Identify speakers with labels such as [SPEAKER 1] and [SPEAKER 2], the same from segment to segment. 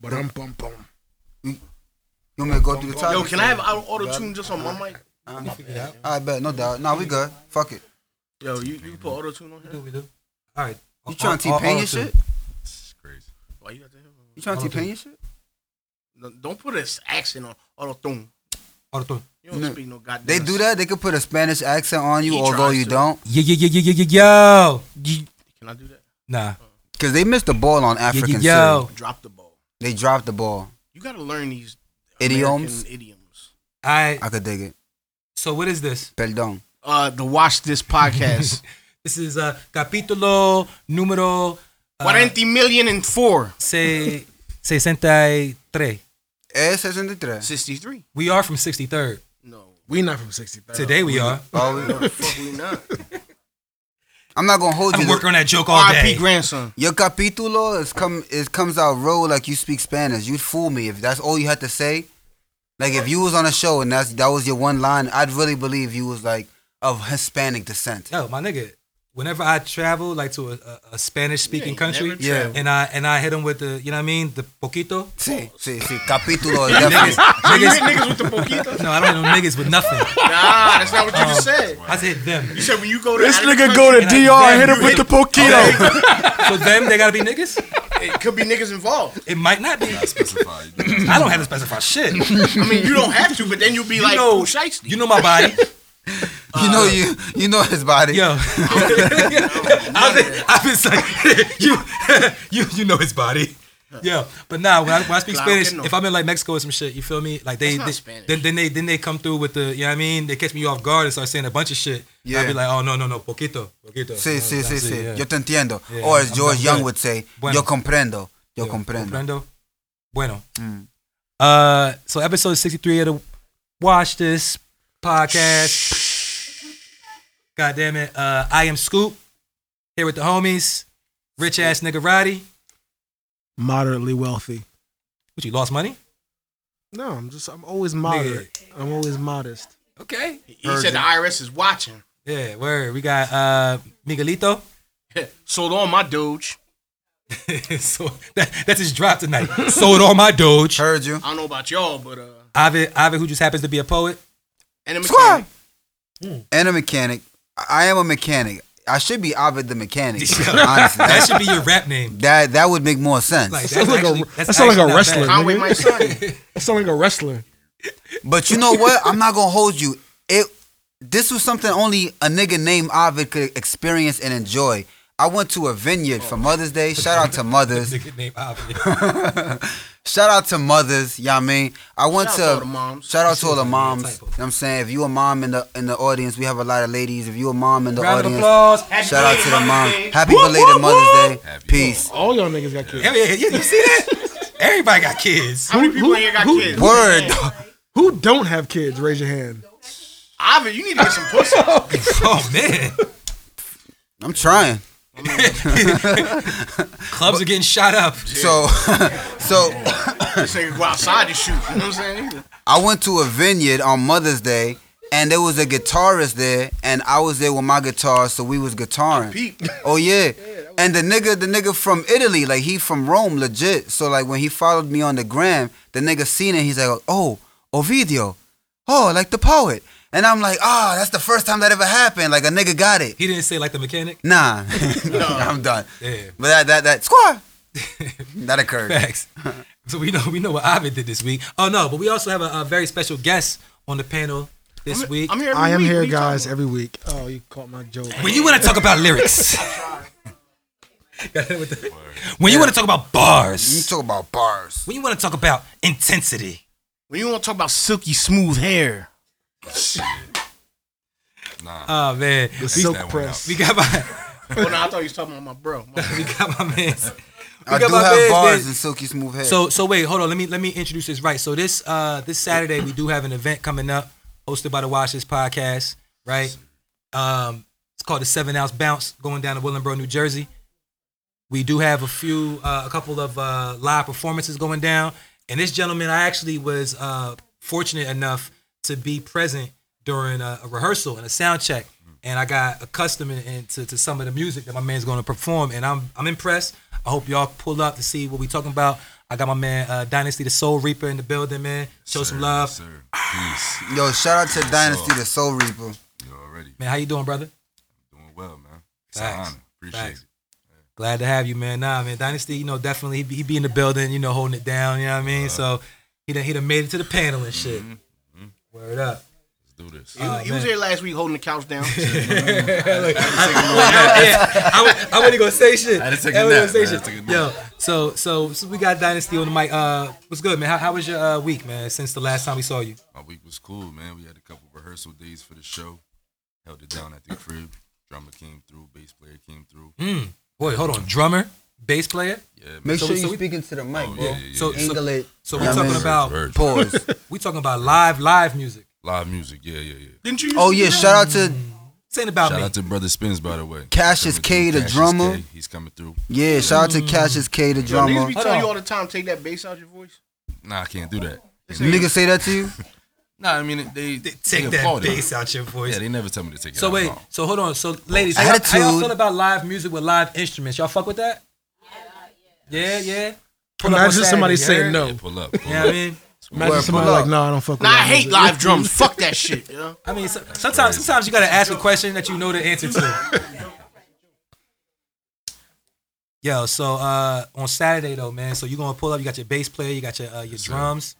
[SPEAKER 1] Bum bum bum.
[SPEAKER 2] You may go through the
[SPEAKER 3] Yo,
[SPEAKER 2] topic.
[SPEAKER 3] can I have auto auto tune just on my mic?
[SPEAKER 2] I bet, no doubt. Nah, we good. Fuck it.
[SPEAKER 3] Yo, you, you put auto tune on here?
[SPEAKER 4] we do. All right.
[SPEAKER 2] You trying to
[SPEAKER 4] All- all-
[SPEAKER 2] T-Pain
[SPEAKER 4] all
[SPEAKER 2] your
[SPEAKER 4] two.
[SPEAKER 2] shit?
[SPEAKER 5] It's crazy.
[SPEAKER 3] Why you got the headphones?
[SPEAKER 2] You trying to
[SPEAKER 4] Auto-tune.
[SPEAKER 2] T-Pain your shit?
[SPEAKER 3] No, Don't put an accent on auto tune.
[SPEAKER 4] All the three.
[SPEAKER 3] You don't
[SPEAKER 2] No.
[SPEAKER 3] speak no goddamn.
[SPEAKER 2] They do that. They could put a Spanish accent on you,
[SPEAKER 3] He
[SPEAKER 2] although
[SPEAKER 3] tries
[SPEAKER 2] you
[SPEAKER 3] to.
[SPEAKER 2] don't,
[SPEAKER 4] Yeah, yeah, yeah, yeah, yeah, yeah, yo. Ye-
[SPEAKER 3] Can I do that?
[SPEAKER 4] Nah.
[SPEAKER 2] because they missed the ball on
[SPEAKER 4] Yeah, yeah,
[SPEAKER 2] African.
[SPEAKER 4] yo.
[SPEAKER 3] Drop the ball.
[SPEAKER 2] They dropped the ball.
[SPEAKER 3] You gotta learn these
[SPEAKER 2] Idioms?
[SPEAKER 3] American idioms.
[SPEAKER 4] All right.
[SPEAKER 2] I could dig it.
[SPEAKER 4] So what is this?
[SPEAKER 2] Perdón.
[SPEAKER 3] Uh, the Watch This podcast.
[SPEAKER 4] This is uh, capítulo número uh,
[SPEAKER 3] 40 million and four.
[SPEAKER 4] se- 63.
[SPEAKER 2] Es 63.
[SPEAKER 3] 63.
[SPEAKER 4] We are from 63rd.
[SPEAKER 3] No.
[SPEAKER 1] We not from 63rd.
[SPEAKER 4] Today we are.
[SPEAKER 2] Oh, we-
[SPEAKER 3] Fuck, we not.
[SPEAKER 2] I'm not gonna hold
[SPEAKER 4] I'm
[SPEAKER 2] you.
[SPEAKER 4] working on that joke all
[SPEAKER 3] RP
[SPEAKER 4] day.
[SPEAKER 3] grandson.
[SPEAKER 2] Your capítulo is come it comes out real like you speak Spanish. You'd fool me if that's all you had to say. Like if you was on a show and that's that was your one line, I'd really believe you was like of Hispanic descent.
[SPEAKER 4] Yo, my nigga. Whenever I travel like to a, a, a Spanish speaking
[SPEAKER 3] ain't
[SPEAKER 4] country,
[SPEAKER 3] never
[SPEAKER 2] Yeah.
[SPEAKER 3] traveled.
[SPEAKER 4] and I and I hit them with the, you know what I mean, the poquito.
[SPEAKER 2] Sí, sí, sí. Capítulo is definitely.
[SPEAKER 3] So you hit niggas with the poquito?
[SPEAKER 4] No, I don't hit them niggas with nothing.
[SPEAKER 3] Nah, that's not what you just said.
[SPEAKER 4] I said them.
[SPEAKER 3] You said when you go to
[SPEAKER 1] This
[SPEAKER 3] out of
[SPEAKER 1] nigga
[SPEAKER 3] the
[SPEAKER 1] go to
[SPEAKER 4] And I-
[SPEAKER 1] DR and
[SPEAKER 4] damn,
[SPEAKER 1] hit him
[SPEAKER 4] you
[SPEAKER 1] with the
[SPEAKER 4] hit-
[SPEAKER 1] poquito.
[SPEAKER 4] So them, they gotta be niggas.
[SPEAKER 3] country, it could be niggas involved.
[SPEAKER 4] It might not be.
[SPEAKER 5] Not specified.
[SPEAKER 4] I don't have to specify shit.
[SPEAKER 3] I mean, you don't have to, but then you'll be like,
[SPEAKER 4] know-
[SPEAKER 3] "Who shiesty?"
[SPEAKER 4] You know my body,
[SPEAKER 2] You know you you know his body.
[SPEAKER 4] yo. I've been, I've been like, you, you, you know his body. Yo, but now when I, when I speak
[SPEAKER 3] Claro
[SPEAKER 4] Spanish,
[SPEAKER 3] que no.
[SPEAKER 4] if I'm in like Mexico or some shit, you feel me? Like they,
[SPEAKER 3] That's not
[SPEAKER 4] they-
[SPEAKER 3] Spanish.
[SPEAKER 4] then then they then they come through with the, you know what I mean? They catch me off guard and start saying a bunch of shit. Yeah.
[SPEAKER 2] Yeah.
[SPEAKER 4] I'd be like, oh no no no, poquito, poquito.
[SPEAKER 2] Sí, sí, sí, sí.
[SPEAKER 4] yeah.
[SPEAKER 2] Yo te entiendo.
[SPEAKER 4] Yeah,
[SPEAKER 2] or as
[SPEAKER 4] I'm-
[SPEAKER 2] George
[SPEAKER 4] I'm
[SPEAKER 2] Young
[SPEAKER 4] good.
[SPEAKER 2] would say,
[SPEAKER 4] Bueno.
[SPEAKER 2] yo comprendo. Yo
[SPEAKER 4] Yo,
[SPEAKER 2] comprendo.
[SPEAKER 4] Bueno.
[SPEAKER 2] Mm.
[SPEAKER 4] Uh, so episode sixty three of the Watch This podcast. God damn it! Uh, I am Scoop here with the homies, rich ass nigga Roddy.
[SPEAKER 1] Moderately wealthy.
[SPEAKER 4] What you lost money?
[SPEAKER 1] No, I'm just. I'm always moderate. I'm always modest.
[SPEAKER 4] Okay.
[SPEAKER 3] he said the IRS is watching.
[SPEAKER 4] Yeah, word. We got uh Miguelito.
[SPEAKER 3] Sold on my Doge.
[SPEAKER 4] so that, that's his drop tonight. Sold all my Doge.
[SPEAKER 2] Heard you.
[SPEAKER 3] I don't know about y'all, but uh,
[SPEAKER 4] Ovid, Ovid, who just happens to be a poet.
[SPEAKER 3] and the
[SPEAKER 2] Squad.
[SPEAKER 3] mechanic.
[SPEAKER 2] And a mechanic. I I am a mechanic. I should be Ovid the mechanic. honestly.
[SPEAKER 4] That should be your rap name.
[SPEAKER 2] That that would make more sense.
[SPEAKER 4] Like
[SPEAKER 1] That sounds
[SPEAKER 4] that's
[SPEAKER 1] like a-
[SPEAKER 4] actually,
[SPEAKER 1] that
[SPEAKER 4] that's
[SPEAKER 1] sounds like
[SPEAKER 4] actually
[SPEAKER 1] a
[SPEAKER 4] not
[SPEAKER 1] wrestler.
[SPEAKER 4] bad.
[SPEAKER 3] Conway, my son.
[SPEAKER 1] I sound like a wrestler.
[SPEAKER 2] But you know what? I'm not gonna hold you. It this was something only a nigga named Ovid could experience and enjoy. I went to a vineyard for Mother's Day. Shout out to mothers.
[SPEAKER 4] Nigga name Ovid.
[SPEAKER 2] Shout out to mothers, you know what I mean? I went
[SPEAKER 3] Shout out
[SPEAKER 2] to,
[SPEAKER 3] to all the moms.
[SPEAKER 2] Shout out to all the
[SPEAKER 4] Typo.
[SPEAKER 2] moms. You know what I'm saying? If you a mom in the in the audience, we have a lot of ladies. If you a mom in the
[SPEAKER 4] Round of
[SPEAKER 2] audience,
[SPEAKER 4] applause.
[SPEAKER 3] Happy
[SPEAKER 2] shout out to the
[SPEAKER 3] belated Mother's
[SPEAKER 2] mom.
[SPEAKER 3] Day.
[SPEAKER 2] Happy belated Mother's Day.
[SPEAKER 5] Happy
[SPEAKER 2] Peace.
[SPEAKER 1] All y'all niggas got kids.
[SPEAKER 4] Yeah, yeah, yeah, you see that? Everybody got kids.
[SPEAKER 3] How many people
[SPEAKER 1] who-
[SPEAKER 3] in here got
[SPEAKER 1] who-
[SPEAKER 3] kids?
[SPEAKER 2] Word.
[SPEAKER 1] Who don't have kids? Raise your hand.
[SPEAKER 3] Ovid, you need to get some pussy.
[SPEAKER 4] Oh man,
[SPEAKER 2] I'm trying.
[SPEAKER 4] clubs are getting shot up.
[SPEAKER 2] So so
[SPEAKER 3] this nigga go outside to shoot. You know what I'm saying?
[SPEAKER 2] I went to a vineyard on Mother's Day, and there was a guitarist there, and I was there with my guitar, so we was guitaring.
[SPEAKER 3] Peep.
[SPEAKER 2] Oh yeah, and the nigga, the nigga from Italy, like he from Rome, legit. So like when he followed me on the gram, the nigga seen it, he's like, oh, Ovidio, oh, like the poet, and I'm like, ah, that's the first time that ever happened. Like a nigga got it.
[SPEAKER 4] He didn't say like the mechanic.
[SPEAKER 2] Nah, I'm done.
[SPEAKER 4] Yeah.
[SPEAKER 2] But that that that squad that occurred.
[SPEAKER 4] Facts. So we know we know what Ovid did this week. Oh no, but we also have a, a very special guest on the panel this week.
[SPEAKER 3] I'm here. every
[SPEAKER 1] I am
[SPEAKER 3] week.
[SPEAKER 1] here,
[SPEAKER 3] What are you talking
[SPEAKER 1] guys,
[SPEAKER 3] about?
[SPEAKER 1] every week. Oh, you caught my joke.
[SPEAKER 4] when you want to talk about lyrics, when you want to talk about
[SPEAKER 2] You
[SPEAKER 4] bars,
[SPEAKER 2] talk about bars.
[SPEAKER 4] when you want to talk about intensity,
[SPEAKER 3] When you want to talk about silky smooth hair,
[SPEAKER 5] Nah.
[SPEAKER 4] oh man,
[SPEAKER 1] The
[SPEAKER 4] we,
[SPEAKER 1] silk
[SPEAKER 5] that one
[SPEAKER 1] press.
[SPEAKER 4] we got my
[SPEAKER 3] oh no, I thought you was talking about my bro. My
[SPEAKER 4] we got my man's. We
[SPEAKER 2] I
[SPEAKER 4] got
[SPEAKER 2] do
[SPEAKER 4] my
[SPEAKER 2] have
[SPEAKER 4] man's,
[SPEAKER 2] bars
[SPEAKER 4] man.
[SPEAKER 2] and silky smooth hair.
[SPEAKER 4] So so wait, hold on. Let me let me introduce this right. So this uh this Saturday we do have an event coming up hosted by the Watch This Podcast, right? Um it's called the Seven Ounce Bounce going down to Willenboro, New Jersey. We do have a few uh, a couple of uh live performances going down. And this gentleman I actually was uh fortunate enough to be present during a, a rehearsal and a sound check. And I got accustomed in- in- to, to some of the music that my man's gonna perform and I'm I'm impressed. I hope y'all pull up to see what we talking about. I got my man uh, Dynasty the Soul Reaper in the building, man. Show some love,
[SPEAKER 5] Yes, sir. Peace.
[SPEAKER 2] Yo, shout out to Dynasty the Soul Reaper.
[SPEAKER 5] You already
[SPEAKER 4] man. How you doing, brother?
[SPEAKER 5] doing well, man. It's
[SPEAKER 4] Facts.
[SPEAKER 5] an honor. Appreciate
[SPEAKER 4] Facts.
[SPEAKER 5] it.
[SPEAKER 4] Glad to have you, man. Nah, man, Dynasty, you know, definitely he be, he be in the building, you know, holding it down. You know what I mean?
[SPEAKER 5] Uh-huh.
[SPEAKER 4] So he done he done made it to the panel and shit.
[SPEAKER 5] Mm-hmm.
[SPEAKER 4] Word up.
[SPEAKER 5] Let's do this.
[SPEAKER 3] He, he was
[SPEAKER 4] man.
[SPEAKER 3] here last week holding the couch down.
[SPEAKER 4] yeah, I, wa- I wasn't gonna say shit.
[SPEAKER 5] I just took a
[SPEAKER 4] wasn't gonna
[SPEAKER 5] nap, man.
[SPEAKER 4] say
[SPEAKER 5] I took a
[SPEAKER 4] shit.
[SPEAKER 5] nap.
[SPEAKER 4] Yo, so so so we got Dynasty on the mic. Uh, what's good, man? How, how was your uh, week, man? Since the last time we saw you,
[SPEAKER 5] My week was cool, man. We had a couple rehearsal days for the show. Held it down at the crib. Drummer came through. Bass player came through.
[SPEAKER 4] mm. boy, hold on, drummer, bass player.
[SPEAKER 5] Yeah, man.
[SPEAKER 2] Make
[SPEAKER 4] So-
[SPEAKER 2] sure
[SPEAKER 4] so
[SPEAKER 2] you
[SPEAKER 4] we-
[SPEAKER 2] speaking to the mic,
[SPEAKER 5] Oh,
[SPEAKER 2] bro.
[SPEAKER 5] yeah, yeah, yeah.
[SPEAKER 4] So
[SPEAKER 2] Angle
[SPEAKER 4] so,
[SPEAKER 2] it.
[SPEAKER 4] so we
[SPEAKER 2] Yeah,
[SPEAKER 4] talking
[SPEAKER 2] man.
[SPEAKER 4] about
[SPEAKER 5] Verge.
[SPEAKER 2] Pause.
[SPEAKER 4] we talking about live live music.
[SPEAKER 5] live music. Yeah, yeah, yeah.
[SPEAKER 3] Didn't you?
[SPEAKER 2] Oh yeah, shout out to
[SPEAKER 4] Saying about
[SPEAKER 5] Shout
[SPEAKER 4] me.
[SPEAKER 5] out to Brother Spins, by the way.
[SPEAKER 2] Cassius K,
[SPEAKER 5] Coming
[SPEAKER 2] the
[SPEAKER 5] through. Cassius
[SPEAKER 2] drummer.
[SPEAKER 5] K, He's coming through.
[SPEAKER 2] Yeah, shout out to Cassius K, the
[SPEAKER 3] Yo, niggas
[SPEAKER 2] drummer.
[SPEAKER 3] be
[SPEAKER 4] Hold
[SPEAKER 3] telling
[SPEAKER 4] on.
[SPEAKER 3] you all the time, take that bass out your voice.
[SPEAKER 5] Nah, I can't do that.
[SPEAKER 2] Nigga say that to you?
[SPEAKER 5] Nah, I mean they, they
[SPEAKER 4] Take that
[SPEAKER 5] applauded.
[SPEAKER 4] bass out your voice.
[SPEAKER 5] Yeah, they never tell me to take it.
[SPEAKER 4] So
[SPEAKER 5] out.
[SPEAKER 4] wait,
[SPEAKER 5] No.
[SPEAKER 4] so hold on. So ladies, how, how y'all
[SPEAKER 2] Attitude.
[SPEAKER 4] feel about live music with live instruments? Y'all fuck with that? Yeah, yeah. Pull up
[SPEAKER 1] Not
[SPEAKER 4] on
[SPEAKER 1] just
[SPEAKER 4] Saturday,
[SPEAKER 1] somebody
[SPEAKER 4] you
[SPEAKER 1] saying
[SPEAKER 4] heard?
[SPEAKER 1] no.
[SPEAKER 5] Yeah, pull up. Pull
[SPEAKER 4] You know what I
[SPEAKER 5] up.
[SPEAKER 4] mean?
[SPEAKER 1] Imagine somebody
[SPEAKER 2] pull
[SPEAKER 1] like,
[SPEAKER 2] up.
[SPEAKER 1] no, I don't fuck with
[SPEAKER 3] Nah, I
[SPEAKER 1] that
[SPEAKER 3] hate
[SPEAKER 1] music."
[SPEAKER 3] live drums. Fuck that shit. You know?
[SPEAKER 4] I mean, so, sometimes sometimes you gotta ask a question that you know the answer to. Yo, so uh, on Saturday though, man. So you gonna pull up? You got your bass player, you got your uh, your
[SPEAKER 5] sir.
[SPEAKER 4] drums.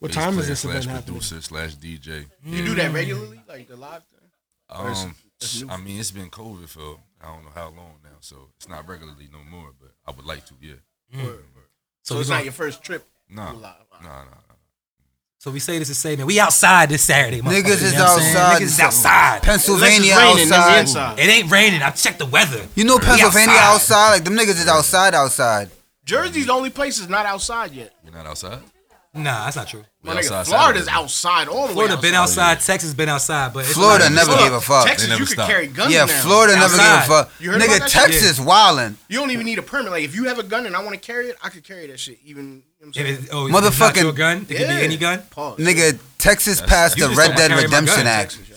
[SPEAKER 1] What
[SPEAKER 5] Bass
[SPEAKER 1] time is
[SPEAKER 5] player
[SPEAKER 1] this event
[SPEAKER 5] slash
[SPEAKER 1] happening?
[SPEAKER 5] Producer slash DJ.
[SPEAKER 3] You do that regularly, like the live thing.
[SPEAKER 5] Um, I mean, it's been COVID for I don't know how long now, so it's not regularly no more. But I would like to, yeah.
[SPEAKER 4] So,
[SPEAKER 3] So
[SPEAKER 4] we
[SPEAKER 3] it's
[SPEAKER 4] gonna-
[SPEAKER 3] not your first trip.
[SPEAKER 5] Nah,
[SPEAKER 3] Live,
[SPEAKER 5] nah,
[SPEAKER 3] live.
[SPEAKER 5] nah, nah.
[SPEAKER 4] so we say this to say, man, we outside this Saturday. motherfucker,
[SPEAKER 2] Niggas
[SPEAKER 4] you
[SPEAKER 2] is
[SPEAKER 4] know what I'm saying?
[SPEAKER 2] outside
[SPEAKER 4] Niggas is
[SPEAKER 2] this-
[SPEAKER 4] outside.
[SPEAKER 3] Unless
[SPEAKER 2] Pennsylvania
[SPEAKER 3] it's raining, then we
[SPEAKER 2] outside.
[SPEAKER 3] inside.
[SPEAKER 4] It ain't raining. I checked the weather.
[SPEAKER 2] You know
[SPEAKER 4] We
[SPEAKER 2] Pennsylvania outside? Like them niggas is outside outside.
[SPEAKER 3] Jersey's the only place that's not outside yet.
[SPEAKER 5] We're not outside.
[SPEAKER 4] Nah, that's not true.
[SPEAKER 5] We
[SPEAKER 3] My nigga,
[SPEAKER 5] outside
[SPEAKER 3] Florida's
[SPEAKER 5] Saturday.
[SPEAKER 3] outside all the way.
[SPEAKER 4] Florida
[SPEAKER 3] Outside.
[SPEAKER 4] been outside. Texas been outside, but it's
[SPEAKER 2] Florida
[SPEAKER 4] like-
[SPEAKER 2] never
[SPEAKER 3] Hold
[SPEAKER 2] gave
[SPEAKER 3] up,
[SPEAKER 2] a fuck.
[SPEAKER 3] Texas,
[SPEAKER 5] They never
[SPEAKER 3] you could
[SPEAKER 5] stop.
[SPEAKER 3] carry guns.
[SPEAKER 2] Yeah,
[SPEAKER 3] now.
[SPEAKER 2] Florida never
[SPEAKER 4] Outside.
[SPEAKER 2] gave a fuck.
[SPEAKER 3] You heard about
[SPEAKER 2] Nigga,
[SPEAKER 3] that shit? Oh,
[SPEAKER 2] Texas wildin'.
[SPEAKER 3] You don't even need a permit. Like if you have a gun and I want to carry it, I could carry that shit. Even you know what I'm
[SPEAKER 4] If
[SPEAKER 3] saying?
[SPEAKER 4] it- oh, it's
[SPEAKER 2] Motherfucking-
[SPEAKER 4] not your gun. It could
[SPEAKER 3] Yeah.
[SPEAKER 4] be any gun.
[SPEAKER 3] Pause.
[SPEAKER 2] Nigga, Texas
[SPEAKER 5] That's-
[SPEAKER 2] passed
[SPEAKER 5] you
[SPEAKER 2] the
[SPEAKER 4] just
[SPEAKER 2] Red
[SPEAKER 4] don't
[SPEAKER 2] Dead
[SPEAKER 4] carry my
[SPEAKER 2] Redemption
[SPEAKER 4] gun,
[SPEAKER 2] Act.
[SPEAKER 3] Texas, yo.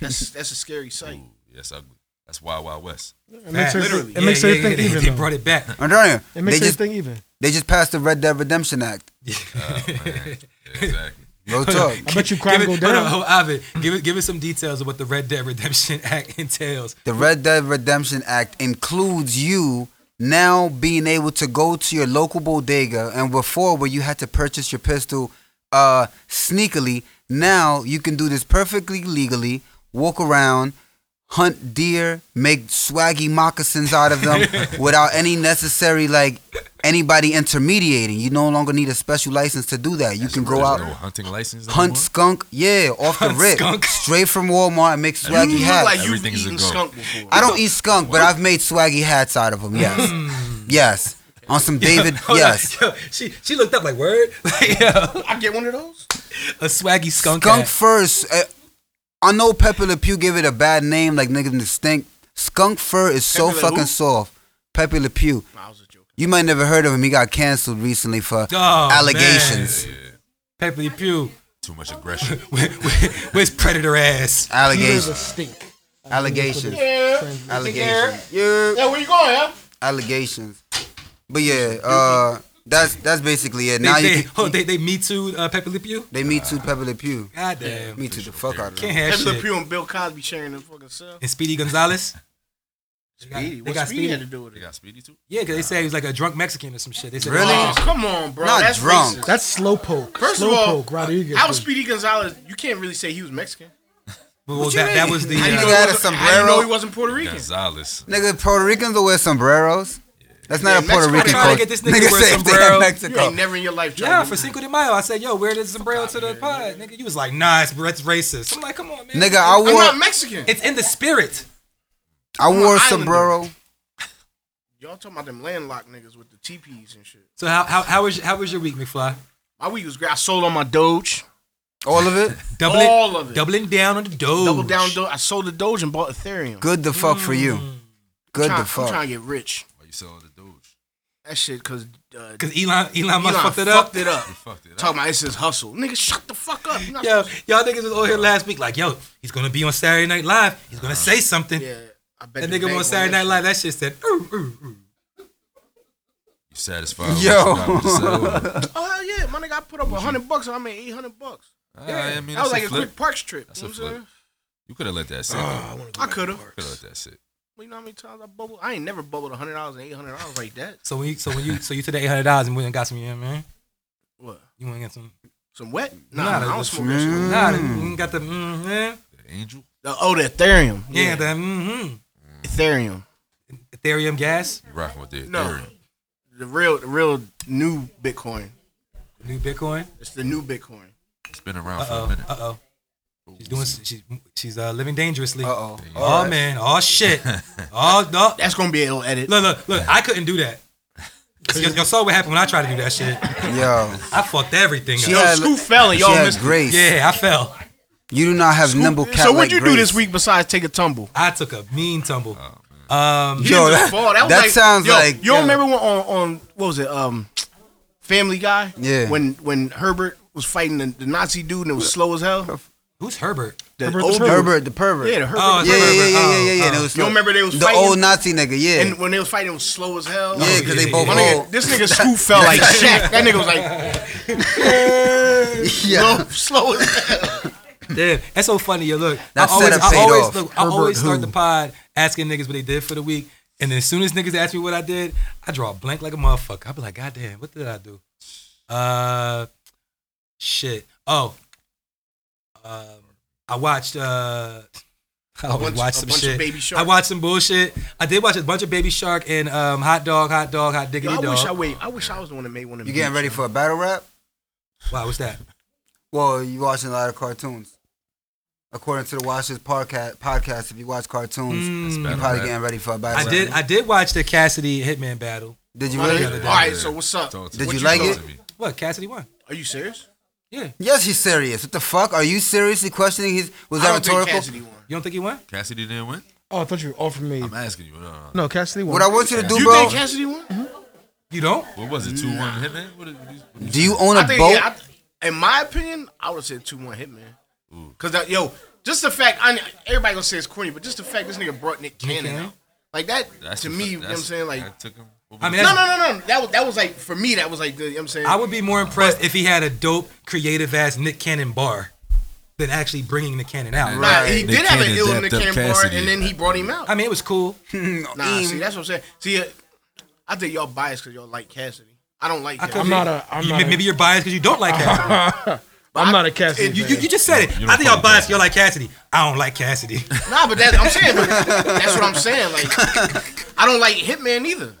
[SPEAKER 3] That's that's a scary sight.
[SPEAKER 5] Ooh, yes, ugly. That's Wild Wild West.
[SPEAKER 1] It makes her,
[SPEAKER 3] Literally.
[SPEAKER 1] it makes
[SPEAKER 4] yeah,
[SPEAKER 1] her
[SPEAKER 4] yeah,
[SPEAKER 1] think
[SPEAKER 4] yeah,
[SPEAKER 1] even.
[SPEAKER 4] They
[SPEAKER 1] though.
[SPEAKER 4] brought it back.
[SPEAKER 2] I'm telling you,
[SPEAKER 1] It
[SPEAKER 2] they
[SPEAKER 1] makes her
[SPEAKER 2] just
[SPEAKER 1] think even.
[SPEAKER 2] they just passed the Red Dead Redemption Act.
[SPEAKER 5] Oh, man. Yeah, exactly.
[SPEAKER 2] Real talk.
[SPEAKER 1] I bet you
[SPEAKER 4] Give
[SPEAKER 1] crime
[SPEAKER 4] it,
[SPEAKER 1] go
[SPEAKER 4] hold on,
[SPEAKER 1] down.
[SPEAKER 4] hold on, Ovid, give it, give us some details of what the Red Dead Redemption Act entails.
[SPEAKER 2] The Red Dead Redemption Act includes you now being able to go to your local bodega, and before where you had to purchase your pistol uh, sneakily, now you can do this perfectly legally. Walk around, hunt deer, make swaggy moccasins out of them without any necessary like anybody intermediating. You no longer need a special license to do that. You can go
[SPEAKER 5] There's
[SPEAKER 2] out.
[SPEAKER 5] No hunting license.
[SPEAKER 2] Hunt skunk, yeah, off the
[SPEAKER 4] Hunt
[SPEAKER 2] rip,
[SPEAKER 4] skunk.
[SPEAKER 2] straight from Walmart and make
[SPEAKER 3] You
[SPEAKER 2] swaggy
[SPEAKER 3] look
[SPEAKER 2] hats.
[SPEAKER 3] like you've
[SPEAKER 5] Everything's a
[SPEAKER 3] eaten
[SPEAKER 5] go.
[SPEAKER 3] skunk before.
[SPEAKER 2] I don't eat skunk, but I've made swaggy hats out of them.
[SPEAKER 4] Hmm.
[SPEAKER 2] Yes, yes. On some David,
[SPEAKER 4] Hold on,
[SPEAKER 2] yes.
[SPEAKER 4] yo, she she looked up like word, like yo,
[SPEAKER 3] I get one of those.
[SPEAKER 4] a swaggy skunk.
[SPEAKER 2] Skunk
[SPEAKER 4] act.
[SPEAKER 2] first. Uh, I know Pepe Le Pew gave it a bad name, like niggas to stink. Skunk fur is so
[SPEAKER 3] Pepe Le
[SPEAKER 2] fucking
[SPEAKER 3] who?
[SPEAKER 2] soft. Pepe Le Pew.
[SPEAKER 3] Nah, I was just joking.
[SPEAKER 2] You might never heard of him. He got canceled recently for
[SPEAKER 4] Oh,
[SPEAKER 2] allegations.
[SPEAKER 4] Pepper Le Pew,
[SPEAKER 5] Too much aggression.
[SPEAKER 4] Where- where- where's Predator ass?
[SPEAKER 1] There's a
[SPEAKER 2] Allegations.
[SPEAKER 1] stink.
[SPEAKER 2] Allegations.
[SPEAKER 3] Yeah.
[SPEAKER 2] Allegations. Yeah.
[SPEAKER 3] Yeah, where you going, huh?
[SPEAKER 2] Allegations. But yeah, uh, that's that's basically it.
[SPEAKER 4] They,
[SPEAKER 2] Now
[SPEAKER 4] they,
[SPEAKER 2] you
[SPEAKER 4] oh,
[SPEAKER 2] can,
[SPEAKER 4] they they me too uh, Pepper Le Pew.
[SPEAKER 2] they meet two Pepe Le Pew.
[SPEAKER 4] God damn,
[SPEAKER 2] Me too. The fuck out of them.
[SPEAKER 4] can't have
[SPEAKER 3] Pepe Le
[SPEAKER 4] shit.
[SPEAKER 3] Pew and Bill Cosby sharing their fucking cell.
[SPEAKER 4] And Speedy Gonzalez. got-
[SPEAKER 3] Speedy,
[SPEAKER 4] they
[SPEAKER 3] what
[SPEAKER 4] got
[SPEAKER 3] Speedy,
[SPEAKER 4] Speedy.
[SPEAKER 3] had to do with
[SPEAKER 5] they
[SPEAKER 3] it?
[SPEAKER 5] got Speedy too.
[SPEAKER 4] Yeah, because they said he was like a drunk Mexican or some shit. They said
[SPEAKER 2] Really?
[SPEAKER 3] Oh, come on, bro.
[SPEAKER 2] Not
[SPEAKER 3] That's
[SPEAKER 2] drunk.
[SPEAKER 3] racist.
[SPEAKER 1] That's slowpoke.
[SPEAKER 3] First of all,
[SPEAKER 1] slowpoke Rodriguez.
[SPEAKER 3] How was Speedy Gonzalez? You can't really say he was Mexican.
[SPEAKER 4] Well,
[SPEAKER 2] What you
[SPEAKER 4] that, that
[SPEAKER 2] mean?
[SPEAKER 4] was the.
[SPEAKER 2] How you
[SPEAKER 4] uh,
[SPEAKER 2] know that? had a
[SPEAKER 3] I didn't
[SPEAKER 2] sombrero.
[SPEAKER 3] know he wasn't Puerto Rican.
[SPEAKER 5] Gonzalez.
[SPEAKER 2] Nigga, Puerto Ricans will wear sombreros. That's
[SPEAKER 3] Yeah,
[SPEAKER 2] not a Puerto
[SPEAKER 3] Mexico
[SPEAKER 2] Rican
[SPEAKER 3] trying to
[SPEAKER 2] culture.
[SPEAKER 4] get this nigga wear
[SPEAKER 2] say if they
[SPEAKER 4] sombrero.
[SPEAKER 2] have
[SPEAKER 3] You
[SPEAKER 2] Mexico.
[SPEAKER 3] ain't never in your life tried
[SPEAKER 4] Yeah,
[SPEAKER 3] to-
[SPEAKER 4] for Cinco de Mayo, I said, "Yo, wear the sombrero to the pod, nigga." You was like, "Nah, it's that's racist." I'm like, "Come on, man."
[SPEAKER 2] Nigga, I
[SPEAKER 3] I'm not
[SPEAKER 2] wore
[SPEAKER 3] Mexican.
[SPEAKER 4] it's in the spirit.
[SPEAKER 2] I
[SPEAKER 3] an
[SPEAKER 2] wore a
[SPEAKER 3] islander.
[SPEAKER 2] sombrero.
[SPEAKER 3] Y'all talking about them landlocked niggas with the teepees and shit.
[SPEAKER 4] So how how how was your, how was your week, McFly?
[SPEAKER 3] My week was great. I sold on my Doge.
[SPEAKER 2] All of it.
[SPEAKER 4] Doubling,
[SPEAKER 3] All of it.
[SPEAKER 4] doubling down on the doge.
[SPEAKER 3] Double down Doge. I sold the Doge and bought Ethereum.
[SPEAKER 2] Good the fuck for you. Good the
[SPEAKER 3] Mm. I'm trying, I'm trying
[SPEAKER 2] fuck.
[SPEAKER 3] to get rich.
[SPEAKER 5] Why you sell the Doge?
[SPEAKER 3] That shit, because uh,
[SPEAKER 4] Cause Elon Elon
[SPEAKER 3] Elon
[SPEAKER 4] must fucked it up.
[SPEAKER 3] Fucked it up.
[SPEAKER 5] You fucked it up.
[SPEAKER 3] Talking about it's his hustle. Nigga, shut the fuck up. You're not
[SPEAKER 4] Yo,
[SPEAKER 3] supposed
[SPEAKER 4] y'all niggas was on here last week like, "Yo, he's gonna be on Saturday Night Live. He's gonna say
[SPEAKER 3] to-
[SPEAKER 4] something."
[SPEAKER 3] Yeah. I bet
[SPEAKER 4] That
[SPEAKER 3] the
[SPEAKER 4] nigga
[SPEAKER 3] bank
[SPEAKER 4] on
[SPEAKER 3] on
[SPEAKER 4] Saturday
[SPEAKER 3] that
[SPEAKER 4] Night Live, that shit said, ooh, ooh, ooh.
[SPEAKER 5] You satisfied? with
[SPEAKER 2] Yo.
[SPEAKER 5] what you got with the cell?
[SPEAKER 3] Oh hell yeah, my nigga, I put up a hundred bucks. I made eight hundred bucks.
[SPEAKER 5] Alright, I mean,
[SPEAKER 3] that was
[SPEAKER 5] that's
[SPEAKER 3] like
[SPEAKER 5] a
[SPEAKER 3] a
[SPEAKER 5] flip.
[SPEAKER 3] quick parks trip.
[SPEAKER 5] That's
[SPEAKER 3] you know
[SPEAKER 5] a
[SPEAKER 3] what I'm
[SPEAKER 5] flip.
[SPEAKER 3] saying?
[SPEAKER 5] You could have let that sit.
[SPEAKER 1] Ah, I
[SPEAKER 5] though.
[SPEAKER 1] wanna go
[SPEAKER 3] I
[SPEAKER 1] back
[SPEAKER 3] coulda.
[SPEAKER 1] to work.
[SPEAKER 5] could have let that sit.
[SPEAKER 3] Well, you know how many times I bubble? I ain't never bubbled hundred dollars and eight hundred dollars like that.
[SPEAKER 4] So when you so when you so you took the eight hundred dollars and went and got some, you know what I mean?
[SPEAKER 3] What?
[SPEAKER 4] You went and got some.
[SPEAKER 3] Some wet?
[SPEAKER 4] Nah,
[SPEAKER 3] Nah,
[SPEAKER 4] that
[SPEAKER 3] I don't
[SPEAKER 4] was
[SPEAKER 3] smoke that shit.
[SPEAKER 4] Nah, you ain't got the mm yeah,
[SPEAKER 5] The angel.
[SPEAKER 3] The, oh, the Ethereum.
[SPEAKER 4] yeah, the mm
[SPEAKER 3] Ethereum.
[SPEAKER 4] Ethereum gas,
[SPEAKER 5] You rocking with the
[SPEAKER 3] No.
[SPEAKER 5] Ethereum.
[SPEAKER 3] The real, the real new Bitcoin.
[SPEAKER 4] new Bitcoin.
[SPEAKER 3] It's the new Bitcoin.
[SPEAKER 5] It's been around
[SPEAKER 4] Uh
[SPEAKER 5] for a
[SPEAKER 4] oh,
[SPEAKER 5] minute.
[SPEAKER 4] uh oh. She's doing she's she's uh, living dangerously.
[SPEAKER 2] Uh-oh.
[SPEAKER 4] Oh man, oh shit, oh no.
[SPEAKER 3] That's gonna be a little edit.
[SPEAKER 4] Look, look, look! I couldn't do that. Y- y'all saw what happened when I tried to do that shit.
[SPEAKER 2] Yo.
[SPEAKER 4] I fucked everything
[SPEAKER 2] She
[SPEAKER 4] up.
[SPEAKER 3] Yo,
[SPEAKER 2] had,
[SPEAKER 3] Scoop fell and
[SPEAKER 2] she
[SPEAKER 3] y'all
[SPEAKER 2] had
[SPEAKER 3] missed it.
[SPEAKER 2] grace.
[SPEAKER 4] Yeah, I fell.
[SPEAKER 2] You do not have nimble cat
[SPEAKER 3] so what'd you do this week besides take a tumble?
[SPEAKER 4] I took a mean tumble. Um,
[SPEAKER 2] Yo,
[SPEAKER 3] You didn't just
[SPEAKER 2] that-
[SPEAKER 3] fall. was
[SPEAKER 2] that sounds
[SPEAKER 3] yo,
[SPEAKER 2] like-
[SPEAKER 3] you don't
[SPEAKER 2] yeah.
[SPEAKER 3] remember when on on what was it? Um, Family Guy.
[SPEAKER 2] Yeah.
[SPEAKER 3] When when Herbert was fighting the, the Nazi dude and it was slow as hell.
[SPEAKER 4] who's Herbert?
[SPEAKER 3] The
[SPEAKER 1] Herbert the
[SPEAKER 3] old dude.
[SPEAKER 2] Herbert the pervert.
[SPEAKER 3] Yeah, the Herbert.
[SPEAKER 4] Oh,
[SPEAKER 3] the
[SPEAKER 2] yeah, yeah,
[SPEAKER 3] pervert.
[SPEAKER 2] yeah, yeah, yeah, yeah,
[SPEAKER 4] Oh,
[SPEAKER 2] yeah.
[SPEAKER 4] oh.
[SPEAKER 2] It was
[SPEAKER 3] You remember they was
[SPEAKER 2] the
[SPEAKER 3] fighting?
[SPEAKER 2] old Nazi nigga, yeah.
[SPEAKER 3] And Oh, when they was fighting, it was slow as hell.
[SPEAKER 2] yeah, Oh. because they
[SPEAKER 4] yeah,
[SPEAKER 2] both
[SPEAKER 4] yeah.
[SPEAKER 3] My
[SPEAKER 2] old.
[SPEAKER 3] nigga, this nigga Scoop fell like Shaq. That nigga was like
[SPEAKER 2] Yeah.
[SPEAKER 3] slow, slow as hell.
[SPEAKER 4] Damn, that's so funny. Yo, look,
[SPEAKER 2] That
[SPEAKER 4] I always,
[SPEAKER 2] setup
[SPEAKER 4] I
[SPEAKER 2] paid
[SPEAKER 4] always,
[SPEAKER 2] off.
[SPEAKER 4] look, I always
[SPEAKER 1] Herbert
[SPEAKER 4] start
[SPEAKER 1] who?
[SPEAKER 4] the pod asking niggas what they did for the week, and then as soon as niggas ask me what I did, I draw a blank like a motherfucker. I be like, God damn, what did I do? Uh, shit. Oh, um, I watched. Uh, I always
[SPEAKER 3] bunch-
[SPEAKER 4] watch
[SPEAKER 3] a
[SPEAKER 4] some
[SPEAKER 3] bunch of
[SPEAKER 4] shit.
[SPEAKER 3] Baby Shark.
[SPEAKER 4] I watched some bullshit. I did watch a bunch of Baby Shark and um, Hot Dog, Hot Dog, Hot Diggity
[SPEAKER 3] Yo, I
[SPEAKER 4] Dog.
[SPEAKER 3] wish I wait. I wish I was the one that made one of
[SPEAKER 2] You
[SPEAKER 3] them.
[SPEAKER 2] getting ready for a battle rap?
[SPEAKER 4] Wow, what's that?
[SPEAKER 2] Well, you watching a lot of cartoons. According to the Watchers podcast, podcast if you watch cartoons,
[SPEAKER 5] That's
[SPEAKER 2] you're
[SPEAKER 5] battle
[SPEAKER 2] probably
[SPEAKER 5] rap.
[SPEAKER 2] getting ready for a battle
[SPEAKER 4] Mm. I
[SPEAKER 2] rap.
[SPEAKER 4] did. I did watch the Cassidy Hitman battle.
[SPEAKER 2] Did you
[SPEAKER 3] All
[SPEAKER 2] really?
[SPEAKER 3] right,
[SPEAKER 5] Yeah,
[SPEAKER 4] All right,
[SPEAKER 5] yeah.
[SPEAKER 3] so what's up?
[SPEAKER 5] Talk to
[SPEAKER 2] Did
[SPEAKER 5] me.
[SPEAKER 2] you like
[SPEAKER 5] Talk
[SPEAKER 2] it?
[SPEAKER 5] to me.
[SPEAKER 4] What Cassidy won?
[SPEAKER 3] Are you serious?
[SPEAKER 4] Yeah, you
[SPEAKER 2] Yes, he's serious. What the fuck? Are you seriously questioning his? Was that
[SPEAKER 3] I don't think
[SPEAKER 2] rhetorical?
[SPEAKER 3] Cassidy won.
[SPEAKER 4] don't think he won?
[SPEAKER 5] Cassidy didn't win.
[SPEAKER 1] Oh, I thought you were offering me.
[SPEAKER 5] I'm asking you. uh, No, no, no.
[SPEAKER 1] No, Cassidy won.
[SPEAKER 2] What I want you to do,
[SPEAKER 3] You
[SPEAKER 2] bro?
[SPEAKER 3] think Cassidy won?
[SPEAKER 4] You don't?
[SPEAKER 5] What was it? Two one hitman. What is, what is,
[SPEAKER 2] Do you own
[SPEAKER 3] I
[SPEAKER 2] a
[SPEAKER 3] think,
[SPEAKER 2] boat?
[SPEAKER 3] yeah, I, in my opinion, I would have said 2 1 Hitman. Because, that yo, just the fact, I, everybody gonna say it's corny, but just the fact this nigga brought Nick Cannon
[SPEAKER 4] Cannon?
[SPEAKER 3] out. Like that, to
[SPEAKER 5] the-
[SPEAKER 3] me, you know what I'm
[SPEAKER 5] that's-
[SPEAKER 3] saying? Like,
[SPEAKER 5] that took him.
[SPEAKER 4] I mean,
[SPEAKER 3] no,
[SPEAKER 4] that's-
[SPEAKER 3] no, no, no. That was, that was like, for me, that was like, the, you know what I'm saying?
[SPEAKER 4] I would be more impressed if he had a dope, creative ass Nick Cannon bar than actually bringing the Cannon out.
[SPEAKER 3] nah,
[SPEAKER 2] Right.
[SPEAKER 3] he
[SPEAKER 5] Nick
[SPEAKER 3] did have an
[SPEAKER 5] Cannon
[SPEAKER 3] ill
[SPEAKER 5] dapped
[SPEAKER 3] Nick
[SPEAKER 5] up
[SPEAKER 3] Cannon bar,
[SPEAKER 5] Cassidy.
[SPEAKER 3] and then he brought him out.
[SPEAKER 4] I mean, it was cool.
[SPEAKER 3] nah,
[SPEAKER 2] Mm,
[SPEAKER 3] see, that's what I'm saying. See, uh, I think y'all biased because y'all like Cassidy. I don't like
[SPEAKER 4] I
[SPEAKER 3] Cassidy.
[SPEAKER 4] could
[SPEAKER 1] I'm
[SPEAKER 4] be-
[SPEAKER 1] not a. I'm
[SPEAKER 4] You-
[SPEAKER 1] not.
[SPEAKER 4] maybe you're biased because you don't like Cassidy.
[SPEAKER 1] I'm not a Cassidy.
[SPEAKER 3] It-
[SPEAKER 4] you,
[SPEAKER 1] fan.
[SPEAKER 4] you, you just said it.
[SPEAKER 5] You don't
[SPEAKER 4] I think
[SPEAKER 5] fuck
[SPEAKER 4] y'all biased.
[SPEAKER 5] with
[SPEAKER 4] Y'all like Cassidy. I don't like Cassidy.
[SPEAKER 3] Nah, but that, I'm saying, but that's what I'm saying. Like, I don't like Hitman either.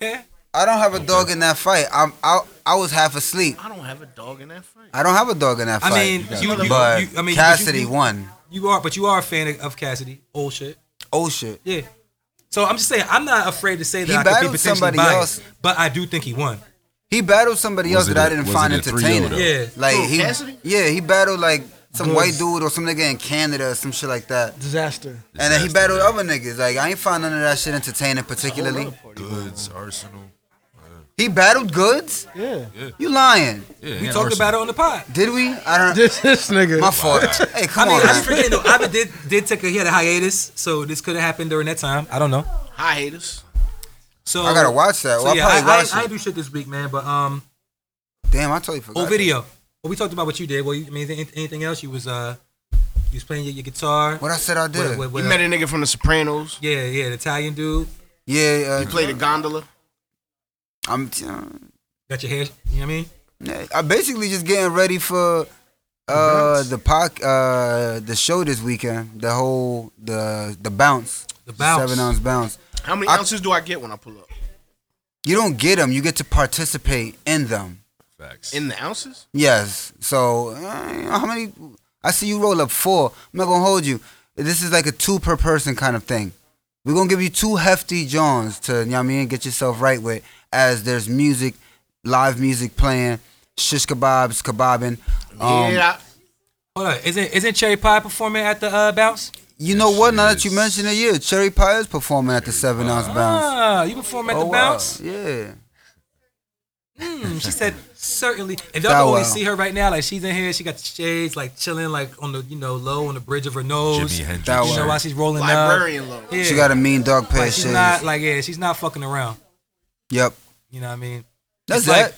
[SPEAKER 4] yeah.
[SPEAKER 2] I don't have a dog in that fight. I'm I, I was half asleep.
[SPEAKER 3] I don't have a dog in that fight.
[SPEAKER 2] I don't have a dog in that
[SPEAKER 4] I
[SPEAKER 2] fight.
[SPEAKER 4] mean, you-
[SPEAKER 2] but
[SPEAKER 4] you- you- I mean, but you-
[SPEAKER 2] Cassidy
[SPEAKER 4] you-
[SPEAKER 2] won.
[SPEAKER 4] You are, but you are a fan of, of Cassidy. Old shit.
[SPEAKER 2] Oh shit.
[SPEAKER 4] Yeah. So I'm just saying, I'm not afraid to say that
[SPEAKER 2] He
[SPEAKER 4] I could be
[SPEAKER 2] battled
[SPEAKER 4] potentially
[SPEAKER 2] somebody
[SPEAKER 4] biased,
[SPEAKER 2] else.
[SPEAKER 4] but I do think he won.
[SPEAKER 2] He battled somebody
[SPEAKER 5] Was
[SPEAKER 2] else
[SPEAKER 5] it
[SPEAKER 2] that I I
[SPEAKER 5] a-
[SPEAKER 2] didn't
[SPEAKER 5] was
[SPEAKER 2] find
[SPEAKER 5] it a 3-0
[SPEAKER 2] entertaining.
[SPEAKER 5] though?
[SPEAKER 4] Yeah.
[SPEAKER 2] Like
[SPEAKER 3] Who,
[SPEAKER 2] he,
[SPEAKER 3] Cassidy?
[SPEAKER 2] yeah, he battled like some
[SPEAKER 1] Good.
[SPEAKER 2] white dude or some nigga in Canada or some shit like that.
[SPEAKER 1] disaster.
[SPEAKER 2] And then he
[SPEAKER 5] Disaster,
[SPEAKER 2] battled
[SPEAKER 5] yeah.
[SPEAKER 2] other niggas. Like I ain't find none of that shit entertaining particularly.
[SPEAKER 5] Goods, Arsenal.
[SPEAKER 2] He battled goods?
[SPEAKER 1] Yeah.
[SPEAKER 2] You lying?
[SPEAKER 5] Yeah,
[SPEAKER 4] We talked about it on the pod.
[SPEAKER 2] Did we? I don't.
[SPEAKER 1] This this nigga.
[SPEAKER 2] My fault. Hey,
[SPEAKER 4] I
[SPEAKER 2] come
[SPEAKER 4] mean,
[SPEAKER 2] on.
[SPEAKER 4] I just
[SPEAKER 2] man.
[SPEAKER 4] forget. though. Ivan did did take a he had a hiatus, so this could have happened during that time. I don't know.
[SPEAKER 3] Hi, haters.
[SPEAKER 4] So
[SPEAKER 2] I gotta watch that.
[SPEAKER 4] So
[SPEAKER 2] Well, I
[SPEAKER 4] yeah, I,
[SPEAKER 2] probably
[SPEAKER 4] I,
[SPEAKER 2] watch
[SPEAKER 4] I
[SPEAKER 2] it.
[SPEAKER 4] ain't do shit this week, man. But um,
[SPEAKER 2] Damn, I totally forgot.
[SPEAKER 4] old video. Well, we talked about what you did. Well, you, I mean, anything, anything else? You was uh, you was playing your, your guitar.
[SPEAKER 2] What I said I
[SPEAKER 4] With-
[SPEAKER 2] did.
[SPEAKER 4] with-
[SPEAKER 3] You
[SPEAKER 4] with,
[SPEAKER 3] met a nigga from The Sopranos.
[SPEAKER 4] yeah, yeah, the Italian dude
[SPEAKER 2] Yeah, uh,
[SPEAKER 3] You played a gondola.
[SPEAKER 2] I'm. Uh,
[SPEAKER 4] got your hair. You know what I mean?
[SPEAKER 2] Yeah, I'm basically just getting ready for uh the poc- uh the show this weekend. The whole the the bounce.
[SPEAKER 4] The bounce.
[SPEAKER 2] Seven ounce bounce.
[SPEAKER 3] How many
[SPEAKER 2] I-
[SPEAKER 3] ounces do I get when I pull up?
[SPEAKER 2] You don't get them. You get to participate in them.
[SPEAKER 5] facts.
[SPEAKER 3] In the ounces?
[SPEAKER 2] Yes. So uh, how many? I see you roll up four. I'm not gonna hold you. This is like a two per person kind of thing. We're gonna give you two hefty Johns to you know what I mean get yourself right with. As there's music, live music playing, shish kebabs, kebabbing. Um,
[SPEAKER 3] yeah.
[SPEAKER 4] Hold on, isn't isn't Cherry Pie performing at the uh, bounce?
[SPEAKER 2] You know what? Now that
[SPEAKER 5] Yes.
[SPEAKER 2] you mention it, yeah, Cherry Pie is performing at the seven ounce bounce. Oh,
[SPEAKER 4] Ah, you perform at the
[SPEAKER 2] wow.
[SPEAKER 4] bounce?
[SPEAKER 2] Yeah.
[SPEAKER 4] Hmm, she said certainly. If y'all
[SPEAKER 2] Bow
[SPEAKER 4] can only
[SPEAKER 2] wow.
[SPEAKER 4] see her right now, like she's in here, she got the shades, like chilling, like on the you know low on the bridge of her nose.
[SPEAKER 5] Jimi Hendrix.
[SPEAKER 2] That
[SPEAKER 4] You know
[SPEAKER 2] was-
[SPEAKER 4] while she's rolling
[SPEAKER 3] Librarian low.
[SPEAKER 4] up. Yeah.
[SPEAKER 2] She got a mean dog pair
[SPEAKER 4] Like,
[SPEAKER 2] of
[SPEAKER 4] she's
[SPEAKER 2] shades.
[SPEAKER 4] not like yeah, she's not fucking around.
[SPEAKER 2] Yep.
[SPEAKER 4] You know what I mean?
[SPEAKER 2] That's
[SPEAKER 4] it's like,
[SPEAKER 2] that.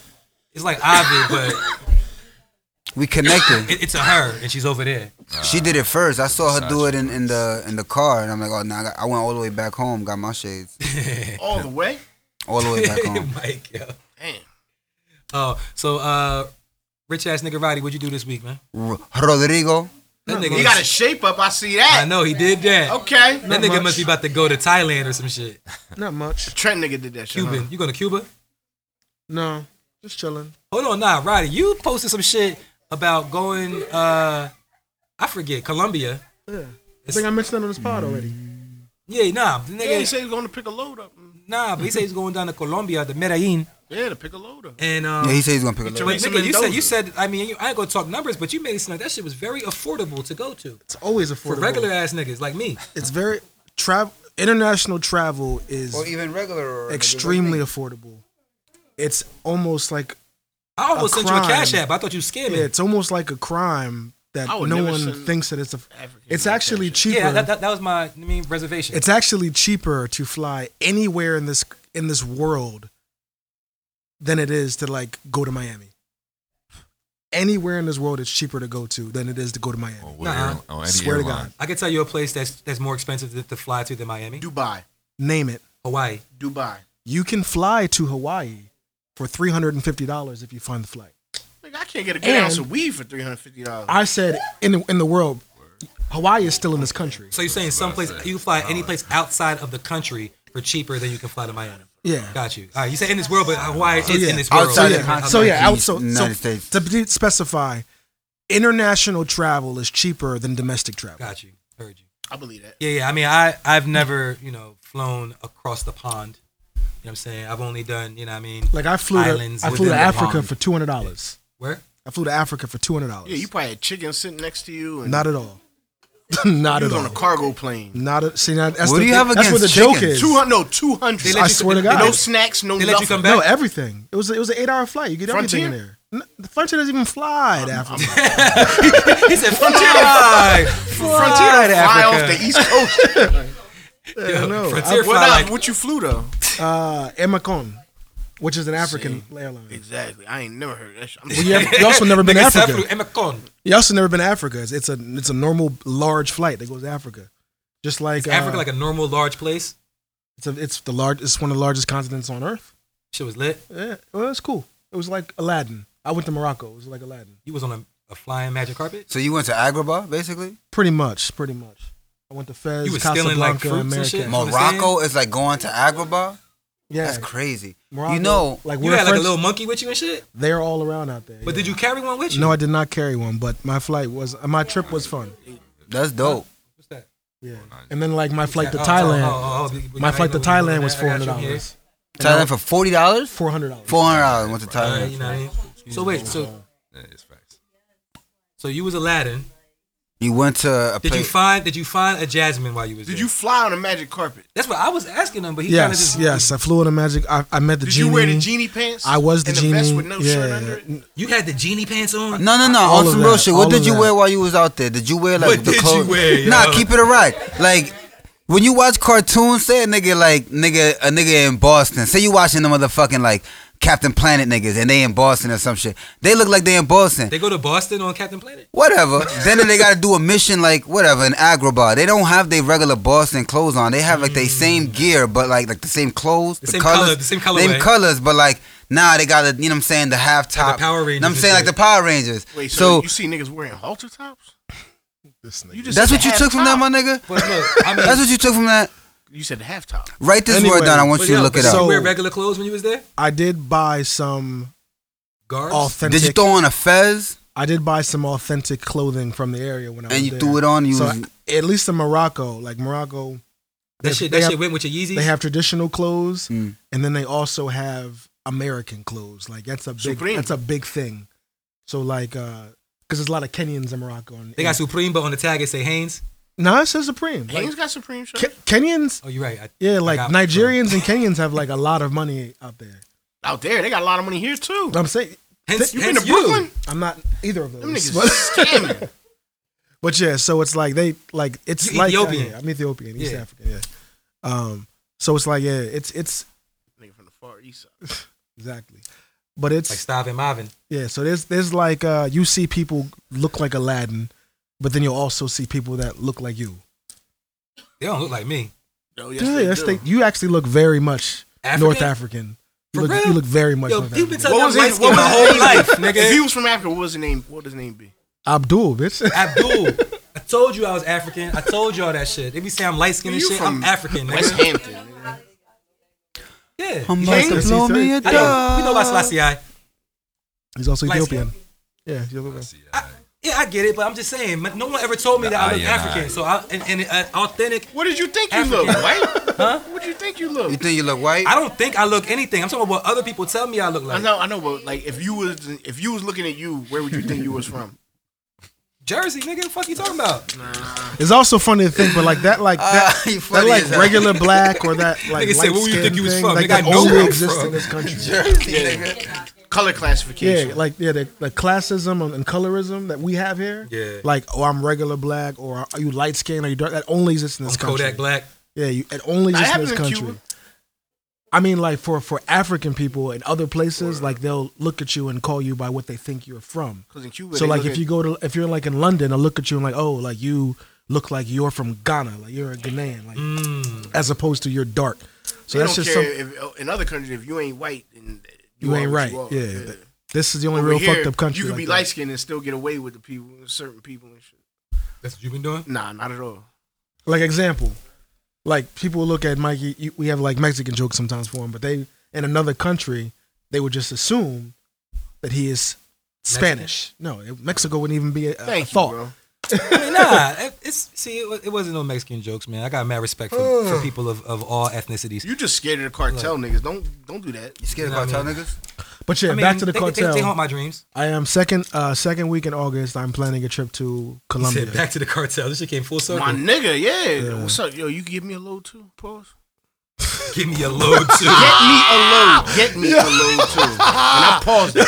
[SPEAKER 4] It's like Ovid, but
[SPEAKER 2] We connected.
[SPEAKER 4] it, it's a her, and she's over there.
[SPEAKER 2] She did it first. I saw her do it
[SPEAKER 5] Versace
[SPEAKER 2] in, in the in the car, and I'm like, oh, nah, I, got, I went all the way back home, got my shades,
[SPEAKER 3] All the way?
[SPEAKER 2] all the way back home.
[SPEAKER 4] Mike, yo.
[SPEAKER 3] Damn.
[SPEAKER 4] Oh, so uh, rich ass nigga Roddy, what'd you do this week, man?
[SPEAKER 2] R- Rodrigo,
[SPEAKER 4] That nigga,
[SPEAKER 3] You got a shape up. I see
[SPEAKER 4] I
[SPEAKER 3] that.
[SPEAKER 4] know he did that.
[SPEAKER 3] Okay.
[SPEAKER 4] That nigga
[SPEAKER 1] much.
[SPEAKER 4] must be about to go to Thailand or some shit.
[SPEAKER 1] Not much.
[SPEAKER 3] Trent nigga did that shit.
[SPEAKER 4] Cuban,
[SPEAKER 3] huh?
[SPEAKER 4] you going to Cuba?
[SPEAKER 1] No, just chilling.
[SPEAKER 4] Hold on, nah, Roddy, you posted some shit about going. uh I forget Colombia.
[SPEAKER 1] Yeah. I think I mentioned that on this pod already.
[SPEAKER 4] Yeah, nah, the
[SPEAKER 3] Yeah, he
[SPEAKER 4] nigga,
[SPEAKER 3] said he was going to pick a load up.
[SPEAKER 4] nah, but he said he's going down to Colombia, to Medellin,
[SPEAKER 3] Yeah, to pick a load up.
[SPEAKER 4] and um,
[SPEAKER 2] yeah, he said he's gonna pick a
[SPEAKER 3] He
[SPEAKER 2] look.
[SPEAKER 3] tried-
[SPEAKER 4] Wait,
[SPEAKER 3] Like
[SPEAKER 4] nigga, you said
[SPEAKER 3] Mendoza.
[SPEAKER 4] you said. I mean, you, I ain't gonna talk numbers, but you made it seem like that shit was very affordable to go to
[SPEAKER 1] It's always
[SPEAKER 4] for
[SPEAKER 1] affordable.
[SPEAKER 4] regular ass niggas like me.
[SPEAKER 1] It's very travel. International travel is
[SPEAKER 2] Or even Oh, regular, or
[SPEAKER 1] extremely affordable. It's almost like
[SPEAKER 4] I almost
[SPEAKER 1] A
[SPEAKER 4] sent you a cash
[SPEAKER 1] crime.
[SPEAKER 4] app. I thought you scared me.
[SPEAKER 1] yeah, it's almost like a crime that
[SPEAKER 3] I would
[SPEAKER 1] no
[SPEAKER 3] never
[SPEAKER 1] one
[SPEAKER 3] send
[SPEAKER 1] thinks that it's a.
[SPEAKER 3] African
[SPEAKER 1] It's
[SPEAKER 3] like
[SPEAKER 1] actually
[SPEAKER 3] that
[SPEAKER 1] cheaper.
[SPEAKER 4] Yeah, that, that, that was my I mean reservation.
[SPEAKER 1] it's actually cheaper to fly anywhere in this in this world than it is to like go to Miami. Anywhere in this world, it's cheaper to go to than it is to go to Miami.
[SPEAKER 5] On what
[SPEAKER 4] Nah.
[SPEAKER 5] air- on any
[SPEAKER 1] Swear to
[SPEAKER 5] airline.
[SPEAKER 4] I can tell you a place that's that's more expensive to, to fly to than Miami,
[SPEAKER 3] Dubai.
[SPEAKER 1] Name it.
[SPEAKER 4] Hawaii.
[SPEAKER 3] Dubai.
[SPEAKER 1] You can fly to Hawaii for three hundred and fifty dollars if you find the flight.
[SPEAKER 3] Nigga, I can't get a good
[SPEAKER 1] And-
[SPEAKER 3] ounce of weed for $350.
[SPEAKER 1] I said in the, in the world, Hawaii is still in this country.
[SPEAKER 4] So you're saying someplace you can fly any place outside of the country for cheaper than you can fly to Miami?
[SPEAKER 1] Yeah.
[SPEAKER 4] Got you. All right, you said in this world, but Hawaii is
[SPEAKER 1] Oh, yeah.
[SPEAKER 4] in this world.
[SPEAKER 1] So
[SPEAKER 2] Outside of
[SPEAKER 1] yeah,
[SPEAKER 2] the
[SPEAKER 1] so yeah,
[SPEAKER 2] country,
[SPEAKER 1] outside
[SPEAKER 2] United
[SPEAKER 1] so,
[SPEAKER 2] States.
[SPEAKER 1] to be- specify, international travel is cheaper than domestic travel.
[SPEAKER 4] Got you. Heard you.
[SPEAKER 3] I believe that.
[SPEAKER 4] Yeah, yeah. I mean, I I've never you know flown across the pond. You know what I'm saying? I've only done you know what I mean.
[SPEAKER 1] Like I flew
[SPEAKER 4] Islands
[SPEAKER 1] to I flew
[SPEAKER 4] within
[SPEAKER 1] to
[SPEAKER 4] the
[SPEAKER 1] Africa
[SPEAKER 4] pond.
[SPEAKER 1] for two hundred dollars.
[SPEAKER 4] Where?
[SPEAKER 1] I flew to Africa for two hundred dollars.
[SPEAKER 3] Yeah, you probably had chicken sitting next to you. And
[SPEAKER 1] not at all. not
[SPEAKER 3] you
[SPEAKER 1] at
[SPEAKER 3] was
[SPEAKER 1] all.
[SPEAKER 3] on a cargo plane.
[SPEAKER 1] not a, see. Not, that's
[SPEAKER 2] What
[SPEAKER 1] the,
[SPEAKER 2] do you have
[SPEAKER 1] That's what the
[SPEAKER 2] against
[SPEAKER 1] joke
[SPEAKER 2] chicken?
[SPEAKER 1] is.
[SPEAKER 3] Two hundred, no, two hundred.
[SPEAKER 4] They let
[SPEAKER 1] I
[SPEAKER 4] you-
[SPEAKER 1] swear to
[SPEAKER 4] they-
[SPEAKER 1] God.
[SPEAKER 3] No
[SPEAKER 4] They,
[SPEAKER 3] snacks, no
[SPEAKER 4] they let you
[SPEAKER 3] nothing.
[SPEAKER 4] come back.
[SPEAKER 1] No, everything. It was it was an eight hour flight. You get everything in
[SPEAKER 3] Frontier?
[SPEAKER 1] there. No, Frontier doesn't even fly to Africa.
[SPEAKER 4] He said fly, fly to
[SPEAKER 3] Frontier fly off
[SPEAKER 4] Africa.
[SPEAKER 3] the East Coast.
[SPEAKER 1] Yeah, no.
[SPEAKER 4] Frontier
[SPEAKER 1] I-
[SPEAKER 3] what,
[SPEAKER 4] fly
[SPEAKER 3] not,
[SPEAKER 4] like
[SPEAKER 3] what you flew though?
[SPEAKER 1] Uh, Emacon, which is an African airline.
[SPEAKER 3] Exactly. I ain't never heard that shit. I'm
[SPEAKER 1] Well, you, have- you also never been to
[SPEAKER 4] Nigga said
[SPEAKER 1] Africa.
[SPEAKER 4] flew Emekon.
[SPEAKER 1] You also never been to Africa. It's, it's a it's a normal large flight that goes to Africa, just like
[SPEAKER 4] Is
[SPEAKER 1] uh,
[SPEAKER 4] Africa like a normal large place?
[SPEAKER 1] it's, a, it's the large it's one of the largest continents on Earth.
[SPEAKER 4] Shit was lit.
[SPEAKER 1] Yeah, well, it's cool. It was like Aladdin. I went to Morocco. It was like Aladdin.
[SPEAKER 4] You was on a, a flying magic carpet.
[SPEAKER 2] So you went to Agrabah, basically.
[SPEAKER 1] Pretty much, pretty much. I went to Fez,
[SPEAKER 4] You was stealing, like,
[SPEAKER 1] Casablanca,
[SPEAKER 4] fruits and shit?
[SPEAKER 1] America.
[SPEAKER 4] Mo-
[SPEAKER 2] Morocco is like going to Agrabah.
[SPEAKER 1] yeah,
[SPEAKER 2] That's crazy.
[SPEAKER 1] Morocco,
[SPEAKER 2] You know,
[SPEAKER 1] like
[SPEAKER 4] You
[SPEAKER 1] we're
[SPEAKER 4] had like a
[SPEAKER 1] French,
[SPEAKER 4] little monkey with you and shit.
[SPEAKER 1] They're all around out there.
[SPEAKER 4] But
[SPEAKER 1] yeah.
[SPEAKER 4] did you carry one with you?
[SPEAKER 1] No, I did not carry one. But my flight was uh, my trip was fun.
[SPEAKER 2] that's dope.
[SPEAKER 4] What's that?
[SPEAKER 1] Yeah, and then like my flight to
[SPEAKER 4] Oh, oh,
[SPEAKER 1] Thailand,
[SPEAKER 4] oh, oh, oh,
[SPEAKER 1] my
[SPEAKER 4] I
[SPEAKER 1] flight to
[SPEAKER 4] didn't know we were
[SPEAKER 1] Thailand
[SPEAKER 4] doing
[SPEAKER 1] was
[SPEAKER 4] that.
[SPEAKER 1] four
[SPEAKER 4] I
[SPEAKER 1] hundred
[SPEAKER 4] got you here.
[SPEAKER 1] dollars.
[SPEAKER 2] Thailand for forty dollars,
[SPEAKER 1] Four hundred dollars.
[SPEAKER 2] four hundred dollars went to
[SPEAKER 4] Uh,
[SPEAKER 2] Thailand.
[SPEAKER 4] you know what I mean? So wait, so
[SPEAKER 5] Yeah, it's facts.
[SPEAKER 4] so you was Aladdin.
[SPEAKER 2] You went to a
[SPEAKER 4] Did you
[SPEAKER 2] place.
[SPEAKER 4] find did you find a jasmine while you was
[SPEAKER 3] Did
[SPEAKER 4] there?
[SPEAKER 3] you fly on a magic carpet?
[SPEAKER 4] That's what I was asking him, but he kind of
[SPEAKER 1] Yes,
[SPEAKER 4] just
[SPEAKER 1] yes. I flew on a magic. I, I met the
[SPEAKER 3] Did
[SPEAKER 1] genie.
[SPEAKER 3] you wear the genie pants?
[SPEAKER 1] I was the
[SPEAKER 3] and
[SPEAKER 1] genie.
[SPEAKER 3] The vest with no
[SPEAKER 1] yeah.
[SPEAKER 3] shirt under it?
[SPEAKER 4] You had the genie pants on.
[SPEAKER 2] No, no, no.
[SPEAKER 1] All
[SPEAKER 2] on
[SPEAKER 1] of
[SPEAKER 2] some real
[SPEAKER 1] that,
[SPEAKER 2] shit.
[SPEAKER 1] all
[SPEAKER 2] What
[SPEAKER 1] of
[SPEAKER 2] did you
[SPEAKER 1] that.
[SPEAKER 2] wear while you was out there? Did you wear like
[SPEAKER 4] What
[SPEAKER 2] the
[SPEAKER 4] did you
[SPEAKER 2] clothes?
[SPEAKER 4] wear, yo?
[SPEAKER 2] Nah, keep it a rock. Like when you watch cartoons, say a nigga like nigga a nigga in Boston. Say you watching the motherfucking like Captain Planet niggas and they in Boston or some shit. They look like they in Boston.
[SPEAKER 4] They go to Boston on Captain Planet.
[SPEAKER 2] Whatever. then they gotta do a mission like whatever in Agrabah. They don't have their regular Boston clothes on. They have like they same gear, but like like the same clothes,
[SPEAKER 4] Mm. The same color- the same colorway.
[SPEAKER 2] colors, but like nah, they gotta you know what I'm saying the half top.
[SPEAKER 4] Power
[SPEAKER 2] You know what I'm
[SPEAKER 4] Rangers
[SPEAKER 2] saying like
[SPEAKER 4] and
[SPEAKER 2] the Power Rangers.
[SPEAKER 3] Wait, so,
[SPEAKER 2] so
[SPEAKER 3] you see niggas wearing halter tops?
[SPEAKER 1] This nigga.
[SPEAKER 3] You just
[SPEAKER 2] that's
[SPEAKER 3] said
[SPEAKER 2] what you
[SPEAKER 3] half
[SPEAKER 2] took from that,
[SPEAKER 3] top.
[SPEAKER 2] my nigga.
[SPEAKER 4] But look, I mean,
[SPEAKER 2] That's what you took from that.
[SPEAKER 3] You said half top.
[SPEAKER 2] Write this
[SPEAKER 1] Anyway,
[SPEAKER 2] word down. I want
[SPEAKER 4] but
[SPEAKER 2] you
[SPEAKER 4] yo,
[SPEAKER 2] to look
[SPEAKER 4] but
[SPEAKER 2] it
[SPEAKER 4] did
[SPEAKER 2] up.
[SPEAKER 4] You
[SPEAKER 1] So-
[SPEAKER 4] wear regular clothes when you was there.
[SPEAKER 1] I did buy some
[SPEAKER 4] Guards.
[SPEAKER 1] authentic.
[SPEAKER 2] Did you throw on a fez?
[SPEAKER 1] I did buy some authentic clothing from the area when I was
[SPEAKER 2] And you
[SPEAKER 1] there.
[SPEAKER 2] threw it on, you
[SPEAKER 1] so
[SPEAKER 2] was-
[SPEAKER 1] at least in Morocco, like Morocco,
[SPEAKER 4] that
[SPEAKER 1] they-
[SPEAKER 4] shit.
[SPEAKER 1] they
[SPEAKER 4] That
[SPEAKER 1] have-
[SPEAKER 4] shit went with your Yeezys.
[SPEAKER 1] they have traditional clothes,
[SPEAKER 4] Hmm.
[SPEAKER 2] Mm.
[SPEAKER 1] and then they also have American clothes. Like that's a big
[SPEAKER 3] Supreme.
[SPEAKER 1] that's a big thing. So like, uh, because there's a lot of Kenyans in Morocco. And,
[SPEAKER 4] They got Supreme, but on the tag it say Hanes.
[SPEAKER 1] no, it says Supreme. Like,
[SPEAKER 3] Haynes got Supreme shirts.
[SPEAKER 1] Ke- Kenyans,
[SPEAKER 4] Oh, you're right. I, I
[SPEAKER 1] yeah, like
[SPEAKER 4] got-
[SPEAKER 1] Nigerians and Kenyans have like a lot of money out there.
[SPEAKER 3] Out there, they got a lot of money here too.
[SPEAKER 1] I'm saying
[SPEAKER 4] Hence,
[SPEAKER 3] You been
[SPEAKER 4] hence
[SPEAKER 3] to Brooklyn?
[SPEAKER 1] I'm not either of
[SPEAKER 3] Them
[SPEAKER 1] those.
[SPEAKER 3] niggas
[SPEAKER 1] But,
[SPEAKER 3] scamming.
[SPEAKER 1] but yeah, so it's like they like it's
[SPEAKER 4] You
[SPEAKER 1] like
[SPEAKER 4] Ethiopian.
[SPEAKER 1] yeah, I'm Ethiopian, East
[SPEAKER 4] Yeah.
[SPEAKER 1] African, yeah. Um, so it's like yeah, it's it's
[SPEAKER 3] Nigga from the far east side.
[SPEAKER 1] exactly. But it's
[SPEAKER 4] like Stav and Marvin.
[SPEAKER 1] yeah. So there's there's like uh, you see people look like Aladdin, but then you'll also see people that look like you.
[SPEAKER 4] They don't look like me.
[SPEAKER 3] No,
[SPEAKER 1] yeah, yes, they, you actually look very much
[SPEAKER 4] African?
[SPEAKER 1] North African. You
[SPEAKER 4] For
[SPEAKER 1] look,
[SPEAKER 4] real?
[SPEAKER 1] you look very much
[SPEAKER 4] Yo,
[SPEAKER 1] North
[SPEAKER 4] you've been
[SPEAKER 1] African.
[SPEAKER 4] telling
[SPEAKER 3] What was
[SPEAKER 4] that white
[SPEAKER 3] his- what
[SPEAKER 4] skin my
[SPEAKER 3] was
[SPEAKER 4] whole
[SPEAKER 3] If
[SPEAKER 4] life,
[SPEAKER 3] he
[SPEAKER 4] nigga.
[SPEAKER 3] was from Africa, what was his name? What would his name be?
[SPEAKER 1] Abdul, bitch.
[SPEAKER 4] Abdul. I told you I was African. I told you all that shit. They be saying I'm light skinned and
[SPEAKER 3] You
[SPEAKER 4] shit.
[SPEAKER 3] from
[SPEAKER 4] I'm African,
[SPEAKER 3] West
[SPEAKER 4] nigga.
[SPEAKER 3] Hampton. nigga.
[SPEAKER 4] Yeah.
[SPEAKER 2] I'm
[SPEAKER 4] You
[SPEAKER 2] about
[SPEAKER 4] think?
[SPEAKER 2] to
[SPEAKER 1] King?
[SPEAKER 2] blow me a
[SPEAKER 4] I know. We know about
[SPEAKER 2] dog.
[SPEAKER 4] Selassie. I.
[SPEAKER 1] He's also
[SPEAKER 4] Light
[SPEAKER 1] Ethiopian. Yeah, he's Ethiopian.
[SPEAKER 5] See, I,
[SPEAKER 4] Yeah, I get it, but I'm just saying, man, no one ever told me that I
[SPEAKER 5] Nah,
[SPEAKER 4] look
[SPEAKER 5] yeah,
[SPEAKER 4] African.
[SPEAKER 5] nah.
[SPEAKER 4] So I and, and uh, authentic.
[SPEAKER 3] What did you think you look?
[SPEAKER 4] African.
[SPEAKER 3] White?
[SPEAKER 4] Huh?
[SPEAKER 3] What did you think you
[SPEAKER 2] You
[SPEAKER 3] look?
[SPEAKER 2] think you look white?
[SPEAKER 4] I don't think I look anything. I'm talking about what other people tell me I look
[SPEAKER 3] I
[SPEAKER 4] like.
[SPEAKER 3] know, I know, but like, if you was, if you was looking at you, where would you think you was from?
[SPEAKER 4] Jersey, nigga, the fuck you talking about?
[SPEAKER 1] It's also funny to think, but like that, like
[SPEAKER 4] Ah,
[SPEAKER 1] that,
[SPEAKER 2] you
[SPEAKER 1] that
[SPEAKER 2] funny
[SPEAKER 1] like
[SPEAKER 2] as hell.
[SPEAKER 1] regular black or that like light
[SPEAKER 4] Nigga said, "Where you
[SPEAKER 1] skin
[SPEAKER 4] think you was
[SPEAKER 1] thing,
[SPEAKER 4] from?"
[SPEAKER 1] like
[SPEAKER 4] Nigga, I
[SPEAKER 1] that
[SPEAKER 4] know
[SPEAKER 1] only
[SPEAKER 4] where I'm
[SPEAKER 1] exists
[SPEAKER 4] from.
[SPEAKER 1] in this country.
[SPEAKER 3] Color classification.
[SPEAKER 1] Yeah, like yeah, the, the classism and, and colorism that we have here.
[SPEAKER 4] Yeah.
[SPEAKER 1] like oh, I'm regular black, or are you light skinned Are you dark? That only exists in this
[SPEAKER 4] I'm
[SPEAKER 1] country.
[SPEAKER 4] Kodak Black.
[SPEAKER 1] Yeah, you, it only exists
[SPEAKER 3] That
[SPEAKER 1] in this
[SPEAKER 3] happens in
[SPEAKER 1] country.
[SPEAKER 3] Cuba.
[SPEAKER 1] I mean, like for for African people in other places, like they'll look at you and call you by what they think you're from.
[SPEAKER 3] 'Cause in Cuba,
[SPEAKER 1] so
[SPEAKER 3] they
[SPEAKER 1] like
[SPEAKER 3] look
[SPEAKER 1] if
[SPEAKER 3] at-
[SPEAKER 1] you go to if you're like in London, they'll look at you and like oh like you look like you're from Ghana, like you're a Ghanaian, like as opposed to you're dark. So
[SPEAKER 3] Mm. They
[SPEAKER 1] that's
[SPEAKER 3] don't
[SPEAKER 1] just
[SPEAKER 3] care
[SPEAKER 1] some,
[SPEAKER 3] if, oh, in other countries if you ain't white and
[SPEAKER 1] you ain't right. Yeah, this is the only
[SPEAKER 3] Over
[SPEAKER 1] real
[SPEAKER 3] here,
[SPEAKER 1] fucked up country.
[SPEAKER 3] You could
[SPEAKER 1] like
[SPEAKER 3] be
[SPEAKER 1] that.
[SPEAKER 3] light skinned and still get away with the people, certain people and shit.
[SPEAKER 4] That's what you've been doing.
[SPEAKER 3] Nah, not at all.
[SPEAKER 1] like example like people look at mikey you, we have like mexican jokes sometimes for him but they in another country they would just assume that he is spanish no mexico wouldn't even be a, a
[SPEAKER 3] Thank you,
[SPEAKER 1] thought
[SPEAKER 3] bro.
[SPEAKER 4] I mean, nah, it- it's see, it, wa- it wasn't no Mexican jokes, man. I got mad respect for, for people of, of all ethnicities.
[SPEAKER 3] You just scared of the cartel niggas. Don't don't do that.
[SPEAKER 2] You scared of
[SPEAKER 4] You know what I
[SPEAKER 2] cartel
[SPEAKER 4] mean?
[SPEAKER 2] niggas?
[SPEAKER 1] but yeah
[SPEAKER 4] I mean,
[SPEAKER 1] back to the
[SPEAKER 4] they, they-
[SPEAKER 1] cartel
[SPEAKER 4] They, haunt my dreams.
[SPEAKER 1] i am second uh second week in august i'm planning a trip to
[SPEAKER 4] He
[SPEAKER 1] colombia
[SPEAKER 4] said, back to the cartel. This shit came full circle.
[SPEAKER 3] My nigga, yeah. What's up, yo? You can give me a load too, pause.
[SPEAKER 4] Give me a load too.
[SPEAKER 3] Get me a load. Get me a load too. And I paused it.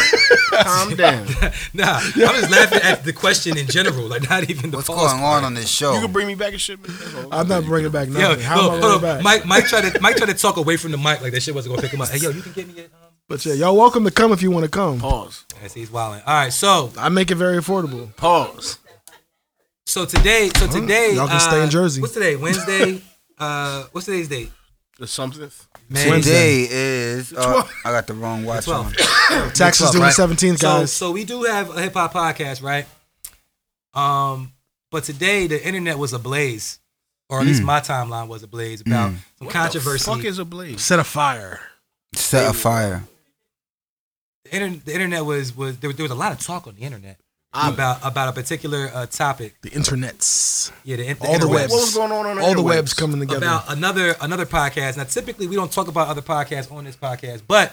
[SPEAKER 3] Calm down.
[SPEAKER 4] nah, I'm just laughing at the question in general, like not even the
[SPEAKER 2] What's
[SPEAKER 4] pause
[SPEAKER 2] going
[SPEAKER 4] part.
[SPEAKER 2] on on this show?
[SPEAKER 3] You can bring me back and shit, man. That's all.
[SPEAKER 1] i'm not bringing back
[SPEAKER 4] Yo,
[SPEAKER 1] nothing how
[SPEAKER 4] look,
[SPEAKER 1] am i
[SPEAKER 4] hold on.
[SPEAKER 1] bringing back
[SPEAKER 4] Mike, Mike tried to Mike tried to talk away from the mic like that shit wasn't gonna pick him up. Hey, yo, you can get me. A, um,
[SPEAKER 1] but yeah y'all welcome to come if you want to come
[SPEAKER 3] Pause.
[SPEAKER 4] I see he's wilding. All right, so
[SPEAKER 1] i make it very affordable
[SPEAKER 3] Pause.
[SPEAKER 4] so today, so today,
[SPEAKER 1] Y'all can stay in
[SPEAKER 4] uh,
[SPEAKER 1] Jersey.
[SPEAKER 4] What's today? Wednesday. uh, what's today's date?
[SPEAKER 3] There's something.
[SPEAKER 4] May.
[SPEAKER 2] Today is. Uh,
[SPEAKER 3] twelfth.
[SPEAKER 2] I got the wrong watch on.
[SPEAKER 4] 12th.
[SPEAKER 1] taxes due on
[SPEAKER 2] right?
[SPEAKER 1] 17th
[SPEAKER 4] So,
[SPEAKER 1] guys
[SPEAKER 4] so we do have a hip hop podcast, right? Um, but today the internet was ablaze, or at least
[SPEAKER 1] Mm.
[SPEAKER 4] my timeline was ablaze about some controversy.
[SPEAKER 3] Fuck is a blaze.
[SPEAKER 1] set a fire
[SPEAKER 2] Set a fire.
[SPEAKER 4] the, inter- the internet was was there, was there was a lot of talk on the internet
[SPEAKER 3] Ah.
[SPEAKER 4] about about a particular uh, topic.
[SPEAKER 1] the internets
[SPEAKER 4] Yeah, the, in-
[SPEAKER 1] all the
[SPEAKER 4] interwebs.
[SPEAKER 1] webs
[SPEAKER 3] What was going on on the
[SPEAKER 1] all the
[SPEAKER 3] interwebs?
[SPEAKER 1] webs coming together
[SPEAKER 4] about another another podcast. Now, typically we don't talk about other podcasts on this podcast, but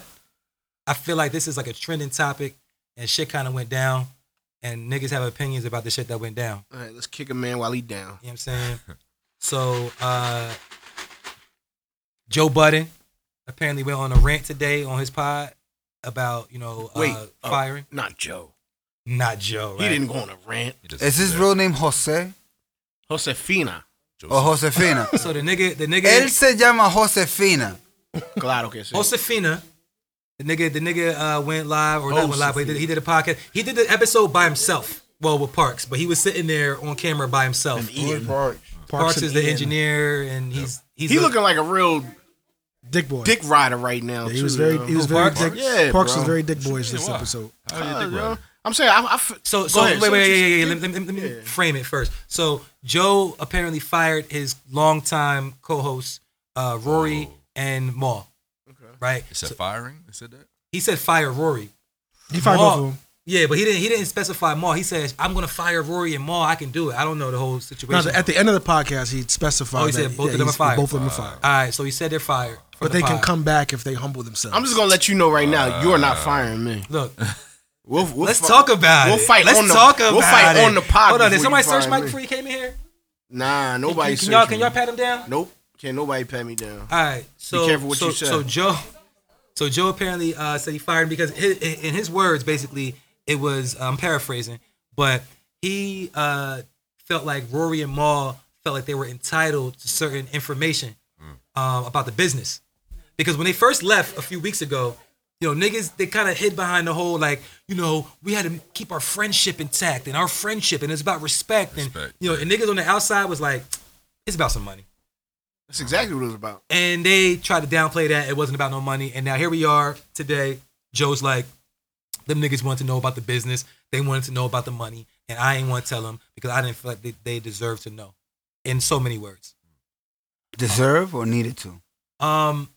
[SPEAKER 4] I feel like this is like a trending topic, and shit kind of went down, and niggas have opinions about the shit that went down.
[SPEAKER 3] All right, let's kick a man while he down.
[SPEAKER 4] You know what I'm saying? So uh Joe Budden apparently went on a rant today on his pod about, you know, uh,
[SPEAKER 3] Wait, uh,
[SPEAKER 4] firing.
[SPEAKER 3] Not Joe.
[SPEAKER 4] Not Joe,
[SPEAKER 3] He
[SPEAKER 4] right?
[SPEAKER 3] didn't go on a rant.
[SPEAKER 5] it doesn't
[SPEAKER 2] Is his
[SPEAKER 5] matter.
[SPEAKER 2] real name Jose
[SPEAKER 3] Josefina.
[SPEAKER 2] or
[SPEAKER 5] Joseph,
[SPEAKER 2] Josefina?
[SPEAKER 4] So the nigga the
[SPEAKER 2] Él
[SPEAKER 4] nigga
[SPEAKER 2] se llama Josefina.
[SPEAKER 3] Claro que sí.
[SPEAKER 4] Josefina the nigga the nigga uh, went live or not went live, but he did,
[SPEAKER 3] Josefina.
[SPEAKER 4] he did a podcast. He did the episode by himself. Well, with Parks, but he was sitting there on camera by himself.
[SPEAKER 3] Ian.
[SPEAKER 4] Parks
[SPEAKER 1] and
[SPEAKER 4] is the
[SPEAKER 1] Ian.
[SPEAKER 4] engineer, and he's he's
[SPEAKER 3] E He
[SPEAKER 4] a-
[SPEAKER 3] looking like a real
[SPEAKER 1] Dick boy.
[SPEAKER 3] dick rider right now.
[SPEAKER 1] Yeah,
[SPEAKER 3] too,
[SPEAKER 1] he was very
[SPEAKER 3] yo.
[SPEAKER 1] he was very
[SPEAKER 4] Parks?
[SPEAKER 1] dick.
[SPEAKER 3] Yeah,
[SPEAKER 1] Parks
[SPEAKER 3] bro.
[SPEAKER 1] was very dick boyish this
[SPEAKER 5] why?
[SPEAKER 1] episode.
[SPEAKER 5] how do you think
[SPEAKER 3] Yeah,
[SPEAKER 5] about it?
[SPEAKER 3] I'm saying I, I f-
[SPEAKER 4] So,
[SPEAKER 3] Go
[SPEAKER 4] so
[SPEAKER 3] ahead,
[SPEAKER 4] wait,
[SPEAKER 3] what
[SPEAKER 4] wait,
[SPEAKER 3] you-
[SPEAKER 4] yeah, yeah, yeah. Let, me- let me- let me frame it first. So, Joe apparently fired his longtime co-host uh, Rory
[SPEAKER 3] Oh.
[SPEAKER 4] and Maul. Right?
[SPEAKER 5] It said
[SPEAKER 4] So
[SPEAKER 5] firing. It said that.
[SPEAKER 4] he said fire Rory.
[SPEAKER 1] He fired
[SPEAKER 4] Maul-
[SPEAKER 1] both of them.
[SPEAKER 4] Yeah, but he didn't. He didn't specify Maul. He says, "I'm gonna fire Rory and Maul. I can do it. I don't know the whole
[SPEAKER 1] No,
[SPEAKER 4] situation."
[SPEAKER 1] the- at the end of the podcast, he specified.
[SPEAKER 4] Oh, he
[SPEAKER 1] that-
[SPEAKER 4] said both
[SPEAKER 1] yeah,
[SPEAKER 4] of them
[SPEAKER 1] he's-
[SPEAKER 4] are fired.
[SPEAKER 1] Both of them are fired.
[SPEAKER 4] All right, so he said they're fired. from
[SPEAKER 1] But
[SPEAKER 4] the
[SPEAKER 1] they can
[SPEAKER 4] pod.
[SPEAKER 1] come back if they humble themselves.
[SPEAKER 3] I'm just gonna let you know right now, you are not firing me.
[SPEAKER 4] Look,
[SPEAKER 3] We'll, we'll
[SPEAKER 4] Uh, let's
[SPEAKER 3] fi-
[SPEAKER 4] talk about
[SPEAKER 3] we'll
[SPEAKER 4] it.
[SPEAKER 3] Fight
[SPEAKER 4] let's
[SPEAKER 3] on the,
[SPEAKER 4] talk about
[SPEAKER 3] We'll fight
[SPEAKER 4] it.
[SPEAKER 3] on the pod.
[SPEAKER 4] Hold on, did
[SPEAKER 3] before
[SPEAKER 4] somebody
[SPEAKER 3] you
[SPEAKER 4] search
[SPEAKER 3] fire
[SPEAKER 4] Mike
[SPEAKER 3] me.
[SPEAKER 4] before he came in here?
[SPEAKER 3] Nah, nobody.
[SPEAKER 4] Can, can y'all
[SPEAKER 3] search
[SPEAKER 4] can
[SPEAKER 3] me.
[SPEAKER 4] y'all pat him down?
[SPEAKER 3] Nope. Can nobody pat me down.
[SPEAKER 4] All right. So
[SPEAKER 3] careful what
[SPEAKER 4] so,
[SPEAKER 3] you say.
[SPEAKER 4] So Joe, so Joe apparently uh, said he fired him because his, in his words, basically, it was uh, I'm paraphrasing, but he uh, felt like Rory and Maul felt like they were entitled to certain
[SPEAKER 3] Hmm.
[SPEAKER 4] information um, about the business because when they first left a few weeks ago, You know, niggas they kind of hid behind the whole like, you know, we had to keep our friendship intact and our friendship and it's about respect, and
[SPEAKER 5] Respect,
[SPEAKER 4] you know, and niggas on the outside was like, it's about some money.
[SPEAKER 3] That's exactly what it was about.
[SPEAKER 4] And they tried to downplay that it wasn't about no money. And now here we are today. Joe's like, them niggas wanted to know about the business. They wanted to know about the money, and I ain't want to tell them because I didn't feel like they, they deserved to know. In so many words.
[SPEAKER 2] Deserve or needed to?
[SPEAKER 4] Um,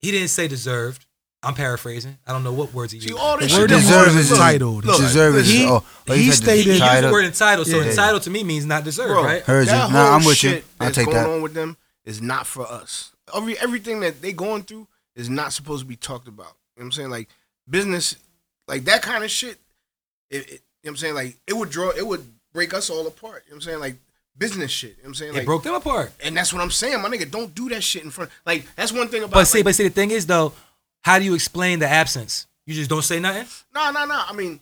[SPEAKER 4] he didn't say deserved. I'm paraphrasing. I don't know what words he used.
[SPEAKER 3] See, all this
[SPEAKER 1] The word
[SPEAKER 3] shit.
[SPEAKER 1] deserve
[SPEAKER 3] Deserve
[SPEAKER 1] is
[SPEAKER 3] look,
[SPEAKER 1] entitled.
[SPEAKER 3] Look,
[SPEAKER 2] deserve is
[SPEAKER 1] he-
[SPEAKER 2] oh, oh, you
[SPEAKER 1] he
[SPEAKER 2] said
[SPEAKER 1] stated-
[SPEAKER 4] he used the
[SPEAKER 2] title.
[SPEAKER 4] word entitled, so
[SPEAKER 2] Yeah.
[SPEAKER 4] entitled to me means not deserved,
[SPEAKER 3] Bro.
[SPEAKER 4] right?
[SPEAKER 2] Heard you.
[SPEAKER 3] That
[SPEAKER 2] Nah,
[SPEAKER 3] whole
[SPEAKER 2] I'm with you.
[SPEAKER 3] shit
[SPEAKER 2] I
[SPEAKER 3] that's
[SPEAKER 2] take
[SPEAKER 3] going
[SPEAKER 2] that.
[SPEAKER 3] on with them is not for us. Every everything that they going through is not supposed to be talked about. You know what I'm saying? Like business, like that kind of shit. It, it, you know what I'm saying? Like it would draw, it would break us all apart. You know what I'm saying? Like business shit. You know what I'm saying?
[SPEAKER 4] it
[SPEAKER 3] Like,
[SPEAKER 4] broke them apart.
[SPEAKER 3] and that's what I'm saying, my nigga. Don't do that shit in front. Like that's one thing about.
[SPEAKER 4] But see,
[SPEAKER 3] like,
[SPEAKER 4] but see, the thing is though, how do you explain the absence? You just don't say nothing.
[SPEAKER 3] No, no, no. I mean,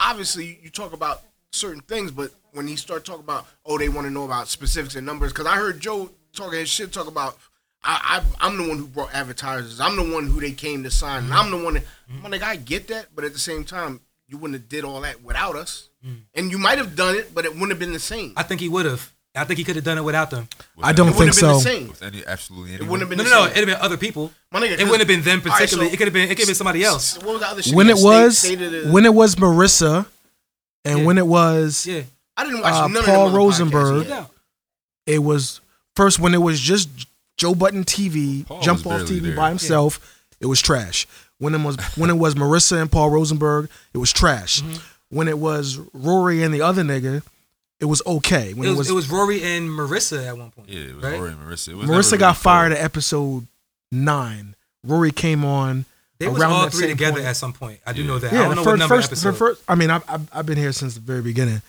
[SPEAKER 3] obviously, you talk about certain things, but when you start talking about, oh, they want to know about specifics and numbers, because I heard Joe talking his shit, talk about, I, I, I'm the one who brought advertisers. I'm the one who they came to sign.
[SPEAKER 4] Mm-hmm.
[SPEAKER 3] And I'm the one that, my nigga, I get that, but at the same time, you wouldn't have did all that without us. And you might have done it, but it wouldn't have been the same.
[SPEAKER 4] Mm. I think he would have. I think he could have done it without them.
[SPEAKER 5] With
[SPEAKER 1] I
[SPEAKER 5] any-
[SPEAKER 1] don't
[SPEAKER 3] it wouldn't
[SPEAKER 1] think
[SPEAKER 3] have been
[SPEAKER 1] so.
[SPEAKER 3] the same.
[SPEAKER 5] With any, absolutely
[SPEAKER 3] It
[SPEAKER 5] anyone.
[SPEAKER 3] wouldn't have been
[SPEAKER 4] No,
[SPEAKER 3] the
[SPEAKER 4] no, no.
[SPEAKER 3] same.
[SPEAKER 4] It'd have been other people.
[SPEAKER 3] My nigga,
[SPEAKER 4] It
[SPEAKER 3] 'cause-
[SPEAKER 4] wouldn't have been them
[SPEAKER 3] All right, so-
[SPEAKER 4] particularly. it could have been. It could have been somebody else.
[SPEAKER 3] What was the other shit?
[SPEAKER 1] When
[SPEAKER 3] Yeah,
[SPEAKER 1] it
[SPEAKER 3] state-
[SPEAKER 1] was,
[SPEAKER 3] state of the-
[SPEAKER 1] when it was Marissa, and
[SPEAKER 4] Yeah.
[SPEAKER 1] when it was,
[SPEAKER 4] Yeah,
[SPEAKER 3] I didn't watch
[SPEAKER 1] uh,
[SPEAKER 3] none of them
[SPEAKER 1] Paul
[SPEAKER 3] on the podcast
[SPEAKER 1] Rosenberg.
[SPEAKER 3] yet.
[SPEAKER 4] no doubt.
[SPEAKER 1] it was first when it was just Joe Button TV,
[SPEAKER 5] Paul
[SPEAKER 1] jump
[SPEAKER 5] was
[SPEAKER 1] off
[SPEAKER 5] barely
[SPEAKER 1] TV
[SPEAKER 5] there.
[SPEAKER 1] by himself. It was trash. When it was when it was Marissa and Paul Rosenberg, it was trash.
[SPEAKER 4] Mm-hmm.
[SPEAKER 1] When it was Rory and the other nigga, it was okay. When
[SPEAKER 4] It was, it was Rory and Marissa at one point.
[SPEAKER 5] Yeah, it was
[SPEAKER 4] right?
[SPEAKER 5] Rory and Marissa. It was never
[SPEAKER 1] Marissa
[SPEAKER 5] really
[SPEAKER 1] got
[SPEAKER 5] Paul.
[SPEAKER 1] fired at episode nine. Rory came on
[SPEAKER 4] They
[SPEAKER 1] around
[SPEAKER 4] was all
[SPEAKER 1] that
[SPEAKER 4] three
[SPEAKER 1] same
[SPEAKER 4] together
[SPEAKER 1] point.
[SPEAKER 4] at some point. I do
[SPEAKER 5] Yeah.
[SPEAKER 4] know that. I
[SPEAKER 1] yeah,
[SPEAKER 4] don't
[SPEAKER 1] the
[SPEAKER 4] know
[SPEAKER 1] fir-
[SPEAKER 4] what number
[SPEAKER 1] first,
[SPEAKER 4] episode.
[SPEAKER 1] the first. I mean, I've, I've I've been here since the very beginning.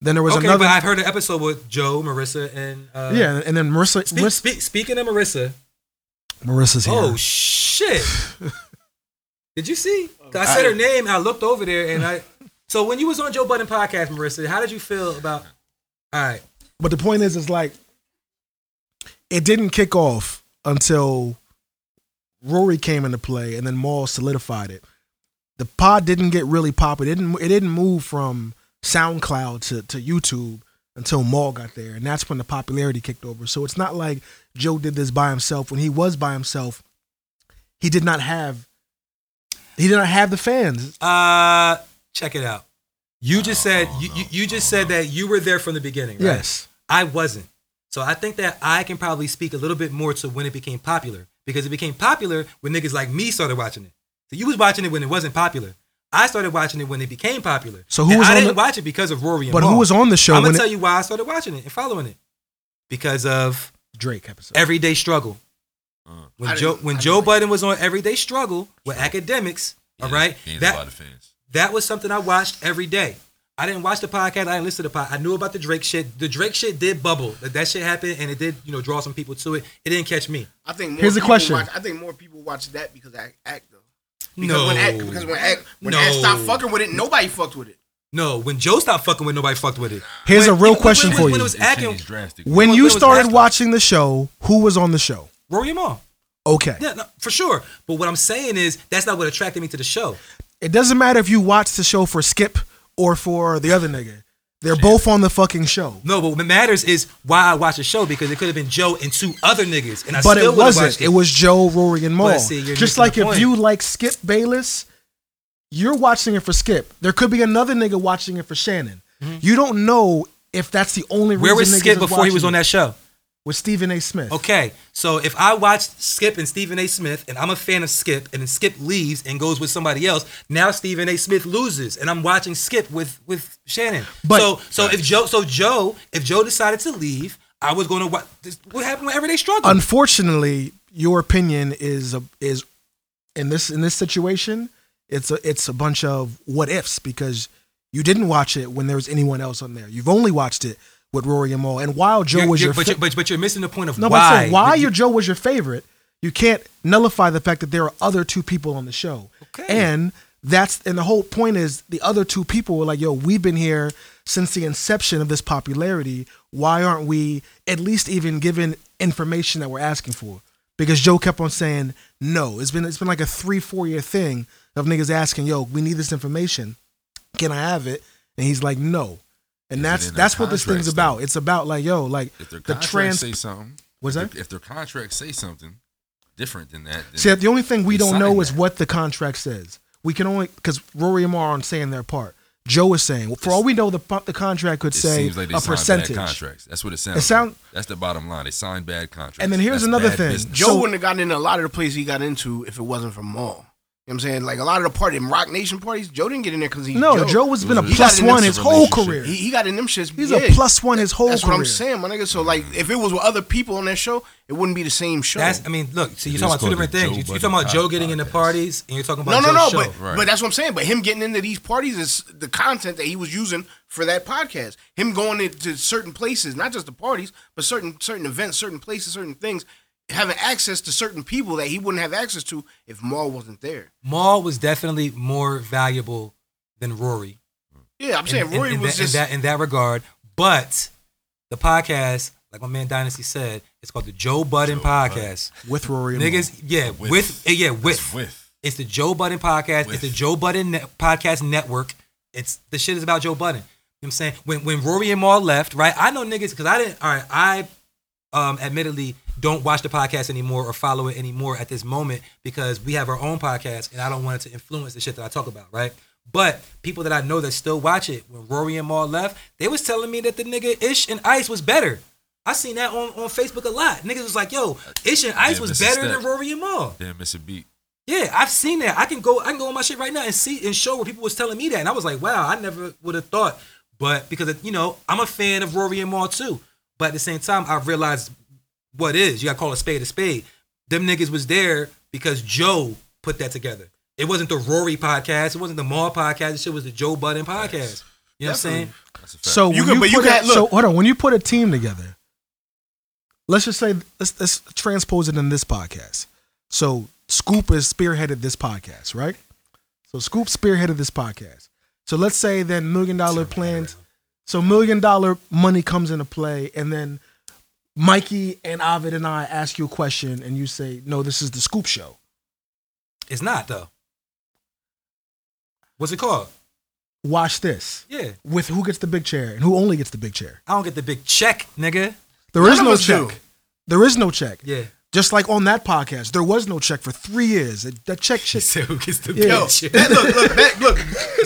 [SPEAKER 1] Then there was
[SPEAKER 4] okay,
[SPEAKER 1] another.
[SPEAKER 4] but I've heard an episode with Joe, Marissa, and uh,
[SPEAKER 1] yeah, and then Marissa.
[SPEAKER 4] Speak,
[SPEAKER 1] Marissa
[SPEAKER 4] speak, speaking of Marissa,
[SPEAKER 1] Marissa's here.
[SPEAKER 4] oh shit! did you see? 'Cause I said her name. I looked over there, and I. So when you was on Joe Budden podcast, Marissa, how did you feel about? All right,
[SPEAKER 1] But the point is, it's like it didn't kick off until Rory came into play, and then Maul solidified it. The pod didn't get really popular. It didn't. It didn't move from SoundCloud to, to YouTube until Maul got there, and that's when the popularity kicked over. So it's not like Joe did this by himself. When he was by himself, he did not have. He did not have the fans.
[SPEAKER 4] uh, check it out. You just said you, you, you just said that you were there from the beginning. Right?
[SPEAKER 1] Yes.
[SPEAKER 4] I wasn't. So I think that I can probably speak a little bit more to when it became popular because it became popular when niggas like me started watching it. So you was watching it when it wasn't popular. I started watching it when it became popular.
[SPEAKER 1] So who
[SPEAKER 4] And
[SPEAKER 1] was
[SPEAKER 4] I
[SPEAKER 1] on
[SPEAKER 4] didn't
[SPEAKER 1] the-
[SPEAKER 4] watch it because of Rory and
[SPEAKER 1] But who was on the show
[SPEAKER 4] I'm
[SPEAKER 1] when
[SPEAKER 4] gonna tell
[SPEAKER 1] it,
[SPEAKER 4] you why I started watching it and following it because of
[SPEAKER 1] Drake episode?
[SPEAKER 4] Everyday Struggle.
[SPEAKER 3] Uh, I
[SPEAKER 4] When
[SPEAKER 3] didn't-
[SPEAKER 4] Joe
[SPEAKER 3] I
[SPEAKER 4] when
[SPEAKER 3] didn't
[SPEAKER 4] Joe
[SPEAKER 3] like it.
[SPEAKER 4] Budden was on Everyday Struggle with academics,
[SPEAKER 5] Yeah,
[SPEAKER 4] all right,
[SPEAKER 5] Gained a lot
[SPEAKER 4] that
[SPEAKER 5] of fans.
[SPEAKER 4] that was something I watched every day. I didn't watch the podcast. I didn't listen to the podcast. I knew about the Drake shit. The Drake shit did bubble. That that shit happened, and it did you know draw some people to it. It didn't catch me.
[SPEAKER 3] I think more
[SPEAKER 1] Here's the
[SPEAKER 3] people
[SPEAKER 1] question.
[SPEAKER 3] Watch, I think more people watch that because I act though. Because
[SPEAKER 4] No,
[SPEAKER 3] when Act, because when Act, when
[SPEAKER 4] No.
[SPEAKER 3] Act stopped fucking with it, nobody fucked with it.
[SPEAKER 4] no, when Joe stopped fucking with nobody fucked with it.
[SPEAKER 1] Here's
[SPEAKER 4] When-
[SPEAKER 1] a real
[SPEAKER 4] when-
[SPEAKER 1] question
[SPEAKER 4] when,
[SPEAKER 1] for
[SPEAKER 4] when,
[SPEAKER 1] you.
[SPEAKER 4] When it was
[SPEAKER 5] It
[SPEAKER 4] acting,
[SPEAKER 5] changed drastically.
[SPEAKER 1] When
[SPEAKER 4] Well,
[SPEAKER 1] you
[SPEAKER 4] that was
[SPEAKER 1] started
[SPEAKER 4] last-
[SPEAKER 1] watching the show, who was on the show?
[SPEAKER 4] Rory Ma.
[SPEAKER 1] Okay.
[SPEAKER 4] Yeah, no, for sure. But what I'm saying is that's not what attracted me to the show.
[SPEAKER 1] It doesn't matter if you watch the show for Skip or for the other nigga. They're both on the fucking show.
[SPEAKER 4] No, but what matters is why I watched the show because it could have been Joe and two other niggas, and I
[SPEAKER 1] but it
[SPEAKER 4] still would have watched
[SPEAKER 1] wasn't.
[SPEAKER 4] it.
[SPEAKER 1] It was Joe, Rory, and Maul.
[SPEAKER 4] But see, you're
[SPEAKER 1] Just
[SPEAKER 4] missing
[SPEAKER 1] like
[SPEAKER 4] the
[SPEAKER 1] if
[SPEAKER 4] point.
[SPEAKER 1] you like Skip Bayless, you're watching it for Skip. There could be another nigga watching it for Shannon. You don't know if that's the only reason.
[SPEAKER 4] Mm-hmm. Where was
[SPEAKER 1] niggas
[SPEAKER 4] Skip
[SPEAKER 1] is
[SPEAKER 4] before he was
[SPEAKER 1] watching
[SPEAKER 4] on that show?
[SPEAKER 1] it. With Stephen A. Smith.
[SPEAKER 4] Okay, so if I watched Skip and Stephen A. Smith, and I'm a fan of Skip, and then Skip leaves and goes with somebody else, now Stephen A. Smith loses, and I'm watching Skip with with Shannon.
[SPEAKER 1] But-
[SPEAKER 4] so so if Joe so Joe if Joe decided to leave, I was going to watch. What happened with Everyday Struggle?
[SPEAKER 1] Unfortunately, your opinion is a, is in this in this situation. It's a it's a bunch of what ifs because you didn't watch it when there was anyone else on there. You've only watched it with Rory and Maul. And while Joe
[SPEAKER 4] You're-
[SPEAKER 1] was
[SPEAKER 4] you're-
[SPEAKER 1] your
[SPEAKER 4] but,
[SPEAKER 1] fa-
[SPEAKER 4] you're, but but you're missing the point of
[SPEAKER 1] no, but I'm
[SPEAKER 4] why.
[SPEAKER 1] saying, why your Joe was your favorite, you can't nullify the fact that there are other two people on the show.
[SPEAKER 4] Okay.
[SPEAKER 1] And that's and the whole point is the other two people were like, yo, we've been here since the inception of this popularity. Why aren't we at least even given information that we're asking for? because Joe kept on saying no. It's been it's been like a three four year thing of niggas asking, "Yo, we need this information. Can I have it?" And he's like, "No." And
[SPEAKER 5] Is it
[SPEAKER 1] that's
[SPEAKER 5] in their
[SPEAKER 1] that's what this thing's
[SPEAKER 5] contracts,
[SPEAKER 1] about. It's about like, yo, like
[SPEAKER 5] If their
[SPEAKER 1] the
[SPEAKER 5] contracts
[SPEAKER 1] trans.
[SPEAKER 5] say something,
[SPEAKER 1] What's that?
[SPEAKER 5] if, if their contracts say something different than that, then
[SPEAKER 1] See, the only thing we
[SPEAKER 5] they
[SPEAKER 1] don't
[SPEAKER 5] sign
[SPEAKER 1] know is
[SPEAKER 5] that.
[SPEAKER 1] what the contract says. We can only because Rory and Mar aren't saying their part. Joe is saying, for all we know, the the contract could
[SPEAKER 5] it
[SPEAKER 1] say
[SPEAKER 5] seems like they
[SPEAKER 1] a
[SPEAKER 5] signed
[SPEAKER 1] percentage.
[SPEAKER 5] Bad contracts. That's what it sounds.
[SPEAKER 1] sound-
[SPEAKER 5] like. That's the bottom line. They signed bad contracts.
[SPEAKER 1] And then here's
[SPEAKER 5] That's
[SPEAKER 1] another
[SPEAKER 5] bad
[SPEAKER 1] thing.
[SPEAKER 5] business.
[SPEAKER 3] Joe
[SPEAKER 1] So-
[SPEAKER 3] wouldn't have gotten into a lot of the places he got into if it wasn't from Maul. You know what I'm saying? Like a lot of the party, Rock Nation parties, Joe didn't get in there because he
[SPEAKER 1] No, Joe has been a
[SPEAKER 5] He got
[SPEAKER 1] plus
[SPEAKER 3] in
[SPEAKER 1] one
[SPEAKER 3] this
[SPEAKER 1] his whole
[SPEAKER 5] relationship.
[SPEAKER 1] career.
[SPEAKER 3] He, he got in them shits.
[SPEAKER 1] He's
[SPEAKER 3] yeah.
[SPEAKER 1] a plus one his whole
[SPEAKER 3] That's
[SPEAKER 1] career.
[SPEAKER 3] what I'm saying, my nigga. So like, if it was with other people on that show, it wouldn't be the same show.
[SPEAKER 4] That's I mean, look, so you're
[SPEAKER 5] It is
[SPEAKER 4] talking about two
[SPEAKER 5] called
[SPEAKER 4] different
[SPEAKER 5] the
[SPEAKER 4] things.
[SPEAKER 5] Joe
[SPEAKER 4] You- You're
[SPEAKER 5] Budden
[SPEAKER 4] talking about Joe getting into
[SPEAKER 5] Podcast.
[SPEAKER 4] parties, and you're talking
[SPEAKER 3] no,
[SPEAKER 4] about
[SPEAKER 3] no, no.
[SPEAKER 4] Joe's show.
[SPEAKER 3] But
[SPEAKER 5] Right.
[SPEAKER 3] but that's what I'm saying. But him getting into these parties is the content that he was using for that podcast. Him going into certain places, not just the parties, but certain certain events, certain places, certain things, having access to certain people that he wouldn't have access to if Maul wasn't there.
[SPEAKER 4] Maul was definitely more valuable than Rory.
[SPEAKER 3] Yeah, I'm
[SPEAKER 4] in-
[SPEAKER 3] saying
[SPEAKER 4] in,
[SPEAKER 3] Rory
[SPEAKER 4] in
[SPEAKER 3] was
[SPEAKER 4] that,
[SPEAKER 3] just
[SPEAKER 4] in that in that regard. But the podcast, like my man Dynasty said, it's called the Joe Budden Podcast.
[SPEAKER 1] with Rory and Mar.
[SPEAKER 4] Niggas, yeah, with,
[SPEAKER 5] With.
[SPEAKER 4] eh, yeah,
[SPEAKER 5] That's
[SPEAKER 4] with.
[SPEAKER 5] with.
[SPEAKER 4] It's the Joe Budden Podcast. It's
[SPEAKER 5] With.
[SPEAKER 4] the Joe Budden ne- Podcast Network. It's the shit is about Joe Budden. You know what I'm saying? When when Rory and Maul left, right? I know niggas because I didn't all right, I um admittedly don't watch the podcast anymore or follow it anymore at this moment because we have our own podcast and I don't want it to influence the shit that I talk about, right? But people that I know that still watch it, when Rory and Maul left, they was telling me that the nigga Ish and Ice was better. I seen that on, on Facebook a lot. Niggas was like, yo, Ish and Ice
[SPEAKER 5] Yeah,
[SPEAKER 4] was
[SPEAKER 5] Mr.
[SPEAKER 4] better
[SPEAKER 5] Step.
[SPEAKER 4] than Rory and Maul.
[SPEAKER 5] Then miss a beat.
[SPEAKER 4] Yeah, I've seen that. I can go, I can go on my shit right now and see and show where people was telling me that, and I was like, wow, I never would have thought. But because of, you know, I'm a fan of Rory and Maul too. But at the same time, I realized what is. You got to call a spade a spade. Them niggas was there because Joe put that together. It wasn't the Rory podcast. It wasn't the Maul podcast. This shit was the Joe Budden podcast. You know what I'm saying?
[SPEAKER 5] That's a fact.
[SPEAKER 1] So
[SPEAKER 3] You
[SPEAKER 1] when
[SPEAKER 3] could-
[SPEAKER 1] you
[SPEAKER 3] but you
[SPEAKER 1] put
[SPEAKER 3] got-
[SPEAKER 1] a, so
[SPEAKER 3] look.
[SPEAKER 1] hold on. When you put a team together, let's just say let's, let's transpose it in this podcast. So Scoop has spearheaded this podcast, right? So Scoop spearheaded this podcast. So let's say then million dollar plans. So million dollar money comes into play, and then Mikey and Ovid and I ask you a question, and you say, "No, this is the Scoop Show."
[SPEAKER 4] It's not though. What's it called?
[SPEAKER 1] Watch this
[SPEAKER 4] Yeah,
[SPEAKER 1] with who gets the big chair and who only gets the big chair.
[SPEAKER 4] I don't get the big check, nigga.
[SPEAKER 1] There
[SPEAKER 3] None
[SPEAKER 1] is
[SPEAKER 3] of
[SPEAKER 1] no
[SPEAKER 3] us do.
[SPEAKER 1] check. There is no check.
[SPEAKER 4] Yeah.
[SPEAKER 1] Just like on that podcast, there was no check for three years. That- That check
[SPEAKER 4] He
[SPEAKER 1] shit.
[SPEAKER 4] said, "Who gets the
[SPEAKER 1] Yeah.
[SPEAKER 4] big
[SPEAKER 3] Yo,
[SPEAKER 4] check?"
[SPEAKER 3] that, look, look, that, look,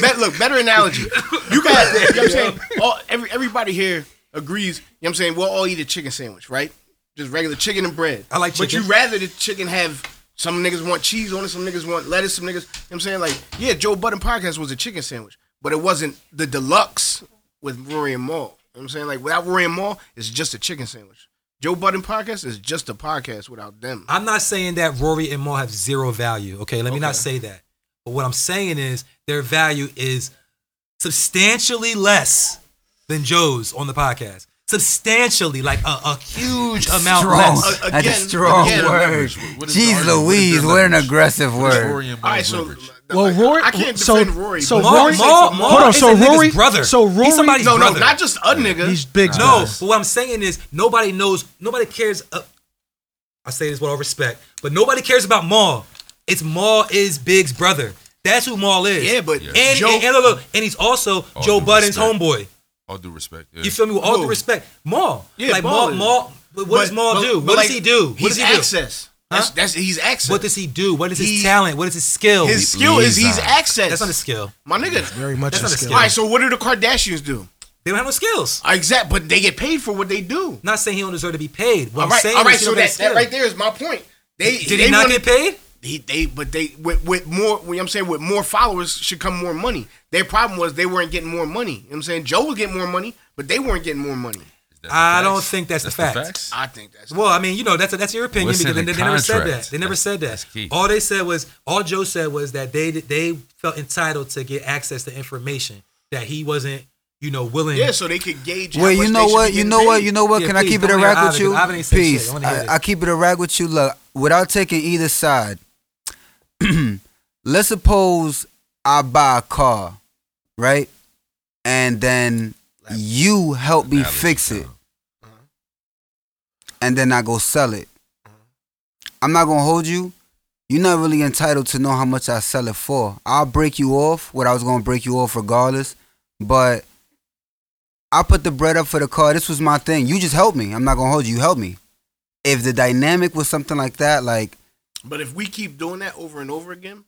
[SPEAKER 3] that, look, better analogy. You got, you know what I'm saying? All, every, everybody here agrees, you know what I'm saying? We'll all eat a chicken sandwich, right? Just regular chicken and bread.
[SPEAKER 4] I like
[SPEAKER 3] But
[SPEAKER 4] chicken.
[SPEAKER 3] you rather the chicken have, some niggas want cheese on it, some niggas want lettuce, some niggas, you know what I'm saying? Like, yeah, Joe Budden podcast was a chicken sandwich, but it wasn't the deluxe with Rory and Maul. You know what I'm saying? Like, without Rory and Maul, it's just a chicken sandwich. Joe Budden podcast is just a podcast without them.
[SPEAKER 4] I'm not saying that Rory and Maul have zero value. Okay, let me not say that. But what I'm saying is their value is substantially less than Joe's on the podcast. Substantially, like a, a huge amount
[SPEAKER 2] Strong. Oh,
[SPEAKER 4] less.
[SPEAKER 3] Uh,
[SPEAKER 2] That's a
[SPEAKER 3] again,
[SPEAKER 2] strong
[SPEAKER 3] again,
[SPEAKER 2] word.
[SPEAKER 5] leverage. What- what is the
[SPEAKER 2] Jeez
[SPEAKER 5] argument? What is
[SPEAKER 2] Louise,
[SPEAKER 5] their
[SPEAKER 2] what an
[SPEAKER 5] leverage?
[SPEAKER 2] aggressive
[SPEAKER 5] What is
[SPEAKER 2] word.
[SPEAKER 5] Rory and
[SPEAKER 3] All
[SPEAKER 5] Maul's
[SPEAKER 3] right, so
[SPEAKER 5] leverage?
[SPEAKER 1] Well, Rory.
[SPEAKER 3] I can't defend
[SPEAKER 1] so,
[SPEAKER 3] Rory.
[SPEAKER 1] So
[SPEAKER 3] but-
[SPEAKER 4] Maul-
[SPEAKER 1] Rory.
[SPEAKER 4] Maul- Maul
[SPEAKER 1] hold on.
[SPEAKER 4] is
[SPEAKER 1] So
[SPEAKER 4] a nigga's
[SPEAKER 1] Rory.
[SPEAKER 4] brother.
[SPEAKER 1] So
[SPEAKER 4] He's
[SPEAKER 1] Rory.
[SPEAKER 4] somebody's
[SPEAKER 1] no,
[SPEAKER 3] no, no,
[SPEAKER 4] brother.
[SPEAKER 3] not just a nigga.
[SPEAKER 1] He's big.
[SPEAKER 4] No,
[SPEAKER 1] time.
[SPEAKER 4] but what I'm saying is nobody knows, nobody cares. Uh, I say this with all respect, but nobody cares about Maul. It's Maul is Big's brother. That's who Maul is.
[SPEAKER 3] Yeah, but
[SPEAKER 4] and, and-
[SPEAKER 3] Joe-
[SPEAKER 4] and look, look, and he's also
[SPEAKER 5] All
[SPEAKER 4] Joe
[SPEAKER 5] due
[SPEAKER 4] Budden's
[SPEAKER 5] respect.
[SPEAKER 4] homeboy.
[SPEAKER 5] All due respect. uh, Yeah.
[SPEAKER 4] You feel me? With all due
[SPEAKER 3] Who?
[SPEAKER 4] respect, Maul.
[SPEAKER 3] Yeah,
[SPEAKER 4] like
[SPEAKER 3] Maul
[SPEAKER 4] Maul.
[SPEAKER 3] is-
[SPEAKER 4] Maul but what does
[SPEAKER 3] But-
[SPEAKER 4] Maul
[SPEAKER 3] but-
[SPEAKER 4] do?
[SPEAKER 3] but
[SPEAKER 4] What does
[SPEAKER 3] like,
[SPEAKER 4] he do? What
[SPEAKER 3] he's
[SPEAKER 4] does he
[SPEAKER 3] access.
[SPEAKER 4] Huh?
[SPEAKER 3] That's, that's he's access.
[SPEAKER 4] do? What does he do? What is his
[SPEAKER 3] He-
[SPEAKER 4] talent? What is his skill?
[SPEAKER 3] his skill is he's
[SPEAKER 5] Liaison.
[SPEAKER 3] access.
[SPEAKER 4] That's not a skill.
[SPEAKER 3] My nigga.
[SPEAKER 1] Very much
[SPEAKER 4] That's
[SPEAKER 1] a
[SPEAKER 4] not a
[SPEAKER 1] skill.
[SPEAKER 4] skill.
[SPEAKER 3] All right, so what do the Kardashians do?
[SPEAKER 4] They don't have no skills.
[SPEAKER 3] Exact, but they get paid for what they do.
[SPEAKER 4] I'm not saying he don't deserve to be paid. What
[SPEAKER 3] All
[SPEAKER 4] I'm
[SPEAKER 3] right,
[SPEAKER 4] saying
[SPEAKER 3] all right.
[SPEAKER 4] is he
[SPEAKER 3] So
[SPEAKER 4] don't have
[SPEAKER 3] that, that
[SPEAKER 4] skill.
[SPEAKER 3] right there is my point. They
[SPEAKER 4] Did
[SPEAKER 3] they
[SPEAKER 4] he not
[SPEAKER 3] wanna-
[SPEAKER 4] get paid?
[SPEAKER 3] He, they but they with, with more. You know what I'm saying with more followers should come more money. Their problem was they weren't getting more money. You know what I'm saying Joe was getting more money, but they weren't getting more money.
[SPEAKER 5] Is that the
[SPEAKER 4] I don't
[SPEAKER 5] facts?
[SPEAKER 4] think that's the
[SPEAKER 5] the
[SPEAKER 4] facts.
[SPEAKER 5] facts.
[SPEAKER 3] I think that's
[SPEAKER 4] Well, I mean, you know, that's that's your opinion
[SPEAKER 5] What's in
[SPEAKER 4] because they,
[SPEAKER 5] the
[SPEAKER 4] they never said that.
[SPEAKER 5] contract?
[SPEAKER 4] They never
[SPEAKER 5] That's-
[SPEAKER 4] said that.
[SPEAKER 5] that's key.
[SPEAKER 4] All they said was all Joe said was that they they felt entitled to get access to information that he wasn't, you know, willing.
[SPEAKER 3] yeah. So they could gauge. how
[SPEAKER 2] Well, you
[SPEAKER 3] much
[SPEAKER 2] know
[SPEAKER 3] they should
[SPEAKER 2] what?
[SPEAKER 3] be
[SPEAKER 2] You
[SPEAKER 3] getting
[SPEAKER 2] know what?
[SPEAKER 3] paid.
[SPEAKER 2] You know what?
[SPEAKER 4] Yeah,
[SPEAKER 2] Can I
[SPEAKER 4] please,
[SPEAKER 2] keep it a
[SPEAKER 4] don't hear
[SPEAKER 2] rack with
[SPEAKER 4] Ovid, 'cause
[SPEAKER 2] you?
[SPEAKER 4] Ovid ain't said shit.
[SPEAKER 2] Peace.
[SPEAKER 4] I wanna hear
[SPEAKER 2] I,
[SPEAKER 4] this.
[SPEAKER 2] I keep it a rack with you. Look, without taking either side, let's suppose I buy a car, right? And then you help me
[SPEAKER 5] Analogy
[SPEAKER 2] fix it,
[SPEAKER 5] time.
[SPEAKER 3] Mm-hmm.
[SPEAKER 2] and then I go sell it. I'm not gonna hold you. You're not really entitled to know how much I sell it for. I'll break you off what I was gonna break you off regardless. But I put the bread up for the car. This was my thing. You just helped me. I'm not gonna hold you. You helped me. If the dynamic was something like that, like
[SPEAKER 3] But if we keep doing that over and over again,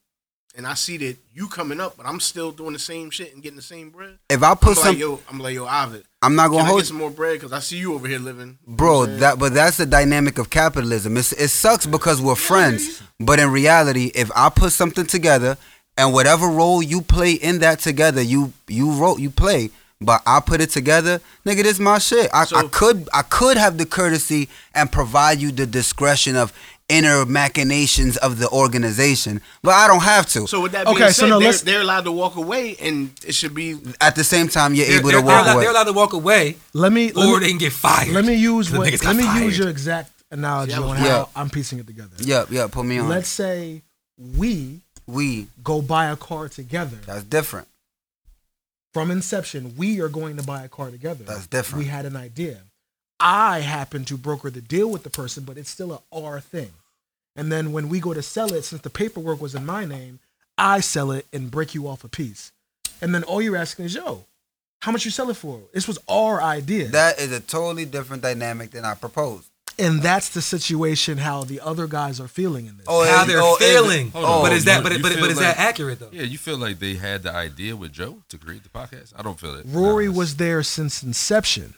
[SPEAKER 3] and I see that you coming up, but I'm still doing the same shit and getting the same bread,
[SPEAKER 2] if I
[SPEAKER 3] I'm
[SPEAKER 2] put
[SPEAKER 3] like,
[SPEAKER 2] some,
[SPEAKER 3] yo, I'm like, yo, Ovid,
[SPEAKER 2] I'm not
[SPEAKER 3] can
[SPEAKER 2] gonna
[SPEAKER 3] I
[SPEAKER 2] hold
[SPEAKER 3] get some more bread? Because I see you over here living. You know what
[SPEAKER 2] Bro,
[SPEAKER 3] I'm saying?
[SPEAKER 2] that but that's the dynamic of capitalism. It's, it sucks because we're friends, but in reality, if I put something together and whatever role you play in that together, you you wrote you play, but I put it together, nigga, this my shit. I, I
[SPEAKER 3] So-
[SPEAKER 2] could I could have the courtesy and provide you the discretion of inner machinations of the organization, but I don't have to.
[SPEAKER 3] So with that being
[SPEAKER 1] Okay,
[SPEAKER 3] said,
[SPEAKER 1] so no,
[SPEAKER 3] they're,
[SPEAKER 1] let's-
[SPEAKER 3] they're allowed to walk away, and it should be
[SPEAKER 2] At the same time, you're
[SPEAKER 4] They're,
[SPEAKER 2] able
[SPEAKER 4] they're
[SPEAKER 2] to walk
[SPEAKER 4] allowed,
[SPEAKER 2] away.
[SPEAKER 4] they're allowed to walk away,
[SPEAKER 1] Let me
[SPEAKER 4] or
[SPEAKER 1] let
[SPEAKER 4] they
[SPEAKER 1] me,
[SPEAKER 4] can get fired.
[SPEAKER 1] let me use
[SPEAKER 4] The
[SPEAKER 1] what,
[SPEAKER 4] niggas got
[SPEAKER 1] let me use
[SPEAKER 4] fired.
[SPEAKER 1] your exact analogy
[SPEAKER 3] Yeah,
[SPEAKER 1] on
[SPEAKER 2] yeah.
[SPEAKER 1] how I'm piecing it together.
[SPEAKER 2] Yeah, yeah, put me on.
[SPEAKER 1] Let's say we
[SPEAKER 2] we
[SPEAKER 1] go buy a car together.
[SPEAKER 2] that's different.
[SPEAKER 1] From inception, we are going to buy a car together.
[SPEAKER 2] That's different.
[SPEAKER 1] We had an idea. I happen to broker the deal with the person, but it's still a R thing. And then when we go to sell it, since the paperwork was in my name, I sell it and break you off a piece. And then all you're asking is, yo, how much you sell it for? This was our idea.
[SPEAKER 2] That is a totally different dynamic than I proposed.
[SPEAKER 1] and that's the situation how the other guys are feeling in this.
[SPEAKER 2] Oh,
[SPEAKER 4] How
[SPEAKER 2] is-
[SPEAKER 4] they're
[SPEAKER 2] oh, is it-
[SPEAKER 4] feeling,
[SPEAKER 5] Hold on.
[SPEAKER 4] but is that
[SPEAKER 5] You-
[SPEAKER 4] but,
[SPEAKER 5] you
[SPEAKER 4] but,
[SPEAKER 5] feel
[SPEAKER 4] but is
[SPEAKER 5] like-
[SPEAKER 4] that accurate though?
[SPEAKER 5] Yeah, you feel like they had the idea with Joe to create the podcast? I don't feel it.
[SPEAKER 1] Rory
[SPEAKER 5] Nah,
[SPEAKER 1] was there since inception.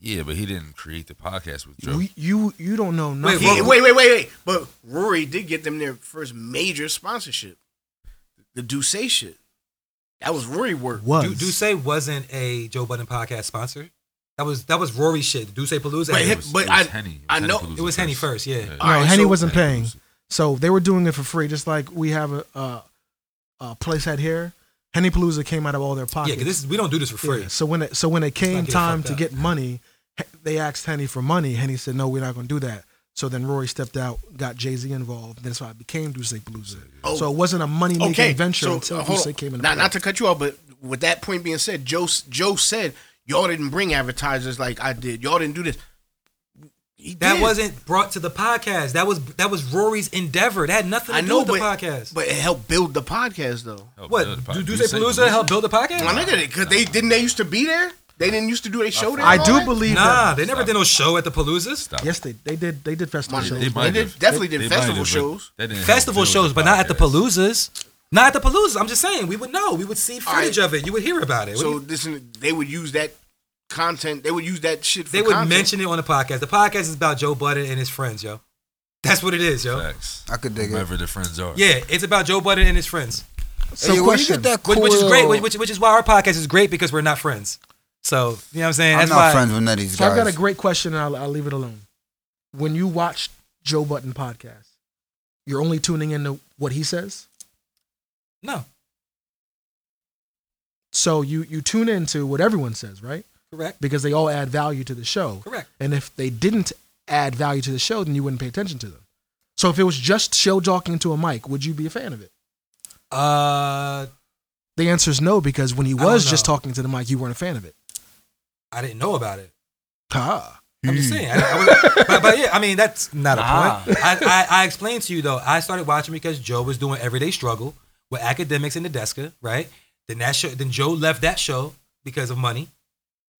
[SPEAKER 5] Yeah, but he didn't create the podcast with Joe.
[SPEAKER 1] You, you you don't know nothing.
[SPEAKER 3] He-
[SPEAKER 4] Rory-
[SPEAKER 3] wait, wait, wait, wait. But Rory did get them their first major sponsorship, the Do Say shit. That was Rory work.
[SPEAKER 1] was.
[SPEAKER 4] Du- Duce wasn't a Joe Budden podcast sponsor. That was that was Rory shit. Duce Palooza.
[SPEAKER 3] But
[SPEAKER 5] It
[SPEAKER 3] him-
[SPEAKER 5] was-
[SPEAKER 3] but
[SPEAKER 5] it was
[SPEAKER 3] I-
[SPEAKER 5] Henny.
[SPEAKER 3] I know-
[SPEAKER 5] Palooza
[SPEAKER 4] It was Henny first, yeah.
[SPEAKER 1] no,
[SPEAKER 3] All right,
[SPEAKER 1] Henny
[SPEAKER 3] so-
[SPEAKER 1] wasn't paying.
[SPEAKER 5] Henny
[SPEAKER 1] So they were doing it for free, just like we have a, a, a place out here. Henny Palooza came out of all their
[SPEAKER 4] yeah,
[SPEAKER 1] pockets.
[SPEAKER 4] because this is, we don't do this for free.
[SPEAKER 1] Yeah, So when it so when it came
[SPEAKER 4] get it
[SPEAKER 1] time
[SPEAKER 4] fucked
[SPEAKER 1] to
[SPEAKER 4] up.
[SPEAKER 1] get money, H- they asked Henny for money. Henny said, "No, we're not going to do that." So then Rory stepped out, got Jay Z involved. That's why it became Duce Palooza.
[SPEAKER 3] Oh.
[SPEAKER 1] So it wasn't a money making
[SPEAKER 3] Okay,
[SPEAKER 1] venture
[SPEAKER 3] so
[SPEAKER 1] until
[SPEAKER 3] uh, hold
[SPEAKER 1] Duce
[SPEAKER 3] on.
[SPEAKER 1] came in.
[SPEAKER 3] Not, not to cut you off, but with that point being said, Joe s- Joe said y'all didn't bring advertisers like I did. Y'all didn't do this. He
[SPEAKER 4] That
[SPEAKER 3] did.
[SPEAKER 4] wasn't brought to the podcast. That was that was Rory's endeavor. That had nothing to
[SPEAKER 3] I
[SPEAKER 4] do
[SPEAKER 3] know,
[SPEAKER 4] with
[SPEAKER 3] but,
[SPEAKER 4] the podcast.
[SPEAKER 3] but it helped build the podcast though.
[SPEAKER 5] Palooza.
[SPEAKER 4] what?
[SPEAKER 5] Oh, the
[SPEAKER 4] Du-
[SPEAKER 5] pod-
[SPEAKER 4] Duce
[SPEAKER 5] Duce
[SPEAKER 4] Palooza helped build the
[SPEAKER 3] My
[SPEAKER 4] podcast?
[SPEAKER 3] nigga, because they didn't they used to be there. They didn't used to do a show there.
[SPEAKER 1] I
[SPEAKER 3] and all
[SPEAKER 1] do
[SPEAKER 3] that?
[SPEAKER 1] believe
[SPEAKER 4] Nah,
[SPEAKER 1] that.
[SPEAKER 4] they never did no show at the Paloozas.
[SPEAKER 5] Stop.
[SPEAKER 1] Yes, they they did they did festival
[SPEAKER 3] My-
[SPEAKER 1] shows.
[SPEAKER 3] they
[SPEAKER 5] might
[SPEAKER 3] did-
[SPEAKER 5] have.
[SPEAKER 3] definitely did
[SPEAKER 5] They might
[SPEAKER 3] festival
[SPEAKER 5] have, but
[SPEAKER 3] shows.
[SPEAKER 5] that didn't help
[SPEAKER 4] Festival
[SPEAKER 5] build the
[SPEAKER 4] shows, but not at the
[SPEAKER 5] podcast.
[SPEAKER 4] Paloozas. Not at the Paloozas. I'm just saying, we would know. We would see footage
[SPEAKER 3] right.
[SPEAKER 4] of it. You would hear about it.
[SPEAKER 3] So this they would use that content. They would use that shit. For
[SPEAKER 4] they would
[SPEAKER 3] content.
[SPEAKER 4] mention it on the podcast. The podcast is about Joe Budden and his friends, yo. That's what it is, yo.
[SPEAKER 5] Facts.
[SPEAKER 2] I could dig it.
[SPEAKER 5] Whoever the friends are.
[SPEAKER 4] Yeah, it's about Joe Budden and his friends,
[SPEAKER 1] So
[SPEAKER 2] Hey, where you
[SPEAKER 1] question.
[SPEAKER 2] get that
[SPEAKER 4] which, which is
[SPEAKER 2] cool-
[SPEAKER 4] great. Which, which is why our podcast is great because we're not friends. So you know what I'm saying?
[SPEAKER 2] I'm
[SPEAKER 4] That's
[SPEAKER 2] not
[SPEAKER 4] why.
[SPEAKER 2] friends with none of these
[SPEAKER 1] So I've
[SPEAKER 2] guys.
[SPEAKER 1] got a great question, and I'll, I'll leave it alone. When you watch Joe Button podcast, you're only tuning into what he says.
[SPEAKER 4] No,
[SPEAKER 1] So you you tune into what everyone says, right?
[SPEAKER 4] correct,
[SPEAKER 1] Because they all add value to the show.
[SPEAKER 4] correct.
[SPEAKER 1] And if they didn't add value to the show, then you wouldn't pay attention to them. So if it was just show talking into a mic, would you be a fan of it?
[SPEAKER 4] Uh,
[SPEAKER 1] The answer is no, because when he
[SPEAKER 4] don't
[SPEAKER 1] was just
[SPEAKER 4] know.
[SPEAKER 1] talking to the mic, you weren't a fan of it.
[SPEAKER 4] I didn't know about it.
[SPEAKER 1] Ha.
[SPEAKER 4] I'm
[SPEAKER 1] Hmm.
[SPEAKER 4] just saying. I, I was, but, but yeah, I mean that's not a point. I, I, I explained to you though. I started watching because Joe was doing Everyday Struggle with academics in the Deska, right? Then that show, then Joe left that show because of money,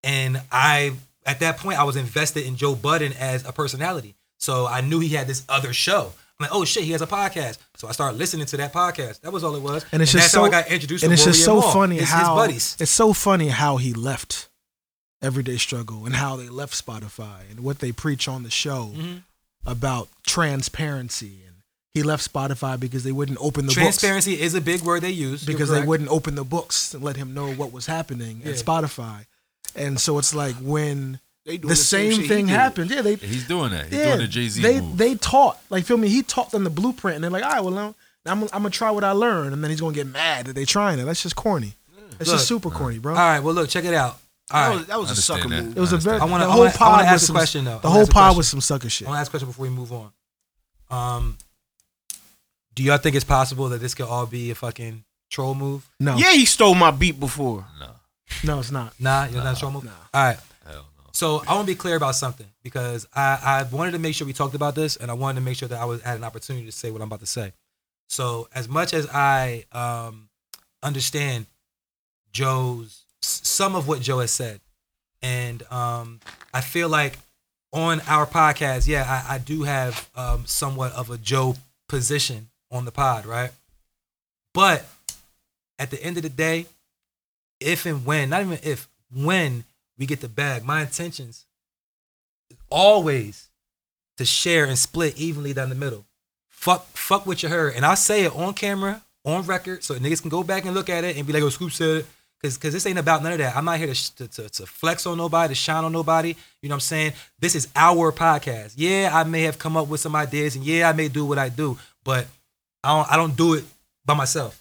[SPEAKER 4] and I at that point I was invested in Joe Budden as a personality, so I knew he had this other show. I'm like, oh shit, he has a podcast. So I started listening to that podcast. That was all it was.
[SPEAKER 1] And it's just
[SPEAKER 4] that's
[SPEAKER 1] so
[SPEAKER 4] how I got introduced.
[SPEAKER 1] and
[SPEAKER 4] to
[SPEAKER 1] it's just
[SPEAKER 4] Rory
[SPEAKER 1] so
[SPEAKER 4] and Maul,
[SPEAKER 1] funny
[SPEAKER 4] his, his
[SPEAKER 1] how
[SPEAKER 4] buddies.
[SPEAKER 1] it's so funny how he left Everyday Struggle and how they left Spotify and what they preach on the show
[SPEAKER 4] Mm-hmm.
[SPEAKER 1] about transparency and he left Spotify because they wouldn't open the books
[SPEAKER 4] Transparency is a big word they use
[SPEAKER 1] because
[SPEAKER 4] You're
[SPEAKER 1] they
[SPEAKER 4] correct.
[SPEAKER 1] wouldn't open the books and let him know what was happening at
[SPEAKER 4] Yeah.
[SPEAKER 1] Spotify. And so it's like when
[SPEAKER 3] They doing
[SPEAKER 1] the same,
[SPEAKER 3] shit he
[SPEAKER 1] thing
[SPEAKER 3] did.
[SPEAKER 1] happened. Yeah, they
[SPEAKER 5] He's doing that. He's
[SPEAKER 1] yeah,
[SPEAKER 5] doing the Jay Z
[SPEAKER 1] They
[SPEAKER 5] move.
[SPEAKER 1] they taught like feel me. He taught them the blueprint, and they're like, all right, well, I'm, I'm, I'm gonna try what I learned, and then he's gonna get mad that they trying it. That's just corny. That's
[SPEAKER 4] Look.
[SPEAKER 1] just super corny, bro.
[SPEAKER 4] All right, well look, check it out. All
[SPEAKER 3] That
[SPEAKER 4] right.
[SPEAKER 3] was, that was a
[SPEAKER 5] Understand
[SPEAKER 3] sucker
[SPEAKER 5] that.
[SPEAKER 3] move.
[SPEAKER 1] It was a very
[SPEAKER 5] I
[SPEAKER 4] wanna-
[SPEAKER 1] the
[SPEAKER 4] I
[SPEAKER 1] whole
[SPEAKER 4] wanna- I wanna
[SPEAKER 1] pod
[SPEAKER 4] ask
[SPEAKER 1] was
[SPEAKER 4] a
[SPEAKER 1] some,
[SPEAKER 4] question, though. I
[SPEAKER 1] The
[SPEAKER 4] wanna
[SPEAKER 1] whole
[SPEAKER 4] ask a
[SPEAKER 1] pod
[SPEAKER 4] question.
[SPEAKER 1] was some sucker shit.
[SPEAKER 4] I want to ask a question before we move on. Um, do y'all think it's possible that this could all be a fucking troll move?
[SPEAKER 1] No,
[SPEAKER 3] Yeah, he stole my beat before.
[SPEAKER 5] no,
[SPEAKER 1] no, it's not.
[SPEAKER 4] Nah, you're not a troll move. All right,
[SPEAKER 5] hell no.
[SPEAKER 4] So I want to be clear about something because I, I wanted to make sure we talked about this, and I wanted to make sure that I was had an opportunity to say what I'm about to say. So as much as I um, understand Joe's s- some of what Joe has said, and um, I feel like on our podcast, yeah, I, I do have um, somewhat of a Joe position on the pod, right? But at the end of the day, if and when, not even if, when we get the bag, my intentions is always to share and split evenly down the middle. Fuck, fuck what you heard. And I'll say it on camera, on record, so niggas can go back and look at it and be like, oh, Scoop said it. Cause, Cause this ain't about none of that. I'm not here to, sh- to, to, to flex on nobody, to shine on nobody. You know what I'm saying? This is our podcast. Yeah, I may have come up with some ideas and yeah, I may do what I do, but I don't, I don't do it by myself.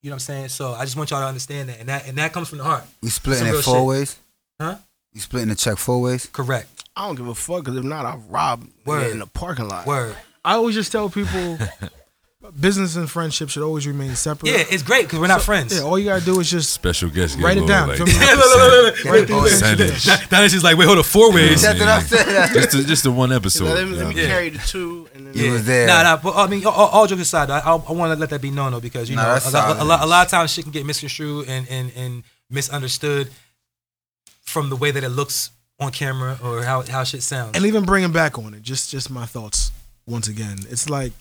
[SPEAKER 4] You know what I'm saying? So I just want y'all to understand that. And that, and that comes from the heart.
[SPEAKER 2] We splitting
[SPEAKER 4] Some real
[SPEAKER 2] it four
[SPEAKER 4] shit.
[SPEAKER 2] ways.
[SPEAKER 4] Huh?
[SPEAKER 2] You splitting the check four ways.
[SPEAKER 4] Correct.
[SPEAKER 3] I don't give a fuck because if not, I rob
[SPEAKER 4] Word.
[SPEAKER 3] Word. in the parking lot.
[SPEAKER 4] Word.
[SPEAKER 1] I always just tell people business and friendship should always remain separate.
[SPEAKER 4] Yeah, it's great because we're not friends.
[SPEAKER 1] Yeah, all you gotta do is just
[SPEAKER 5] Special guest.
[SPEAKER 1] Write it down. Feel me?
[SPEAKER 4] Yeah, look, look, look, look.
[SPEAKER 1] write these things.
[SPEAKER 5] Percentage.
[SPEAKER 4] That is just like, wait, hold up, four ways.
[SPEAKER 2] That's what I said.
[SPEAKER 5] Just, the- just the one episode.
[SPEAKER 3] Let, me,
[SPEAKER 5] you know
[SPEAKER 3] let me
[SPEAKER 5] what I mean?
[SPEAKER 3] carry the two and then
[SPEAKER 2] Yeah. It was there.
[SPEAKER 4] Nah, nah, but I mean, all, all jokes aside, I, I, want to let that be known though, because you
[SPEAKER 2] Nah,
[SPEAKER 4] know,
[SPEAKER 2] that's
[SPEAKER 4] a lot, a,
[SPEAKER 2] solid.
[SPEAKER 4] lot, a lot of times shit can get misconstrued and, and, and misunderstood from the way that it looks on camera or how, how shit sounds.
[SPEAKER 1] and even bringing back on it just just my thoughts once again it's like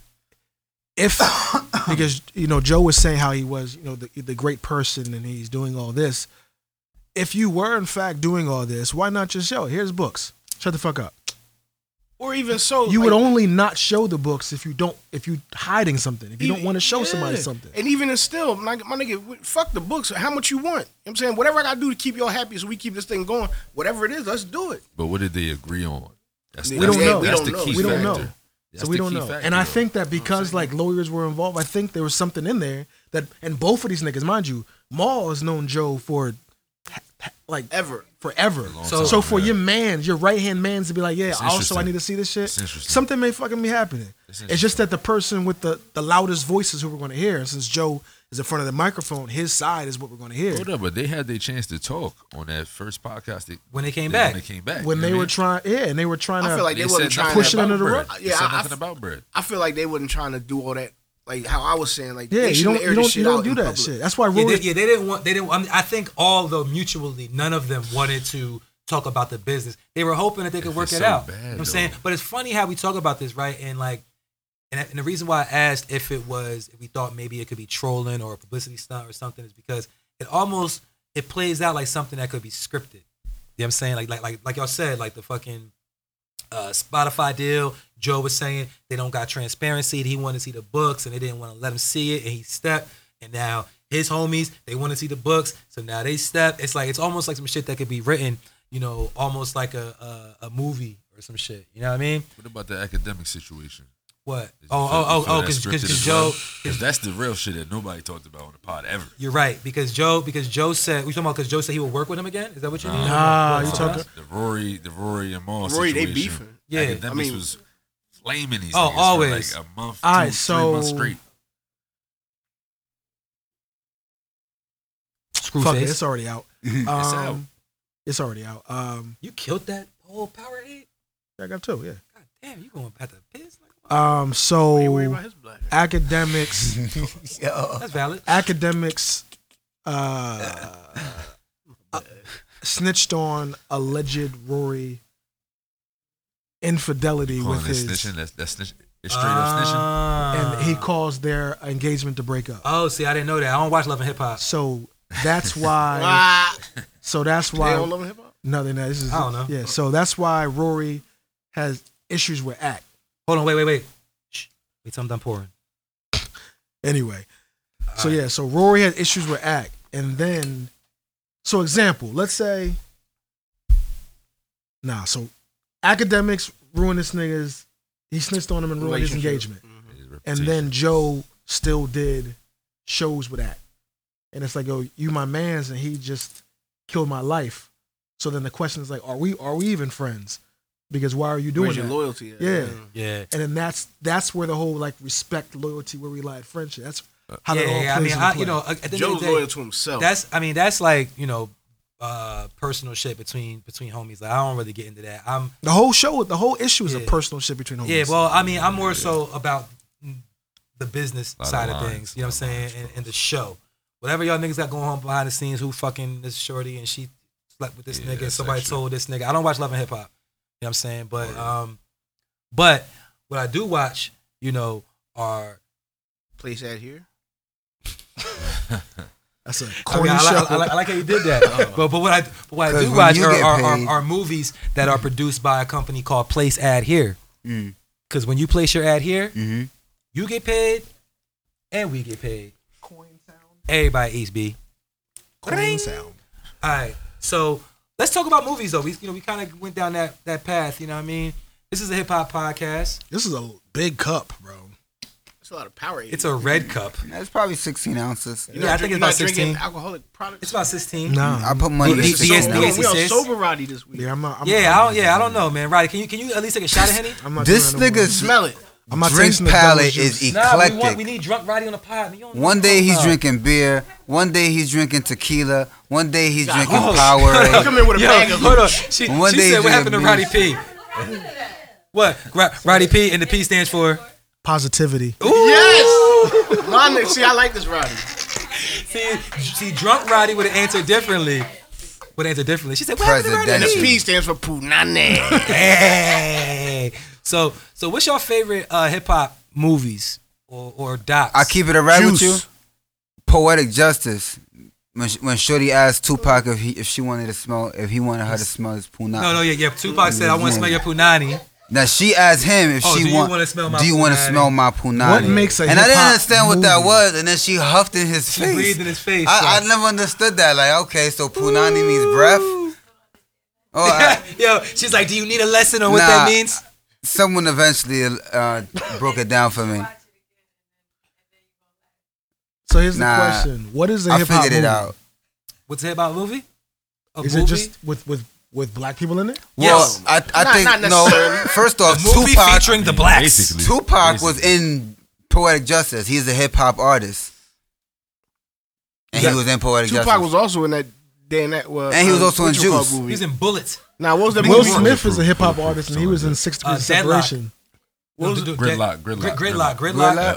[SPEAKER 1] if because you know joe was saying how he was you know the, the great person and he's doing all this if you were in fact doing all this why not just show it? here's books shut the fuck up
[SPEAKER 3] or even so,
[SPEAKER 1] you would
[SPEAKER 3] Oh, like,
[SPEAKER 1] only not show the books if you don't if you hiding something if you don't
[SPEAKER 3] even-
[SPEAKER 1] want to show somebody
[SPEAKER 3] yeah.
[SPEAKER 1] something
[SPEAKER 3] And even it's still, my, my nigga, w- fuck the books. How much you want? You know what I'm saying whatever I gotta do to keep y'all happy, so we keep this thing going. Whatever it is, let's do it.
[SPEAKER 5] But what did they agree on? That's,
[SPEAKER 3] We
[SPEAKER 5] that's-
[SPEAKER 1] don't know.
[SPEAKER 5] That's
[SPEAKER 3] We
[SPEAKER 5] the
[SPEAKER 3] don't
[SPEAKER 5] key
[SPEAKER 3] know.
[SPEAKER 1] we don't
[SPEAKER 5] factor.
[SPEAKER 1] know
[SPEAKER 5] That's
[SPEAKER 1] so we
[SPEAKER 5] the
[SPEAKER 1] don't
[SPEAKER 5] key
[SPEAKER 1] know
[SPEAKER 5] factor.
[SPEAKER 1] and i think that because like lawyers were involved i think there was something in there that and both of these niggas mind you maul has known joe for like
[SPEAKER 3] Ever.
[SPEAKER 1] forever.
[SPEAKER 4] So-
[SPEAKER 1] So,
[SPEAKER 4] time,
[SPEAKER 1] for
[SPEAKER 5] yeah.
[SPEAKER 1] your man, your right hand man to be like, yeah,
[SPEAKER 5] It's
[SPEAKER 1] also I
[SPEAKER 5] interesting.
[SPEAKER 1] need to see this shit.
[SPEAKER 5] It's interesting.
[SPEAKER 1] Something may fucking be happening.
[SPEAKER 5] It's
[SPEAKER 1] It's, just that the person with the, the loudest voices who we're going to hear, since Joe is in front of the microphone, his side is what we're going to hear.
[SPEAKER 5] Hold up, but they had their chance to talk on that first podcast. They,
[SPEAKER 4] When they came
[SPEAKER 5] When
[SPEAKER 4] back.
[SPEAKER 5] they came back.
[SPEAKER 1] When
[SPEAKER 5] you
[SPEAKER 1] they
[SPEAKER 5] know
[SPEAKER 1] were
[SPEAKER 5] what
[SPEAKER 1] trying, yeah, and they were trying
[SPEAKER 3] I
[SPEAKER 1] to
[SPEAKER 3] feel
[SPEAKER 5] I
[SPEAKER 3] like
[SPEAKER 5] mean?
[SPEAKER 3] they wasn't
[SPEAKER 5] said
[SPEAKER 3] trying
[SPEAKER 5] nothing
[SPEAKER 3] to-
[SPEAKER 1] Push it under the
[SPEAKER 5] about
[SPEAKER 1] rug.
[SPEAKER 5] bread. They
[SPEAKER 3] Yeah,
[SPEAKER 5] said
[SPEAKER 3] I- I
[SPEAKER 5] nothing
[SPEAKER 3] f-
[SPEAKER 5] about bread.
[SPEAKER 3] I feel like they wasn't trying to do all that. Like how I was saying, like
[SPEAKER 1] yeah,
[SPEAKER 3] they
[SPEAKER 1] you
[SPEAKER 3] shouldn't
[SPEAKER 1] don't,
[SPEAKER 3] air
[SPEAKER 1] you
[SPEAKER 3] this
[SPEAKER 1] don't,
[SPEAKER 3] shit
[SPEAKER 1] you don't
[SPEAKER 3] out
[SPEAKER 1] do
[SPEAKER 3] in
[SPEAKER 1] that
[SPEAKER 3] public.
[SPEAKER 1] shit. That's why
[SPEAKER 4] Yeah,
[SPEAKER 1] Rory.
[SPEAKER 4] they, yeah, they didn't want. They didn't. I, mean, I think all though mutually, none of them wanted to talk about the business. They were hoping that they could
[SPEAKER 5] It's
[SPEAKER 4] work it
[SPEAKER 5] so
[SPEAKER 4] out.
[SPEAKER 5] bad,
[SPEAKER 4] you know what
[SPEAKER 5] though.
[SPEAKER 4] I'm saying, but it's funny how we talk about this, right? And like, and, and the reason why I asked if it was, if we thought maybe it could be trolling or a publicity stunt or something, is because it almost it plays out like something that could be scripted. You know what I'm saying? Like, like, like, like y'all said, like the fucking uh, Spotify deal. Joe was saying they don't got transparency. He wanted to see the books, and they didn't want to let him see it. And he stepped, and now his homies they want to see the books, so now they step. It's like it's almost like some shit that could be written, you know, almost like a a, a movie or some shit. You know what I mean?
[SPEAKER 5] What about the academic situation?
[SPEAKER 4] What?
[SPEAKER 5] Did you
[SPEAKER 4] Oh,
[SPEAKER 5] feel-
[SPEAKER 4] oh,
[SPEAKER 5] you
[SPEAKER 4] oh,
[SPEAKER 5] feel
[SPEAKER 4] oh,
[SPEAKER 5] that
[SPEAKER 4] because
[SPEAKER 5] scripted as
[SPEAKER 4] Joe.
[SPEAKER 5] well? 'Cause that's the real shit that nobody talked about on the pod ever.
[SPEAKER 4] You're right because Joe because Joe said we talking about because Joe said he would work with him again. Is that what Oh, you mean?
[SPEAKER 1] Nah, you
[SPEAKER 4] What,
[SPEAKER 1] talking-
[SPEAKER 4] else?
[SPEAKER 5] The Rory, the Rory and Maul
[SPEAKER 3] Rory, they
[SPEAKER 5] situation.
[SPEAKER 3] beefing.
[SPEAKER 4] Yeah, I
[SPEAKER 5] academics
[SPEAKER 3] mean-
[SPEAKER 5] was flaming these.
[SPEAKER 4] Oh,
[SPEAKER 5] niggas for
[SPEAKER 4] always.
[SPEAKER 5] like a month, two,
[SPEAKER 1] All right,
[SPEAKER 5] three
[SPEAKER 1] so-
[SPEAKER 5] months straight.
[SPEAKER 1] Fuck
[SPEAKER 4] Screwface.
[SPEAKER 1] it, it's already out. Um,
[SPEAKER 5] out.
[SPEAKER 1] It's already out. Um,
[SPEAKER 4] you killed that whole Powerade.
[SPEAKER 1] I got two, yeah.
[SPEAKER 4] God damn, you going back to piss? Like,
[SPEAKER 1] Um,
[SPEAKER 3] You worry about
[SPEAKER 1] so
[SPEAKER 3] his black.
[SPEAKER 1] academics,
[SPEAKER 2] Yo.
[SPEAKER 4] that's valid.
[SPEAKER 1] academics, uh, snitched on alleged Rory infidelity
[SPEAKER 5] Calling
[SPEAKER 1] with
[SPEAKER 5] it
[SPEAKER 1] his,
[SPEAKER 5] snitching. That's, that's snitching. It's straight up snitching.
[SPEAKER 4] Ah.
[SPEAKER 1] and he caused their engagement to break up.
[SPEAKER 4] Oh, see, I didn't know that. I don't watch Love and Hip Hop.
[SPEAKER 1] So that's why.
[SPEAKER 3] Ah,
[SPEAKER 1] so that's
[SPEAKER 3] they don't
[SPEAKER 1] Oh, why.
[SPEAKER 3] love hip hop.
[SPEAKER 1] No, they not. This is.
[SPEAKER 4] I don't know.
[SPEAKER 1] Yeah. So that's why Rory has issues with Act.
[SPEAKER 4] Hold on, wait, wait, wait. Shh. Wait till I'm done pouring.
[SPEAKER 1] Anyway. so yeah. So Rory has issues with Act, and then, so example, let's say. Nah. So, academics ruined this niggas. He snitched on him and ruined his
[SPEAKER 3] Relationship.
[SPEAKER 1] engagement.
[SPEAKER 5] His
[SPEAKER 1] and
[SPEAKER 5] reputation.
[SPEAKER 1] then uh, Joe still did shows with that. And it's like, yo, you my man's, and he just killed my life. So then the question is like, are we are we even friends? Because why are you doing
[SPEAKER 3] Where's your
[SPEAKER 1] that?
[SPEAKER 3] loyalty? at?
[SPEAKER 1] Yeah.
[SPEAKER 4] Yeah.
[SPEAKER 1] And then that's that's where the whole like respect, loyalty, where we lie, friendship. That's how
[SPEAKER 4] yeah,
[SPEAKER 1] that all
[SPEAKER 4] yeah. I
[SPEAKER 1] plays
[SPEAKER 4] mean,
[SPEAKER 1] into
[SPEAKER 4] I,
[SPEAKER 1] play.
[SPEAKER 4] you know, at the end of
[SPEAKER 3] Joe's
[SPEAKER 4] the day,
[SPEAKER 3] loyal to himself.
[SPEAKER 4] that's I mean, that's like you know, uh, personal shit between between homies. Like I don't really get into that. I'm
[SPEAKER 1] The whole show, the whole issue is a
[SPEAKER 4] Yeah.
[SPEAKER 1] personal shit between homies.
[SPEAKER 4] yeah. Well, I mean, I'm more so about the business
[SPEAKER 5] Lot of
[SPEAKER 4] side of,
[SPEAKER 5] lines,
[SPEAKER 4] things. You know what I'm
[SPEAKER 5] lot of
[SPEAKER 4] saying?
[SPEAKER 5] lines,
[SPEAKER 4] And, and the show, whatever y'all niggas got going on behind the scenes. Who fucking this shorty and she slept with this
[SPEAKER 5] Yeah,
[SPEAKER 4] nigga.
[SPEAKER 5] that's
[SPEAKER 4] Somebody
[SPEAKER 5] that shit.
[SPEAKER 4] told this nigga. I don't watch Love and Hip Hop. You know what I'm saying? But um, but what I do watch, you know, are
[SPEAKER 3] Place that here.
[SPEAKER 1] That's a
[SPEAKER 4] I,
[SPEAKER 1] corny
[SPEAKER 4] mean, I,
[SPEAKER 1] show.
[SPEAKER 4] like, I, like, I like how you did that. but, but what I but what I
[SPEAKER 2] Oh. 'Cause
[SPEAKER 4] do
[SPEAKER 2] when
[SPEAKER 4] watch
[SPEAKER 2] you
[SPEAKER 4] are,
[SPEAKER 2] get
[SPEAKER 4] are, are,
[SPEAKER 2] paid-
[SPEAKER 4] are movies that are produced by a company called Place Ad Here.
[SPEAKER 2] Mm.
[SPEAKER 4] Because when you place your ad here,
[SPEAKER 2] Mm-hmm.
[SPEAKER 4] you get paid, and we get paid. Everybody eats B.
[SPEAKER 1] corny sound.
[SPEAKER 4] All right. So let's talk about movies though. We you know we kind of went down that that path. You know what I mean? This is a hip hop podcast.
[SPEAKER 1] This is a big cup, bro.
[SPEAKER 3] That's a lot of power.
[SPEAKER 4] It's a red cup.
[SPEAKER 2] That's probably 16 ounces.
[SPEAKER 4] Yeah, I think it's
[SPEAKER 3] not
[SPEAKER 4] about
[SPEAKER 3] drinking
[SPEAKER 4] 16.
[SPEAKER 3] alcoholic products.
[SPEAKER 4] It's about 16.
[SPEAKER 2] I
[SPEAKER 1] Nah.
[SPEAKER 2] put money.
[SPEAKER 4] The-
[SPEAKER 2] at
[SPEAKER 4] the- the-
[SPEAKER 2] 16
[SPEAKER 4] the-
[SPEAKER 2] ounces.
[SPEAKER 4] the-
[SPEAKER 3] we are
[SPEAKER 4] says-
[SPEAKER 3] sober Roddy this week.
[SPEAKER 1] Yeah, I'm not. I'm,
[SPEAKER 4] Yeah, I don't, yeah, I don't know, man. Roddy, can you can you at least take a shot at Henny?
[SPEAKER 1] I'm not
[SPEAKER 2] This
[SPEAKER 1] doing no more.
[SPEAKER 2] nigga's
[SPEAKER 3] Smell it.
[SPEAKER 1] I'm not
[SPEAKER 2] drink
[SPEAKER 1] tasting the devil's
[SPEAKER 2] palate
[SPEAKER 1] juice.
[SPEAKER 2] is e-
[SPEAKER 4] Nah,
[SPEAKER 2] eclectic.
[SPEAKER 4] we want we need drunk Roddy on the pod. man. You don't
[SPEAKER 2] One
[SPEAKER 4] know what I'm
[SPEAKER 2] day
[SPEAKER 4] talking
[SPEAKER 2] he's
[SPEAKER 4] about.
[SPEAKER 2] drinking beer. One day he's drinking tequila. One day he's drinking
[SPEAKER 4] oh.
[SPEAKER 3] Come
[SPEAKER 2] Powerade.
[SPEAKER 3] in with a
[SPEAKER 4] Yo,
[SPEAKER 3] bag of
[SPEAKER 4] hold on. She,
[SPEAKER 2] One
[SPEAKER 4] she
[SPEAKER 2] day
[SPEAKER 4] said
[SPEAKER 2] you
[SPEAKER 4] what happened to
[SPEAKER 2] have
[SPEAKER 4] Roddy
[SPEAKER 2] me."
[SPEAKER 4] P. What? Ro- Roddy P. And the P stands for.
[SPEAKER 1] positivity.
[SPEAKER 3] Yes. My nigga, see, I like this Roddy.
[SPEAKER 4] See, see, drunk Roddy would have answered differently. Would answer differently. She said, "What happened to Roddy
[SPEAKER 2] Presidential.
[SPEAKER 4] P?"
[SPEAKER 3] P stands for Punane.
[SPEAKER 4] Hey. So, so what's your favorite uh, hip hop movies or, or docs?
[SPEAKER 2] I keep it around with you.
[SPEAKER 1] Juice.
[SPEAKER 2] Poetic justice. When, sh- when Shorty asked Tupac if he if she wanted to smell if he wanted her to smell his punani.
[SPEAKER 4] No, no, yeah, yeah. Tupac said, "I want to smell your punani."
[SPEAKER 2] Now she asked him if
[SPEAKER 4] Oh,
[SPEAKER 2] she
[SPEAKER 4] do you
[SPEAKER 2] want.
[SPEAKER 4] wanna smell my
[SPEAKER 2] do you want to
[SPEAKER 4] punani?
[SPEAKER 2] smell my punani?
[SPEAKER 1] What makes a
[SPEAKER 2] And I didn't
[SPEAKER 1] hip-hop
[SPEAKER 2] understand what that
[SPEAKER 1] movie?
[SPEAKER 2] was, and then she huffed in his
[SPEAKER 4] She
[SPEAKER 2] face.
[SPEAKER 4] breathed in his face.
[SPEAKER 2] I,
[SPEAKER 4] so-
[SPEAKER 2] I never understood that. Like, okay, so punani means breath. Oh, I-
[SPEAKER 4] Yo, she's like, "Do you need a lesson on what
[SPEAKER 2] Nah.
[SPEAKER 4] that means?"
[SPEAKER 2] someone eventually uh, broke it down for me.
[SPEAKER 1] So here's
[SPEAKER 2] Nah.
[SPEAKER 1] the question: What is a
[SPEAKER 2] I
[SPEAKER 1] hip hop
[SPEAKER 2] figured
[SPEAKER 1] movie?
[SPEAKER 2] it out.
[SPEAKER 4] What's it about movie? A
[SPEAKER 1] Is
[SPEAKER 4] movie?
[SPEAKER 1] it just with with with black people in it?
[SPEAKER 4] Yes.
[SPEAKER 2] Well, I, I
[SPEAKER 3] Not-
[SPEAKER 2] think
[SPEAKER 3] not
[SPEAKER 2] no.
[SPEAKER 3] necessarily.
[SPEAKER 2] First
[SPEAKER 4] a
[SPEAKER 2] off,
[SPEAKER 4] movie
[SPEAKER 2] Tupac.
[SPEAKER 4] featuring the blacks?
[SPEAKER 5] Basically.
[SPEAKER 2] Tupac
[SPEAKER 5] Basically.
[SPEAKER 2] was in Poetic Justice. He's a hip hop artist, and he was in Poetic
[SPEAKER 3] Tupac
[SPEAKER 2] Justice.
[SPEAKER 3] was also in that day and that. Uh,
[SPEAKER 2] And he was
[SPEAKER 3] uh,
[SPEAKER 2] also in
[SPEAKER 3] what you call it
[SPEAKER 2] Juice.
[SPEAKER 3] movie.
[SPEAKER 4] He's in Bullets.
[SPEAKER 3] Now, what was that
[SPEAKER 1] Will
[SPEAKER 3] movie?
[SPEAKER 1] Smith is a hip hop
[SPEAKER 5] Bulletproof,
[SPEAKER 1] artist, and he
[SPEAKER 5] something
[SPEAKER 1] was
[SPEAKER 5] like
[SPEAKER 1] in
[SPEAKER 5] that.
[SPEAKER 1] Six
[SPEAKER 4] Uh,
[SPEAKER 1] Degrees
[SPEAKER 4] Deadlock.
[SPEAKER 1] Separation.
[SPEAKER 4] What was
[SPEAKER 5] Gridlock,
[SPEAKER 4] the- that-
[SPEAKER 5] Gridlock,
[SPEAKER 4] Grid-
[SPEAKER 5] Gridlock,
[SPEAKER 4] Gridlock,
[SPEAKER 5] Gridlock.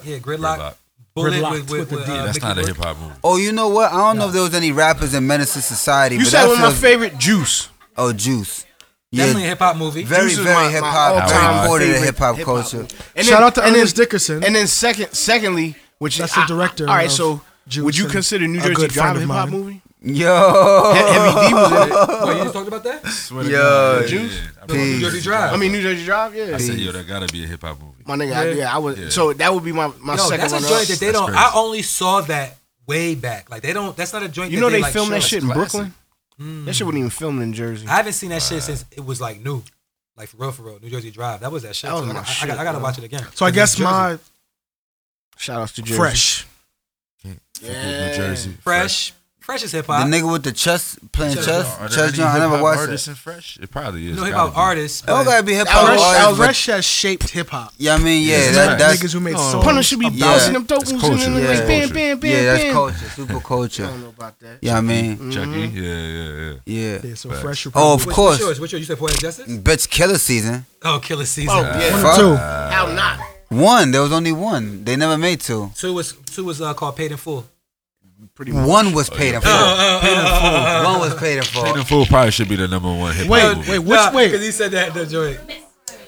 [SPEAKER 4] Gridlock, yeah, Gridlock,
[SPEAKER 5] Gridlock.
[SPEAKER 4] Bullet
[SPEAKER 1] Gridlock
[SPEAKER 4] with, with,
[SPEAKER 1] with the
[SPEAKER 4] with
[SPEAKER 1] D.
[SPEAKER 4] uh,
[SPEAKER 5] That's
[SPEAKER 4] Mickey
[SPEAKER 5] not a
[SPEAKER 4] Rourke.
[SPEAKER 5] hip hop movie.
[SPEAKER 2] Oh, you know what? I don't know if there was any rappers in Menace to Society,
[SPEAKER 3] You
[SPEAKER 2] but
[SPEAKER 3] said
[SPEAKER 2] that
[SPEAKER 3] one of my
[SPEAKER 2] feels,
[SPEAKER 3] favorite Juice.
[SPEAKER 2] oh Juice.
[SPEAKER 4] Definitely a
[SPEAKER 2] Yeah,
[SPEAKER 4] hip hop movie.
[SPEAKER 2] very
[SPEAKER 3] Juice is
[SPEAKER 2] very
[SPEAKER 3] my-
[SPEAKER 2] hip
[SPEAKER 3] my
[SPEAKER 2] hop, very
[SPEAKER 3] all-time
[SPEAKER 2] important to
[SPEAKER 3] favorite
[SPEAKER 2] hip hop
[SPEAKER 3] hip-hop
[SPEAKER 2] culture.
[SPEAKER 3] movie. And
[SPEAKER 1] Shout
[SPEAKER 3] then-
[SPEAKER 1] out to
[SPEAKER 3] and then-
[SPEAKER 1] Ernest Dickerson.
[SPEAKER 3] And then second, secondly, which
[SPEAKER 1] That's
[SPEAKER 3] is,
[SPEAKER 1] the director
[SPEAKER 3] I, all right,
[SPEAKER 1] of
[SPEAKER 3] so
[SPEAKER 1] Juice
[SPEAKER 3] would you
[SPEAKER 1] and
[SPEAKER 3] consider New
[SPEAKER 1] a
[SPEAKER 3] Jersey
[SPEAKER 1] good
[SPEAKER 3] Drive
[SPEAKER 1] friend
[SPEAKER 3] a
[SPEAKER 1] of
[SPEAKER 3] hip hop
[SPEAKER 1] mine.
[SPEAKER 3] movie?
[SPEAKER 2] Yo,
[SPEAKER 3] Heavy D was in it.
[SPEAKER 4] Wait, you just talked about that?
[SPEAKER 5] Swear to
[SPEAKER 2] Yo,
[SPEAKER 5] God, yeah,
[SPEAKER 3] Juice?
[SPEAKER 5] yeah. I
[SPEAKER 2] Peace.
[SPEAKER 5] fucking
[SPEAKER 4] New Jersey
[SPEAKER 5] Juice.
[SPEAKER 4] Drive.
[SPEAKER 3] I mean, New Jersey Drive. Yeah,
[SPEAKER 5] I said, yo, that gotta be a hip hop movie.
[SPEAKER 3] my nigga. I- Yeah,
[SPEAKER 4] Yeah.
[SPEAKER 3] I was.
[SPEAKER 5] Yeah.
[SPEAKER 3] So that would be my my
[SPEAKER 4] Yo,
[SPEAKER 3] second
[SPEAKER 4] that's a
[SPEAKER 3] one.
[SPEAKER 4] joint that they
[SPEAKER 5] That's
[SPEAKER 4] don't.
[SPEAKER 5] crazy.
[SPEAKER 4] I only saw that way back. Like they don't. That's not a joint.
[SPEAKER 3] You
[SPEAKER 4] that
[SPEAKER 3] know
[SPEAKER 4] they,
[SPEAKER 3] they
[SPEAKER 4] like,
[SPEAKER 3] filmed that
[SPEAKER 4] show.
[SPEAKER 3] shit in
[SPEAKER 5] Classic.
[SPEAKER 3] Brooklyn. That shit wasn't even filmed in Jersey.
[SPEAKER 4] I haven't seen that shit since it was like new, like for real, for real. New Jersey Drive. That was that shit.
[SPEAKER 3] That was
[SPEAKER 4] So I,
[SPEAKER 3] my
[SPEAKER 4] I- I
[SPEAKER 3] shit,
[SPEAKER 4] gotta- I gotta
[SPEAKER 3] bro.
[SPEAKER 4] watch it again.
[SPEAKER 1] So I guess my
[SPEAKER 3] Shout outs to Jersey.
[SPEAKER 1] fresh.
[SPEAKER 5] Can't forget New Jersey.
[SPEAKER 4] Fresh, fresh is hip
[SPEAKER 2] the
[SPEAKER 4] hop.
[SPEAKER 2] nigga with the chest playing
[SPEAKER 4] Chess
[SPEAKER 2] chess,
[SPEAKER 5] Are there
[SPEAKER 2] chess
[SPEAKER 5] any
[SPEAKER 2] joint. I never
[SPEAKER 5] hip-hop
[SPEAKER 2] watched it.
[SPEAKER 5] artists in Fresh. It probably is.
[SPEAKER 4] No hip
[SPEAKER 5] gotta
[SPEAKER 4] hop
[SPEAKER 5] be.
[SPEAKER 4] artists.
[SPEAKER 2] It don't
[SPEAKER 4] but-
[SPEAKER 2] gotta be hip hop
[SPEAKER 1] Fresh, uh,
[SPEAKER 2] artists. but-
[SPEAKER 1] fresh has shaped hip hop.
[SPEAKER 2] Yeah, I mean, yeah,
[SPEAKER 5] It's
[SPEAKER 2] that,
[SPEAKER 5] not
[SPEAKER 2] that's
[SPEAKER 1] niggas who made
[SPEAKER 5] no.
[SPEAKER 1] songs.
[SPEAKER 3] Punter Oh. should be
[SPEAKER 2] Yeah.
[SPEAKER 3] bouncing them
[SPEAKER 5] That's
[SPEAKER 3] topos and then
[SPEAKER 5] culture.
[SPEAKER 3] like
[SPEAKER 2] Yeah.
[SPEAKER 3] bam, bam, bam,
[SPEAKER 2] yeah, that's
[SPEAKER 3] bam.
[SPEAKER 2] culture, super
[SPEAKER 3] I
[SPEAKER 2] culture.
[SPEAKER 3] don't know about that.
[SPEAKER 2] Yeah, I mean,
[SPEAKER 5] Chucky. Mm-hmm. Yeah, yeah, yeah.
[SPEAKER 2] yeah.
[SPEAKER 1] Yeah, so fresh. would
[SPEAKER 2] Oh,
[SPEAKER 1] probably-
[SPEAKER 2] of
[SPEAKER 4] What's-
[SPEAKER 2] course,
[SPEAKER 4] What's yours? What's yours? You said Poetic Justice?
[SPEAKER 2] bitch, killer season.
[SPEAKER 4] Oh, Killer Season.
[SPEAKER 3] Oh yeah,
[SPEAKER 1] One or two.
[SPEAKER 3] how not?
[SPEAKER 2] One, there was only one. They never made two.
[SPEAKER 4] Two was two was uh, called Paid in Full.
[SPEAKER 3] Pretty much.
[SPEAKER 2] One was paid in full.
[SPEAKER 4] Paid in Full.
[SPEAKER 2] One was paid in full.
[SPEAKER 5] Peyton Fool probably should be the number one hip hop
[SPEAKER 1] Wait,
[SPEAKER 5] movie.
[SPEAKER 1] wait, which
[SPEAKER 4] Nah, Because
[SPEAKER 1] wait?
[SPEAKER 4] he said that the joint.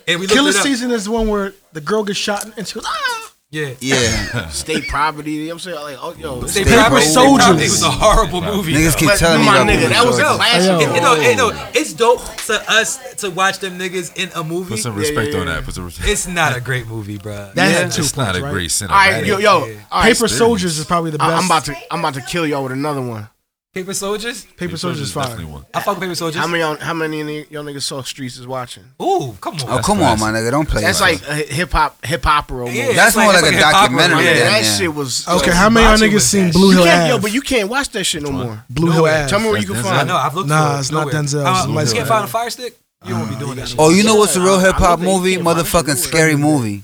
[SPEAKER 4] And we looked
[SPEAKER 1] Killer
[SPEAKER 4] it up.
[SPEAKER 1] Season is the one where the girl gets shot and she goes, ah!
[SPEAKER 4] Yeah.
[SPEAKER 2] Yeah,
[SPEAKER 3] State property. You know what I'm saying like, oh yo,
[SPEAKER 4] They
[SPEAKER 2] Stay Pro-
[SPEAKER 4] probably, they probably- It
[SPEAKER 1] Soldiers.
[SPEAKER 4] was a horrible movie.
[SPEAKER 2] niggas
[SPEAKER 4] though.
[SPEAKER 2] keep
[SPEAKER 3] But
[SPEAKER 2] telling me
[SPEAKER 3] my
[SPEAKER 2] about
[SPEAKER 3] nigga,
[SPEAKER 2] Booty
[SPEAKER 3] that was a
[SPEAKER 2] Shorts.
[SPEAKER 4] It-
[SPEAKER 3] classic.
[SPEAKER 4] it- no, it- no, it's dope to us to watch them niggas in a movie.
[SPEAKER 5] Put some respect
[SPEAKER 3] yeah,
[SPEAKER 5] on
[SPEAKER 3] yeah.
[SPEAKER 5] that. Put some respect.
[SPEAKER 4] It's not a great movie, bruh.
[SPEAKER 1] That had
[SPEAKER 5] it's
[SPEAKER 1] two
[SPEAKER 5] not
[SPEAKER 1] points,
[SPEAKER 5] a
[SPEAKER 1] right?
[SPEAKER 5] great
[SPEAKER 3] All right,
[SPEAKER 5] cinematic.
[SPEAKER 3] yo, yo, all right.
[SPEAKER 1] Paper Soldiers is probably the best.
[SPEAKER 3] I- I'm about to, I'm about to kill y'all with another one.
[SPEAKER 4] Paper Soldiers.
[SPEAKER 1] Paper Soldiers is
[SPEAKER 5] definitely
[SPEAKER 1] fire.
[SPEAKER 5] one.
[SPEAKER 4] I fuck with Paper Soldiers.
[SPEAKER 3] How many, y'all- how many of y'all niggas saw Streets is watching?
[SPEAKER 4] Ooh, come on.
[SPEAKER 2] Oh, come on, my nigga, don't play.
[SPEAKER 3] That's
[SPEAKER 2] with
[SPEAKER 3] like a hip hop, hip hop role.
[SPEAKER 4] Yeah,
[SPEAKER 3] movie.
[SPEAKER 2] that's
[SPEAKER 4] it's
[SPEAKER 2] more like a
[SPEAKER 4] hip-hop
[SPEAKER 2] documentary
[SPEAKER 4] movie.
[SPEAKER 3] Yeah,
[SPEAKER 2] than-
[SPEAKER 3] that
[SPEAKER 2] yeah.
[SPEAKER 3] shit was
[SPEAKER 1] Okay,
[SPEAKER 3] yo,
[SPEAKER 1] how many of y'all
[SPEAKER 4] Macho
[SPEAKER 1] niggas
[SPEAKER 4] was
[SPEAKER 1] seen
[SPEAKER 4] that.
[SPEAKER 1] Blue
[SPEAKER 3] You
[SPEAKER 1] Hill
[SPEAKER 3] can't, yo,
[SPEAKER 1] Ave?
[SPEAKER 3] but you can't watch that shit no more.
[SPEAKER 1] Blue Hill Ave.
[SPEAKER 3] Tell me where you
[SPEAKER 5] That's
[SPEAKER 3] can
[SPEAKER 5] Denzel.
[SPEAKER 4] I
[SPEAKER 3] find.
[SPEAKER 4] know. I've looked.
[SPEAKER 1] Nah,
[SPEAKER 4] for it.
[SPEAKER 1] it's not
[SPEAKER 4] Nowhere.
[SPEAKER 1] Denzel.
[SPEAKER 4] Uh,
[SPEAKER 1] Somebody's
[SPEAKER 4] you can't
[SPEAKER 1] got
[SPEAKER 4] find
[SPEAKER 1] it.
[SPEAKER 4] a fire stick. You won't be doing that shit.
[SPEAKER 2] Oh, you know what's a real
[SPEAKER 3] I- I
[SPEAKER 2] hip hop
[SPEAKER 3] don't think
[SPEAKER 2] movie?
[SPEAKER 3] you can.
[SPEAKER 2] Motherfucking scary movie.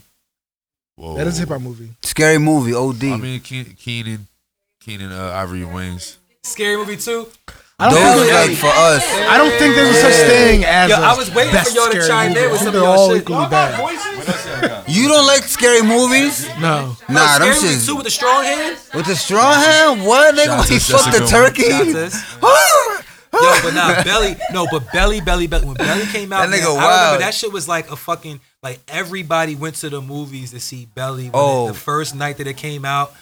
[SPEAKER 5] Whoa.
[SPEAKER 1] That is a hip hop movie.
[SPEAKER 2] Scary movie. Od.
[SPEAKER 5] I mean, Ke- Keenan, Keenan, uh, Ivory Wings.
[SPEAKER 4] Scary movie too.
[SPEAKER 1] I don't
[SPEAKER 2] Those
[SPEAKER 1] think
[SPEAKER 2] like
[SPEAKER 1] there's-
[SPEAKER 2] for us.
[SPEAKER 1] I don't think there's a such thing as.
[SPEAKER 4] Yo,
[SPEAKER 1] I
[SPEAKER 4] I was waiting for y'all to chime in with some of
[SPEAKER 1] They're
[SPEAKER 4] y'all
[SPEAKER 1] all
[SPEAKER 4] shit.
[SPEAKER 1] equally bad.
[SPEAKER 2] You don't like scary movies?
[SPEAKER 1] No,
[SPEAKER 2] Nah, them
[SPEAKER 4] Scary Movie
[SPEAKER 2] shits.
[SPEAKER 4] two with a strong hand.
[SPEAKER 2] With the strong hand? What? Nigga,
[SPEAKER 5] Shots
[SPEAKER 2] when he
[SPEAKER 5] is- that's
[SPEAKER 2] fucked
[SPEAKER 5] a
[SPEAKER 2] the
[SPEAKER 5] good one.
[SPEAKER 2] turkey?
[SPEAKER 4] Shots is- Yo, but nah, Belly. No, but Belly, Belly, Belly. When Belly came out,
[SPEAKER 2] That nigga
[SPEAKER 4] man, I
[SPEAKER 2] wild.
[SPEAKER 4] remember that shit was like a fucking like everybody went to the movies to see Belly. When
[SPEAKER 2] Oh.
[SPEAKER 4] it- the first night that it came out,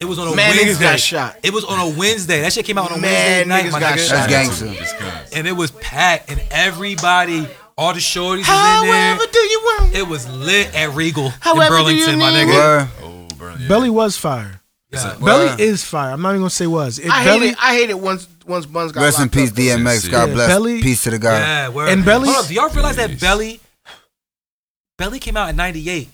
[SPEAKER 4] it was on a
[SPEAKER 3] Man, niggas
[SPEAKER 4] Wednesday.
[SPEAKER 3] got shot.
[SPEAKER 4] It was on a Wednesday. That shit came out on a
[SPEAKER 3] Man,
[SPEAKER 4] Wednesday night,
[SPEAKER 3] niggas
[SPEAKER 4] my
[SPEAKER 3] got
[SPEAKER 4] nigga.
[SPEAKER 3] shot.
[SPEAKER 2] That's gangster.
[SPEAKER 5] It's kind.
[SPEAKER 4] And it was packed, and everybody, all the shorties was in there.
[SPEAKER 3] do you want?
[SPEAKER 4] It was lit at Regal in
[SPEAKER 3] However do you
[SPEAKER 4] Burlington, my
[SPEAKER 3] need
[SPEAKER 4] nigga.
[SPEAKER 2] Word.
[SPEAKER 5] Oh, bro. Yeah.
[SPEAKER 1] Belly was fire.
[SPEAKER 4] Yeah.
[SPEAKER 1] Belly is fire. I'm not even gonna say was. It,
[SPEAKER 3] I
[SPEAKER 1] Belly
[SPEAKER 3] hate it. I hate it once once buns got.
[SPEAKER 2] Rest in
[SPEAKER 3] locked
[SPEAKER 2] peace,
[SPEAKER 3] up.
[SPEAKER 2] DMX.
[SPEAKER 5] Yeah,
[SPEAKER 2] God bless.
[SPEAKER 1] Belly-
[SPEAKER 2] Peace to the God.
[SPEAKER 4] Yeah, word.
[SPEAKER 1] And Belly-
[SPEAKER 4] Hold up, do y'all realize that
[SPEAKER 5] Yes.
[SPEAKER 4] Belly, Belly came out in '98.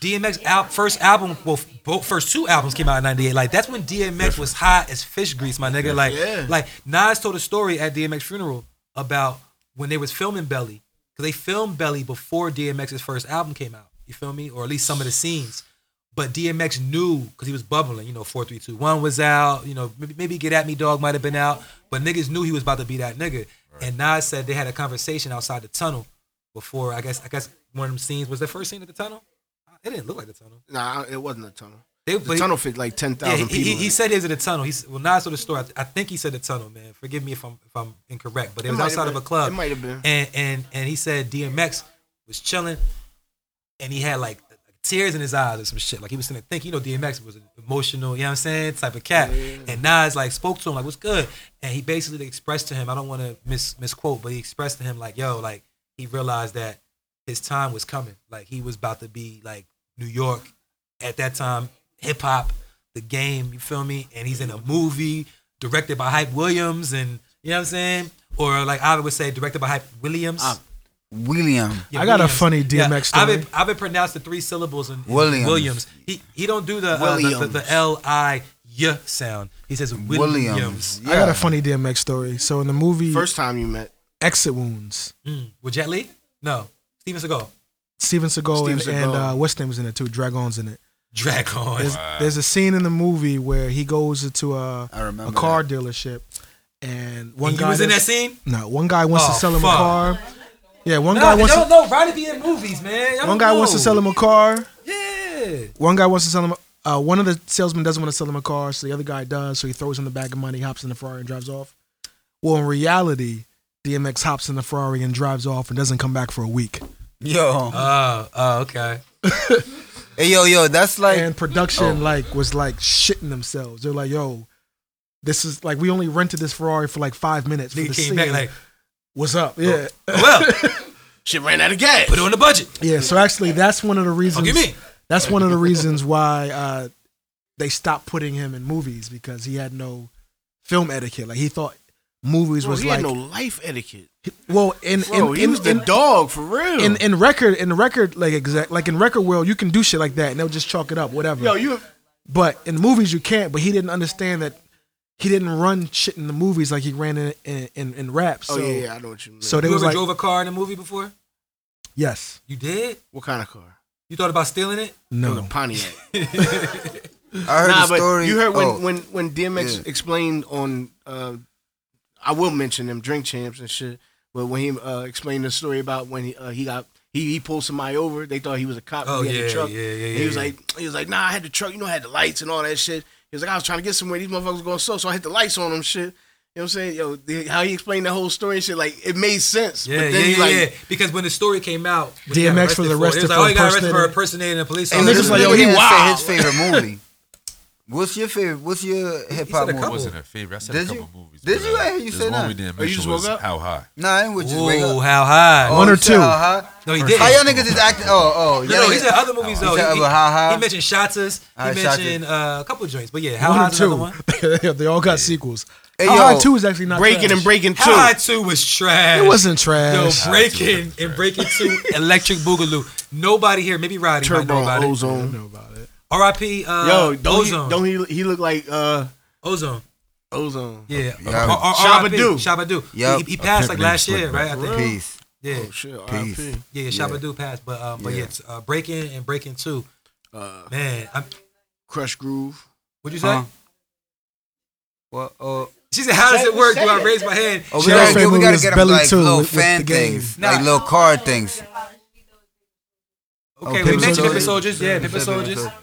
[SPEAKER 4] DMX al- first album, well, both first two albums came out in '98. Like that's when DMX was hot as fish grease, my nigga. Like,
[SPEAKER 3] Yeah.
[SPEAKER 4] like Nas told a story at DMX funeral about when they was filming Belly, because they filmed Belly before DMX's first album came out. You feel me? Or at least some of the scenes. But DMX knew because he was bubbling. You know, four, three, two, one was out. You know, maybe, maybe Get At Me Dog might have been out, but niggas knew he was about to be that nigga. And Nas said they had a conversation outside the tunnel before. I guess I guess one of them scenes was the first scene at the tunnel. It didn't look like the tunnel.
[SPEAKER 3] Nah, it wasn't a tunnel.
[SPEAKER 4] They,
[SPEAKER 3] The
[SPEAKER 4] but he-
[SPEAKER 3] tunnel fit like ten
[SPEAKER 4] yeah, he,
[SPEAKER 3] thousand
[SPEAKER 4] he,
[SPEAKER 3] people. eh?
[SPEAKER 4] he said he was in the tunnel. He's well, Nas told the story. I, th- I think he said the tunnel, man. Forgive me if I'm if I'm incorrect, but it,
[SPEAKER 3] It
[SPEAKER 4] was
[SPEAKER 3] might have
[SPEAKER 4] outside of
[SPEAKER 3] been.
[SPEAKER 4] a club.
[SPEAKER 3] It might have been.
[SPEAKER 4] And and and he said DMX was chilling, and he had like tears in his eyes or some shit. Like he was sitting there thinking. You know, DMX was an emotional. You know what I'm saying? Type of cat. And Nas like spoke to him like, "What's good?" And he basically expressed to him. I don't want to mis misquote, but he expressed to him like, "Yo, like he realized that his time was coming. Like he was about to be like New York at that time, hip hop, the game, you feel me? And he's in a movie directed by Hype Williams and you know what I'm saying? Or like I would say directed by Hype Williams.
[SPEAKER 3] Ah,
[SPEAKER 2] William.
[SPEAKER 4] Yeah,
[SPEAKER 1] I got a funny DMX
[SPEAKER 4] I've
[SPEAKER 1] story.
[SPEAKER 4] been, I've been pronounced the three syllables in, in
[SPEAKER 2] Williams.
[SPEAKER 4] Williams. He he don't do the uh, the, the,
[SPEAKER 3] Williams.
[SPEAKER 4] the L I Y sound. He says Williams.
[SPEAKER 2] Williams.
[SPEAKER 1] I got
[SPEAKER 2] Yeah.
[SPEAKER 1] a funny DMX story. So in the movie
[SPEAKER 3] First time you met.
[SPEAKER 1] Exit Wounds,
[SPEAKER 4] Mm. With Jet Li? No. Steven Seagal.
[SPEAKER 1] Steven Seagal and,
[SPEAKER 3] Steven
[SPEAKER 1] and
[SPEAKER 3] Seagal.
[SPEAKER 1] uh, what's name was in it too? Dragon's in it.
[SPEAKER 4] Drag on.
[SPEAKER 1] There's, there's a scene in the movie where he goes to a,
[SPEAKER 2] I remember
[SPEAKER 1] a car dealership, and one
[SPEAKER 4] He
[SPEAKER 1] guy
[SPEAKER 4] was in that
[SPEAKER 1] does-
[SPEAKER 4] scene?
[SPEAKER 1] No, one guy wants to
[SPEAKER 4] Oh,
[SPEAKER 1] sell him a
[SPEAKER 4] fuck.
[SPEAKER 1] car. Yeah, one
[SPEAKER 4] No,
[SPEAKER 1] guy wants.
[SPEAKER 4] no,
[SPEAKER 1] To,
[SPEAKER 4] no, Ronnie be in movies, man. Y'all
[SPEAKER 1] one
[SPEAKER 4] don't
[SPEAKER 1] guy wants
[SPEAKER 4] know.
[SPEAKER 1] to sell him a car.
[SPEAKER 4] Yeah.
[SPEAKER 1] One guy wants to sell him. Uh, one of the salesmen doesn't want to sell him a car, so the other guy does. So he throws him the bag of money, hops in the Ferrari, and drives off. Well, in reality, DMX hops in the Ferrari and drives off and doesn't come back for a week.
[SPEAKER 2] Yo.
[SPEAKER 4] Oh, oh, okay.
[SPEAKER 2] Hey, yo, yo, that's like.
[SPEAKER 1] and production
[SPEAKER 3] oh.
[SPEAKER 1] like was like shitting themselves. They're like, "Yo, this is like we only rented this Ferrari for like five minutes." For
[SPEAKER 4] Nigga
[SPEAKER 1] the
[SPEAKER 4] came
[SPEAKER 1] scene.
[SPEAKER 4] back like,
[SPEAKER 1] "What's up?" Yeah,
[SPEAKER 4] well,
[SPEAKER 3] Shit ran out of gas.
[SPEAKER 4] put it on the budget.
[SPEAKER 1] yeah. So actually, that's one of the reasons.
[SPEAKER 4] Fuck you mean?
[SPEAKER 1] That's one of the reasons why uh, they stopped putting him in movies because he had no film etiquette. Like he thought movies
[SPEAKER 3] Bro,
[SPEAKER 1] was
[SPEAKER 3] he
[SPEAKER 1] like,
[SPEAKER 3] had no life etiquette.
[SPEAKER 1] well, in
[SPEAKER 3] Bro,
[SPEAKER 1] in
[SPEAKER 3] he
[SPEAKER 1] in,
[SPEAKER 3] was
[SPEAKER 1] in,
[SPEAKER 3] the dog for real.
[SPEAKER 1] in in record in record like exact like in record world, you can do shit like that and they'll just chalk it up, whatever.
[SPEAKER 3] Yo, you oh,
[SPEAKER 1] But in movies, you can't. But he didn't understand that he didn't run shit in the movies like he ran in in, in, in rap. So,
[SPEAKER 3] Oh yeah, yeah, I know what you mean.
[SPEAKER 1] so they
[SPEAKER 4] you
[SPEAKER 1] was
[SPEAKER 4] ever
[SPEAKER 1] like,
[SPEAKER 4] drove a car in a movie before?
[SPEAKER 1] yes,
[SPEAKER 4] You did?
[SPEAKER 3] what kind of car?
[SPEAKER 4] You thought about stealing it?
[SPEAKER 3] It was
[SPEAKER 1] no,
[SPEAKER 3] a Pontiac.
[SPEAKER 2] I heard
[SPEAKER 3] nah,
[SPEAKER 2] the story.
[SPEAKER 3] but you heard when
[SPEAKER 2] oh,
[SPEAKER 3] when when DMX
[SPEAKER 2] Yeah.
[SPEAKER 3] explained on. Uh, I will mention them drink champs and shit, but when he uh, explained the story about when he uh, he got. He, he pulled somebody over. They thought he was a cop.
[SPEAKER 4] Oh,
[SPEAKER 3] he had the
[SPEAKER 4] yeah,
[SPEAKER 3] truck.
[SPEAKER 4] yeah, yeah,
[SPEAKER 3] And
[SPEAKER 4] yeah,
[SPEAKER 3] he was
[SPEAKER 4] yeah.
[SPEAKER 3] like, he was like, nah, I had the truck. You know, I had the lights and all that shit. He was like, I was trying to get somewhere. These motherfuckers were going slow, so I hit the lights on them. Shit. You know what I'm saying? Yo, the, how he explained the whole story and shit, like it made sense.
[SPEAKER 4] Yeah,
[SPEAKER 3] but
[SPEAKER 4] yeah,
[SPEAKER 3] then he
[SPEAKER 4] yeah,
[SPEAKER 3] like,
[SPEAKER 4] yeah. Because when the story came out, what he
[SPEAKER 1] DMX
[SPEAKER 4] got
[SPEAKER 1] was
[SPEAKER 4] for,
[SPEAKER 1] arrested
[SPEAKER 4] it was like,
[SPEAKER 1] for
[SPEAKER 4] oh, he got arrested for
[SPEAKER 1] impersonating-
[SPEAKER 4] impersonating a police
[SPEAKER 2] hey,
[SPEAKER 4] officer.
[SPEAKER 1] niggas
[SPEAKER 2] this
[SPEAKER 1] like, yo,
[SPEAKER 2] nigga
[SPEAKER 1] he
[SPEAKER 2] didn't say
[SPEAKER 1] wild.
[SPEAKER 2] his favorite movie. What's your favorite? What's your hip hop
[SPEAKER 4] said a
[SPEAKER 2] movie?
[SPEAKER 5] It
[SPEAKER 4] couple.
[SPEAKER 5] wasn't her favorite. I said
[SPEAKER 2] Did
[SPEAKER 5] a
[SPEAKER 2] you?
[SPEAKER 5] couple movies.
[SPEAKER 2] Did
[SPEAKER 5] but,
[SPEAKER 2] you?
[SPEAKER 5] uh,
[SPEAKER 2] I heard you
[SPEAKER 5] this
[SPEAKER 2] say
[SPEAKER 5] one
[SPEAKER 2] that.
[SPEAKER 5] we didn't
[SPEAKER 3] Oh, you
[SPEAKER 5] mention
[SPEAKER 3] just
[SPEAKER 5] was
[SPEAKER 3] woke up?
[SPEAKER 5] How High.
[SPEAKER 2] Nah, I didn't. Which is wake
[SPEAKER 4] Ooh,
[SPEAKER 2] up.
[SPEAKER 4] how high.
[SPEAKER 2] Oh,
[SPEAKER 1] One or
[SPEAKER 2] you said
[SPEAKER 1] two.
[SPEAKER 2] how high?
[SPEAKER 4] no, he
[SPEAKER 2] How
[SPEAKER 4] didn't.
[SPEAKER 2] y'all niggas is acting? Oh, oh.
[SPEAKER 4] no, no, he said other movies though.
[SPEAKER 2] said
[SPEAKER 4] He,
[SPEAKER 2] other How High?
[SPEAKER 4] he mentioned Shotas.
[SPEAKER 2] All right,
[SPEAKER 4] He
[SPEAKER 2] Shotas.
[SPEAKER 4] mentioned uh, a couple joints, but yeah, how
[SPEAKER 1] one or
[SPEAKER 4] high's another
[SPEAKER 1] two.
[SPEAKER 4] one.
[SPEAKER 1] they all got sequels.
[SPEAKER 2] Hey,
[SPEAKER 1] How High
[SPEAKER 2] yo.
[SPEAKER 1] Two is actually not
[SPEAKER 3] breaking
[SPEAKER 1] trash.
[SPEAKER 3] and breaking
[SPEAKER 4] How
[SPEAKER 3] two.
[SPEAKER 4] high two was trash.
[SPEAKER 1] It wasn't
[SPEAKER 4] Yo,
[SPEAKER 1] trash.
[SPEAKER 4] breaking and breaking two, electric boogaloo. Nobody here, maybe Roddy might
[SPEAKER 3] Turbo
[SPEAKER 4] know about it.
[SPEAKER 1] I don't
[SPEAKER 3] ozone.
[SPEAKER 1] know about it.
[SPEAKER 4] R.I.P. Uh,
[SPEAKER 3] Yo, don't he,
[SPEAKER 4] ozone.
[SPEAKER 3] don't he? He looked like uh,
[SPEAKER 4] ozone.
[SPEAKER 3] ozone.
[SPEAKER 4] Yeah. Uh,
[SPEAKER 2] Yeah.
[SPEAKER 4] R.I.P.
[SPEAKER 3] Shabadoo.
[SPEAKER 4] Shabadoo.
[SPEAKER 2] Yep.
[SPEAKER 4] He, he passed like
[SPEAKER 5] Apparently
[SPEAKER 4] last
[SPEAKER 5] it's
[SPEAKER 4] year,
[SPEAKER 5] like
[SPEAKER 4] right? I think.
[SPEAKER 2] Peace.
[SPEAKER 4] Yeah.
[SPEAKER 3] Oh shit,
[SPEAKER 2] Peace.
[SPEAKER 3] RIP.
[SPEAKER 4] Yeah, Shabadoo passed, but um, but yeah, uh, breaking and breaking two.
[SPEAKER 3] Uh,
[SPEAKER 4] Man, I'm,
[SPEAKER 3] Crush Groove.
[SPEAKER 4] what'd you say?
[SPEAKER 2] Huh? What? Oh,
[SPEAKER 4] She said, "How does it work? Do I raise my hand?"
[SPEAKER 2] Oh, we
[SPEAKER 1] She
[SPEAKER 2] gotta,
[SPEAKER 1] also
[SPEAKER 2] get, we gotta
[SPEAKER 1] moves
[SPEAKER 2] get them
[SPEAKER 1] Belly
[SPEAKER 2] like
[SPEAKER 1] too
[SPEAKER 2] little
[SPEAKER 1] with- with
[SPEAKER 2] fan
[SPEAKER 1] the game.
[SPEAKER 2] things,
[SPEAKER 4] Nah.
[SPEAKER 2] like little card things.
[SPEAKER 4] Okay,
[SPEAKER 2] Oh,
[SPEAKER 4] we
[SPEAKER 2] Pimp
[SPEAKER 4] mentioned Pippa
[SPEAKER 2] Soldier?
[SPEAKER 4] Soldiers. Yeah, Pippa
[SPEAKER 2] Pippa
[SPEAKER 4] Soldiers.
[SPEAKER 2] Soldier.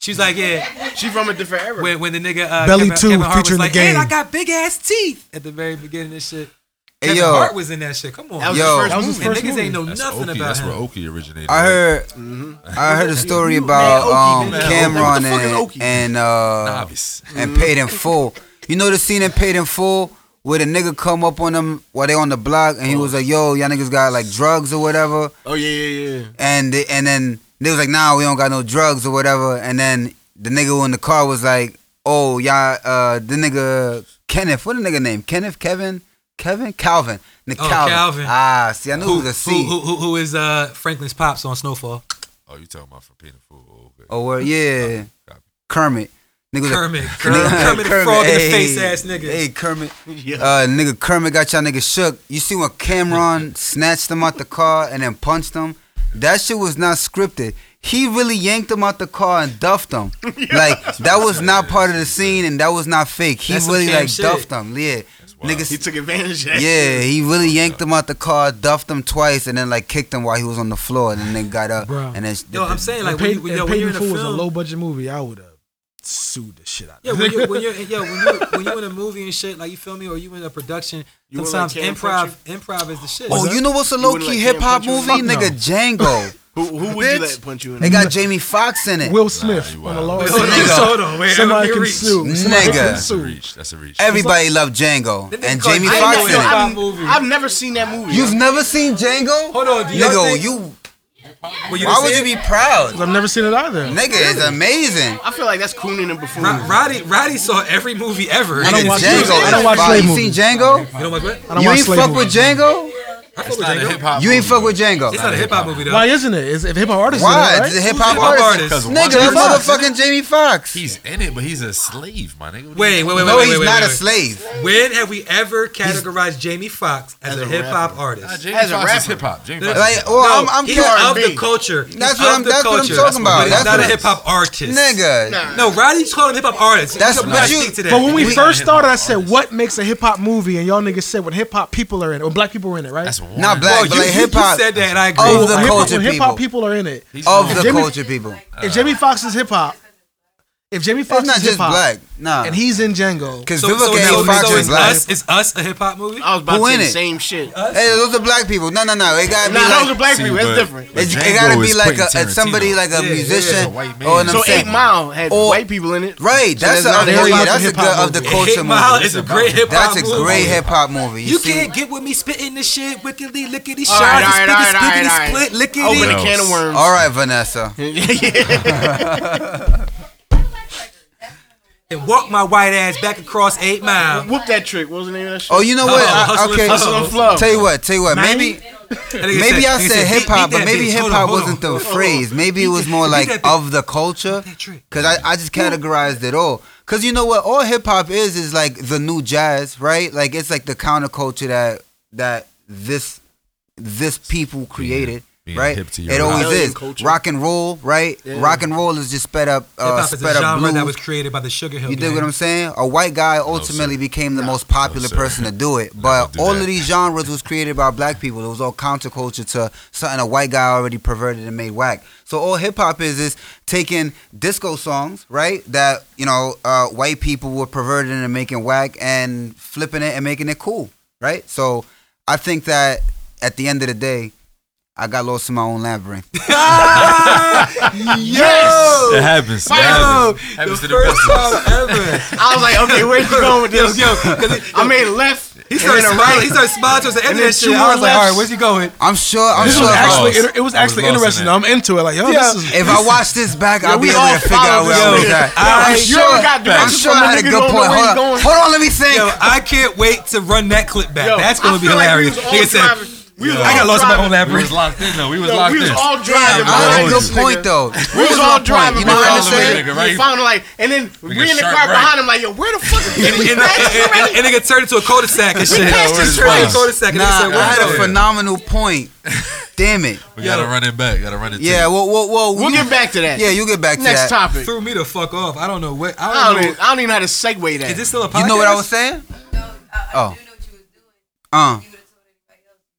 [SPEAKER 4] She's like, yeah,
[SPEAKER 3] She from a different era.
[SPEAKER 4] when, when the nigga uh,
[SPEAKER 1] Belly
[SPEAKER 4] Kevin,
[SPEAKER 1] Two
[SPEAKER 4] Kevin Hart was
[SPEAKER 1] featuring the
[SPEAKER 4] like, "And
[SPEAKER 1] game."
[SPEAKER 4] I got big ass teeth" at the very beginning of this shit.
[SPEAKER 2] Hey
[SPEAKER 4] Kevin
[SPEAKER 2] yo,
[SPEAKER 4] Hart was in that shit. Come on,
[SPEAKER 3] that was
[SPEAKER 2] Yo.
[SPEAKER 3] his first
[SPEAKER 1] That was his
[SPEAKER 3] movie.
[SPEAKER 4] and
[SPEAKER 1] first
[SPEAKER 4] niggas ain't know
[SPEAKER 5] That's
[SPEAKER 4] nothing
[SPEAKER 5] Oki.
[SPEAKER 4] about
[SPEAKER 5] That's
[SPEAKER 4] him.
[SPEAKER 5] where Oki originated.
[SPEAKER 2] I heard, Mm-hmm. I heard a story about um,
[SPEAKER 4] man.
[SPEAKER 2] Cameron
[SPEAKER 3] What the fuck is
[SPEAKER 2] and
[SPEAKER 3] Oki?
[SPEAKER 2] and uh,
[SPEAKER 5] Obvious.
[SPEAKER 2] and paid in full. You know the scene in paid in full where the nigga come up on them while they on the block and he was like, "Yo, y'all niggas got like drugs or whatever,"
[SPEAKER 3] Oh yeah, yeah, yeah.
[SPEAKER 2] and they, and then they was like, "Nah, we don't got no drugs or whatever," and then the nigga who in the car was like, "Oh, y'all, uh, the nigga Kenneth, what the nigga name? Kenneth, Kevin, Kevin, Calvin, the
[SPEAKER 4] Oh,
[SPEAKER 2] Calvin.
[SPEAKER 4] Calvin.
[SPEAKER 2] Ah, see, I knew it
[SPEAKER 4] Who,
[SPEAKER 2] was a
[SPEAKER 4] who,
[SPEAKER 2] C.
[SPEAKER 4] who- who- who is uh, Franklin's pops on Snowfall?
[SPEAKER 5] Oh, you talking about for painful? Okay.
[SPEAKER 2] Oh, well, yeah,
[SPEAKER 5] Copy.
[SPEAKER 2] Kermit." Nigga was like,
[SPEAKER 4] Kermit, Kermit, Kermit, the frog in the face ass nigga.
[SPEAKER 2] Hey, Kermit.
[SPEAKER 3] Yeah.
[SPEAKER 2] Uh, nigga, Kermit got y'all niggas shook. You see when Cameron snatched them out the car and then punched them? That shit was not scripted. He really yanked them out the car and duffed them. Like, that was not part of the scene and that was not fake. He
[SPEAKER 4] That's some
[SPEAKER 2] really,
[SPEAKER 4] Cam
[SPEAKER 2] like,
[SPEAKER 4] shit.
[SPEAKER 2] duffed them. Yeah.
[SPEAKER 5] wild.
[SPEAKER 2] Niggas,
[SPEAKER 3] He took advantage of that.
[SPEAKER 2] yeah, he really yanked him out the car, duffed him twice, and then like kicked him while he was on the floor, and then they got up.
[SPEAKER 1] Bro.
[SPEAKER 2] And then
[SPEAKER 4] Yo, I'm saying like
[SPEAKER 1] Like,
[SPEAKER 4] when,
[SPEAKER 1] Pay,
[SPEAKER 4] you, when, yo,
[SPEAKER 1] if
[SPEAKER 4] when
[SPEAKER 1] Paid
[SPEAKER 4] you're
[SPEAKER 1] in
[SPEAKER 4] in a
[SPEAKER 1] Full was a
[SPEAKER 4] film,
[SPEAKER 1] low budget movie, I would have sued the shit out of
[SPEAKER 4] Yeah, when you when you're in- yeah, when you when you in a movie and shit, like you feel me, or you in a production,
[SPEAKER 3] You wanna
[SPEAKER 4] sometimes
[SPEAKER 3] let Cam
[SPEAKER 4] improv
[SPEAKER 3] punch
[SPEAKER 4] improv is the shit.
[SPEAKER 2] Oh, you know what's a
[SPEAKER 3] You
[SPEAKER 2] low
[SPEAKER 3] wouldn't
[SPEAKER 2] key
[SPEAKER 3] let Cam
[SPEAKER 2] hip hop
[SPEAKER 3] punch you?
[SPEAKER 2] movie?
[SPEAKER 1] Fuck no.
[SPEAKER 2] Nigga, Django.
[SPEAKER 3] Who, who would you
[SPEAKER 2] Bitch.
[SPEAKER 3] let punch you in?
[SPEAKER 2] They got Jamie Foxx in it.
[SPEAKER 1] Will Smith
[SPEAKER 5] you
[SPEAKER 1] on a
[SPEAKER 5] wild.
[SPEAKER 1] large
[SPEAKER 4] Wait, hold on,
[SPEAKER 2] Nigga.
[SPEAKER 4] hold on, wait, let
[SPEAKER 1] Somebody
[SPEAKER 4] me
[SPEAKER 1] can
[SPEAKER 4] reach.
[SPEAKER 1] sue. Somebody
[SPEAKER 2] Nigga.
[SPEAKER 1] can
[SPEAKER 5] That's a
[SPEAKER 1] sue.
[SPEAKER 5] reach. That's a reach.
[SPEAKER 2] Everybody loved Django
[SPEAKER 4] That nigga
[SPEAKER 2] and
[SPEAKER 4] called
[SPEAKER 2] Jamie
[SPEAKER 4] Django
[SPEAKER 3] I
[SPEAKER 2] Foxx
[SPEAKER 3] ain't
[SPEAKER 2] in
[SPEAKER 3] never-
[SPEAKER 4] Hip
[SPEAKER 2] it.
[SPEAKER 4] hop
[SPEAKER 3] I've,
[SPEAKER 4] movie.
[SPEAKER 3] I've never seen that movie.
[SPEAKER 2] You've never seen Django?
[SPEAKER 4] Hold on, do y'all
[SPEAKER 2] nigga,
[SPEAKER 4] think-
[SPEAKER 2] you.
[SPEAKER 4] Well, you
[SPEAKER 2] Why
[SPEAKER 4] done
[SPEAKER 2] would
[SPEAKER 4] said-
[SPEAKER 2] you be proud?
[SPEAKER 1] I've never seen it either.
[SPEAKER 2] Nigga, it's amazing.
[SPEAKER 3] I feel like that's cooning and buffooning.
[SPEAKER 4] Ro- Roddy Roddy saw every movie ever.
[SPEAKER 1] I don't
[SPEAKER 2] Nigga,
[SPEAKER 1] watch
[SPEAKER 2] Django.
[SPEAKER 1] movies. I
[SPEAKER 2] is
[SPEAKER 1] don't watch
[SPEAKER 2] fire.
[SPEAKER 1] slave
[SPEAKER 2] You seen
[SPEAKER 1] movies.
[SPEAKER 2] Django?
[SPEAKER 4] You don't watch what?
[SPEAKER 1] I don't
[SPEAKER 2] You
[SPEAKER 1] watch
[SPEAKER 2] ain't
[SPEAKER 1] slave
[SPEAKER 2] fuck with
[SPEAKER 1] movies.
[SPEAKER 2] Django?
[SPEAKER 4] I fuck with
[SPEAKER 5] not a hip
[SPEAKER 4] Django.
[SPEAKER 5] hop.
[SPEAKER 2] You ain't fuck with
[SPEAKER 4] It's
[SPEAKER 2] Django.
[SPEAKER 4] not a hip hop movie though.
[SPEAKER 1] Why isn't it? Is- If hip hop artists,
[SPEAKER 2] Why?
[SPEAKER 1] Did it,
[SPEAKER 2] It's a
[SPEAKER 1] right?
[SPEAKER 2] hip
[SPEAKER 4] Who's
[SPEAKER 2] hop
[SPEAKER 4] hip-hop
[SPEAKER 2] artist.
[SPEAKER 4] artist?
[SPEAKER 2] Nigga, that's
[SPEAKER 5] Jamie Foxx.
[SPEAKER 2] motherfucking Jamie Foxx.
[SPEAKER 5] He's in it, but he's a slave, my nigga. What do
[SPEAKER 4] Wait, wait,
[SPEAKER 5] you-
[SPEAKER 4] wait, wait,
[SPEAKER 2] No,
[SPEAKER 4] wait,
[SPEAKER 2] he's
[SPEAKER 4] wait,
[SPEAKER 2] not
[SPEAKER 4] wait,
[SPEAKER 2] a
[SPEAKER 4] wait.
[SPEAKER 2] slave.
[SPEAKER 4] When have we ever categorized Jamie Foxx as,
[SPEAKER 3] As
[SPEAKER 4] a
[SPEAKER 3] a
[SPEAKER 4] hip hop
[SPEAKER 3] rapper.
[SPEAKER 5] Nah,
[SPEAKER 4] artist?
[SPEAKER 5] Jamie
[SPEAKER 3] As a
[SPEAKER 5] Foxx is
[SPEAKER 3] rapper.
[SPEAKER 5] hip hop. Jamie
[SPEAKER 4] No,
[SPEAKER 5] Foxx. is
[SPEAKER 2] Like,
[SPEAKER 5] hip-hop.
[SPEAKER 2] well, I'm,
[SPEAKER 4] No,
[SPEAKER 2] I'm
[SPEAKER 4] he's
[SPEAKER 2] sorry.
[SPEAKER 4] of the culture.
[SPEAKER 2] That's
[SPEAKER 4] He's
[SPEAKER 2] what
[SPEAKER 4] of
[SPEAKER 2] I'm-
[SPEAKER 4] the
[SPEAKER 2] that's what I'm
[SPEAKER 4] culture.
[SPEAKER 2] talking about.
[SPEAKER 4] But he's
[SPEAKER 2] That's
[SPEAKER 4] not a
[SPEAKER 2] what I'm-
[SPEAKER 4] hip hop artist.
[SPEAKER 2] Nigga.
[SPEAKER 3] Nah.
[SPEAKER 4] No, Roddy's calling him hip hop artists.
[SPEAKER 2] That's-
[SPEAKER 4] He's a
[SPEAKER 2] but
[SPEAKER 4] black
[SPEAKER 2] you-
[SPEAKER 4] geek today.
[SPEAKER 1] But when we
[SPEAKER 2] We-
[SPEAKER 1] first started, I said,
[SPEAKER 5] artists.
[SPEAKER 1] "What makes a hip hop movie?" And y'all niggas said, "When hip hop people are in it, when black people are in it, right?"
[SPEAKER 5] That's one.
[SPEAKER 2] Not black,
[SPEAKER 4] Bro,
[SPEAKER 2] but
[SPEAKER 4] you-
[SPEAKER 2] like
[SPEAKER 4] you- you
[SPEAKER 2] hip hop.
[SPEAKER 4] said that and I agree.
[SPEAKER 2] Of
[SPEAKER 1] When
[SPEAKER 2] the
[SPEAKER 1] hip-
[SPEAKER 2] culture
[SPEAKER 1] when hip hop
[SPEAKER 2] people.
[SPEAKER 1] people are in it.
[SPEAKER 5] He's
[SPEAKER 2] Of
[SPEAKER 5] not-
[SPEAKER 2] the
[SPEAKER 1] Jamie-
[SPEAKER 2] culture people.
[SPEAKER 1] If Jamie Foxx is hip hop, if Jamie
[SPEAKER 2] It's
[SPEAKER 1] Foxx
[SPEAKER 2] not
[SPEAKER 1] is hip
[SPEAKER 2] just black.
[SPEAKER 1] hop,
[SPEAKER 2] Nah.
[SPEAKER 1] and he's in Django,
[SPEAKER 2] Because
[SPEAKER 4] so,
[SPEAKER 2] Vivica A.
[SPEAKER 4] so, so,
[SPEAKER 2] Fox
[SPEAKER 4] so
[SPEAKER 2] is
[SPEAKER 4] is
[SPEAKER 2] black.
[SPEAKER 4] us is us a hip hop movie?
[SPEAKER 3] I was about
[SPEAKER 2] Who in
[SPEAKER 3] to say the
[SPEAKER 2] it?
[SPEAKER 3] same shit. Nah,
[SPEAKER 2] Hey, those are black people. No, no, no. It gotta be
[SPEAKER 3] that was
[SPEAKER 2] like,
[SPEAKER 3] a black
[SPEAKER 5] See,
[SPEAKER 3] people. That's
[SPEAKER 5] but-
[SPEAKER 3] different.
[SPEAKER 5] but
[SPEAKER 2] It's, it
[SPEAKER 5] Django
[SPEAKER 2] gotta be
[SPEAKER 5] is
[SPEAKER 2] like a,
[SPEAKER 5] Quentin
[SPEAKER 2] it's somebody
[SPEAKER 5] Tarantino.
[SPEAKER 2] like a
[SPEAKER 4] Yeah, yeah,
[SPEAKER 2] musician.
[SPEAKER 5] a white man.
[SPEAKER 2] Or an
[SPEAKER 3] So
[SPEAKER 2] upset-
[SPEAKER 3] Eight Mile had
[SPEAKER 2] Or-
[SPEAKER 3] white people in it.
[SPEAKER 2] Right,
[SPEAKER 3] So
[SPEAKER 2] that's,
[SPEAKER 3] there's
[SPEAKER 2] a, oh,
[SPEAKER 3] other
[SPEAKER 1] hip
[SPEAKER 2] yeah,
[SPEAKER 1] hop
[SPEAKER 2] that's
[SPEAKER 1] and
[SPEAKER 2] a
[SPEAKER 1] hip-hop
[SPEAKER 2] good of the
[SPEAKER 1] movie.
[SPEAKER 2] culture
[SPEAKER 4] Eight Mile
[SPEAKER 2] movie.
[SPEAKER 4] is a great hip hop
[SPEAKER 2] That's
[SPEAKER 4] movie.
[SPEAKER 2] a great hip hop movie.
[SPEAKER 4] You,
[SPEAKER 2] You, see,
[SPEAKER 4] can't get with me spitting this shit wickedly, lickety
[SPEAKER 3] All
[SPEAKER 4] shot,
[SPEAKER 3] right, all right, all right, all right,
[SPEAKER 4] spickety, spickety,
[SPEAKER 3] all right.
[SPEAKER 4] split, lickety.
[SPEAKER 3] Open a
[SPEAKER 5] What
[SPEAKER 3] Oh, can
[SPEAKER 5] else?
[SPEAKER 3] of worms.
[SPEAKER 2] all right, Vanessa.
[SPEAKER 4] and walk my white ass back across eight miles.
[SPEAKER 3] Whoop that trick. What was the name of that shit?
[SPEAKER 2] Oh, you know what?
[SPEAKER 4] Oh,
[SPEAKER 2] I-
[SPEAKER 4] Hustle and
[SPEAKER 2] okay,
[SPEAKER 4] Flow.
[SPEAKER 3] Hustle and Flow.
[SPEAKER 2] tell you what, tell you what.
[SPEAKER 1] Man.
[SPEAKER 2] Maybe
[SPEAKER 4] That nigga
[SPEAKER 2] maybe I
[SPEAKER 4] nigga
[SPEAKER 2] said
[SPEAKER 4] beat-
[SPEAKER 2] hip hop,
[SPEAKER 4] beat
[SPEAKER 2] but
[SPEAKER 4] that
[SPEAKER 2] maybe
[SPEAKER 4] bitch.
[SPEAKER 2] hip
[SPEAKER 4] Hold
[SPEAKER 2] hop
[SPEAKER 4] on, hold
[SPEAKER 2] wasn't
[SPEAKER 4] on.
[SPEAKER 2] the phrase. Maybe it was more
[SPEAKER 4] beat
[SPEAKER 2] like
[SPEAKER 4] that bitch.
[SPEAKER 2] of the culture.
[SPEAKER 4] That trick.
[SPEAKER 2] Cause I, I just categorized it all. Cause you know what? All hip hop is is like the new jazz, right? Like it's like the counterculture that that this this people created,
[SPEAKER 5] being
[SPEAKER 2] right?
[SPEAKER 5] hip to your
[SPEAKER 2] It always
[SPEAKER 3] Rebellion
[SPEAKER 2] is
[SPEAKER 3] culture.
[SPEAKER 2] rock and roll, right? Rock and roll is just sped up,
[SPEAKER 4] Hip
[SPEAKER 2] uh,
[SPEAKER 4] hop is a
[SPEAKER 2] sped up
[SPEAKER 4] genre
[SPEAKER 2] blues.
[SPEAKER 4] that was created by the Sugar Hill.
[SPEAKER 2] you dig
[SPEAKER 4] Gang.
[SPEAKER 2] what I'm saying? A white guy ultimately became the most popular
[SPEAKER 5] sir.
[SPEAKER 2] person to do it, but
[SPEAKER 5] do
[SPEAKER 2] all
[SPEAKER 5] that.
[SPEAKER 2] of these genres was created by black people. It was all counterculture to something a white guy already perverted and made whack. So all hip hop is is taking disco songs, right? That you know, uh, white people were perverted and making whack, and flipping it and making it cool, right? So I think that at the end of the day, I got lost in my own labyrinth.
[SPEAKER 4] Yes!
[SPEAKER 5] It happens. It
[SPEAKER 4] Yo,
[SPEAKER 5] happens. Happens
[SPEAKER 4] the
[SPEAKER 5] to the
[SPEAKER 4] first
[SPEAKER 5] best of us.
[SPEAKER 4] time ever.
[SPEAKER 3] I was like, okay, where's you going with this?
[SPEAKER 4] Yo, 'cause it-
[SPEAKER 3] I made left.
[SPEAKER 4] He
[SPEAKER 3] and then
[SPEAKER 4] started
[SPEAKER 3] a
[SPEAKER 4] smiling. He started smiling towards the end
[SPEAKER 3] And
[SPEAKER 4] of
[SPEAKER 3] then
[SPEAKER 4] that
[SPEAKER 3] two
[SPEAKER 4] shit.
[SPEAKER 3] more
[SPEAKER 4] I was like, all
[SPEAKER 3] left.
[SPEAKER 4] right, where's he going?
[SPEAKER 2] I'm sure. I'm
[SPEAKER 5] This
[SPEAKER 1] this
[SPEAKER 2] sure.
[SPEAKER 1] was
[SPEAKER 2] if I-
[SPEAKER 5] I lost.
[SPEAKER 1] actually inter- it was
[SPEAKER 5] I was
[SPEAKER 1] actually
[SPEAKER 5] lost in
[SPEAKER 1] interesting.
[SPEAKER 5] that.
[SPEAKER 1] I'm into it. Like yo,
[SPEAKER 4] Yeah.
[SPEAKER 1] this is
[SPEAKER 2] If I watch this back, I'll
[SPEAKER 3] we
[SPEAKER 2] be able
[SPEAKER 3] all
[SPEAKER 2] to figure out
[SPEAKER 3] follow
[SPEAKER 2] where I
[SPEAKER 4] this
[SPEAKER 2] was
[SPEAKER 4] nigga.
[SPEAKER 2] at.
[SPEAKER 4] I-
[SPEAKER 2] I'm
[SPEAKER 4] you
[SPEAKER 2] sure,
[SPEAKER 3] ever got
[SPEAKER 2] I'm
[SPEAKER 3] directions
[SPEAKER 2] sure I
[SPEAKER 3] from a
[SPEAKER 2] had a
[SPEAKER 3] nigga
[SPEAKER 2] good
[SPEAKER 3] don't know
[SPEAKER 2] point.
[SPEAKER 3] where
[SPEAKER 2] Hold
[SPEAKER 3] he's
[SPEAKER 2] on,
[SPEAKER 3] going?
[SPEAKER 2] hold on, let me think.
[SPEAKER 4] Yo, I can't wait to run that clip back.
[SPEAKER 3] Yo,
[SPEAKER 4] That's
[SPEAKER 3] I
[SPEAKER 4] gonna be
[SPEAKER 3] feel like we
[SPEAKER 4] hilarious.
[SPEAKER 3] was all
[SPEAKER 4] Nigga said,
[SPEAKER 3] driving. We was
[SPEAKER 5] Yeah.
[SPEAKER 3] all
[SPEAKER 4] I got lost in my
[SPEAKER 3] driving.
[SPEAKER 4] own lab
[SPEAKER 5] We was
[SPEAKER 4] breath.
[SPEAKER 5] locked in though. We was
[SPEAKER 3] No,
[SPEAKER 5] locked
[SPEAKER 3] we was
[SPEAKER 5] in.
[SPEAKER 3] all driving.
[SPEAKER 5] I
[SPEAKER 3] behind this
[SPEAKER 5] like your
[SPEAKER 3] nigga.
[SPEAKER 2] point, though.
[SPEAKER 3] We was
[SPEAKER 2] What
[SPEAKER 3] all
[SPEAKER 2] was my point?
[SPEAKER 3] driving
[SPEAKER 2] You know
[SPEAKER 3] behind
[SPEAKER 2] what
[SPEAKER 3] this
[SPEAKER 2] I'm saying?
[SPEAKER 5] Nigga,
[SPEAKER 3] nigga.
[SPEAKER 5] right?
[SPEAKER 3] We found like, and then we
[SPEAKER 5] got
[SPEAKER 3] in the
[SPEAKER 5] shark
[SPEAKER 3] car
[SPEAKER 5] right.
[SPEAKER 3] behind him like, yo, where the fuck is this?
[SPEAKER 4] and, and, and it got turned into a cul-de-sac and shit.
[SPEAKER 5] passed this
[SPEAKER 4] Turned into a
[SPEAKER 5] place.
[SPEAKER 4] cul-de-sac.
[SPEAKER 2] Nah,
[SPEAKER 4] and it said,
[SPEAKER 2] I had a
[SPEAKER 4] "Whoa."
[SPEAKER 2] phenomenal point. Damn it.
[SPEAKER 5] We gotta run it back. Gotta run it.
[SPEAKER 2] Yeah,
[SPEAKER 5] Tape.
[SPEAKER 2] well, well, well
[SPEAKER 3] We'll
[SPEAKER 2] you-
[SPEAKER 3] get back to that.
[SPEAKER 2] Yeah, you get back to that.
[SPEAKER 3] Next topic.
[SPEAKER 4] threw me the fuck off. I don't know what.
[SPEAKER 3] I
[SPEAKER 4] I don't
[SPEAKER 3] don't,
[SPEAKER 4] know.
[SPEAKER 3] even, I don't even know how to segue that.
[SPEAKER 4] Is this still a podcast?
[SPEAKER 2] You know what I was saying?
[SPEAKER 6] No, I, I
[SPEAKER 2] Oh.
[SPEAKER 6] do know what you was doing. You would
[SPEAKER 2] Uh,
[SPEAKER 6] have told everybody else.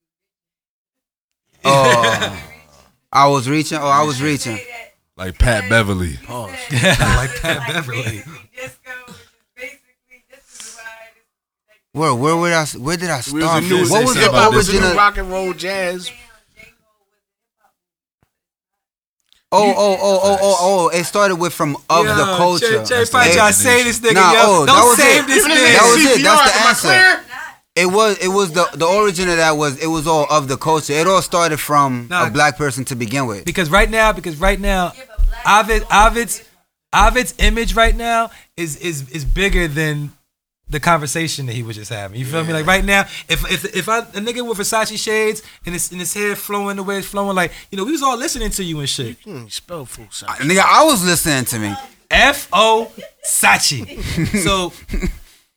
[SPEAKER 2] oh, I was reaching. Oh, I was reaching.
[SPEAKER 6] Say that
[SPEAKER 5] Like Pat Beverly.
[SPEAKER 6] Pause.
[SPEAKER 4] like Pat Beverly.
[SPEAKER 2] Where, where, where I, s- where did I
[SPEAKER 3] we was
[SPEAKER 2] start?
[SPEAKER 3] in new,
[SPEAKER 2] from?
[SPEAKER 5] this
[SPEAKER 2] What
[SPEAKER 5] they
[SPEAKER 2] was
[SPEAKER 5] said
[SPEAKER 2] the
[SPEAKER 5] about this
[SPEAKER 2] original?
[SPEAKER 3] rock and roll jazz?
[SPEAKER 2] Oh, oh, oh, oh, oh, oh! It started with from of
[SPEAKER 4] Yo,
[SPEAKER 2] the culture.
[SPEAKER 4] J- J. Fry,
[SPEAKER 2] It-
[SPEAKER 4] y'all say this nigga,
[SPEAKER 2] Nah,
[SPEAKER 4] yo.
[SPEAKER 2] oh, that
[SPEAKER 4] don't
[SPEAKER 2] was
[SPEAKER 4] save
[SPEAKER 2] it.
[SPEAKER 4] this
[SPEAKER 3] Even if
[SPEAKER 4] man.
[SPEAKER 2] That was it.
[SPEAKER 3] CPR,
[SPEAKER 2] That's the
[SPEAKER 3] am I
[SPEAKER 2] answer.
[SPEAKER 3] clear?
[SPEAKER 2] It was it was the the origin of that was it was all of the culture. It all started from
[SPEAKER 4] Nah.
[SPEAKER 2] a black person to begin with.
[SPEAKER 4] Because right now, because right now, Ovid, Ovid's, Ovid's image right now is is is bigger than the conversation that he was just having. You feel me? Like right now, if if if I a nigga with Versace shades and his and his hair flowing the way it's flowing, like you know, we was all listening to you and shit.
[SPEAKER 3] Hmm, spell full
[SPEAKER 2] I- Nigga, I was listening to me.
[SPEAKER 4] F O Sachi. So,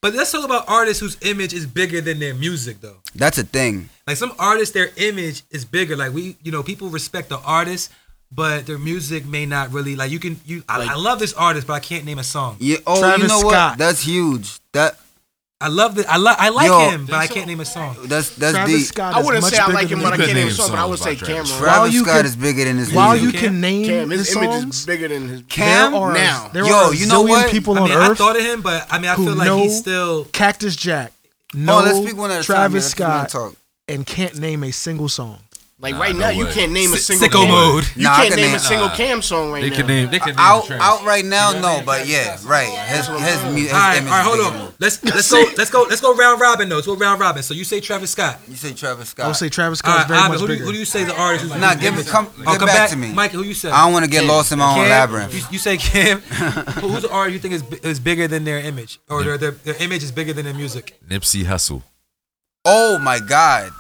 [SPEAKER 4] but let's talk about artists whose image is bigger than their music, though.
[SPEAKER 2] That's a thing.
[SPEAKER 4] Like some artists, their image is bigger. Like we, you know, people respect the artist, but their music may not really. Like you can, you. I, I love this artist, but I can't name a song.
[SPEAKER 2] Yeah. Oh, you
[SPEAKER 1] Travis
[SPEAKER 2] know what?
[SPEAKER 1] Scott.
[SPEAKER 2] That's huge. That
[SPEAKER 4] I love the. I like. I like
[SPEAKER 2] Yo.
[SPEAKER 4] him, but I can't name a song.
[SPEAKER 2] that's that's
[SPEAKER 1] Travis
[SPEAKER 2] deep.
[SPEAKER 1] Scott
[SPEAKER 3] I
[SPEAKER 1] is
[SPEAKER 3] wouldn't
[SPEAKER 1] much
[SPEAKER 3] say I
[SPEAKER 1] bigger
[SPEAKER 3] like him,
[SPEAKER 1] than
[SPEAKER 3] but I
[SPEAKER 1] his
[SPEAKER 3] can't name
[SPEAKER 5] name
[SPEAKER 3] something. I would
[SPEAKER 5] songs
[SPEAKER 3] say
[SPEAKER 5] by Travis.
[SPEAKER 3] Cameron.
[SPEAKER 1] While
[SPEAKER 2] Travis
[SPEAKER 1] you
[SPEAKER 2] Scott
[SPEAKER 1] can-
[SPEAKER 2] is bigger than his
[SPEAKER 1] While
[SPEAKER 2] music.
[SPEAKER 1] you
[SPEAKER 4] Cam.
[SPEAKER 1] can name
[SPEAKER 3] Cam,
[SPEAKER 1] his
[SPEAKER 3] his image is
[SPEAKER 1] songs,
[SPEAKER 3] bigger than his.
[SPEAKER 2] Cam?
[SPEAKER 1] there are,
[SPEAKER 3] now.
[SPEAKER 1] there
[SPEAKER 2] Yo,
[SPEAKER 1] are
[SPEAKER 2] you know
[SPEAKER 1] zillion
[SPEAKER 2] what?
[SPEAKER 1] people
[SPEAKER 4] I mean,
[SPEAKER 1] on
[SPEAKER 4] I
[SPEAKER 1] earth.
[SPEAKER 4] thought of him, but I mean, I
[SPEAKER 1] who
[SPEAKER 4] feel like he's
[SPEAKER 1] know-
[SPEAKER 4] still.
[SPEAKER 1] Cactus Jack, no
[SPEAKER 2] No, let's speak one at a
[SPEAKER 1] Travis
[SPEAKER 2] time. man. Let's
[SPEAKER 1] Scott,
[SPEAKER 2] talk.
[SPEAKER 1] and can't name a single song.
[SPEAKER 3] Like
[SPEAKER 5] Nah,
[SPEAKER 3] right
[SPEAKER 5] no
[SPEAKER 3] now, you
[SPEAKER 5] way.
[SPEAKER 3] can't name a
[SPEAKER 4] Sick-
[SPEAKER 3] single.
[SPEAKER 4] sicko
[SPEAKER 3] Cam.
[SPEAKER 4] mode.
[SPEAKER 3] You
[SPEAKER 2] Nah, I
[SPEAKER 3] can't
[SPEAKER 2] can
[SPEAKER 3] name,
[SPEAKER 2] name-
[SPEAKER 3] a single
[SPEAKER 5] nah.
[SPEAKER 3] Cam song right
[SPEAKER 5] They
[SPEAKER 3] now.
[SPEAKER 5] can name. They can name.
[SPEAKER 2] Out,
[SPEAKER 5] Travis.
[SPEAKER 2] out right now,
[SPEAKER 5] You know what I
[SPEAKER 2] no,
[SPEAKER 5] mean?
[SPEAKER 2] but
[SPEAKER 5] Travis
[SPEAKER 2] yeah,
[SPEAKER 5] Scott's-
[SPEAKER 2] right. His his, mu- his
[SPEAKER 4] All right, all
[SPEAKER 2] image.
[SPEAKER 4] right, hold
[SPEAKER 2] is bigger
[SPEAKER 4] on.
[SPEAKER 2] than-
[SPEAKER 4] Let's let's go let's go let's go round robin though. Let's go round robin. So you say Travis Scott.
[SPEAKER 2] You say Travis Scott?
[SPEAKER 1] I would say Travis
[SPEAKER 4] All
[SPEAKER 1] Scott
[SPEAKER 4] right,
[SPEAKER 1] is very
[SPEAKER 4] Ivan,
[SPEAKER 1] much
[SPEAKER 4] Uh, who, do you,
[SPEAKER 1] bigger.
[SPEAKER 4] who do you say the artist? who's-
[SPEAKER 2] Nah, give me come.
[SPEAKER 4] Oh,
[SPEAKER 2] get
[SPEAKER 4] come
[SPEAKER 2] back, to me.
[SPEAKER 4] Mike. Who you say?
[SPEAKER 2] I don't want to get lost in my own
[SPEAKER 4] Cam?
[SPEAKER 2] labyrinth.
[SPEAKER 4] You, you say Cam. Who- Who's the artist you think is bi- is bigger than their image, or their, their their image is bigger than their music?
[SPEAKER 5] Nipsey Hussle.
[SPEAKER 2] Oh my God!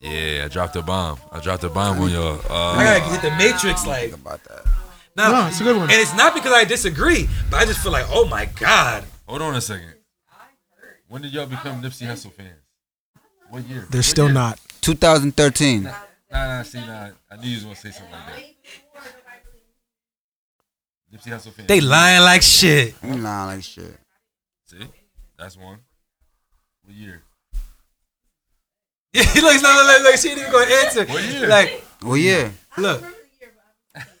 [SPEAKER 5] Yeah, I dropped a bomb. I dropped a bomb on y'all. Uh,
[SPEAKER 4] I gotta get the Matrix like.
[SPEAKER 2] Think about that.
[SPEAKER 4] Nah,
[SPEAKER 1] No, it's a good one.
[SPEAKER 4] And it's not because I disagree, but I just feel like, oh my god.
[SPEAKER 5] Hold on a second. When did y'all become Nipsey Hussle fans? What year?
[SPEAKER 1] They're still not.
[SPEAKER 2] 2013.
[SPEAKER 5] Nah, nah, see, nah. I knew you was gonna say something like that. Nipsey Hussle fans.
[SPEAKER 4] They lying like shit.
[SPEAKER 2] Nah, like shit.
[SPEAKER 5] See, that's one. What year?
[SPEAKER 4] like, look, look, look, look, she didn't even gonna answer.
[SPEAKER 5] What year?
[SPEAKER 4] Like,
[SPEAKER 2] Well, yeah,
[SPEAKER 4] look.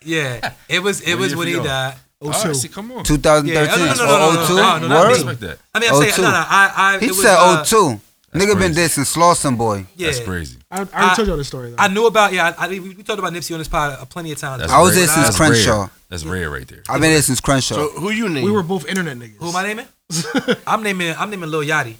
[SPEAKER 4] Yeah, it was it
[SPEAKER 5] What
[SPEAKER 4] was
[SPEAKER 5] year
[SPEAKER 4] when
[SPEAKER 5] for
[SPEAKER 4] he
[SPEAKER 5] y'all?
[SPEAKER 4] died.
[SPEAKER 1] Oh,
[SPEAKER 5] All
[SPEAKER 1] two.
[SPEAKER 5] right, Ah, see, come on.
[SPEAKER 4] Yeah,
[SPEAKER 2] 2013
[SPEAKER 4] no, no, no, no, no,
[SPEAKER 2] or 02.
[SPEAKER 4] no, no, not
[SPEAKER 5] I
[SPEAKER 4] me.
[SPEAKER 2] Oh, Word?
[SPEAKER 5] respect that.
[SPEAKER 4] I mean, I'm saying,
[SPEAKER 2] 02.
[SPEAKER 4] no, no, I, I,
[SPEAKER 2] He
[SPEAKER 4] it was,
[SPEAKER 2] said
[SPEAKER 4] uh,
[SPEAKER 2] 02. Nigga been
[SPEAKER 5] crazy.
[SPEAKER 2] dissing Sloth some boy.
[SPEAKER 4] Yeah,
[SPEAKER 5] That's crazy.
[SPEAKER 1] I, I already
[SPEAKER 4] I-
[SPEAKER 1] told y'all this story though.
[SPEAKER 4] I knew about yeah. I, I, we we talked about Nipsey on this pod uh, plenty of times.
[SPEAKER 5] That's
[SPEAKER 2] I was
[SPEAKER 5] rare.
[SPEAKER 2] there since
[SPEAKER 5] That's rare.
[SPEAKER 2] Crenshaw.
[SPEAKER 5] That's rare right there.
[SPEAKER 2] I've been there since Crenshaw.
[SPEAKER 3] So who you name?
[SPEAKER 1] we were both internet niggas.
[SPEAKER 4] Who am I naming? I'm naming I'm naming Lil Yachty.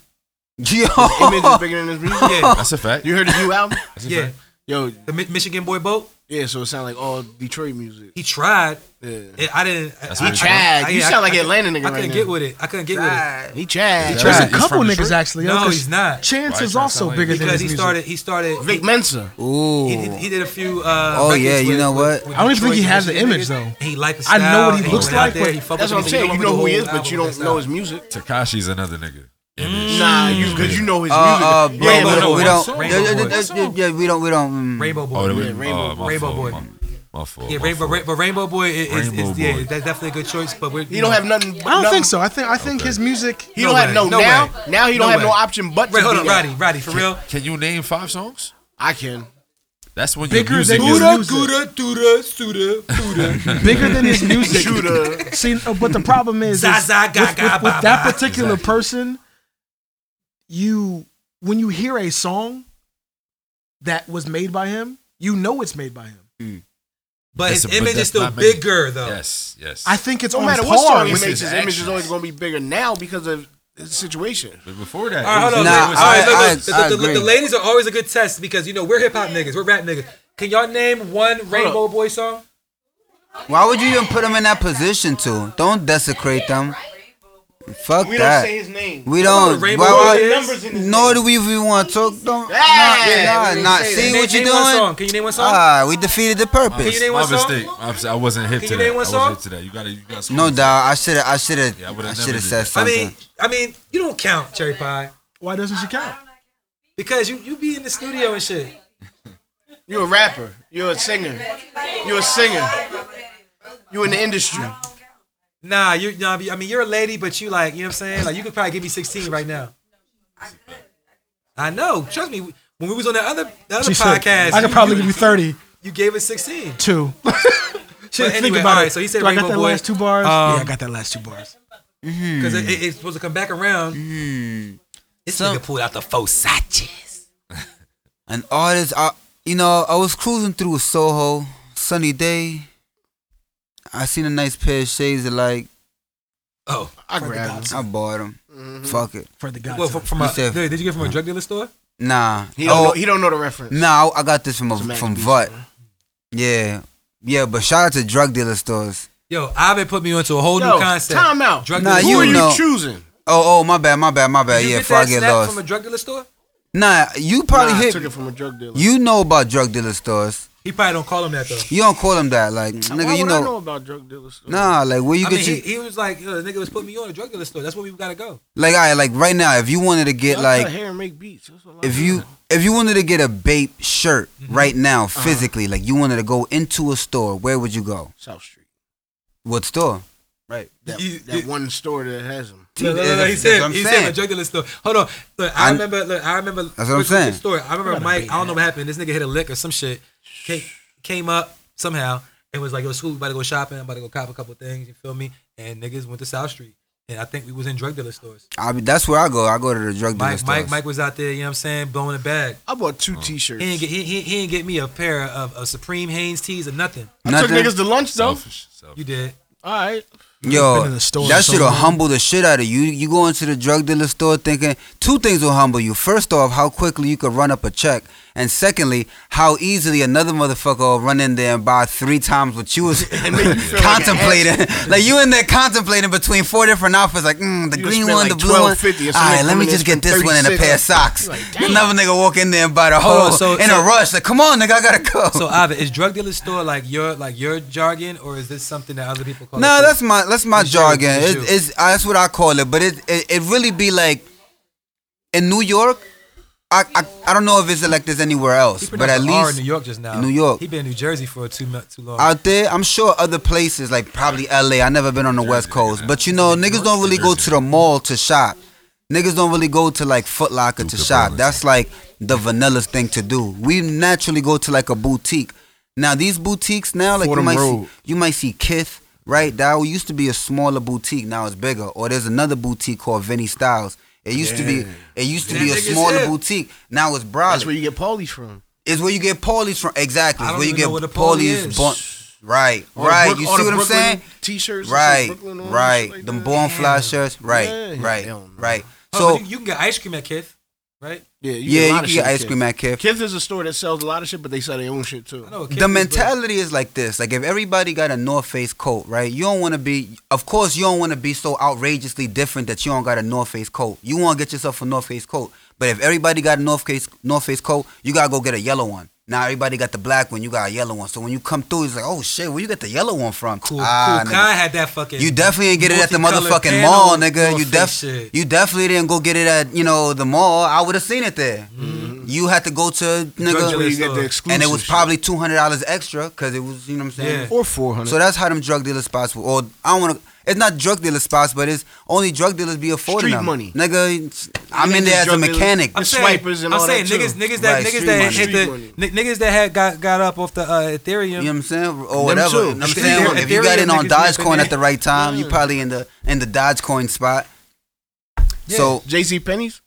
[SPEAKER 2] Yo.
[SPEAKER 3] image is bigger than his music.
[SPEAKER 4] Yeah,
[SPEAKER 5] That's a fact.
[SPEAKER 3] You heard the new album?
[SPEAKER 5] That's a
[SPEAKER 4] yeah.
[SPEAKER 5] fact.
[SPEAKER 3] Yo,
[SPEAKER 4] The Mi- Michigan boy boat.
[SPEAKER 3] yeah. So it sounds like all Detroit music.
[SPEAKER 4] He tried.
[SPEAKER 3] Yeah.
[SPEAKER 4] It, I didn't. I-
[SPEAKER 5] That's
[SPEAKER 4] I,
[SPEAKER 5] what
[SPEAKER 3] He
[SPEAKER 5] he
[SPEAKER 3] tried.
[SPEAKER 4] I-
[SPEAKER 3] You
[SPEAKER 4] yeah,
[SPEAKER 3] sound
[SPEAKER 4] I-
[SPEAKER 3] like an Atlanta
[SPEAKER 4] I
[SPEAKER 3] nigga
[SPEAKER 4] couldn't
[SPEAKER 3] right
[SPEAKER 4] get
[SPEAKER 3] now.
[SPEAKER 4] with it. I couldn't get with
[SPEAKER 3] He tried.
[SPEAKER 1] There's a
[SPEAKER 5] He's from
[SPEAKER 1] couple
[SPEAKER 5] Detroit?
[SPEAKER 1] niggas actually.
[SPEAKER 4] it.
[SPEAKER 1] yo,
[SPEAKER 4] No,
[SPEAKER 1] 'cause
[SPEAKER 4] he's not.
[SPEAKER 1] Chance
[SPEAKER 5] Why
[SPEAKER 1] is
[SPEAKER 5] try
[SPEAKER 1] also
[SPEAKER 5] somebody
[SPEAKER 1] bigger than
[SPEAKER 4] Because
[SPEAKER 1] his
[SPEAKER 4] he
[SPEAKER 1] music.
[SPEAKER 4] started. He started.
[SPEAKER 3] Vic Mensa.
[SPEAKER 2] Ooh.
[SPEAKER 4] He did, he did a few. Uh,
[SPEAKER 2] Oh,
[SPEAKER 4] records
[SPEAKER 2] yeah, you
[SPEAKER 4] with-
[SPEAKER 2] know
[SPEAKER 4] with-
[SPEAKER 2] what?
[SPEAKER 4] with
[SPEAKER 1] I don't even
[SPEAKER 4] Detroit
[SPEAKER 1] think he has
[SPEAKER 4] Michigan
[SPEAKER 1] the image,
[SPEAKER 4] niggas,
[SPEAKER 1] though.
[SPEAKER 4] and he liked the
[SPEAKER 1] I
[SPEAKER 4] style.
[SPEAKER 1] know what he
[SPEAKER 4] and
[SPEAKER 1] looks
[SPEAKER 4] went out
[SPEAKER 1] like,
[SPEAKER 4] there,
[SPEAKER 1] but-
[SPEAKER 4] he fucked
[SPEAKER 3] That's
[SPEAKER 4] with
[SPEAKER 3] what I'm
[SPEAKER 4] the
[SPEAKER 3] saying.
[SPEAKER 4] niggas
[SPEAKER 3] You know who he is,
[SPEAKER 4] with the
[SPEAKER 3] but you
[SPEAKER 4] whole
[SPEAKER 3] don't know his
[SPEAKER 4] album.
[SPEAKER 3] music.
[SPEAKER 5] Takashi's another nigga. Image.
[SPEAKER 3] Nah, you because you
[SPEAKER 5] Oh,
[SPEAKER 3] know his
[SPEAKER 2] Uh, uh,
[SPEAKER 3] music.
[SPEAKER 2] bro,
[SPEAKER 3] yeah,
[SPEAKER 2] we
[SPEAKER 4] no,
[SPEAKER 2] don't.
[SPEAKER 4] no,
[SPEAKER 2] we
[SPEAKER 4] one
[SPEAKER 2] don't-
[SPEAKER 4] song,
[SPEAKER 2] yeah,
[SPEAKER 4] Rainbow
[SPEAKER 2] yeah, yeah,
[SPEAKER 4] Boy.
[SPEAKER 2] yeah, yeah, we don't. We don't. mm.
[SPEAKER 4] Rainbow boy.
[SPEAKER 5] Oh, that was,
[SPEAKER 3] Yeah, Rainbow-
[SPEAKER 5] oh, my
[SPEAKER 4] Rainbow
[SPEAKER 5] fault,
[SPEAKER 4] Boy.
[SPEAKER 5] My, my fault.
[SPEAKER 4] yeah,
[SPEAKER 5] my
[SPEAKER 4] Rainbow,
[SPEAKER 5] fault.
[SPEAKER 4] Ra- but Rainbow Boy is, is,
[SPEAKER 5] Rainbow
[SPEAKER 4] is yeah,
[SPEAKER 5] Boy.
[SPEAKER 4] that's definitely a good choice. But we're,
[SPEAKER 3] he don't have nothing.
[SPEAKER 1] I don't think so. I think I think his music.
[SPEAKER 3] He
[SPEAKER 4] No
[SPEAKER 3] don't
[SPEAKER 4] way.
[SPEAKER 3] have no,
[SPEAKER 4] No
[SPEAKER 3] now.
[SPEAKER 4] way.
[SPEAKER 3] Now he
[SPEAKER 4] No
[SPEAKER 3] don't have
[SPEAKER 4] way.
[SPEAKER 3] no option but to
[SPEAKER 4] Wait, hold
[SPEAKER 3] be
[SPEAKER 4] on,
[SPEAKER 3] that.
[SPEAKER 4] Roddy, Roddy, for real.
[SPEAKER 5] Can you name five songs?
[SPEAKER 3] I can.
[SPEAKER 5] That's when
[SPEAKER 1] Bigger
[SPEAKER 5] your music
[SPEAKER 1] than
[SPEAKER 5] is.
[SPEAKER 1] Buddha.
[SPEAKER 4] Gouda, Duda, Suda, Buda.
[SPEAKER 1] bigger than his music.
[SPEAKER 3] Shooter.
[SPEAKER 1] See, uh, but the problem is, is
[SPEAKER 4] Zaza,
[SPEAKER 1] with,
[SPEAKER 4] gaga,
[SPEAKER 1] with- with
[SPEAKER 4] baba.
[SPEAKER 1] that particular
[SPEAKER 5] Exactly.
[SPEAKER 1] person, you when you hear a song that was made by him, you know it's made by him.
[SPEAKER 4] But
[SPEAKER 5] That's
[SPEAKER 4] his
[SPEAKER 5] a- but
[SPEAKER 4] image is
[SPEAKER 5] that's
[SPEAKER 4] still
[SPEAKER 5] not many.
[SPEAKER 4] bigger though.
[SPEAKER 5] Yes, yes.
[SPEAKER 1] I think it's
[SPEAKER 3] No
[SPEAKER 1] on
[SPEAKER 3] matter
[SPEAKER 1] par.
[SPEAKER 3] what song he
[SPEAKER 1] with
[SPEAKER 3] makes,
[SPEAKER 5] his
[SPEAKER 3] his image
[SPEAKER 5] actions.
[SPEAKER 3] is always going to be bigger now because of his situation.
[SPEAKER 5] but before that,
[SPEAKER 4] All right, hold on.
[SPEAKER 2] Nah,
[SPEAKER 4] wait, wait,
[SPEAKER 2] I-
[SPEAKER 4] all right, look,
[SPEAKER 2] I-
[SPEAKER 4] look, the-
[SPEAKER 2] I
[SPEAKER 4] the, the-
[SPEAKER 2] agree.
[SPEAKER 4] the ladies are always a good test because you know we're hip hop niggas, we're rap niggas. Can y'all name one Rainbow Boy song?
[SPEAKER 2] Why would you even put them in that position? To don't desecrate them. Fuck
[SPEAKER 3] We don't
[SPEAKER 2] that.
[SPEAKER 3] say his name.
[SPEAKER 2] we don't.
[SPEAKER 4] Rainbow
[SPEAKER 2] Why,
[SPEAKER 4] Warriors.
[SPEAKER 2] why,
[SPEAKER 3] Numbers in his
[SPEAKER 2] nor
[SPEAKER 3] name.
[SPEAKER 2] do we even want to talk. Don't.
[SPEAKER 3] Yeah,
[SPEAKER 2] nah,
[SPEAKER 3] we
[SPEAKER 2] nah,
[SPEAKER 3] didn't
[SPEAKER 2] nah.
[SPEAKER 3] say
[SPEAKER 2] See
[SPEAKER 3] that.
[SPEAKER 2] what
[SPEAKER 4] name
[SPEAKER 2] you're
[SPEAKER 4] one
[SPEAKER 2] doing?
[SPEAKER 4] song. Can you name one song?
[SPEAKER 2] Ah, we defeated the
[SPEAKER 4] Can you
[SPEAKER 2] purpose.
[SPEAKER 4] name
[SPEAKER 5] My
[SPEAKER 4] one song?
[SPEAKER 5] mistake. I'm sorry, I wasn't
[SPEAKER 4] Can
[SPEAKER 5] hip to
[SPEAKER 4] you
[SPEAKER 5] that.
[SPEAKER 4] name
[SPEAKER 5] I
[SPEAKER 4] one
[SPEAKER 5] wasn't hip
[SPEAKER 4] song?
[SPEAKER 5] to that. You gotta, you gotta.
[SPEAKER 2] No doubt. I should have. I should have.
[SPEAKER 5] Yeah, I would've
[SPEAKER 2] I
[SPEAKER 5] never
[SPEAKER 2] should have
[SPEAKER 5] did
[SPEAKER 2] said
[SPEAKER 5] that.
[SPEAKER 4] I
[SPEAKER 2] something.
[SPEAKER 4] mean, I mean, you don't count, Cherry Pie,
[SPEAKER 1] Why doesn't she count?
[SPEAKER 4] because you you be in the studio and shit.
[SPEAKER 3] You're a rapper. You're a singer. You're a singer. You're in the industry.
[SPEAKER 4] Nah, you nah, I mean, you're a lady, but you like, you know what I'm saying? Like, you could probably give me 16 right now. I know. Trust me. When we was on that other the other
[SPEAKER 1] She said,
[SPEAKER 4] podcast,
[SPEAKER 1] I could
[SPEAKER 4] you-
[SPEAKER 1] probably give you 32.
[SPEAKER 4] you gave us 16.
[SPEAKER 1] Shit, think
[SPEAKER 4] anyway,
[SPEAKER 1] about
[SPEAKER 4] all right,
[SPEAKER 1] it.
[SPEAKER 4] so he said
[SPEAKER 1] Do I got
[SPEAKER 4] Rainbow
[SPEAKER 1] that
[SPEAKER 4] Boy.
[SPEAKER 1] last two bars?
[SPEAKER 4] Um,
[SPEAKER 1] yeah, I got that last two bars.
[SPEAKER 4] Because it, it- it's supposed to come back around. This
[SPEAKER 2] Hmm. So-
[SPEAKER 4] nigga pulled out the Fosaches.
[SPEAKER 2] An artist, I, uh, you know, I was cruising through Soho, sunny day. I seen a nice pair of shades that like
[SPEAKER 4] Oh,
[SPEAKER 3] I grabbed him.
[SPEAKER 2] I bought them.
[SPEAKER 3] Mm-hmm.
[SPEAKER 2] Fuck it,
[SPEAKER 1] For the God.
[SPEAKER 4] well, from, from a,
[SPEAKER 2] You said- uh-huh.
[SPEAKER 4] did you get from a drug dealer store?
[SPEAKER 2] nah.
[SPEAKER 3] He don't, know,
[SPEAKER 2] oh,
[SPEAKER 3] he don't know the reference.
[SPEAKER 2] nah, I I got this from a,
[SPEAKER 3] It's a Mac
[SPEAKER 2] from
[SPEAKER 3] Beast,
[SPEAKER 2] Vut.
[SPEAKER 3] bro.
[SPEAKER 2] Yeah, yeah, but shout out to drug dealer stores.
[SPEAKER 4] Yo, Ivan put me onto a whole
[SPEAKER 3] Yo,
[SPEAKER 4] new concept.
[SPEAKER 3] time out.
[SPEAKER 4] Drug
[SPEAKER 2] Nah,
[SPEAKER 4] dealer
[SPEAKER 3] Who
[SPEAKER 2] you
[SPEAKER 3] are
[SPEAKER 4] store.
[SPEAKER 3] you
[SPEAKER 2] know.
[SPEAKER 3] choosing?
[SPEAKER 2] Oh, oh, my bad, my bad, my bad.
[SPEAKER 4] Did you
[SPEAKER 2] yeah,
[SPEAKER 4] get
[SPEAKER 2] before I
[SPEAKER 4] that
[SPEAKER 2] get
[SPEAKER 4] snap
[SPEAKER 2] lost.
[SPEAKER 4] from a drug dealer store?
[SPEAKER 2] Nah, you probably
[SPEAKER 3] Nah, I
[SPEAKER 2] hit.
[SPEAKER 3] took it from a drug dealer.
[SPEAKER 2] You know about drug dealer stores.
[SPEAKER 4] He probably don't call him that though.
[SPEAKER 2] You don't call them that, like
[SPEAKER 3] Why
[SPEAKER 2] nigga. You
[SPEAKER 3] would
[SPEAKER 2] know,
[SPEAKER 3] I know about drug dealers.
[SPEAKER 2] nah, like where you
[SPEAKER 4] I
[SPEAKER 2] get
[SPEAKER 4] mean,
[SPEAKER 2] your
[SPEAKER 4] he, he was like, yo, the nigga was putting me on a drug dealer store. That's where we gotta go.
[SPEAKER 2] like, I like right now. If you wanted to get
[SPEAKER 3] I
[SPEAKER 2] like
[SPEAKER 3] cut hair and make beats. That's all I
[SPEAKER 2] if
[SPEAKER 3] do.
[SPEAKER 2] you if you wanted to get a Bape shirt
[SPEAKER 4] Mm-hmm.
[SPEAKER 2] right now,
[SPEAKER 4] Uh-huh.
[SPEAKER 2] physically, like you wanted to go into a store, where would you go?
[SPEAKER 3] South Street,
[SPEAKER 2] What store?
[SPEAKER 3] right? That,
[SPEAKER 4] You-
[SPEAKER 3] that
[SPEAKER 4] you-
[SPEAKER 3] one store that has them.
[SPEAKER 4] No, no, no, no.
[SPEAKER 2] That's-
[SPEAKER 4] He
[SPEAKER 2] that's
[SPEAKER 4] said,
[SPEAKER 2] what I'm
[SPEAKER 4] he
[SPEAKER 2] saying.
[SPEAKER 4] said a drug dealer store. Hold on. Look, I
[SPEAKER 2] I-
[SPEAKER 4] remember. Look, I remember.
[SPEAKER 2] That's what I'm
[SPEAKER 4] quick, quick
[SPEAKER 2] saying.
[SPEAKER 4] Story. I remember Mike. I don't know what happened. This nigga hit a lick or some shit. Came, came up somehow and was like, "Yo, school, we about to go shopping. I'm about to go cop a couple things. You feel me?" And niggas went to South Street, and I think we was in drug dealer stores.
[SPEAKER 2] I be that's where I go. I go to the drug dealer
[SPEAKER 4] Mike,
[SPEAKER 2] store.
[SPEAKER 4] Mike, Mike was out there. You know what I'm saying? Blowing a bag.
[SPEAKER 3] I bought two T-shirts.
[SPEAKER 4] He ain't get, he, he, he ain't get me a pair of, of Supreme Hanes tees or nothing.
[SPEAKER 3] I took niggas to lunch though.
[SPEAKER 5] Selfish. selfish.
[SPEAKER 4] You did.
[SPEAKER 3] All right,
[SPEAKER 1] Been
[SPEAKER 2] Yo,
[SPEAKER 1] in the store
[SPEAKER 2] that
[SPEAKER 1] so
[SPEAKER 2] shit'll
[SPEAKER 1] long.
[SPEAKER 2] humble the shit out of you. You go into the drug dealer store thinking two things will humble you. First off, how quickly you could run up a check, and secondly, how easily another motherfucker will run in there and buy three times what you was
[SPEAKER 3] make you feel like an
[SPEAKER 2] contemplating. Like, you in there contemplating between four different outfits, like mm, the
[SPEAKER 3] You
[SPEAKER 2] green
[SPEAKER 3] spent
[SPEAKER 2] one,
[SPEAKER 3] like
[SPEAKER 2] the blue one. All right,
[SPEAKER 3] $12.50 or
[SPEAKER 2] let
[SPEAKER 3] something
[SPEAKER 2] me
[SPEAKER 3] coming
[SPEAKER 2] just
[SPEAKER 3] in
[SPEAKER 2] get this
[SPEAKER 3] from
[SPEAKER 2] one and a
[SPEAKER 3] 36.
[SPEAKER 2] pair of socks.
[SPEAKER 3] You're like,
[SPEAKER 2] another nigga walk in there and buy the
[SPEAKER 4] Hold on,
[SPEAKER 2] whole
[SPEAKER 4] so-
[SPEAKER 2] in
[SPEAKER 4] so-
[SPEAKER 2] a rush. Like, come on, nigga, I gotta go.
[SPEAKER 4] So, Ivan, is drug dealer store like your like your jargon, or is this something that other people call? it
[SPEAKER 2] No,
[SPEAKER 4] too?
[SPEAKER 2] that's my that's my
[SPEAKER 4] It's you,
[SPEAKER 2] jargon.
[SPEAKER 4] it's
[SPEAKER 2] It,
[SPEAKER 4] you.
[SPEAKER 2] it's uh, that's what I call it. But it it, it really be like in New York. I, I I don't know if it's like this anywhere else,
[SPEAKER 4] He
[SPEAKER 2] but at
[SPEAKER 4] pronounced the R in
[SPEAKER 2] least
[SPEAKER 4] New York just now.
[SPEAKER 2] New York.
[SPEAKER 4] He been in New Jersey for too mu- too long.
[SPEAKER 2] out there, I'm sure other places like probably L.A. I never been on the West Coast, but you know niggas don't really go to the mall to shop. Niggas don't really go to like Foot Locker to shop. That's like the vanilla thing to do. We naturally go to like a boutique. Now these boutiques now like you
[SPEAKER 3] Fordham
[SPEAKER 2] might see,
[SPEAKER 3] Road.
[SPEAKER 2] you might see Kith, right? That used to be a smaller boutique, now it's bigger. Or there's another boutique called Vinnie Styles. It used to be it used to
[SPEAKER 4] That
[SPEAKER 2] be a
[SPEAKER 4] nigga's
[SPEAKER 2] smaller
[SPEAKER 4] hip.
[SPEAKER 2] boutique. Now it's Brolic.
[SPEAKER 3] that's where you get Paulies from.
[SPEAKER 2] It's where you get Paulies from. Exactly.
[SPEAKER 4] I
[SPEAKER 2] It's
[SPEAKER 4] don't
[SPEAKER 2] where you
[SPEAKER 4] even
[SPEAKER 2] get
[SPEAKER 4] know what a Pauly
[SPEAKER 2] Paulies.
[SPEAKER 4] is.
[SPEAKER 2] Bon- right.
[SPEAKER 3] All the
[SPEAKER 2] right.
[SPEAKER 3] Brook-
[SPEAKER 2] you see
[SPEAKER 3] all
[SPEAKER 2] what
[SPEAKER 3] the
[SPEAKER 2] I'm
[SPEAKER 3] Brooklyn
[SPEAKER 2] saying?
[SPEAKER 3] T-shirts. that
[SPEAKER 2] Right.
[SPEAKER 3] say Brooklyn on 'em,
[SPEAKER 2] right.
[SPEAKER 3] shit like
[SPEAKER 2] Them
[SPEAKER 3] that.
[SPEAKER 2] born fly
[SPEAKER 4] Damn.
[SPEAKER 2] shirts. Right.
[SPEAKER 3] Yeah,
[SPEAKER 2] right.
[SPEAKER 3] hell no.
[SPEAKER 2] Right.
[SPEAKER 4] Oh,
[SPEAKER 2] So
[SPEAKER 4] but you, you can get ice cream at Kith, right?
[SPEAKER 3] Yeah, you
[SPEAKER 2] yeah,
[SPEAKER 3] get, a
[SPEAKER 2] you
[SPEAKER 3] lot
[SPEAKER 2] can
[SPEAKER 3] of
[SPEAKER 2] get
[SPEAKER 3] shit
[SPEAKER 2] ice cream at Kith.
[SPEAKER 3] Kids is a store that sells a lot of shit, but they sell their own shit too.
[SPEAKER 4] I know what Kith
[SPEAKER 2] The
[SPEAKER 4] is, but-
[SPEAKER 2] mentality is like this. Like if everybody got a North Face coat, right? You don't want to be of course you don't want to be so outrageously different that you don't got a North Face coat. You want to get yourself a North Face coat. But if everybody got a North Face North Face coat, you got to go get a yellow one. Now everybody got the black one, you got a yellow one. So when you come through, it's like, "Oh shit, where you get the yellow one from?"
[SPEAKER 4] Cool,
[SPEAKER 2] Ah,
[SPEAKER 4] cool.
[SPEAKER 2] nigga.
[SPEAKER 4] Kai had that fucking.
[SPEAKER 2] You definitely ain't get it at the
[SPEAKER 4] multicolored
[SPEAKER 2] motherfucking
[SPEAKER 4] panel
[SPEAKER 2] mall, nigga.
[SPEAKER 4] North
[SPEAKER 2] You
[SPEAKER 4] Face
[SPEAKER 2] def-
[SPEAKER 4] shit.
[SPEAKER 2] you definitely didn't go get it at you know the mall. I would have seen it there.
[SPEAKER 4] Mm-hmm.
[SPEAKER 2] You had to go to
[SPEAKER 4] Drug
[SPEAKER 3] That's where you
[SPEAKER 2] nigga,
[SPEAKER 3] get
[SPEAKER 4] dealer.
[SPEAKER 3] the
[SPEAKER 4] And it
[SPEAKER 3] exclusive.
[SPEAKER 2] and it was
[SPEAKER 3] shit.
[SPEAKER 2] probably two hundred dollars extra because it was you know what I'm saying.
[SPEAKER 4] Yeah.
[SPEAKER 3] or four hundred.
[SPEAKER 2] So that's how them drug dealer spots were. Or I don't want to. It's not drug dealer spots, but it's only drug dealers be affording
[SPEAKER 3] Street
[SPEAKER 2] them.
[SPEAKER 3] money.
[SPEAKER 2] nigga. it's- I'm
[SPEAKER 3] Niggas
[SPEAKER 2] in there as a
[SPEAKER 3] drug dealers.
[SPEAKER 2] mechanic.
[SPEAKER 3] I'm
[SPEAKER 4] I'm
[SPEAKER 3] the
[SPEAKER 4] saying,
[SPEAKER 3] swipers and
[SPEAKER 4] I'm
[SPEAKER 3] all
[SPEAKER 4] saying
[SPEAKER 3] that too.
[SPEAKER 4] niggas, niggas that
[SPEAKER 2] Right,
[SPEAKER 4] niggas
[SPEAKER 2] street
[SPEAKER 4] that
[SPEAKER 2] money.
[SPEAKER 4] hit
[SPEAKER 3] Street
[SPEAKER 4] the
[SPEAKER 3] money.
[SPEAKER 4] ni- niggas that had got got up off the uh, Ethereum.
[SPEAKER 2] You know what I'm saying, or
[SPEAKER 3] too.
[SPEAKER 2] whatever. You know what I'm saying,
[SPEAKER 4] Ethereum-
[SPEAKER 2] if you got in
[SPEAKER 4] Ethereum
[SPEAKER 2] on
[SPEAKER 4] niggas be up in
[SPEAKER 2] Dogecoin at
[SPEAKER 4] there.
[SPEAKER 2] the right time, you probably in the in the Dogecoin spot.
[SPEAKER 4] Yeah.
[SPEAKER 2] So
[SPEAKER 3] Jay Z Pennies?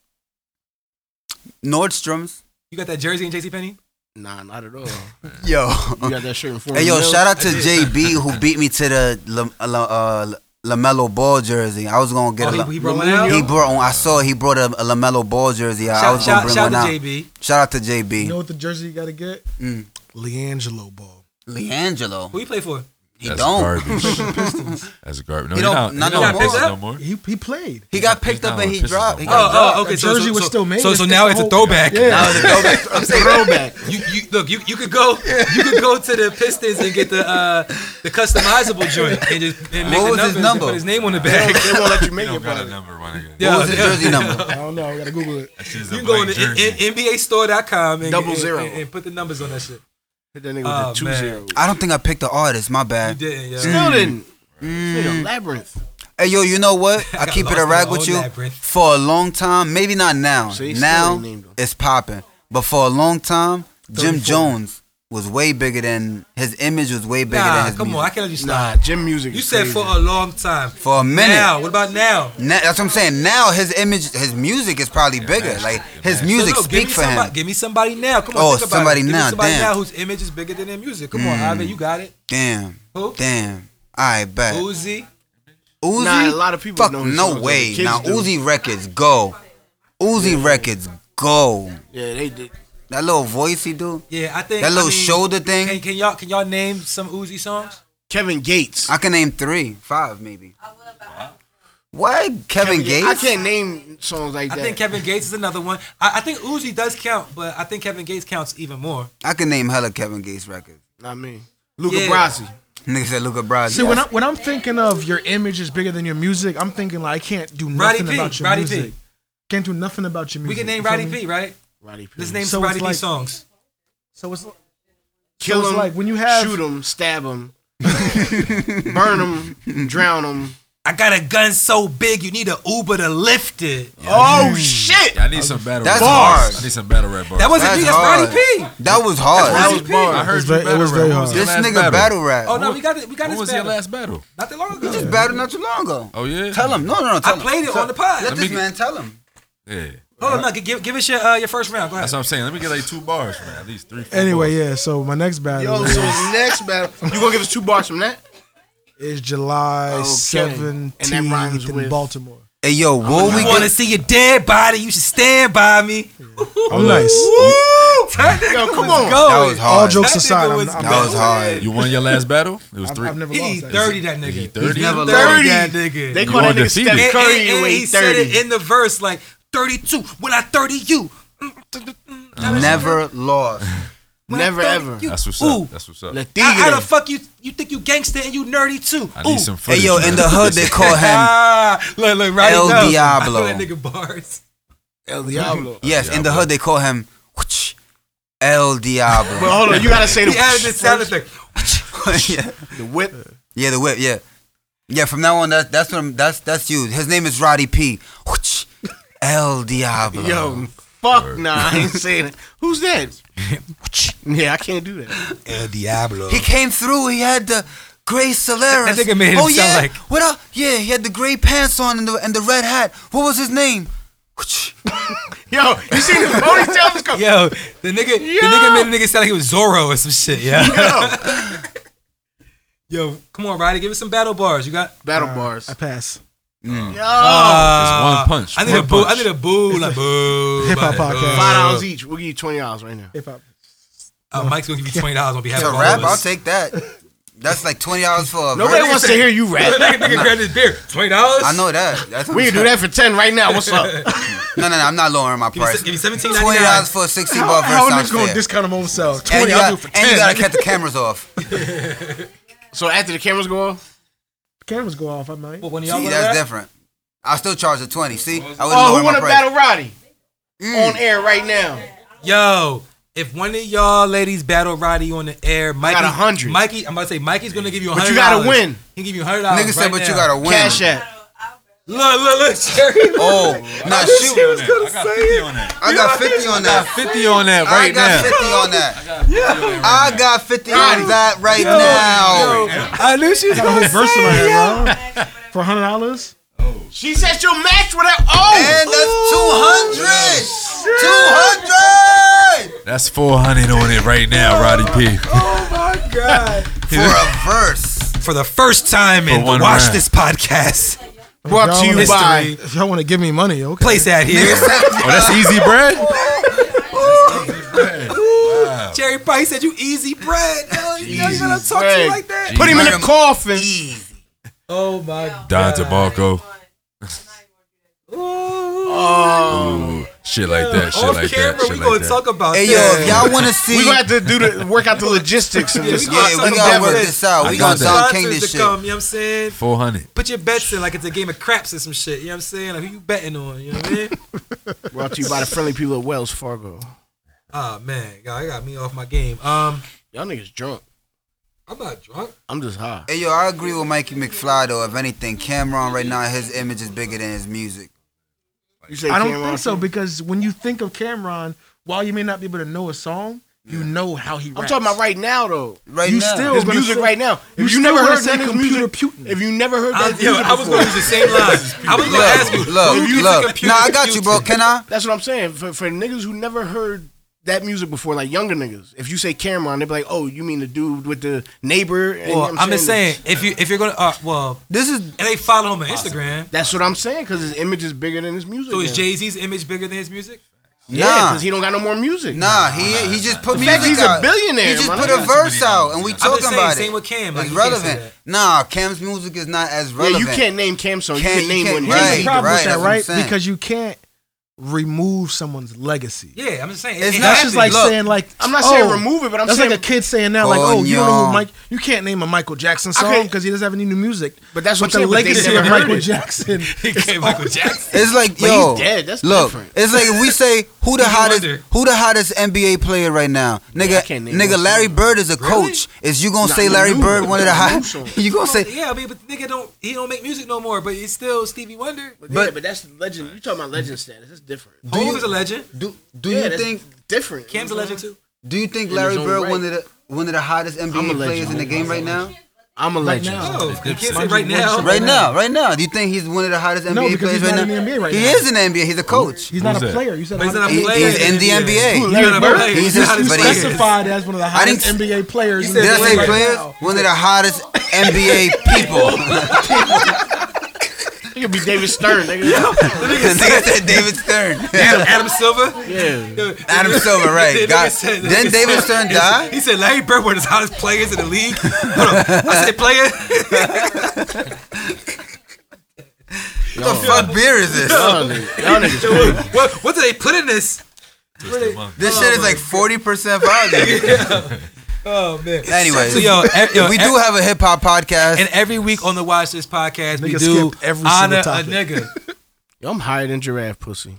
[SPEAKER 2] Nordstrom's,
[SPEAKER 4] you got that jersey and JC Penny.
[SPEAKER 3] Nah, not at all. You
[SPEAKER 2] yo,
[SPEAKER 3] got that shirt in four.
[SPEAKER 2] Hey yo,
[SPEAKER 3] mils?
[SPEAKER 2] shout out to JB who beat me to the La, La, uh, Lamelo Ball jersey. I was gonna get
[SPEAKER 4] Oh,
[SPEAKER 2] a.
[SPEAKER 4] he-
[SPEAKER 2] He,
[SPEAKER 4] he brought one out?
[SPEAKER 2] brought one. I saw he brought a, a Lamelo Ball jersey. out. I
[SPEAKER 4] Shout,
[SPEAKER 2] was gonna
[SPEAKER 4] shout,
[SPEAKER 2] bring one
[SPEAKER 4] shout to
[SPEAKER 2] out.
[SPEAKER 4] JB.
[SPEAKER 2] Shout out to JB.
[SPEAKER 1] You know what the jersey you got to get?
[SPEAKER 2] Mm.
[SPEAKER 1] LiAngelo Ball.
[SPEAKER 2] Leangelo.
[SPEAKER 4] Who you play for?
[SPEAKER 2] He
[SPEAKER 5] That's
[SPEAKER 2] don't.
[SPEAKER 5] garbage. That's garbage. No,
[SPEAKER 2] He
[SPEAKER 5] he
[SPEAKER 2] don't- not
[SPEAKER 5] not, he
[SPEAKER 2] no
[SPEAKER 5] not
[SPEAKER 2] more.
[SPEAKER 5] pissing no more.
[SPEAKER 1] He he played.
[SPEAKER 2] He got picked
[SPEAKER 5] He's not
[SPEAKER 2] up and
[SPEAKER 5] on
[SPEAKER 2] he
[SPEAKER 5] Pistons
[SPEAKER 2] dropped.
[SPEAKER 5] no
[SPEAKER 2] He
[SPEAKER 5] more.
[SPEAKER 2] got
[SPEAKER 4] Oh,
[SPEAKER 2] dropped.
[SPEAKER 4] oh, okay. So,
[SPEAKER 1] jersey
[SPEAKER 4] so,
[SPEAKER 1] was
[SPEAKER 4] so-
[SPEAKER 1] still made.
[SPEAKER 4] So,
[SPEAKER 1] It's
[SPEAKER 4] so
[SPEAKER 1] just
[SPEAKER 4] now
[SPEAKER 1] a
[SPEAKER 4] it's a
[SPEAKER 1] whole-
[SPEAKER 4] throwback.
[SPEAKER 1] Yeah.
[SPEAKER 2] Now it's a throwback. I'm saying
[SPEAKER 3] Throwback.
[SPEAKER 4] You, you look. You, you could go. You could go to the Pistons and get the uh, the customizable joint and just and make
[SPEAKER 2] What
[SPEAKER 4] the
[SPEAKER 2] was his
[SPEAKER 4] numbers and
[SPEAKER 2] number?
[SPEAKER 4] put his name on the
[SPEAKER 3] They
[SPEAKER 4] back.
[SPEAKER 3] won't- they won't let you
[SPEAKER 5] He
[SPEAKER 3] make
[SPEAKER 5] don't
[SPEAKER 3] it,
[SPEAKER 5] got a
[SPEAKER 3] brother.
[SPEAKER 5] number, my nigga.
[SPEAKER 4] Oh, Yeah.
[SPEAKER 2] What was his jersey number?
[SPEAKER 1] I don't know. I gotta Google it.
[SPEAKER 5] That shit is a
[SPEAKER 4] You can go on
[SPEAKER 5] blank
[SPEAKER 4] the N-
[SPEAKER 5] jersey.
[SPEAKER 4] N- NBAstore.com and,
[SPEAKER 3] Double
[SPEAKER 4] and-
[SPEAKER 3] zero.
[SPEAKER 4] and, and put the numbers on that shit.
[SPEAKER 3] Hit that nigga
[SPEAKER 4] Oh,
[SPEAKER 3] with the two
[SPEAKER 4] man.
[SPEAKER 3] zeros.
[SPEAKER 2] I don't think I picked the artist. My
[SPEAKER 4] You
[SPEAKER 2] bad.
[SPEAKER 4] didn't, yeah.
[SPEAKER 3] Still didn't.
[SPEAKER 2] Mm.
[SPEAKER 3] Nigga, Labyrinth.
[SPEAKER 2] Hey, yo, you know what?
[SPEAKER 4] I
[SPEAKER 2] I keep
[SPEAKER 4] lost
[SPEAKER 2] it a
[SPEAKER 4] in
[SPEAKER 2] rag
[SPEAKER 4] the
[SPEAKER 2] with
[SPEAKER 4] old
[SPEAKER 2] you
[SPEAKER 4] labyrinth.
[SPEAKER 2] for a long time. Maybe not now.
[SPEAKER 3] See, still
[SPEAKER 2] now
[SPEAKER 3] ain't named him.
[SPEAKER 2] it's popping, but for a long time, Jim Jones was way bigger than his image was way bigger than
[SPEAKER 4] Nah,
[SPEAKER 2] his
[SPEAKER 4] come
[SPEAKER 2] music.
[SPEAKER 4] on, I can't let you
[SPEAKER 3] Nah,
[SPEAKER 4] slide.
[SPEAKER 3] Jim music.
[SPEAKER 4] you
[SPEAKER 3] is
[SPEAKER 4] said
[SPEAKER 3] crazy.
[SPEAKER 4] for a long time.
[SPEAKER 2] For a minute.
[SPEAKER 4] Now, what about now?
[SPEAKER 2] Now, that's what I'm saying. Now his image, his music is probably bigger.
[SPEAKER 5] man.
[SPEAKER 2] Like
[SPEAKER 5] Yeah,
[SPEAKER 2] his
[SPEAKER 5] man.
[SPEAKER 2] music
[SPEAKER 4] No, no, give
[SPEAKER 2] speak
[SPEAKER 4] me
[SPEAKER 2] for
[SPEAKER 4] somebody,
[SPEAKER 2] him.
[SPEAKER 4] Give me somebody now. Come on,
[SPEAKER 2] Oh,
[SPEAKER 4] think about
[SPEAKER 2] somebody
[SPEAKER 4] it. Give me
[SPEAKER 2] now,
[SPEAKER 4] somebody
[SPEAKER 2] damn. Hmm.
[SPEAKER 4] now whose image is bigger than their music. Come on, Ivan, you got it.
[SPEAKER 2] Damn.
[SPEAKER 4] Who?
[SPEAKER 2] Damn. I bet.
[SPEAKER 4] Uzi.
[SPEAKER 2] Uzi.
[SPEAKER 3] Nah, a lot of people
[SPEAKER 2] Fuck,
[SPEAKER 3] know who
[SPEAKER 2] no
[SPEAKER 3] songs are.
[SPEAKER 2] way.
[SPEAKER 3] Kids
[SPEAKER 2] Now
[SPEAKER 3] do.
[SPEAKER 2] Uzi records go. Uzi records go.
[SPEAKER 3] Yeah, they did.
[SPEAKER 2] That little voice he do.
[SPEAKER 4] Yeah, I think
[SPEAKER 2] That little
[SPEAKER 4] I mean,
[SPEAKER 2] shoulder thing.
[SPEAKER 4] Can, can y'all can y'all name some Uzi songs?
[SPEAKER 3] Kevin Gates.
[SPEAKER 2] I can name three, five maybe. What? Kevin, Gates?
[SPEAKER 3] I can't name songs like
[SPEAKER 4] I
[SPEAKER 3] that.
[SPEAKER 4] think Kevin Gates is another one. I, I think Uzi does count, but I think Kevin Gates counts even more.
[SPEAKER 2] I can name hella Kevin Gates records.
[SPEAKER 3] Not me. Luca
[SPEAKER 4] Yeah.
[SPEAKER 3] Brasi.
[SPEAKER 2] Nigga said Luca Brasi.
[SPEAKER 1] See, when I'm when I'm thinking of your image is bigger than your music, I'm thinking like I can't do
[SPEAKER 4] Roddy
[SPEAKER 1] nothing
[SPEAKER 4] P,
[SPEAKER 1] about your
[SPEAKER 4] Roddy P.
[SPEAKER 1] music. Can't do nothing about your music.
[SPEAKER 4] We can name
[SPEAKER 1] you feel
[SPEAKER 4] Roddy
[SPEAKER 1] me?
[SPEAKER 4] P, right?
[SPEAKER 3] Roddy P.
[SPEAKER 4] Let's name
[SPEAKER 1] So
[SPEAKER 4] some
[SPEAKER 1] it's
[SPEAKER 4] Roddy P
[SPEAKER 1] like-
[SPEAKER 4] songs.
[SPEAKER 1] So it's
[SPEAKER 3] Kill
[SPEAKER 1] so
[SPEAKER 3] him.
[SPEAKER 1] it's like when you have
[SPEAKER 3] shoot him, stab him, burn him, drown him.
[SPEAKER 4] I got a gun so big you need a Uber to lift it.
[SPEAKER 3] Oh shit!
[SPEAKER 5] Yeah, I need some battle.
[SPEAKER 2] That's
[SPEAKER 5] rap bars.
[SPEAKER 2] hard.
[SPEAKER 5] I need some battle rap bars.
[SPEAKER 4] That wasn't me. That's
[SPEAKER 2] hard.
[SPEAKER 4] Roddy P.
[SPEAKER 2] That was hard.
[SPEAKER 3] That was
[SPEAKER 5] I
[SPEAKER 3] bars.
[SPEAKER 5] heard
[SPEAKER 1] It was
[SPEAKER 5] you
[SPEAKER 1] very- it
[SPEAKER 5] battle
[SPEAKER 1] was
[SPEAKER 5] rap.
[SPEAKER 1] very
[SPEAKER 5] What was
[SPEAKER 1] hard.
[SPEAKER 5] your
[SPEAKER 2] this
[SPEAKER 5] last
[SPEAKER 2] nigga battle, rap.
[SPEAKER 4] Oh no, we got it. We got
[SPEAKER 5] What
[SPEAKER 4] his
[SPEAKER 5] was your
[SPEAKER 4] battle.
[SPEAKER 5] last battle?
[SPEAKER 4] Not that long ago.
[SPEAKER 2] He just battled not too long ago.
[SPEAKER 5] Oh yeah.
[SPEAKER 2] Tell him. No, no, no. Tell
[SPEAKER 4] I
[SPEAKER 2] him.
[SPEAKER 4] played it on the pod.
[SPEAKER 2] Let
[SPEAKER 4] Hold
[SPEAKER 2] this
[SPEAKER 5] me-
[SPEAKER 2] man tell him.
[SPEAKER 5] Yeah.
[SPEAKER 4] on, no, give, give us your uh, your first round. Go ahead.
[SPEAKER 5] That's what I'm saying. Let me get like two bars, man. At least three. Four
[SPEAKER 1] anyway,
[SPEAKER 5] bars.
[SPEAKER 1] yeah. So my next battle
[SPEAKER 3] Yo,
[SPEAKER 1] is,
[SPEAKER 3] so next battle, you gonna give us two bars from that?
[SPEAKER 1] is July
[SPEAKER 3] Okay. And that rhymes
[SPEAKER 1] seventeenth in
[SPEAKER 3] with-
[SPEAKER 1] Baltimore.
[SPEAKER 2] Hey, yo, will we
[SPEAKER 4] you want to
[SPEAKER 2] get?
[SPEAKER 4] see your dead body? You should stand by me.
[SPEAKER 1] I'm nice.
[SPEAKER 4] Woo! That nigga
[SPEAKER 3] Yo, come
[SPEAKER 4] was
[SPEAKER 3] on.
[SPEAKER 4] going.
[SPEAKER 2] Oh, That was hard.
[SPEAKER 1] All jokes
[SPEAKER 4] That nigga
[SPEAKER 1] aside, I'm,
[SPEAKER 4] was
[SPEAKER 1] I'm
[SPEAKER 2] That was hard.
[SPEAKER 5] You won your last battle. It was
[SPEAKER 1] I've,
[SPEAKER 5] three.
[SPEAKER 1] I've never
[SPEAKER 4] He
[SPEAKER 1] lost.
[SPEAKER 4] dirty that nigga.
[SPEAKER 5] He
[SPEAKER 4] He
[SPEAKER 5] thirty.
[SPEAKER 2] never lost.
[SPEAKER 4] dirty that nigga.
[SPEAKER 3] They
[SPEAKER 5] You
[SPEAKER 3] call that nigga
[SPEAKER 5] undefeated.
[SPEAKER 3] Steph
[SPEAKER 4] and,
[SPEAKER 3] Curry
[SPEAKER 4] and- and
[SPEAKER 3] and
[SPEAKER 4] he
[SPEAKER 3] weigh
[SPEAKER 4] said it
[SPEAKER 3] thirty.
[SPEAKER 4] in the verse like 32 when i 30 you Mm, mm, mm, mm, mm,
[SPEAKER 2] Never lost.
[SPEAKER 4] when I
[SPEAKER 3] Never
[SPEAKER 4] 30
[SPEAKER 3] ever.
[SPEAKER 4] you.
[SPEAKER 5] That's what's
[SPEAKER 4] Ooh,
[SPEAKER 5] up. That's what's up.
[SPEAKER 3] Let
[SPEAKER 4] how, how the
[SPEAKER 3] Tigre.
[SPEAKER 4] fuck you you think you gangster and you nerdy too
[SPEAKER 5] I need
[SPEAKER 4] Ooh.
[SPEAKER 5] some
[SPEAKER 2] Hey,
[SPEAKER 5] footage.
[SPEAKER 2] yo, in the hood they call him.
[SPEAKER 4] ah, look look right
[SPEAKER 2] El
[SPEAKER 4] now. I
[SPEAKER 2] Diablo.
[SPEAKER 4] know that nigga bars
[SPEAKER 3] El Diablo.
[SPEAKER 2] Yes, in the
[SPEAKER 5] Diablo.
[SPEAKER 2] hood they call him whoosh, El
[SPEAKER 3] But
[SPEAKER 2] Diablo.
[SPEAKER 3] hold on, you gotta say the,
[SPEAKER 4] he added this sound effect
[SPEAKER 2] yeah.
[SPEAKER 3] the whip.
[SPEAKER 2] yeah, the whip. Yeah, yeah. From now on, that's that's what I'm, that's that's you. His name is Roddy P. Whoosh, El Diablo.
[SPEAKER 3] Yo, fuck nah, I ain't saying it. Who's that? Yeah, I can't do that.
[SPEAKER 4] El Diablo
[SPEAKER 2] He came through. He had the gray Solaris.
[SPEAKER 4] That nigga made him
[SPEAKER 2] oh,
[SPEAKER 4] sound
[SPEAKER 2] yeah.
[SPEAKER 4] like-
[SPEAKER 2] what up? Yeah, he had the gray pants on and the and the red hat. What was his name? Whoosh.
[SPEAKER 3] Yo, you seen the ponytail? Let's go.
[SPEAKER 4] yo the nigga the nigga made the nigga sound like he was Zorro or some shit yeah yo come on Roddy give us some battle bars you got
[SPEAKER 3] Battle bars.
[SPEAKER 4] Uh,
[SPEAKER 1] I pass.
[SPEAKER 3] Yo,
[SPEAKER 4] Ah,
[SPEAKER 5] It's one punch.
[SPEAKER 4] I need
[SPEAKER 5] One
[SPEAKER 4] a boo
[SPEAKER 5] punch.
[SPEAKER 4] I need a boo like boo
[SPEAKER 1] Hip hop
[SPEAKER 4] buddy, boo.
[SPEAKER 1] podcast.
[SPEAKER 3] five dollars each. We'll give you twenty dollars right now.
[SPEAKER 1] Hip hop.
[SPEAKER 4] Uh, Mike's gonna give you twenty dollars on behalf
[SPEAKER 2] To
[SPEAKER 4] of all
[SPEAKER 2] rap,
[SPEAKER 4] of
[SPEAKER 2] I'll
[SPEAKER 4] us.
[SPEAKER 2] take that. That's like twenty dollars for a
[SPEAKER 3] Nobody
[SPEAKER 2] verse.
[SPEAKER 3] wants to hear you rap.
[SPEAKER 4] nigga, nigga grab this beer. Twenty dollars.
[SPEAKER 2] I know that. That's what
[SPEAKER 3] We
[SPEAKER 2] I'm
[SPEAKER 3] can
[SPEAKER 2] saying.
[SPEAKER 3] do that for ten right now. What's up?
[SPEAKER 2] No, no, no. I'm not lowering my
[SPEAKER 4] Give me,
[SPEAKER 2] price.
[SPEAKER 4] se- give me seventeen
[SPEAKER 2] Twenty
[SPEAKER 4] ninety nine.
[SPEAKER 2] dollars for a sixty
[SPEAKER 1] How,
[SPEAKER 2] bar verse.
[SPEAKER 1] how
[SPEAKER 2] sounds
[SPEAKER 1] niggas gonna
[SPEAKER 2] fair.
[SPEAKER 1] discount them himself?
[SPEAKER 2] And
[SPEAKER 1] Twenty,
[SPEAKER 2] you,
[SPEAKER 1] I'll
[SPEAKER 2] got,
[SPEAKER 1] do it for
[SPEAKER 2] and you
[SPEAKER 1] ten.
[SPEAKER 2] gotta cut the cameras off.
[SPEAKER 3] So after the cameras go off,
[SPEAKER 1] Cameras go off. I might.
[SPEAKER 4] What, one of y'all
[SPEAKER 2] See,
[SPEAKER 4] wanna rap?
[SPEAKER 2] that's different. I still charge the twenty. See, I wouldn't
[SPEAKER 3] oh,
[SPEAKER 2] lower
[SPEAKER 3] who want
[SPEAKER 2] my
[SPEAKER 3] to
[SPEAKER 2] price.
[SPEAKER 3] battle Roddy on air right now?
[SPEAKER 4] Yo, if one of y'all ladies battle Roddy on the air, Mikey,
[SPEAKER 3] got a hundred.
[SPEAKER 4] Mikey, I'm about to say Mikey's gonna give you. 100
[SPEAKER 3] But you gotta win.
[SPEAKER 4] He give you hundred dollars.
[SPEAKER 2] Nigga said, but you gotta win.
[SPEAKER 3] Cash app.
[SPEAKER 4] Look, look, look, Jerry.
[SPEAKER 2] Oh, nah, shoot.
[SPEAKER 5] I got fifty on that.
[SPEAKER 2] I got fifty on that.
[SPEAKER 5] Fifty on that
[SPEAKER 2] I
[SPEAKER 5] right
[SPEAKER 2] got
[SPEAKER 5] now.
[SPEAKER 2] fifty on that. I got fifty on that right
[SPEAKER 4] Yo,
[SPEAKER 2] now.
[SPEAKER 4] I knew she was
[SPEAKER 1] Got a whole
[SPEAKER 4] gonna
[SPEAKER 1] verse in my
[SPEAKER 4] say it.
[SPEAKER 1] head, bro. For hundred dollars.
[SPEAKER 3] She said she'll match with her. Oh,
[SPEAKER 2] And that's two hundred. Two hundred
[SPEAKER 5] That's four hundred on it right now, Roddy P.
[SPEAKER 4] Oh my god!
[SPEAKER 2] for a verse.
[SPEAKER 4] For the first time in
[SPEAKER 5] For one
[SPEAKER 4] watch
[SPEAKER 5] round.
[SPEAKER 4] this podcast,
[SPEAKER 3] brought to you
[SPEAKER 1] Y'all
[SPEAKER 3] by.
[SPEAKER 4] history.
[SPEAKER 1] If y'all want to give me money, okay.
[SPEAKER 4] Place that here.
[SPEAKER 5] Oh, that's easy
[SPEAKER 4] Jerry,
[SPEAKER 5] bread.
[SPEAKER 4] Gary Price. He said, "You easy bread. Yo, yo, you gonna
[SPEAKER 5] Jesus
[SPEAKER 4] talk to you
[SPEAKER 3] bread.
[SPEAKER 4] like that?"
[SPEAKER 5] Put him in
[SPEAKER 3] the coffin.
[SPEAKER 4] Oh my
[SPEAKER 5] Don
[SPEAKER 4] God.
[SPEAKER 5] Tabacco. Ooh, shit like that. Oh, Shit
[SPEAKER 4] Off
[SPEAKER 5] like
[SPEAKER 4] camera,
[SPEAKER 5] that. Shit
[SPEAKER 4] we
[SPEAKER 5] like
[SPEAKER 4] gonna
[SPEAKER 5] that.
[SPEAKER 4] talk about
[SPEAKER 2] Hey, yo,
[SPEAKER 4] that.
[SPEAKER 2] if y'all want to see,
[SPEAKER 3] We gonna have to do the work out the logistics and
[SPEAKER 4] Yeah,
[SPEAKER 3] this.
[SPEAKER 4] we gonna
[SPEAKER 2] yeah,
[SPEAKER 4] talk
[SPEAKER 2] we gotta
[SPEAKER 4] about
[SPEAKER 2] work
[SPEAKER 4] that.
[SPEAKER 2] this out.
[SPEAKER 5] I
[SPEAKER 2] We gonna
[SPEAKER 5] got that.
[SPEAKER 2] Don King
[SPEAKER 4] sponsors
[SPEAKER 2] this
[SPEAKER 4] to
[SPEAKER 2] shit.
[SPEAKER 4] come. You know what I'm saying?
[SPEAKER 5] Four hundred.
[SPEAKER 4] Put your bets in like it's a game of craps or some shit. You know what I'm saying? Like who you betting on? You know what I mean?
[SPEAKER 3] Brought to you by the friendly people of Wells Fargo.
[SPEAKER 4] oh man, God, I got me off my game. Um,
[SPEAKER 3] Y'all niggas drunk.
[SPEAKER 4] I'm not drunk.
[SPEAKER 3] I'm just high.
[SPEAKER 2] Hey, yo, I agree with Mikey McFly though. If anything, Cameron right now, his image is bigger than his music.
[SPEAKER 3] You say
[SPEAKER 1] I don't
[SPEAKER 3] Cameron
[SPEAKER 1] think so
[SPEAKER 3] Arthur?
[SPEAKER 1] because when you think of Cameron, while you may not be able to know a song, you know how he. Raps.
[SPEAKER 3] I'm talking about right now though.
[SPEAKER 2] Right
[SPEAKER 1] You
[SPEAKER 2] now,
[SPEAKER 1] still-
[SPEAKER 3] His
[SPEAKER 1] gonna
[SPEAKER 3] music
[SPEAKER 1] say-
[SPEAKER 3] right now.
[SPEAKER 1] you
[SPEAKER 3] If you
[SPEAKER 1] still
[SPEAKER 3] never
[SPEAKER 1] gonna
[SPEAKER 3] heard
[SPEAKER 1] say
[SPEAKER 3] none of his
[SPEAKER 1] computer
[SPEAKER 3] music,
[SPEAKER 1] Putin.
[SPEAKER 3] if you never heard
[SPEAKER 4] I,
[SPEAKER 3] that
[SPEAKER 4] yo,
[SPEAKER 3] music
[SPEAKER 4] I was
[SPEAKER 3] before,
[SPEAKER 4] gonna use the same lines. I was gonna ask you.
[SPEAKER 2] look, look,
[SPEAKER 4] who you think
[SPEAKER 2] look.
[SPEAKER 4] computer
[SPEAKER 2] Nah, I got you, bro.
[SPEAKER 4] computer?
[SPEAKER 2] Can I?
[SPEAKER 3] that's what I'm saying. For, for niggas who never heard that music before, like younger niggas, if you say Cameron, they be like, "Oh, you mean the dude with the neighbor?" And
[SPEAKER 4] Well,
[SPEAKER 3] you know what
[SPEAKER 4] I'm just saying if you if you're gonna uh, well,
[SPEAKER 2] This is
[SPEAKER 4] and they follow him on Instagram.
[SPEAKER 3] That's what I'm saying because his image is bigger than his music.
[SPEAKER 4] So is
[SPEAKER 3] now.
[SPEAKER 4] Jay Z's image bigger than his music?
[SPEAKER 3] Yeah,
[SPEAKER 2] nah,
[SPEAKER 3] because he don't got no more music.
[SPEAKER 2] nah. He he just put
[SPEAKER 3] The fact
[SPEAKER 2] music
[SPEAKER 3] he's a
[SPEAKER 2] out.
[SPEAKER 3] billionaire,
[SPEAKER 2] He just
[SPEAKER 3] my
[SPEAKER 2] put
[SPEAKER 3] nigga.
[SPEAKER 2] a verse out, and we
[SPEAKER 5] I'm
[SPEAKER 4] just
[SPEAKER 2] talking
[SPEAKER 4] saying,
[SPEAKER 2] about it.
[SPEAKER 4] same with Cam, like,
[SPEAKER 2] It's
[SPEAKER 4] you can't say
[SPEAKER 2] relevant.
[SPEAKER 4] that.
[SPEAKER 2] Nah, Cam's music is not as
[SPEAKER 3] Yeah,
[SPEAKER 2] relevant.
[SPEAKER 3] you can't name Cam song. You
[SPEAKER 2] Can't-
[SPEAKER 3] can
[SPEAKER 2] you
[SPEAKER 3] name
[SPEAKER 2] can't-
[SPEAKER 3] one.
[SPEAKER 1] Here's
[SPEAKER 2] Right,
[SPEAKER 1] the problem
[SPEAKER 2] right,
[SPEAKER 1] with
[SPEAKER 2] that's
[SPEAKER 1] that,
[SPEAKER 2] what I'm
[SPEAKER 1] right?
[SPEAKER 2] saying.
[SPEAKER 1] Because you can't remove someone's legacy.
[SPEAKER 4] Yeah, I'm just saying.
[SPEAKER 2] It's
[SPEAKER 4] it- it
[SPEAKER 1] That's
[SPEAKER 2] not-
[SPEAKER 4] happened.
[SPEAKER 1] just like
[SPEAKER 2] Look,
[SPEAKER 1] saying like
[SPEAKER 3] I'm not
[SPEAKER 1] oh,
[SPEAKER 3] saying remove it, but I'm
[SPEAKER 1] that's
[SPEAKER 3] saying
[SPEAKER 1] like a kid saying now like oh you don't know
[SPEAKER 2] Coño.
[SPEAKER 1] who Mike you can't name a Michael Jackson song
[SPEAKER 3] can't-
[SPEAKER 1] because he doesn't have any new music.
[SPEAKER 3] But that's what
[SPEAKER 1] the
[SPEAKER 3] I'm saying, but they
[SPEAKER 1] legacy
[SPEAKER 3] never
[SPEAKER 1] of
[SPEAKER 3] heard
[SPEAKER 1] Michael
[SPEAKER 3] it.
[SPEAKER 1] Jackson.
[SPEAKER 4] He came Michael Jackson.
[SPEAKER 2] It's like
[SPEAKER 3] But
[SPEAKER 2] yo,
[SPEAKER 3] he's dead. That's
[SPEAKER 2] look,
[SPEAKER 3] different.
[SPEAKER 2] it's like if we say who the
[SPEAKER 4] You
[SPEAKER 2] hottest,
[SPEAKER 4] wonder.
[SPEAKER 2] who the hottest NBA player right now, nigga,
[SPEAKER 3] Yeah, I can't name one
[SPEAKER 2] nigga
[SPEAKER 3] song.
[SPEAKER 2] Larry Bird is a coach. Is you gonna
[SPEAKER 3] Not
[SPEAKER 2] say
[SPEAKER 3] the
[SPEAKER 2] Larry
[SPEAKER 3] new
[SPEAKER 2] Bird
[SPEAKER 3] one,
[SPEAKER 2] one of the
[SPEAKER 3] not the new
[SPEAKER 2] hottest?
[SPEAKER 3] song.
[SPEAKER 2] you gonna say
[SPEAKER 4] Yeah, I mean, but nigga don't he don't make music no more. But it's still Stevie Wonder.
[SPEAKER 3] But, yeah, but that's legend. You talking about legend status? That's different.
[SPEAKER 2] Do
[SPEAKER 4] Hov
[SPEAKER 2] you-
[SPEAKER 4] is a legend.
[SPEAKER 2] do do
[SPEAKER 3] yeah,
[SPEAKER 2] you
[SPEAKER 3] that's
[SPEAKER 2] think
[SPEAKER 3] different?
[SPEAKER 4] Cam's a legend too.
[SPEAKER 2] do you think
[SPEAKER 3] In
[SPEAKER 2] Larry
[SPEAKER 3] his own
[SPEAKER 2] Bird
[SPEAKER 3] right.
[SPEAKER 2] one of the one of the hottest NBA
[SPEAKER 3] legend.
[SPEAKER 2] players in the game right now?
[SPEAKER 3] I'm a legend.
[SPEAKER 4] Oh, you can't say
[SPEAKER 1] Mind
[SPEAKER 4] right
[SPEAKER 1] you, one
[SPEAKER 4] now.
[SPEAKER 1] song.
[SPEAKER 2] Right now, right now, do you think he's one of the hottest NBA
[SPEAKER 1] No, because
[SPEAKER 2] players
[SPEAKER 1] he's
[SPEAKER 2] right
[SPEAKER 1] not
[SPEAKER 2] now?
[SPEAKER 1] in the NBA right
[SPEAKER 2] he
[SPEAKER 1] now.
[SPEAKER 2] is in the NBA. He's a coach.
[SPEAKER 1] He's not
[SPEAKER 5] Who's
[SPEAKER 1] a
[SPEAKER 5] that?
[SPEAKER 1] player. You said
[SPEAKER 4] But he's not a
[SPEAKER 2] He-
[SPEAKER 4] player.
[SPEAKER 2] he's in the NBA.
[SPEAKER 4] You're
[SPEAKER 1] Larry
[SPEAKER 4] not a
[SPEAKER 1] Bird?
[SPEAKER 4] player.
[SPEAKER 2] He's
[SPEAKER 4] You're
[SPEAKER 2] a-
[SPEAKER 4] not a
[SPEAKER 2] but he-
[SPEAKER 4] player.
[SPEAKER 1] specified as one of the
[SPEAKER 2] didn't
[SPEAKER 1] hottest
[SPEAKER 2] s-
[SPEAKER 1] NBA players.
[SPEAKER 4] You
[SPEAKER 1] in
[SPEAKER 2] Did
[SPEAKER 4] said
[SPEAKER 2] I
[SPEAKER 1] the
[SPEAKER 2] say
[SPEAKER 1] game
[SPEAKER 4] Right
[SPEAKER 2] players?
[SPEAKER 4] now.
[SPEAKER 2] One of the hottest NBA people.
[SPEAKER 3] He could be David Stern. Nigga.
[SPEAKER 2] nigga said David Stern.
[SPEAKER 4] Adam, Adam Silver.
[SPEAKER 3] Yeah.
[SPEAKER 4] Yo,
[SPEAKER 2] Adam
[SPEAKER 4] the-
[SPEAKER 2] Silver, right.
[SPEAKER 4] the nigga
[SPEAKER 2] God.
[SPEAKER 4] said- the
[SPEAKER 2] Didn't
[SPEAKER 4] nigga
[SPEAKER 2] David
[SPEAKER 4] said-
[SPEAKER 2] Stern
[SPEAKER 4] he
[SPEAKER 2] die?
[SPEAKER 4] said- He said Larry Bird one of the hottest players in the league. Hold on, I said player.
[SPEAKER 2] What the fuck beer is this?
[SPEAKER 3] Y'all niggas- y'all niggas crazy.
[SPEAKER 4] what, what do they put in this?
[SPEAKER 2] This shit is like forty percent volume.
[SPEAKER 4] Oh man.
[SPEAKER 2] Anyway,
[SPEAKER 4] So, yo, e- yo,
[SPEAKER 2] we
[SPEAKER 4] e-
[SPEAKER 2] do have a hip hop podcast.
[SPEAKER 4] And every week on the Watch This podcast, we
[SPEAKER 1] Nigga
[SPEAKER 4] do
[SPEAKER 1] skipped every single
[SPEAKER 4] honor a
[SPEAKER 1] topic.
[SPEAKER 4] nigga.
[SPEAKER 3] Yo, I'm higher than giraffe pussy.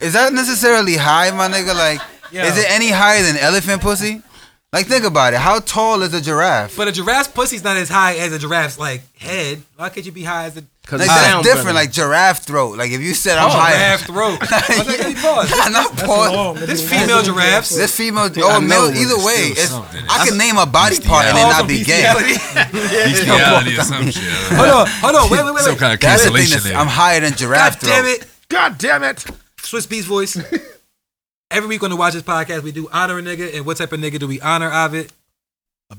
[SPEAKER 2] is that necessarily high, my nigga? Like,
[SPEAKER 4] Yeah.
[SPEAKER 2] is it any higher than elephant pussy? Like, think about it. How tall is a giraffe?
[SPEAKER 4] But a giraffe's pussy's not as high as a giraffe's like head. Why could you be high as a
[SPEAKER 3] Cause
[SPEAKER 2] Like,
[SPEAKER 3] it
[SPEAKER 2] that's
[SPEAKER 3] sound
[SPEAKER 2] different.
[SPEAKER 3] better.
[SPEAKER 2] Like giraffe throat. Like, if you said I'm
[SPEAKER 4] oh,
[SPEAKER 2] higher,
[SPEAKER 4] giraffe throat? I was like, let me pause.
[SPEAKER 2] Nah, not pause.
[SPEAKER 4] There's female giraffes.
[SPEAKER 2] This female
[SPEAKER 3] I
[SPEAKER 2] or
[SPEAKER 3] know
[SPEAKER 2] male,
[SPEAKER 3] it's
[SPEAKER 2] either way,
[SPEAKER 3] still
[SPEAKER 2] it's,
[SPEAKER 5] something.
[SPEAKER 2] I can name a body part and it
[SPEAKER 4] Pause
[SPEAKER 2] not
[SPEAKER 4] on
[SPEAKER 2] be gay.
[SPEAKER 4] bestiality.
[SPEAKER 5] Bestiality or some shit. I don't
[SPEAKER 4] hold
[SPEAKER 5] know.
[SPEAKER 4] on, hold on, wait, wait, wait.
[SPEAKER 5] Some
[SPEAKER 4] wait.
[SPEAKER 5] kind of
[SPEAKER 2] That's the thing.
[SPEAKER 5] cancellation
[SPEAKER 2] That's,
[SPEAKER 5] there.
[SPEAKER 2] I'm higher than
[SPEAKER 4] God
[SPEAKER 2] giraffe throat.
[SPEAKER 4] damn it,
[SPEAKER 1] God damn it!
[SPEAKER 4] Swiss Beats voice. Every week on the Watch This podcast, we do honor a nigga, and what type of nigga do we honor of it?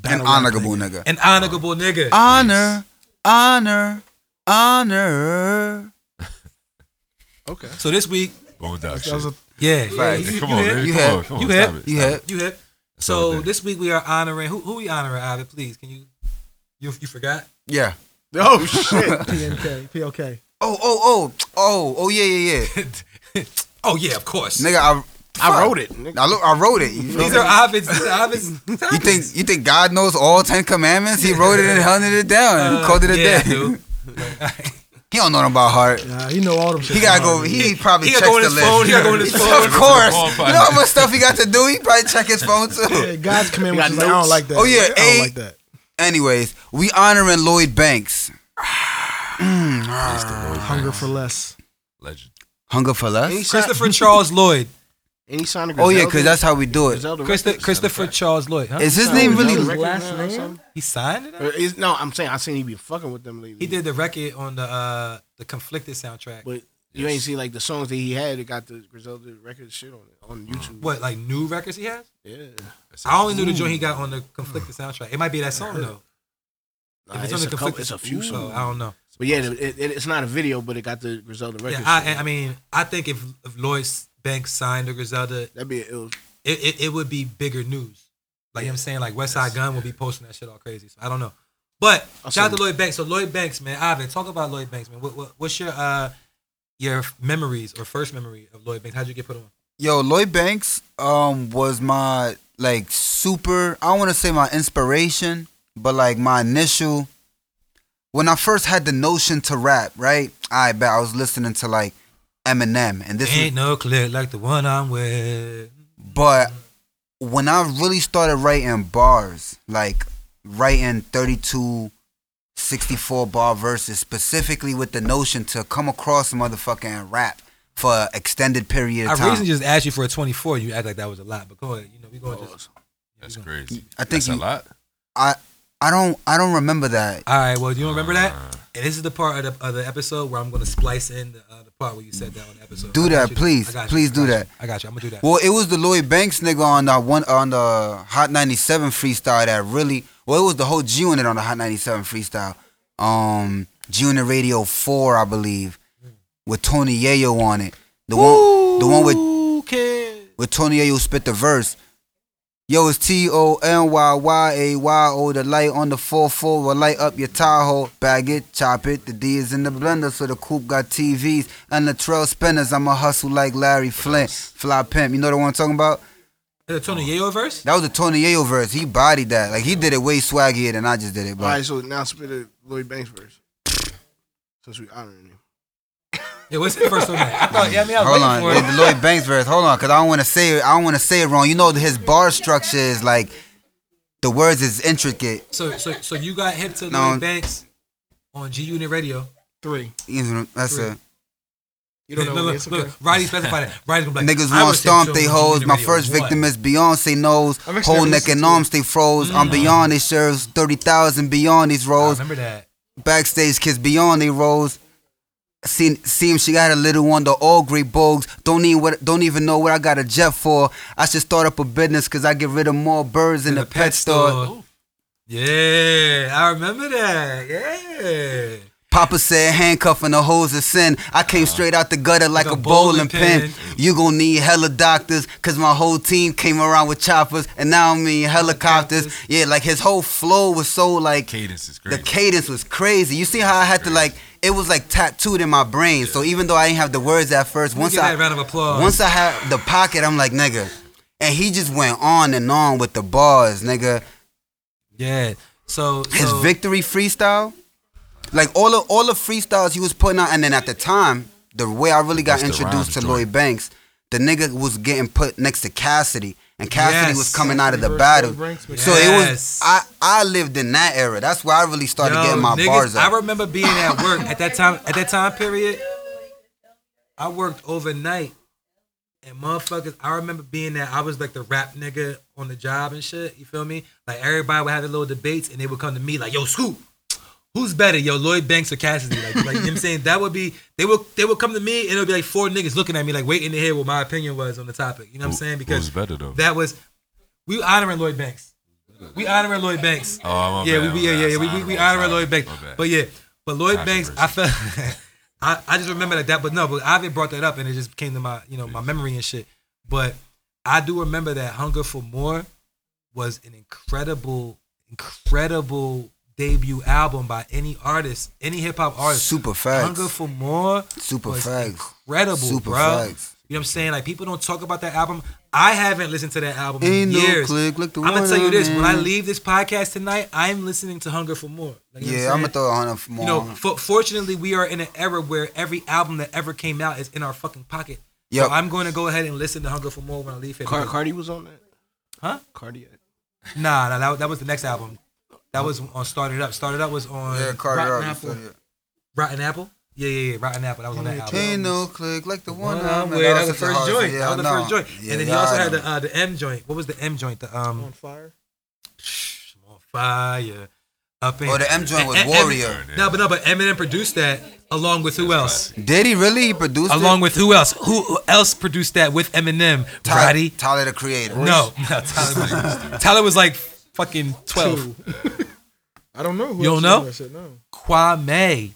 [SPEAKER 2] An honorable nigga.
[SPEAKER 4] An honorable nigga.
[SPEAKER 2] Honor, honor, honor.
[SPEAKER 4] So this week,
[SPEAKER 5] Bone dog shit.
[SPEAKER 1] That was a
[SPEAKER 4] yeah,
[SPEAKER 2] Facts.
[SPEAKER 4] you- you-
[SPEAKER 5] Come
[SPEAKER 4] you
[SPEAKER 5] on,
[SPEAKER 4] hip?
[SPEAKER 5] man.
[SPEAKER 2] You
[SPEAKER 5] Come
[SPEAKER 2] hip.
[SPEAKER 5] on, come on.
[SPEAKER 4] You
[SPEAKER 5] stop
[SPEAKER 4] hip.
[SPEAKER 5] it,
[SPEAKER 2] You
[SPEAKER 5] stop
[SPEAKER 2] hip.
[SPEAKER 4] You hip.
[SPEAKER 5] all
[SPEAKER 4] So
[SPEAKER 5] good.
[SPEAKER 4] this week we are honoring who? Who we honoring? Of it, please. Can you? You you forgot?
[SPEAKER 2] Yeah.
[SPEAKER 3] Oh shit.
[SPEAKER 1] PNK, PLK.
[SPEAKER 2] Oh, oh, oh, oh, oh, yeah, yeah, yeah.
[SPEAKER 4] oh yeah, of course.
[SPEAKER 2] Nigga, I,
[SPEAKER 3] I
[SPEAKER 2] fuck.
[SPEAKER 3] wrote it. Nigga.
[SPEAKER 2] I, look, I wrote it. You,
[SPEAKER 4] These
[SPEAKER 2] know?
[SPEAKER 4] are obvious. These are obvious.
[SPEAKER 2] you think you think God knows all ten commandments? He wrote it and hunted it down and called it a
[SPEAKER 4] yeah, I
[SPEAKER 2] day.
[SPEAKER 4] do.
[SPEAKER 2] He don't know nothing about heart.
[SPEAKER 1] Nah, he know all them.
[SPEAKER 2] He gotta go. He probably
[SPEAKER 4] He
[SPEAKER 2] checks
[SPEAKER 4] gotta go on
[SPEAKER 2] the
[SPEAKER 4] his
[SPEAKER 2] list.
[SPEAKER 4] phone. He gotta go on his phone.
[SPEAKER 2] Of course.
[SPEAKER 5] Phone
[SPEAKER 2] You know how much stuff he got to do? He probably check his phone
[SPEAKER 1] Yeah,
[SPEAKER 2] too.
[SPEAKER 1] God's commandments.
[SPEAKER 3] You
[SPEAKER 1] Is
[SPEAKER 3] got
[SPEAKER 1] like, I don't like
[SPEAKER 3] notes?
[SPEAKER 1] that.
[SPEAKER 2] Oh, yeah,
[SPEAKER 1] I
[SPEAKER 2] eight.
[SPEAKER 1] don't like that.
[SPEAKER 2] Anyways, we honoring Lloyd Banks.
[SPEAKER 5] It's the Lloyd
[SPEAKER 1] Hunger
[SPEAKER 5] Banks.
[SPEAKER 1] for less.
[SPEAKER 5] legend.
[SPEAKER 2] Hunger for less.
[SPEAKER 3] He's-
[SPEAKER 4] Christopher Charles Lloyd.
[SPEAKER 3] Any sign of
[SPEAKER 2] Oh yeah,
[SPEAKER 3] Griselda?
[SPEAKER 2] cause that's how we do it.
[SPEAKER 3] Griselda
[SPEAKER 4] Christa-
[SPEAKER 3] records?
[SPEAKER 4] Christopher Charles Lloyd. Huh?
[SPEAKER 2] Is his name
[SPEAKER 3] Griselda
[SPEAKER 2] really?
[SPEAKER 3] records
[SPEAKER 1] last
[SPEAKER 3] now or
[SPEAKER 1] name?
[SPEAKER 3] something?
[SPEAKER 4] he signed it?
[SPEAKER 3] Or is- No, I'm saying I seen he been fucking with them lately.
[SPEAKER 4] He did the record on the uh, the conflicted soundtrack.
[SPEAKER 3] but you ain't see like the songs that he had. It got the Griselda record shit on it on YouTube.
[SPEAKER 4] Mm. What like new records he has?
[SPEAKER 3] Yeah,
[SPEAKER 4] I only knew the joint he got on the conflicted soundtrack. It might be that song though.
[SPEAKER 3] Hmm. Nah,
[SPEAKER 4] If it's,
[SPEAKER 3] it's,
[SPEAKER 4] on
[SPEAKER 3] a couple,
[SPEAKER 4] the conflicted,
[SPEAKER 3] it's a few
[SPEAKER 4] Ooh,
[SPEAKER 3] songs.
[SPEAKER 4] I don't know.
[SPEAKER 3] But yeah, it, it, it's not a video, but it got the Griselda record.
[SPEAKER 4] Yeah, I,
[SPEAKER 3] shit.
[SPEAKER 4] I mean, I think if if Lloyd Banks signed the Griselda,
[SPEAKER 3] that'd be an ill.
[SPEAKER 4] it, it, it would be bigger news. Like you know what I'm saying, like West Side Gun will be posting that shit all crazy. So I don't know. But shout out to Lloyd Banks. So Lloyd Banks, man, Ivan, talk about Lloyd Banks, man. What, what what's your uh your memories or first memory of Lloyd Banks? How'd you get put on?
[SPEAKER 2] Yo, Lloyd Banks um was my like super I don't wanna say my inspiration, but like my initial when I first had the notion to rap, right? I bet I was listening to like Eminem and this is
[SPEAKER 4] Ain't no click like the one I'm with.
[SPEAKER 2] But when I really started writing bars, like writing 32, 64 bar verses, specifically with the notion to come across a motherfucker and rap for an extended period of
[SPEAKER 4] I
[SPEAKER 2] time.
[SPEAKER 4] recently just asked you for a 24. You act like that was a lot, but go ahead. You know, we going to just.
[SPEAKER 5] That's crazy.
[SPEAKER 2] I think
[SPEAKER 5] That's a
[SPEAKER 2] you-
[SPEAKER 5] lot.
[SPEAKER 2] I I don't I don't remember that.
[SPEAKER 4] All right. Well, you don't remember that? And this is the part of the, of the episode where I'm going to splice in the, uh, the part where you said that on the episode.
[SPEAKER 2] Do
[SPEAKER 4] I got
[SPEAKER 2] that,
[SPEAKER 4] you.
[SPEAKER 2] please.
[SPEAKER 4] I got you.
[SPEAKER 2] Please
[SPEAKER 4] I
[SPEAKER 2] do
[SPEAKER 4] got
[SPEAKER 2] that.
[SPEAKER 4] you. I got you. I'm gonna do that.
[SPEAKER 2] Well, it was the Lloyd Banks nigga on that one on the Hot 97 freestyle that really. Well, it was the whole G unit on the Hot 97 freestyle. Um, G unit Radio 4, I believe, with Tony Yayo on it. The one, the one with
[SPEAKER 4] Okay.
[SPEAKER 2] with Tony Yayo spit the verse. Yo, it's T O N Y Y A Y O. The light on the 4 4 will light up your Tahoe. Bag it, chop it. The D is in the blender, so the coupe got TVs and the trail spinners. I'm going to hustle like Larry Flint. Fly Pimp. You know the one I'm talking about?
[SPEAKER 4] Is it Tony Yayo verse?
[SPEAKER 2] That was a Tony Yayo verse. He bodied that. Like he did it way swaggier than I just did it.
[SPEAKER 3] All right,
[SPEAKER 2] But
[SPEAKER 3] so now spit a Lloyd Banks verse. Since we honoring him.
[SPEAKER 4] Yeah, what's the first one? Like? I thought. Yeah, I mean, I was
[SPEAKER 2] hold
[SPEAKER 4] waiting
[SPEAKER 2] on,
[SPEAKER 4] for
[SPEAKER 2] the
[SPEAKER 4] it.
[SPEAKER 2] Lloyd Banks verse. Hold on, cause I don't want to say it. I don't want to say it wrong. You know his bar structure is like the words is intricate.
[SPEAKER 4] So, so, so you got hit to
[SPEAKER 2] No.
[SPEAKER 4] Lloyd Banks on G Unit Radio.
[SPEAKER 1] Three.
[SPEAKER 2] Even- That's it.
[SPEAKER 1] You don't know.
[SPEAKER 4] look,
[SPEAKER 1] what it
[SPEAKER 4] look,
[SPEAKER 1] is,
[SPEAKER 4] look,
[SPEAKER 1] okay.
[SPEAKER 4] Roddy specified it. Roddy's gonna be like,
[SPEAKER 2] Niggas
[SPEAKER 4] I
[SPEAKER 2] want
[SPEAKER 4] was hit
[SPEAKER 2] stomp
[SPEAKER 4] to
[SPEAKER 2] they
[SPEAKER 4] G
[SPEAKER 2] hoes.
[SPEAKER 4] Unit
[SPEAKER 2] My
[SPEAKER 4] Radio
[SPEAKER 2] first
[SPEAKER 4] one.
[SPEAKER 2] victim is Beyonce knows.
[SPEAKER 1] I'm actually
[SPEAKER 2] Whole
[SPEAKER 1] gonna
[SPEAKER 2] neck
[SPEAKER 1] listen
[SPEAKER 2] and
[SPEAKER 1] to it.
[SPEAKER 2] arms they froze.
[SPEAKER 4] Mm-hmm.
[SPEAKER 2] I'm beyond they serves. Thirty thousand beyond these
[SPEAKER 4] I
[SPEAKER 2] rolls.
[SPEAKER 4] remember that.
[SPEAKER 2] Backstage kiss beyond they rolls. See, see him, she got a little one, the all great bogues. Don't even what, don't even know what I got a jet for. I should start up a business cause I get rid of more birds than
[SPEAKER 4] In
[SPEAKER 2] a pet, store.
[SPEAKER 4] Oh, Yeah, I remember that. Yeah.
[SPEAKER 2] Papa said handcuffing the hoes is sin. I came straight out the gutter like, a bowling, pin. You gon' need hella doctors, cause my whole team came around with choppers, and now I mean helicopters. Yeah, like his whole flow was so like
[SPEAKER 5] Cadence is
[SPEAKER 2] the
[SPEAKER 5] crazy.
[SPEAKER 2] cadence was crazy. You see how I had to like it was like tattooed in my brain. So even though I didn't have the words at first,
[SPEAKER 4] Let me
[SPEAKER 2] once
[SPEAKER 4] give
[SPEAKER 2] I
[SPEAKER 4] that a round of applause.
[SPEAKER 2] once I had the pocket, I'm like nigga, and he just went on and on with the bars, nigga.
[SPEAKER 4] Yeah. So,
[SPEAKER 2] His
[SPEAKER 4] so
[SPEAKER 2] victory freestyle, like all of all the freestyles he was putting out, and then at the time, the way I really got
[SPEAKER 5] That's the
[SPEAKER 2] introduced to
[SPEAKER 5] rhyme
[SPEAKER 2] Lloyd Banks, the nigga was getting put next to Cassidy, and Cassidy
[SPEAKER 4] Yes.
[SPEAKER 2] was coming out of the
[SPEAKER 1] Reverse
[SPEAKER 2] battle.
[SPEAKER 1] Lloyd Banks with-
[SPEAKER 2] So it
[SPEAKER 4] Yes.
[SPEAKER 2] was I I lived in that era. That's where I really started
[SPEAKER 4] Yo,
[SPEAKER 2] getting my
[SPEAKER 4] niggas,
[SPEAKER 2] bars up.
[SPEAKER 4] I remember being at work at that time. At that time period, I worked overnight, and motherfuckers. I remember being that I was like the rap nigga on the job and shit. You feel me? Like everybody would have their little debates, and they would come to me like, "Yo, Scoop, who's better, yo, Lloyd Banks or Cassidy?" Like, like you know what I'm saying that would be they would they would come to me, and it'll be like four niggas looking at me like waiting to hear what my opinion was on the topic. You know what I'm
[SPEAKER 5] Who-
[SPEAKER 4] saying?
[SPEAKER 5] who's
[SPEAKER 4] Because
[SPEAKER 5] better, though?
[SPEAKER 4] that was we honoring Lloyd Banks. We honoring Lloyd Banks
[SPEAKER 5] Oh, my
[SPEAKER 4] yeah,
[SPEAKER 5] bad,
[SPEAKER 4] we,
[SPEAKER 5] my
[SPEAKER 4] yeah,
[SPEAKER 5] bad.
[SPEAKER 4] yeah, yeah.
[SPEAKER 5] It's
[SPEAKER 4] We, we,
[SPEAKER 5] honorable,
[SPEAKER 4] we
[SPEAKER 5] it's
[SPEAKER 4] honor
[SPEAKER 5] honorable.
[SPEAKER 4] Lloyd Banks.
[SPEAKER 5] My bad.
[SPEAKER 4] But yeah, but Lloyd Banks, I felt,
[SPEAKER 5] Controversy.
[SPEAKER 4] I, I just remember like that. But no, but Ivan brought that up and it just came to my, you know, my memory and shit. But I do remember that Hunger for More was an incredible, incredible debut album by any artist, any hip hop artist.
[SPEAKER 2] Super facts.
[SPEAKER 4] Hunger for More
[SPEAKER 2] Super
[SPEAKER 4] was
[SPEAKER 2] facts.
[SPEAKER 4] incredible,
[SPEAKER 2] Super
[SPEAKER 4] bro.
[SPEAKER 2] facts.
[SPEAKER 4] You know what I'm saying? Like people don't talk about that album. I haven't listened to that album in
[SPEAKER 2] Ain't no
[SPEAKER 4] years.
[SPEAKER 2] click, look the
[SPEAKER 4] I'm gonna
[SPEAKER 2] one
[SPEAKER 4] tell you
[SPEAKER 2] on
[SPEAKER 4] this: when I
[SPEAKER 2] it.
[SPEAKER 4] leave this podcast tonight, I'm listening to Hunger for More. Like, you know
[SPEAKER 2] yeah, I'm gonna
[SPEAKER 4] what
[SPEAKER 2] throw a hundred for more.
[SPEAKER 4] saying? You know, for, fortunately, we are in an era where every album that ever came out is in our fucking pocket.
[SPEAKER 2] Yep.
[SPEAKER 4] So I'm going to go ahead and listen to Hunger for More when I leave here.
[SPEAKER 3] Car-
[SPEAKER 4] because-
[SPEAKER 3] Cardi was on that?
[SPEAKER 4] Huh?
[SPEAKER 3] Cardi.
[SPEAKER 4] Nah, nah, that, that was the next album. That was on Started Up. Started Up was on
[SPEAKER 2] yeah, Carter
[SPEAKER 4] Rotten,
[SPEAKER 2] Rotten
[SPEAKER 4] Apple.
[SPEAKER 2] Apple.
[SPEAKER 4] Rotten Apple. Yeah, yeah, yeah. Rotten Apple. That was on that album.
[SPEAKER 2] Ain't no click like the one. I'm
[SPEAKER 4] One arm
[SPEAKER 2] in.
[SPEAKER 4] with- that was
[SPEAKER 2] such
[SPEAKER 4] the
[SPEAKER 2] a
[SPEAKER 4] first
[SPEAKER 2] hard-
[SPEAKER 4] joint.
[SPEAKER 2] yeah,
[SPEAKER 4] that was the
[SPEAKER 2] I
[SPEAKER 4] first
[SPEAKER 2] know.
[SPEAKER 4] joint.
[SPEAKER 2] Yeah,
[SPEAKER 4] and then he
[SPEAKER 2] yeah,
[SPEAKER 4] also
[SPEAKER 2] I
[SPEAKER 4] had
[SPEAKER 2] know.
[SPEAKER 4] the uh, the M joint. What was the M joint? The um
[SPEAKER 1] On fire.
[SPEAKER 4] Shh, I'm on fire. Up in
[SPEAKER 2] Oh, the M joint was
[SPEAKER 4] and- and-
[SPEAKER 2] Warrior.
[SPEAKER 4] No, but no, but Eminem produced that along with who else?
[SPEAKER 2] Did he really? He produced
[SPEAKER 4] Along
[SPEAKER 2] it?
[SPEAKER 4] with who else? Who who else produced that with Eminem?
[SPEAKER 2] Ty-
[SPEAKER 4] Roddy?
[SPEAKER 2] Tyler the Creator.
[SPEAKER 4] No, no, Tyler. was- Tyler was like fucking twelve.
[SPEAKER 1] Two. I don't know. Who
[SPEAKER 4] You
[SPEAKER 1] else is
[SPEAKER 4] don't know?
[SPEAKER 1] on that shit, no.
[SPEAKER 4] Kwame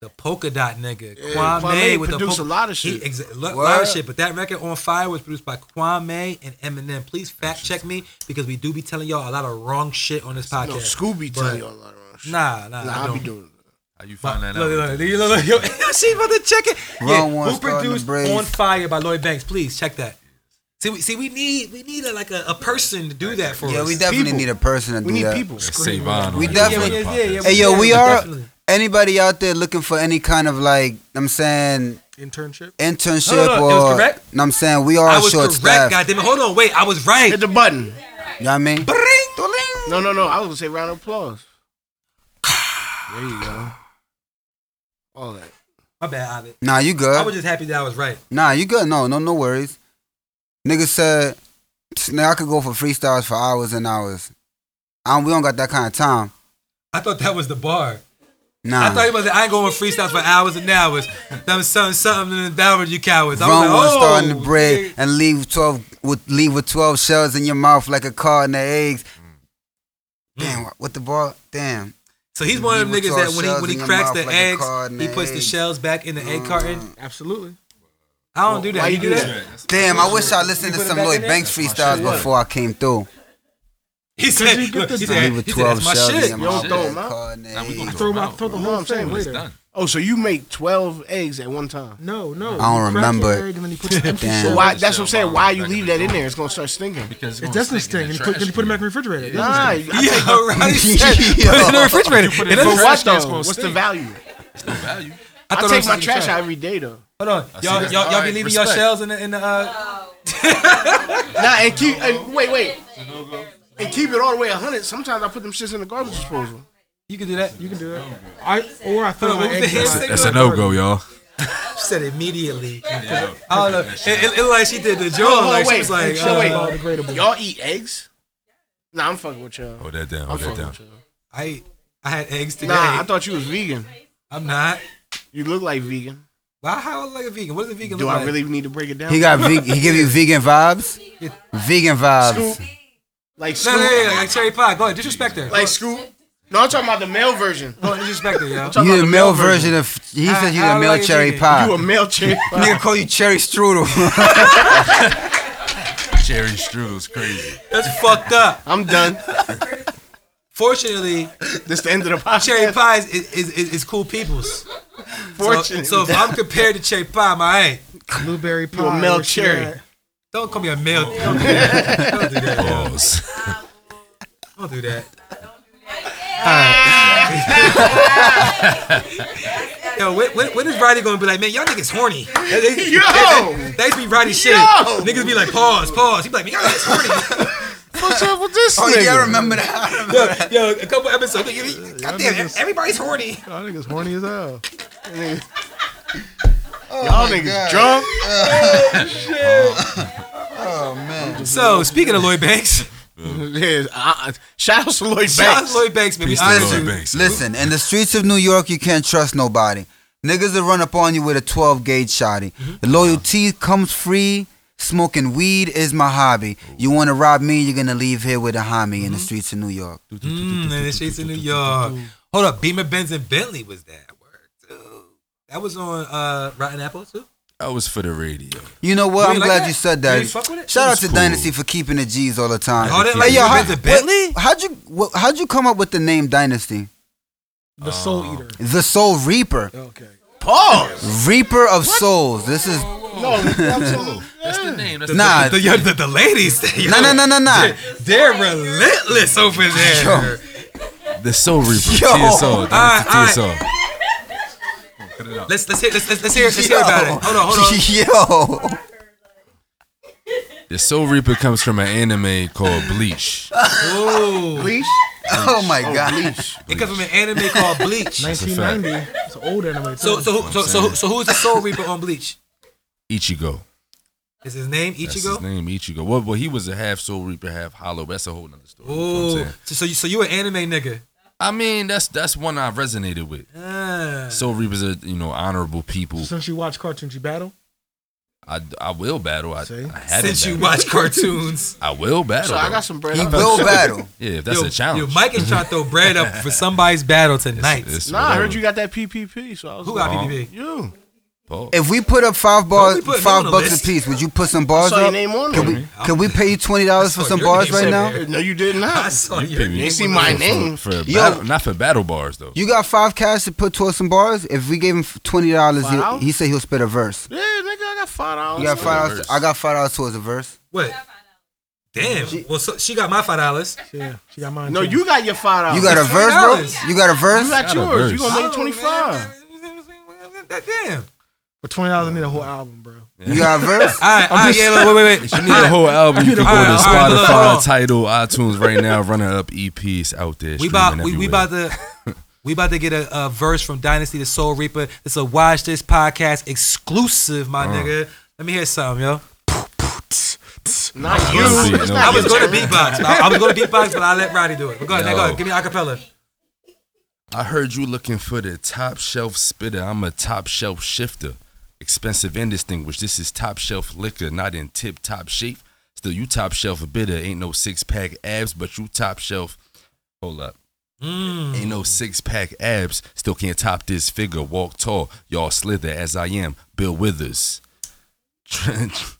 [SPEAKER 4] The polka dot nigga,
[SPEAKER 3] Yeah,
[SPEAKER 4] Kwame,
[SPEAKER 3] Kwame
[SPEAKER 4] with the
[SPEAKER 3] produced
[SPEAKER 4] polka-
[SPEAKER 3] a lot of
[SPEAKER 4] He
[SPEAKER 3] shit.
[SPEAKER 4] exa- lo- lot
[SPEAKER 2] What?
[SPEAKER 4] of shit, but that record on fire was produced by Kwame and Eminem. Please fact check me because we do be telling y'all a lot of wrong shit on this podcast.
[SPEAKER 3] No, Scooby
[SPEAKER 4] But-
[SPEAKER 3] tell you all that wrong shit.
[SPEAKER 4] Nah, nah,
[SPEAKER 3] Nah,
[SPEAKER 4] I
[SPEAKER 3] I'll be
[SPEAKER 4] don't.
[SPEAKER 3] doing
[SPEAKER 5] How you
[SPEAKER 4] But
[SPEAKER 5] find that
[SPEAKER 4] look,
[SPEAKER 5] out?
[SPEAKER 4] look, look, you look, yo, she's about to check it.
[SPEAKER 2] Wrong one
[SPEAKER 4] who
[SPEAKER 2] starting to
[SPEAKER 4] produced
[SPEAKER 2] braise.
[SPEAKER 4] "On Fire" by Lloyd Banks? Please check that. See, we, see, we need we need a, like a, a person to do that for
[SPEAKER 2] Yeah,
[SPEAKER 4] us.
[SPEAKER 2] we definitely
[SPEAKER 3] People.
[SPEAKER 2] need a person to
[SPEAKER 3] We
[SPEAKER 2] do
[SPEAKER 3] need
[SPEAKER 2] that.
[SPEAKER 3] people.
[SPEAKER 5] Save on.
[SPEAKER 2] We
[SPEAKER 5] that
[SPEAKER 2] definitely-
[SPEAKER 5] podcast.
[SPEAKER 4] Yeah, yeah, yeah.
[SPEAKER 2] Hey yo, we are
[SPEAKER 4] Definitely.
[SPEAKER 2] anybody out there looking for any kind of like I'm saying
[SPEAKER 1] Internship.
[SPEAKER 2] internship
[SPEAKER 4] No, no, no, it was
[SPEAKER 2] or
[SPEAKER 4] correct.
[SPEAKER 2] I'm saying we are
[SPEAKER 4] I was
[SPEAKER 2] short
[SPEAKER 4] correct.
[SPEAKER 2] staffed.
[SPEAKER 4] Goddamn it! Hold on, wait. I was right.
[SPEAKER 3] Hit the button.
[SPEAKER 2] You know what I mean?
[SPEAKER 4] Bring.
[SPEAKER 3] No, no, no. I was gonna say round of applause. There you go. All that.
[SPEAKER 4] My bad, Ovid.
[SPEAKER 2] Nah, you
[SPEAKER 4] I was
[SPEAKER 2] good.
[SPEAKER 4] just happy that I was right.
[SPEAKER 2] Nah, you good. No, no, no worries. Nigga said, "Now I could go for freestyles for hours and hours. I don't, we don't got that kind of time."
[SPEAKER 4] I thought that was the bar.
[SPEAKER 2] Nah,
[SPEAKER 4] I thought he was. I ain't going freestyles for hours and hours. Them something, something, and downward you cowards. I was
[SPEAKER 2] Run
[SPEAKER 4] like,
[SPEAKER 2] one
[SPEAKER 4] oh,
[SPEAKER 2] star in the bread
[SPEAKER 4] nigga.
[SPEAKER 2] and leave twelve with leave with twelve shells in your mouth like a car in the eggs.
[SPEAKER 4] Mm.
[SPEAKER 2] Damn, what the ball? Damn.
[SPEAKER 4] So he's one of them
[SPEAKER 2] Leave
[SPEAKER 4] niggas
[SPEAKER 2] with your
[SPEAKER 4] that when he
[SPEAKER 2] shells
[SPEAKER 4] when he
[SPEAKER 2] in your
[SPEAKER 4] cracks
[SPEAKER 2] mouth
[SPEAKER 4] the
[SPEAKER 2] like a Mm-hmm.
[SPEAKER 4] eggs,
[SPEAKER 2] card in
[SPEAKER 4] he
[SPEAKER 2] the
[SPEAKER 4] puts the
[SPEAKER 2] egg.
[SPEAKER 4] shells back in the egg carton.
[SPEAKER 1] Absolutely.
[SPEAKER 4] I don't do
[SPEAKER 3] Why
[SPEAKER 4] that. You do that?
[SPEAKER 2] Damn, I wish I listened to
[SPEAKER 4] put it
[SPEAKER 2] some
[SPEAKER 4] back
[SPEAKER 2] Lloyd
[SPEAKER 4] in there?
[SPEAKER 2] Banks freestyles before I came through.
[SPEAKER 4] He said,
[SPEAKER 1] you get
[SPEAKER 4] look,
[SPEAKER 1] the-
[SPEAKER 4] he
[SPEAKER 2] I
[SPEAKER 4] said,
[SPEAKER 2] leave with
[SPEAKER 4] he said,
[SPEAKER 2] twelve
[SPEAKER 4] that's my
[SPEAKER 2] shells in
[SPEAKER 4] shit.
[SPEAKER 2] your
[SPEAKER 3] You
[SPEAKER 2] mouth.
[SPEAKER 3] don't
[SPEAKER 2] like
[SPEAKER 3] throw 'em
[SPEAKER 2] a
[SPEAKER 3] out?
[SPEAKER 2] car in the
[SPEAKER 5] Nah, we
[SPEAKER 2] eggs.
[SPEAKER 4] Oh,
[SPEAKER 5] gonna
[SPEAKER 1] Throw
[SPEAKER 5] them
[SPEAKER 1] my
[SPEAKER 5] out,
[SPEAKER 1] throw the
[SPEAKER 5] bro.
[SPEAKER 1] whole
[SPEAKER 3] I'm
[SPEAKER 1] thing
[SPEAKER 3] saying,
[SPEAKER 5] When it's
[SPEAKER 1] later.
[SPEAKER 5] done.
[SPEAKER 3] Oh, so you make twelve eggs at one time.
[SPEAKER 1] No, no.
[SPEAKER 2] I don't
[SPEAKER 1] You crack your
[SPEAKER 2] remember.
[SPEAKER 1] egg and then you put the empty
[SPEAKER 2] Damn.
[SPEAKER 1] shell-
[SPEAKER 3] Why? That's what I'm saying. Why you leave that in there? It's gonna start stinking.
[SPEAKER 5] Because
[SPEAKER 1] It doesn't stink, and you put, then you put it back in the refrigerator. It doesn't
[SPEAKER 3] Nah,
[SPEAKER 1] stink.
[SPEAKER 3] you- I
[SPEAKER 4] Yeah,
[SPEAKER 3] take-
[SPEAKER 4] right. He said, Put it in the
[SPEAKER 2] Yo.
[SPEAKER 4] refrigerator. It
[SPEAKER 3] but
[SPEAKER 4] doesn't
[SPEAKER 3] what
[SPEAKER 4] fresh
[SPEAKER 3] though?
[SPEAKER 4] though.
[SPEAKER 3] What's the value?
[SPEAKER 5] value.
[SPEAKER 4] I
[SPEAKER 3] I
[SPEAKER 4] thought it
[SPEAKER 3] take
[SPEAKER 4] was
[SPEAKER 3] my
[SPEAKER 4] in the
[SPEAKER 3] trash
[SPEAKER 4] trash.
[SPEAKER 3] out every day though.
[SPEAKER 4] Hold on,
[SPEAKER 5] see
[SPEAKER 4] y'all,
[SPEAKER 5] that.
[SPEAKER 4] y'all, y'all be
[SPEAKER 5] Alright,
[SPEAKER 4] leaving your
[SPEAKER 5] respect.
[SPEAKER 4] shells in the in the. Uh,
[SPEAKER 3] Nah, and keep and wait, wait, and keep it all the way hundred. Sometimes I put them shits in the garbage disposal.
[SPEAKER 4] you can do that. You
[SPEAKER 1] You can do that. I or I throw
[SPEAKER 4] Hold on,
[SPEAKER 1] my
[SPEAKER 4] what was
[SPEAKER 1] egg.
[SPEAKER 4] the hand
[SPEAKER 1] out.
[SPEAKER 4] signal?
[SPEAKER 5] That's a no go, y'all.
[SPEAKER 4] said immediately.
[SPEAKER 5] Yeah.
[SPEAKER 4] I don't know. It, it, it like she did the
[SPEAKER 3] Hold
[SPEAKER 4] job.
[SPEAKER 3] on,
[SPEAKER 4] Oh, Like she
[SPEAKER 3] wait,
[SPEAKER 4] was like,
[SPEAKER 3] so wait.
[SPEAKER 4] uh, Oh,
[SPEAKER 1] biodegradable.
[SPEAKER 3] Y'all eat eggs? Nah, I'm fucking with y'all.
[SPEAKER 5] Hold Oh, that down.
[SPEAKER 3] I'm
[SPEAKER 5] Hold that
[SPEAKER 3] fucking
[SPEAKER 5] down.
[SPEAKER 3] with y'all.
[SPEAKER 4] I I had eggs today.
[SPEAKER 3] Nah, I thought you was vegan.
[SPEAKER 4] I'm not.
[SPEAKER 3] You look like vegan.
[SPEAKER 4] Why? How I look like a vegan? What does a vegan
[SPEAKER 3] Do
[SPEAKER 4] look
[SPEAKER 3] I
[SPEAKER 4] like?
[SPEAKER 3] really need to break it down?
[SPEAKER 2] He got veg- he give you vegan vibes. Vegan vibes.
[SPEAKER 3] scoop, like
[SPEAKER 4] No,
[SPEAKER 3] scoop,
[SPEAKER 4] no, no, no, like cherry pie. Go ahead, disrespect her.
[SPEAKER 3] like scoop. No, I'm talking about the male version.
[SPEAKER 4] Go ahead, disrespect her, yo.
[SPEAKER 3] Talking
[SPEAKER 2] You
[SPEAKER 3] about
[SPEAKER 2] the
[SPEAKER 3] the
[SPEAKER 2] male
[SPEAKER 3] male version.
[SPEAKER 2] version of he
[SPEAKER 4] I-
[SPEAKER 2] said you
[SPEAKER 4] I
[SPEAKER 2] the
[SPEAKER 4] don't
[SPEAKER 2] male
[SPEAKER 4] like
[SPEAKER 2] cherry
[SPEAKER 4] vegan.
[SPEAKER 3] You a
[SPEAKER 2] pie.
[SPEAKER 3] male chick?
[SPEAKER 2] Nigga call you cherry strudel.
[SPEAKER 5] Cherry strudel's crazy.
[SPEAKER 4] That's fucked up.
[SPEAKER 3] I'm done.
[SPEAKER 4] Fortunately,
[SPEAKER 3] This the end of the podcast.
[SPEAKER 4] cherry pie is is, is, is cool people's. So,
[SPEAKER 3] Fortunately.
[SPEAKER 4] so if I'm compared to cherry pie, my ain't.
[SPEAKER 1] Blueberry pie.
[SPEAKER 3] a male
[SPEAKER 1] where she
[SPEAKER 3] cherry.
[SPEAKER 1] at.
[SPEAKER 4] Don't call me a male. Don't do that. Don't do that. yo.
[SPEAKER 5] Pause.
[SPEAKER 4] Don't do that. Alright. Yo, when, when, when is Roddy gonna be like, man, y'all niggas horny?
[SPEAKER 3] Yo!
[SPEAKER 4] They used to be Roddy shit.
[SPEAKER 3] Yo!
[SPEAKER 4] Niggas be like, pause, pause. He be like, man, y'all niggas horny.
[SPEAKER 3] What's up with this
[SPEAKER 2] oh
[SPEAKER 3] nigga?
[SPEAKER 2] yeah, I remember that. I remember that.
[SPEAKER 4] yo, a couple episodes. like, Goddamn, everybody's Oh, horny.
[SPEAKER 1] Y'all niggas horny as hell.
[SPEAKER 3] Y'all niggas drunk.
[SPEAKER 4] So speaking of Lloyd Banks,
[SPEAKER 3] Yeah, I- I- shout out to Lloyd
[SPEAKER 4] shout out
[SPEAKER 3] Banks.
[SPEAKER 4] to Lloyd Banks, man. We
[SPEAKER 5] Peace to
[SPEAKER 4] honored
[SPEAKER 5] Lloyd
[SPEAKER 4] you.
[SPEAKER 5] Banks. Thanks.
[SPEAKER 2] Listen, in the streets of New York, you can't trust nobody. Niggas will run up on you with a 12 gauge shotty. Loyalty comes free. Smoking weed is my hobby. You want to rob me, you're going to leave here with a homie in the streets of New York.
[SPEAKER 4] Mm, and the streets of New York. Hold up, Beamer Benz and Bentley was that word too. That was on uh, Rotten Apple too.
[SPEAKER 5] That was for the radio.
[SPEAKER 2] You know what?
[SPEAKER 4] You
[SPEAKER 2] I'm
[SPEAKER 4] ain't like
[SPEAKER 2] glad
[SPEAKER 4] that?
[SPEAKER 2] you said
[SPEAKER 4] You
[SPEAKER 2] that.
[SPEAKER 4] ain't fuck with it?
[SPEAKER 2] Shout out
[SPEAKER 5] It's
[SPEAKER 2] to
[SPEAKER 5] cool.
[SPEAKER 2] Dynasty for keeping the G's all the time.
[SPEAKER 4] Oh, they like
[SPEAKER 2] yo,
[SPEAKER 4] you
[SPEAKER 2] how,
[SPEAKER 4] been to Bentley?
[SPEAKER 2] would you wh- how'd you come up with the name Dynasty?
[SPEAKER 1] The soul eater.
[SPEAKER 2] The Soul Reaper,
[SPEAKER 1] Okay.
[SPEAKER 3] Pause.
[SPEAKER 2] Reaper of Souls. This is
[SPEAKER 3] No, absolutely.
[SPEAKER 5] That's the name. That's
[SPEAKER 2] nah.
[SPEAKER 4] The, yo, the, the ladies, they- yo,
[SPEAKER 2] No, no, no, no, no.
[SPEAKER 4] they're relentless over there.
[SPEAKER 2] Yo.
[SPEAKER 5] The Soul Reaper.
[SPEAKER 2] Yo.
[SPEAKER 5] TSO.
[SPEAKER 4] Alright,
[SPEAKER 5] That's the
[SPEAKER 4] Let's let's
[SPEAKER 5] TSO.
[SPEAKER 4] hear let's, let's, let's hear let's hear about it. Hold on, hold on.
[SPEAKER 2] Yo.
[SPEAKER 5] The Soul Reaper comes from an anime called Bleach.
[SPEAKER 4] Ooh,
[SPEAKER 3] Bleach.
[SPEAKER 2] Oh my god.
[SPEAKER 4] it comes from an anime called Bleach.
[SPEAKER 5] a fact.
[SPEAKER 1] 1990. It's an old anime.
[SPEAKER 4] So
[SPEAKER 1] too.
[SPEAKER 4] so who- so so, who- so who's the Soul Reaper on Bleach?
[SPEAKER 5] Ichigo.
[SPEAKER 4] Is his name
[SPEAKER 5] That's
[SPEAKER 4] Ichigo?
[SPEAKER 5] his name, Ichigo. Well, well, he was a half Soul Reaper, half Hollow. That's a whole nother story. you know what I'm
[SPEAKER 4] Ooh,
[SPEAKER 5] saying?
[SPEAKER 4] so, so you so you an anime nigga?
[SPEAKER 5] I mean, that's that's one I resonated with.
[SPEAKER 4] Ah.
[SPEAKER 5] Soul Reapers are you know honorable people.
[SPEAKER 1] since you watch cartoons, you battle.
[SPEAKER 5] I, I will battle. I,
[SPEAKER 1] See?
[SPEAKER 5] I haven't
[SPEAKER 4] Since you
[SPEAKER 5] battled.
[SPEAKER 4] watch cartoons,
[SPEAKER 5] I will battle.
[SPEAKER 3] So I
[SPEAKER 5] though.
[SPEAKER 3] got some bread.
[SPEAKER 2] He
[SPEAKER 3] I'm
[SPEAKER 2] will
[SPEAKER 3] upset.
[SPEAKER 2] battle.
[SPEAKER 5] yeah, if that's
[SPEAKER 4] yo,
[SPEAKER 5] a challenge.
[SPEAKER 4] Yo, Mike is trying to throw bread up for somebody's battle tonight.
[SPEAKER 5] It's
[SPEAKER 3] Nah, I heard
[SPEAKER 5] whatever.
[SPEAKER 3] you got that PPP, so I was
[SPEAKER 4] Who
[SPEAKER 3] like,
[SPEAKER 4] got PPP?
[SPEAKER 3] you.
[SPEAKER 5] Paul.
[SPEAKER 2] If we put up five
[SPEAKER 4] we
[SPEAKER 2] bars,
[SPEAKER 4] put him on
[SPEAKER 2] five
[SPEAKER 4] the
[SPEAKER 2] bucks
[SPEAKER 4] list.
[SPEAKER 2] a piece, would you put some bars
[SPEAKER 3] saw your
[SPEAKER 2] up?
[SPEAKER 3] name on
[SPEAKER 2] Can
[SPEAKER 3] there.
[SPEAKER 2] we can we pay you twenty dollars for
[SPEAKER 4] saw
[SPEAKER 2] some
[SPEAKER 4] your
[SPEAKER 2] bars
[SPEAKER 4] name
[SPEAKER 2] right
[SPEAKER 4] said
[SPEAKER 2] now?
[SPEAKER 4] there.
[SPEAKER 3] No, you did
[SPEAKER 4] I
[SPEAKER 3] not.
[SPEAKER 4] saw
[SPEAKER 5] You
[SPEAKER 4] your
[SPEAKER 5] pick me.
[SPEAKER 3] You
[SPEAKER 4] name.
[SPEAKER 3] see my name.
[SPEAKER 5] for a
[SPEAKER 2] Yo.
[SPEAKER 5] battle, not for battle bars though.
[SPEAKER 2] You got five cash to put towards some bars. If we gave him twenty dollars,
[SPEAKER 3] Wow.
[SPEAKER 2] he, he said he'll spit a verse.
[SPEAKER 3] Yeah, nigga, I got five dollars.
[SPEAKER 2] You got five dollars.
[SPEAKER 5] verse.
[SPEAKER 2] I got five dollars towards a verse.
[SPEAKER 4] What? Damn. well, so she got my five dollars.
[SPEAKER 1] Yeah, she got mine.
[SPEAKER 3] No,
[SPEAKER 1] too.
[SPEAKER 3] you got your five
[SPEAKER 4] Oh.
[SPEAKER 3] dollars.
[SPEAKER 2] You got a verse,
[SPEAKER 4] $20.
[SPEAKER 2] bro. You got a
[SPEAKER 3] You
[SPEAKER 2] verse.
[SPEAKER 3] got
[SPEAKER 5] Got a
[SPEAKER 3] yours. You
[SPEAKER 5] verse.
[SPEAKER 3] gonna make twenty five?
[SPEAKER 4] Damn.
[SPEAKER 1] for twenty dollars. I need a whole album, bro.
[SPEAKER 2] You got a verse.
[SPEAKER 4] All right, all right, yeah, look, wait, wait, wait.
[SPEAKER 5] If you need a whole album, you can go to
[SPEAKER 4] Alright, alright, hold on, hold on.
[SPEAKER 5] Spotify, title, iTunes right now. Running up EPs out there.
[SPEAKER 4] we about
[SPEAKER 5] streaming
[SPEAKER 4] we, we
[SPEAKER 5] everywhere.
[SPEAKER 4] about to we about to get a, a verse from Dynasty the Soul Reaper. It's a watch this podcast exclusive, my nigga. Let me hear some, yo.
[SPEAKER 3] Not you.
[SPEAKER 5] Let's see.
[SPEAKER 3] It's
[SPEAKER 5] No,
[SPEAKER 3] not
[SPEAKER 5] I
[SPEAKER 4] I
[SPEAKER 5] was
[SPEAKER 4] was
[SPEAKER 3] your
[SPEAKER 4] going to
[SPEAKER 3] turn.
[SPEAKER 4] beatbox. I, I was going to beatbox, but I let Roddy do it. But go ahead, now go ahead. Give me acapella.
[SPEAKER 5] I heard you looking for the top shelf spitter. I'm a top shelf shifter. Expensive and distinguished. This is top shelf liquor, not in tip top shape. Still, you top shelf bitter. Ain't no six pack abs, but you top shelf. Hold up. Ain't no six pack abs. Still can't top this figure. Walk tall. Y'all slither as I am. Bill Withers. Trench.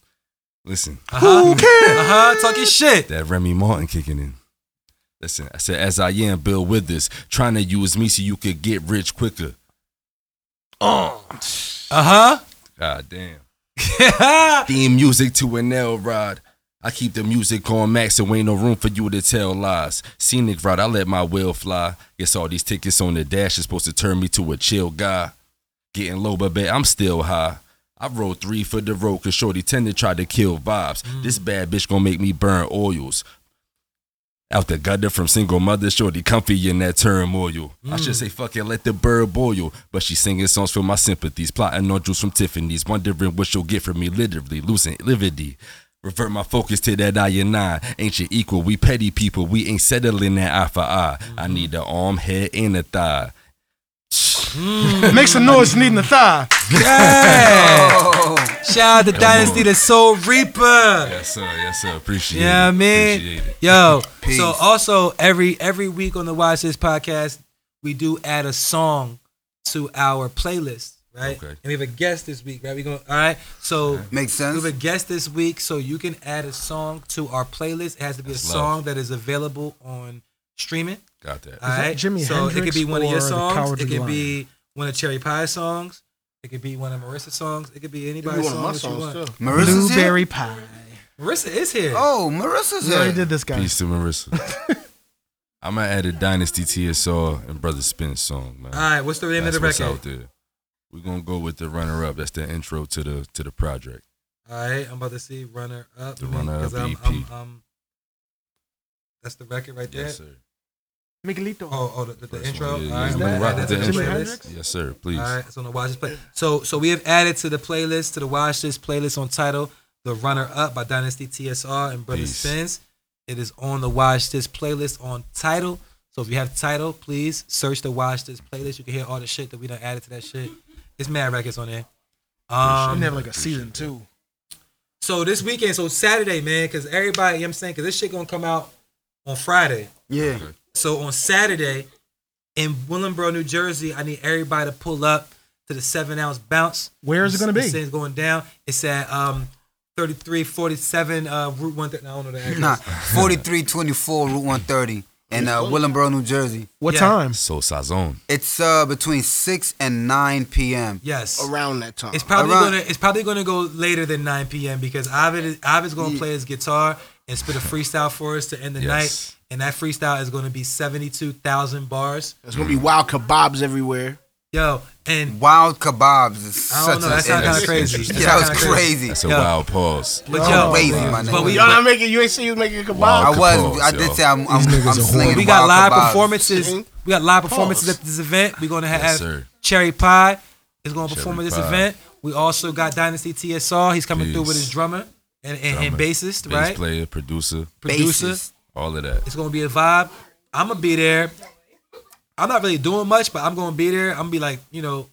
[SPEAKER 5] Listen,
[SPEAKER 4] Uh huh. Talking shit.
[SPEAKER 5] that Remy Martin kicking in. Listen, I said, as I am Bill Withers, trying to use me so you could get rich quicker.
[SPEAKER 4] Uh
[SPEAKER 5] God damn.
[SPEAKER 4] huh.
[SPEAKER 5] Theme music to an L rod. I keep the music on max, so ain't no room for you to tell lies. Scenic route, I let my will fly. Guess all these tickets on the dash is supposed to turn me to a chill guy. Getting low, but bet I'm still high. I rolled three for the road, cause Shorty tended tried to kill vibes. This bad bitch gonna make me burn oils. Out the gutter from single mother, shorty comfy in that turmoil. I should say, fuck it, let the bird boil. But she singing songs for my sympathies, plotting on jewels from Tiffany's, wondering what she'll get from me, literally losing liberty. Revert my focus to that I and I. Ancient equal, we petty people, we ain't settling that eye for eye. I need an arm, head, and a thigh.
[SPEAKER 1] Make some noise, needing a thigh.
[SPEAKER 4] Yeah. Shout out to Dynasty the Soul Reaper.
[SPEAKER 5] Yes, sir, yes, sir. Appreciate
[SPEAKER 4] Yeah,
[SPEAKER 5] it.
[SPEAKER 4] man.
[SPEAKER 5] Appreciate it.
[SPEAKER 4] Yo. So
[SPEAKER 2] Peace.
[SPEAKER 4] also every every week on the Watch This podcast, we do add a song to our playlist, right?
[SPEAKER 5] Okay.
[SPEAKER 4] And we have a guest this week, right? We going all right. So
[SPEAKER 2] Makes
[SPEAKER 4] we
[SPEAKER 2] sense.
[SPEAKER 4] have a guest this week, so you can add a song to our playlist. It has to be a
[SPEAKER 5] That's love.
[SPEAKER 4] song that is available on streaming.
[SPEAKER 5] Got that.
[SPEAKER 4] All
[SPEAKER 1] that
[SPEAKER 4] right.
[SPEAKER 1] Jimi
[SPEAKER 4] so it could
[SPEAKER 1] Hendrix
[SPEAKER 4] be one of your
[SPEAKER 1] or the
[SPEAKER 4] songs. It
[SPEAKER 1] Cowardly
[SPEAKER 4] could be one of Cherry Pie's songs. It could be one of Marissa's songs. It could be
[SPEAKER 3] You one
[SPEAKER 4] anybody's
[SPEAKER 3] of
[SPEAKER 4] song
[SPEAKER 3] my
[SPEAKER 4] that you want.
[SPEAKER 3] songs too.
[SPEAKER 2] Marissa's here.
[SPEAKER 1] Blueberry pie.
[SPEAKER 4] Marissa is here.
[SPEAKER 2] Oh, Marissa's
[SPEAKER 1] We already
[SPEAKER 2] here.
[SPEAKER 1] did this guy.
[SPEAKER 5] Peace to Marissa. I'm going to add a Dynasty TSR and Brother Spence song, man.
[SPEAKER 4] All right. What's the name
[SPEAKER 5] That's
[SPEAKER 4] of the
[SPEAKER 5] what's
[SPEAKER 4] record?
[SPEAKER 5] out there. We're gonna go with the runner up. That's the intro to the to the project.
[SPEAKER 4] All right. I'm about to see Runner Up.
[SPEAKER 5] The
[SPEAKER 4] man,
[SPEAKER 5] Runner
[SPEAKER 4] 'cause
[SPEAKER 5] Up
[SPEAKER 4] I'm-
[SPEAKER 5] EP.
[SPEAKER 4] I'm- I'm- that's the record right there.
[SPEAKER 5] Yes, sir.
[SPEAKER 1] Miguelito.
[SPEAKER 4] Oh, oh, the, the, the
[SPEAKER 5] First
[SPEAKER 4] intro.
[SPEAKER 5] one, yeah,
[SPEAKER 4] All
[SPEAKER 5] yeah,
[SPEAKER 4] right,
[SPEAKER 5] I'm
[SPEAKER 1] that-
[SPEAKER 5] gonna rock
[SPEAKER 1] that's
[SPEAKER 5] with the
[SPEAKER 1] Jimi
[SPEAKER 5] intro.
[SPEAKER 1] Hendrix?
[SPEAKER 5] Yes, sir. Please.
[SPEAKER 4] All right, it's on the Watch This play. So, so we have added to the playlist to the Watch This playlist on title "The Runner Up" by Dynasty TSR and Brother
[SPEAKER 5] Peace.
[SPEAKER 4] Spins. It is on the Watch This playlist on title. So if you have title, please search the Watch This playlist. You can hear all the shit that we done added to that shit. It's mad records on there.
[SPEAKER 1] I'm
[SPEAKER 4] Um,
[SPEAKER 1] gonna have like a season two.
[SPEAKER 4] so this weekend, so Saturday, man, because everybody, you know what I'm saying, because this shit gonna come out on Friday.
[SPEAKER 2] Yeah.
[SPEAKER 4] So on Saturday in Willingboro, New Jersey, I need everybody to pull up to the seven ounce bounce.
[SPEAKER 1] Where is it gonna be?
[SPEAKER 4] This thing's going down. It's at um, 3347 uh, Route 130. I don't know the address.
[SPEAKER 2] Nah, forty-three twenty-four Route one thirty in uh, Willingboro, New Jersey.
[SPEAKER 1] What
[SPEAKER 4] Yeah.
[SPEAKER 1] time?
[SPEAKER 5] So Sazon.
[SPEAKER 2] It's uh between six and nine p.m.
[SPEAKER 4] Yes.
[SPEAKER 3] Around that time.
[SPEAKER 4] It's probably
[SPEAKER 2] Around-
[SPEAKER 4] gonna it's probably gonna go later than 9 p.m. because Ovid is, Ovid's gonna play his guitar and spit a freestyle for us to end the
[SPEAKER 5] Yes.
[SPEAKER 4] night. And that freestyle is gonna be 72,000 bars.
[SPEAKER 3] There's gonna be wild kebabs everywhere.
[SPEAKER 4] Yo, and
[SPEAKER 2] Wild kebabs is
[SPEAKER 4] I
[SPEAKER 2] such
[SPEAKER 4] don't know,
[SPEAKER 2] a.
[SPEAKER 4] that sound kinda
[SPEAKER 5] that's
[SPEAKER 4] crazy.
[SPEAKER 5] interesting.
[SPEAKER 4] sound
[SPEAKER 2] that was
[SPEAKER 4] kinda
[SPEAKER 2] crazy.
[SPEAKER 5] That's a
[SPEAKER 4] Yo.
[SPEAKER 5] wild pause.
[SPEAKER 4] But yo,
[SPEAKER 2] crazy, my nigga.
[SPEAKER 4] but we
[SPEAKER 3] Y'all not making. You ain't see you making kebabs.
[SPEAKER 5] Wow.
[SPEAKER 2] I was.
[SPEAKER 5] Kebabs,
[SPEAKER 2] I did
[SPEAKER 5] yo.
[SPEAKER 2] say I'm. I'm,
[SPEAKER 1] These niggas
[SPEAKER 2] I'm
[SPEAKER 1] are
[SPEAKER 2] slinging.
[SPEAKER 1] horrible.
[SPEAKER 4] we got
[SPEAKER 2] wild
[SPEAKER 4] live
[SPEAKER 2] kebabs.
[SPEAKER 4] performances.
[SPEAKER 3] Mhm.
[SPEAKER 4] We got live performances
[SPEAKER 3] Pause.
[SPEAKER 4] at this event. We're gonna have
[SPEAKER 5] Yes, sir.
[SPEAKER 4] Cherry Pie is gonna
[SPEAKER 5] Cherry
[SPEAKER 4] perform at this
[SPEAKER 5] Pie.
[SPEAKER 4] event. We also got Dynasty TSR. He's coming through
[SPEAKER 5] Peace.
[SPEAKER 4] with his drummer and, and, and
[SPEAKER 5] Drummer,
[SPEAKER 4] bassist,
[SPEAKER 5] Bass
[SPEAKER 4] right?
[SPEAKER 5] player, producer,
[SPEAKER 4] Producer.
[SPEAKER 2] Bassist.
[SPEAKER 5] all of that.
[SPEAKER 4] It's gonna be a vibe. I'm gonna be there. I'm not really doing much, but I'm gonna be there. I'm gonna be like, you know,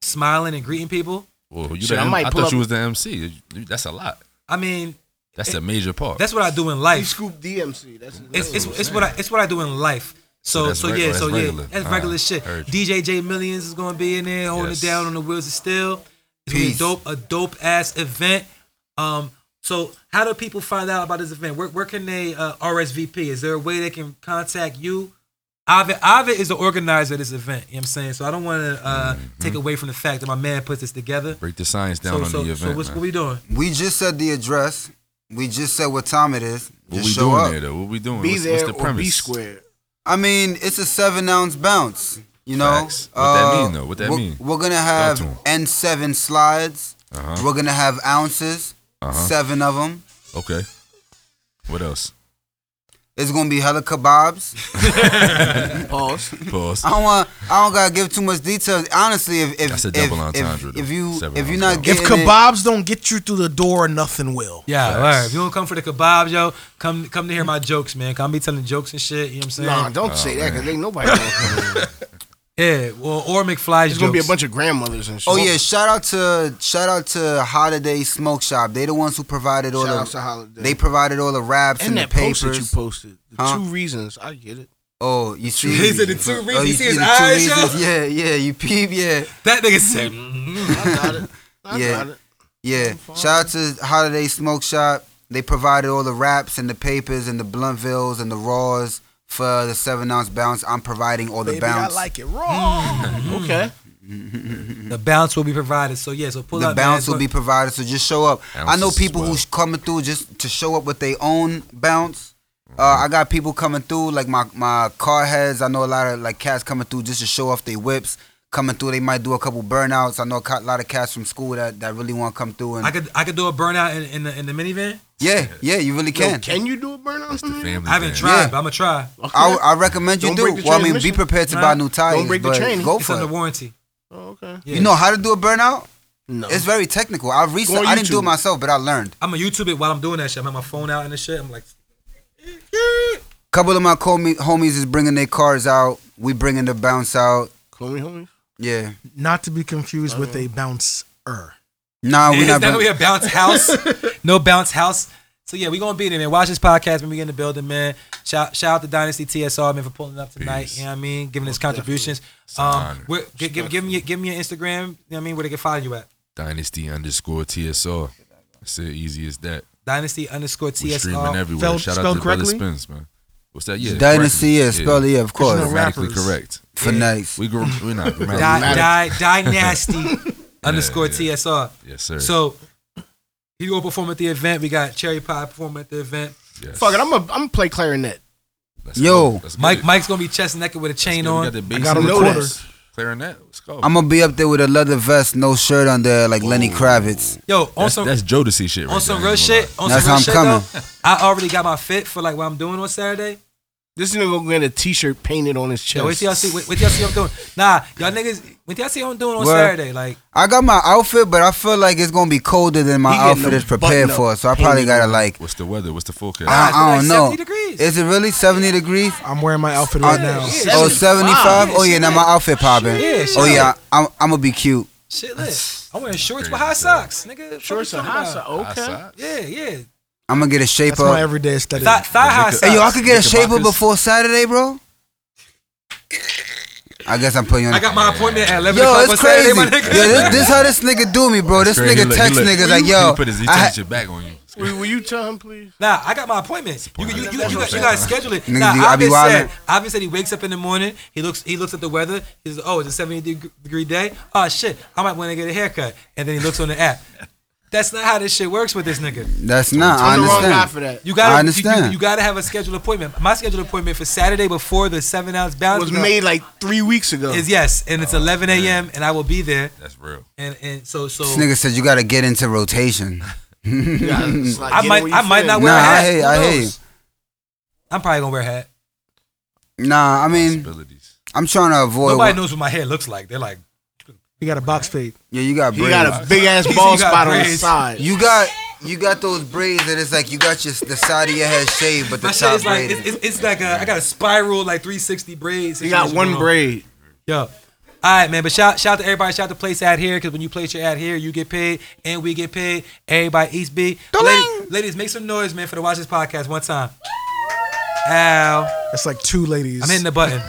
[SPEAKER 4] smiling and greeting people.
[SPEAKER 5] Well, you
[SPEAKER 3] Shit,
[SPEAKER 5] the
[SPEAKER 3] I
[SPEAKER 5] M- I,
[SPEAKER 3] might pull
[SPEAKER 5] thought
[SPEAKER 3] up-
[SPEAKER 5] you was the MC. You- That's a lot.
[SPEAKER 4] I mean,
[SPEAKER 5] That's a major part.
[SPEAKER 4] that's what I do in
[SPEAKER 3] He
[SPEAKER 4] life.
[SPEAKER 3] scooped DMC. That's his
[SPEAKER 4] It's
[SPEAKER 3] name.
[SPEAKER 4] it's, it's what I it's what I do in life. So
[SPEAKER 5] that's
[SPEAKER 4] so,
[SPEAKER 5] regular-
[SPEAKER 4] yeah so
[SPEAKER 5] that's
[SPEAKER 4] yeah
[SPEAKER 5] regular.
[SPEAKER 4] that's
[SPEAKER 5] Ah,
[SPEAKER 4] regular shit.
[SPEAKER 5] heard you.
[SPEAKER 4] DJ J Millions is gonna be in there holding
[SPEAKER 5] Yes.
[SPEAKER 4] it down on the wheels of steel. It's gonna be a
[SPEAKER 2] Peace.
[SPEAKER 4] dope a dope ass event. Um, so how do people find out about this event? Where where can they uh, RSVP? Is there a way they can contact you? Avid, Avid is the organizer of this event. You know what I'm saying? So I don't want to uh, take away from the fact that my man puts this together.
[SPEAKER 5] Break the science Mm-hmm. down
[SPEAKER 4] So,
[SPEAKER 5] on
[SPEAKER 4] so,
[SPEAKER 5] the event.
[SPEAKER 4] so what's
[SPEAKER 5] man.
[SPEAKER 4] what we doing?
[SPEAKER 2] We just said the address. We just said what time it is.
[SPEAKER 5] What
[SPEAKER 2] just
[SPEAKER 5] we
[SPEAKER 2] show
[SPEAKER 5] doing
[SPEAKER 2] up.
[SPEAKER 5] there though? What we doing?
[SPEAKER 3] be
[SPEAKER 5] what's,
[SPEAKER 3] there
[SPEAKER 5] what's the
[SPEAKER 3] or
[SPEAKER 5] premise?
[SPEAKER 3] be square.
[SPEAKER 2] I mean, it's a seven ounce bounce. You know,
[SPEAKER 5] Facts. What that mean, though? What that
[SPEAKER 2] we're,
[SPEAKER 5] mean?
[SPEAKER 2] We're gonna
[SPEAKER 5] Talk
[SPEAKER 2] have
[SPEAKER 5] to 'em.
[SPEAKER 2] N7 slides.
[SPEAKER 5] Uh-huh.
[SPEAKER 2] We're gonna have ounces,
[SPEAKER 5] Uh-huh.
[SPEAKER 2] seven of them.
[SPEAKER 5] Okay. What else?
[SPEAKER 2] It's gonna be hella kebabs.
[SPEAKER 3] Pause.
[SPEAKER 5] Pause.
[SPEAKER 2] I don't want. I don't gotta give too much details. Honestly, if if
[SPEAKER 5] That's a
[SPEAKER 2] if,
[SPEAKER 5] double
[SPEAKER 2] if-
[SPEAKER 5] entendre,
[SPEAKER 2] if,
[SPEAKER 5] though.
[SPEAKER 2] you
[SPEAKER 5] Seven
[SPEAKER 2] if you're
[SPEAKER 5] ounce
[SPEAKER 2] not
[SPEAKER 5] bounce.
[SPEAKER 1] If
[SPEAKER 2] getting it-
[SPEAKER 1] kebabs don't get you through the door, nothing will.
[SPEAKER 4] Yeah,
[SPEAKER 5] Facts.
[SPEAKER 4] all right. If you don't come for the kebabs, yo, come come to hear my jokes, man. Come be telling jokes and shit. You know what I'm saying?
[SPEAKER 3] Nah, don't
[SPEAKER 5] Oh,
[SPEAKER 3] say that because ain't nobody. gonna come.
[SPEAKER 4] Yeah, well, or McFly's
[SPEAKER 3] It's
[SPEAKER 4] jokes.
[SPEAKER 3] gonna be a bunch of grandmothers and shit.
[SPEAKER 2] Oh yeah! Shout out to shout out to Holiday Smoke Shop. They the ones who provided all
[SPEAKER 3] Shout
[SPEAKER 2] the
[SPEAKER 3] out to Holiday.
[SPEAKER 2] they provided all the raps and,
[SPEAKER 3] and
[SPEAKER 2] the
[SPEAKER 3] that
[SPEAKER 2] papers.
[SPEAKER 3] post that you posted. The
[SPEAKER 2] Huh?
[SPEAKER 3] two reasons. I get it.
[SPEAKER 2] Oh, you see?
[SPEAKER 4] He said the two reasons.
[SPEAKER 2] Oh,
[SPEAKER 4] You
[SPEAKER 2] you
[SPEAKER 4] see
[SPEAKER 2] see
[SPEAKER 4] his
[SPEAKER 2] the two
[SPEAKER 4] eyes, yo?
[SPEAKER 2] reasons? Yeah, yeah. You peep, yeah,
[SPEAKER 4] That nigga said, "Mm-hmm."
[SPEAKER 3] I got it. I
[SPEAKER 2] Yeah.
[SPEAKER 3] got it.
[SPEAKER 2] yeah. Shout out to Holiday Smoke Shop. They provided all the raps and the papers and the Bluntvilles and the Raws for the seven ounce bounce. I'm providing all the
[SPEAKER 1] Baby, I
[SPEAKER 2] bounce.
[SPEAKER 1] like it raw.
[SPEAKER 3] Okay.
[SPEAKER 4] the bounce will be provided. So yeah, so pull
[SPEAKER 2] the
[SPEAKER 4] up.
[SPEAKER 2] bounce
[SPEAKER 4] man.
[SPEAKER 2] will be provided, so just show up. I know
[SPEAKER 5] Ounces as
[SPEAKER 2] people
[SPEAKER 5] well.
[SPEAKER 2] who's coming through just to show up with their own bounce. Uh, I got people coming through like my my car heads. I know a lot of like cats coming through just to show off their whips. Coming through, they might do a couple burnouts. I know a co- lot of cats from school that, that really want to come through and
[SPEAKER 4] I could I could do a burnout in, in the in the minivan.
[SPEAKER 2] yeah, yeah, you really
[SPEAKER 3] Yo,
[SPEAKER 2] can.
[SPEAKER 3] Can. you do a burnout?
[SPEAKER 5] The
[SPEAKER 3] Okay.
[SPEAKER 5] family
[SPEAKER 4] I haven't
[SPEAKER 5] band.
[SPEAKER 4] tried,
[SPEAKER 2] Yeah.
[SPEAKER 4] but I'm gonna try.
[SPEAKER 2] I, I recommend you
[SPEAKER 3] Don't
[SPEAKER 2] do.
[SPEAKER 3] break the
[SPEAKER 2] Well, I mean, be
[SPEAKER 3] transmission.
[SPEAKER 2] prepared to
[SPEAKER 4] Nah,
[SPEAKER 2] buy new tires,
[SPEAKER 3] break the
[SPEAKER 2] but
[SPEAKER 3] chain.
[SPEAKER 2] go
[SPEAKER 4] it's
[SPEAKER 2] for
[SPEAKER 4] under
[SPEAKER 2] it.
[SPEAKER 4] warranty.
[SPEAKER 3] Oh, okay.
[SPEAKER 4] Yeah.
[SPEAKER 2] You know how to do a burnout?
[SPEAKER 3] No.
[SPEAKER 2] It's very technical. I
[SPEAKER 3] Go
[SPEAKER 2] recently
[SPEAKER 3] on
[SPEAKER 2] I didn't do it
[SPEAKER 3] YouTube.
[SPEAKER 2] myself, but I learned.
[SPEAKER 4] I'm gonna YouTube it while I'm doing that shit. I'm having my phone out and the shit. I'm like,
[SPEAKER 2] couple of my comi- homies is bringing their cars out. We bringing the bounce out.
[SPEAKER 3] Call me homie.
[SPEAKER 2] Yeah.
[SPEAKER 1] Not to be confused with a bouncer.
[SPEAKER 2] Nah, we
[SPEAKER 4] Is
[SPEAKER 2] not.
[SPEAKER 4] that
[SPEAKER 2] bring-
[SPEAKER 4] we a bounce house. no bounce house. So yeah, we gonna be there, man. Watch this podcast when we get in the building, man. Shout, shout out to Dynasty TSR, man, for pulling up tonight.
[SPEAKER 5] Peace.
[SPEAKER 4] You know what I mean? Giving his contributions.
[SPEAKER 5] an
[SPEAKER 4] Um,
[SPEAKER 5] honor.
[SPEAKER 4] where, give, give, give, me, your- give me your Instagram, you know what I mean, where they can follow you at.
[SPEAKER 5] Dynasty underscore TSR. That's it. Easy as that.
[SPEAKER 4] Dynasty underscore
[SPEAKER 5] We are streaming
[SPEAKER 4] TSR.
[SPEAKER 5] everywhere.
[SPEAKER 1] Spelled-
[SPEAKER 5] Shout out
[SPEAKER 1] spelled
[SPEAKER 5] to Brother
[SPEAKER 1] correctly?
[SPEAKER 5] Spins, man. What's that? Yeah.
[SPEAKER 2] Dynasty, yeah,
[SPEAKER 5] correctly.
[SPEAKER 2] spell it, yeah, of course.
[SPEAKER 1] no rap.
[SPEAKER 5] Grammatically
[SPEAKER 1] rappers.
[SPEAKER 5] correct.
[SPEAKER 2] Finesse.
[SPEAKER 5] We gr- we're not
[SPEAKER 4] Di,
[SPEAKER 5] grammatically.
[SPEAKER 4] di, dynasty underscore
[SPEAKER 5] yeah.
[SPEAKER 4] TSR.
[SPEAKER 5] Yes, sir.
[SPEAKER 4] So he gonna perform at the event. We got Cherry Pie performing at the event.
[SPEAKER 5] Yes.
[SPEAKER 3] Fuck it. I'm a. I'm gonna play clarinet.
[SPEAKER 5] Let's
[SPEAKER 2] Yo.
[SPEAKER 5] go. Let's get
[SPEAKER 4] Mike,
[SPEAKER 5] it.
[SPEAKER 4] Mike's gonna be chest naked with a
[SPEAKER 5] Let's
[SPEAKER 4] chain
[SPEAKER 5] get it. We
[SPEAKER 4] on.
[SPEAKER 5] got the bass
[SPEAKER 1] gotta
[SPEAKER 5] and the
[SPEAKER 1] know
[SPEAKER 5] chorus. Clarinet. Let's go.
[SPEAKER 2] I'm gonna be up there with a leather vest, no shirt on there, like Lenny Kravitz.
[SPEAKER 4] Yo, on
[SPEAKER 5] that's,
[SPEAKER 4] some
[SPEAKER 5] that's Jodeci shit. Right
[SPEAKER 4] on some
[SPEAKER 5] there, I
[SPEAKER 4] real
[SPEAKER 5] ain't gonna
[SPEAKER 4] shit. On
[SPEAKER 2] That's
[SPEAKER 4] some real
[SPEAKER 2] how I'm
[SPEAKER 4] shit
[SPEAKER 2] coming.
[SPEAKER 4] though. I already got my fit for like what I'm doing on Saturday.
[SPEAKER 3] This nigga gonna get a T-shirt painted on his chest.
[SPEAKER 4] Yo, wait till y'all see. Wait, wait till y'all see what I'm doing. Nah, y'all niggas. Wait till y'all see what I'm doing on
[SPEAKER 2] Well,
[SPEAKER 4] Saturday. Like,
[SPEAKER 2] I got my outfit, but I feel like it's gonna be colder than my
[SPEAKER 3] He getting
[SPEAKER 2] outfit
[SPEAKER 3] a
[SPEAKER 2] is prepared
[SPEAKER 3] button-up
[SPEAKER 2] for, so I probably
[SPEAKER 3] painted
[SPEAKER 2] gotta
[SPEAKER 3] on.
[SPEAKER 2] like.
[SPEAKER 5] lie. What's the weather? What's the forecast?
[SPEAKER 2] I,
[SPEAKER 4] it's
[SPEAKER 2] I
[SPEAKER 4] like
[SPEAKER 2] don't know.
[SPEAKER 4] 70 degrees.
[SPEAKER 2] Is it really 70 degrees?
[SPEAKER 1] I'm wearing my outfit right
[SPEAKER 2] I-
[SPEAKER 1] now.
[SPEAKER 4] yeah.
[SPEAKER 2] Oh,
[SPEAKER 4] 75?
[SPEAKER 2] 75? Oh,
[SPEAKER 4] Yeah,
[SPEAKER 2] yeah, now my
[SPEAKER 4] shit.
[SPEAKER 2] outfit popping.
[SPEAKER 4] Yeah, shit.
[SPEAKER 2] Oh, yeah, I'm, I'm gonna be cute.
[SPEAKER 4] shit lit. I'm wearing shorts with high socks, nigga.
[SPEAKER 3] Shorts
[SPEAKER 4] Fuck
[SPEAKER 3] and
[SPEAKER 4] you
[SPEAKER 3] high
[SPEAKER 4] talking
[SPEAKER 3] socks.
[SPEAKER 4] about?
[SPEAKER 3] Okay.
[SPEAKER 5] Outside?
[SPEAKER 4] Yeah, yeah.
[SPEAKER 2] I'm gonna get a shape
[SPEAKER 1] That's my
[SPEAKER 2] up.
[SPEAKER 1] everyday aesthetic.
[SPEAKER 4] Thigh, thigh high
[SPEAKER 5] Hey,
[SPEAKER 4] socks.
[SPEAKER 2] Hey, yo, I could get a shape up
[SPEAKER 5] Knickerbockers.
[SPEAKER 2] before Saturday, bro. I guess I'm putting you on.
[SPEAKER 4] I got my appointment at 11
[SPEAKER 2] Yo,
[SPEAKER 4] o'clock on
[SPEAKER 2] it's crazy.
[SPEAKER 4] Saturday, my nigga.
[SPEAKER 2] Yo, this, this how this nigga do me, bro. This
[SPEAKER 5] He
[SPEAKER 2] nigga
[SPEAKER 5] look- he
[SPEAKER 2] text
[SPEAKER 5] look-
[SPEAKER 2] niggas like,
[SPEAKER 5] he
[SPEAKER 2] yo,
[SPEAKER 5] put his, he
[SPEAKER 2] I
[SPEAKER 5] turns
[SPEAKER 2] had-
[SPEAKER 5] your back on you. It's
[SPEAKER 3] Will, will you tell him, please?
[SPEAKER 4] Nah, I got my appointment. You you, you, you, you, got, you gotta schedule it.
[SPEAKER 2] Niggas
[SPEAKER 4] Nah,
[SPEAKER 2] be- I be
[SPEAKER 4] Ivan said
[SPEAKER 2] wildin'.
[SPEAKER 4] Ivan said he wakes up in the morning. He looks he looks at the weather. He says, "Oh, it's a seventy deg- degree day. Oh shit, I might want to get a haircut." And then he looks on the app. That's not how this shit works with this nigga.
[SPEAKER 2] that's not. I
[SPEAKER 3] I'm the wrong guy
[SPEAKER 2] understand.
[SPEAKER 3] for that.
[SPEAKER 4] You gotta
[SPEAKER 2] I
[SPEAKER 4] You,
[SPEAKER 2] understand.
[SPEAKER 4] you, you gotta have a scheduled appointment. My scheduled appointment for Saturday before the seven ounce bounce
[SPEAKER 3] was
[SPEAKER 4] bro,
[SPEAKER 3] made like three weeks ago.
[SPEAKER 4] is yes, and
[SPEAKER 2] Oh,
[SPEAKER 4] it's eleven a.m. and I will be there.
[SPEAKER 5] That's real.
[SPEAKER 4] And and so so
[SPEAKER 2] This nigga said you gotta get into rotation.
[SPEAKER 3] Yeah, it's like
[SPEAKER 4] I
[SPEAKER 3] get
[SPEAKER 4] might-
[SPEAKER 3] in where you
[SPEAKER 4] I might
[SPEAKER 3] fit.
[SPEAKER 4] not
[SPEAKER 2] Nah,
[SPEAKER 4] wear a
[SPEAKER 2] I
[SPEAKER 4] hat.
[SPEAKER 2] hate,
[SPEAKER 4] Who
[SPEAKER 2] I hate.
[SPEAKER 4] knows? I'm probably gonna wear a hat.
[SPEAKER 2] Nah, I mean,
[SPEAKER 5] Possibilities.
[SPEAKER 2] I'm trying to avoid.
[SPEAKER 4] Nobody knows what my hair looks like. They're like,
[SPEAKER 1] You got a box fade.
[SPEAKER 2] Yeah, you got
[SPEAKER 3] He
[SPEAKER 2] braids.
[SPEAKER 3] got a big ass
[SPEAKER 4] He
[SPEAKER 3] bald
[SPEAKER 4] got
[SPEAKER 3] spot on his
[SPEAKER 4] braids.
[SPEAKER 3] side.
[SPEAKER 2] you got you got those braids that it's like you got your the side of your head shaved, but the
[SPEAKER 4] my shit
[SPEAKER 2] top
[SPEAKER 4] is like
[SPEAKER 2] braided.
[SPEAKER 4] it's, it's, it's like a, I got a spiral like 360 braids.
[SPEAKER 3] He got
[SPEAKER 4] situation
[SPEAKER 3] one
[SPEAKER 4] going on.
[SPEAKER 3] braid.
[SPEAKER 4] Yo, All right, man. But shout shout out to everybody. Shout out to Place Ad here because when you place your ad here, you get paid and we get paid. Everybody East B. Ladies, ladies, make some noise, man, for the Watch This Podcast one time. Ow.
[SPEAKER 1] It's like two ladies.
[SPEAKER 4] I'm hitting the button.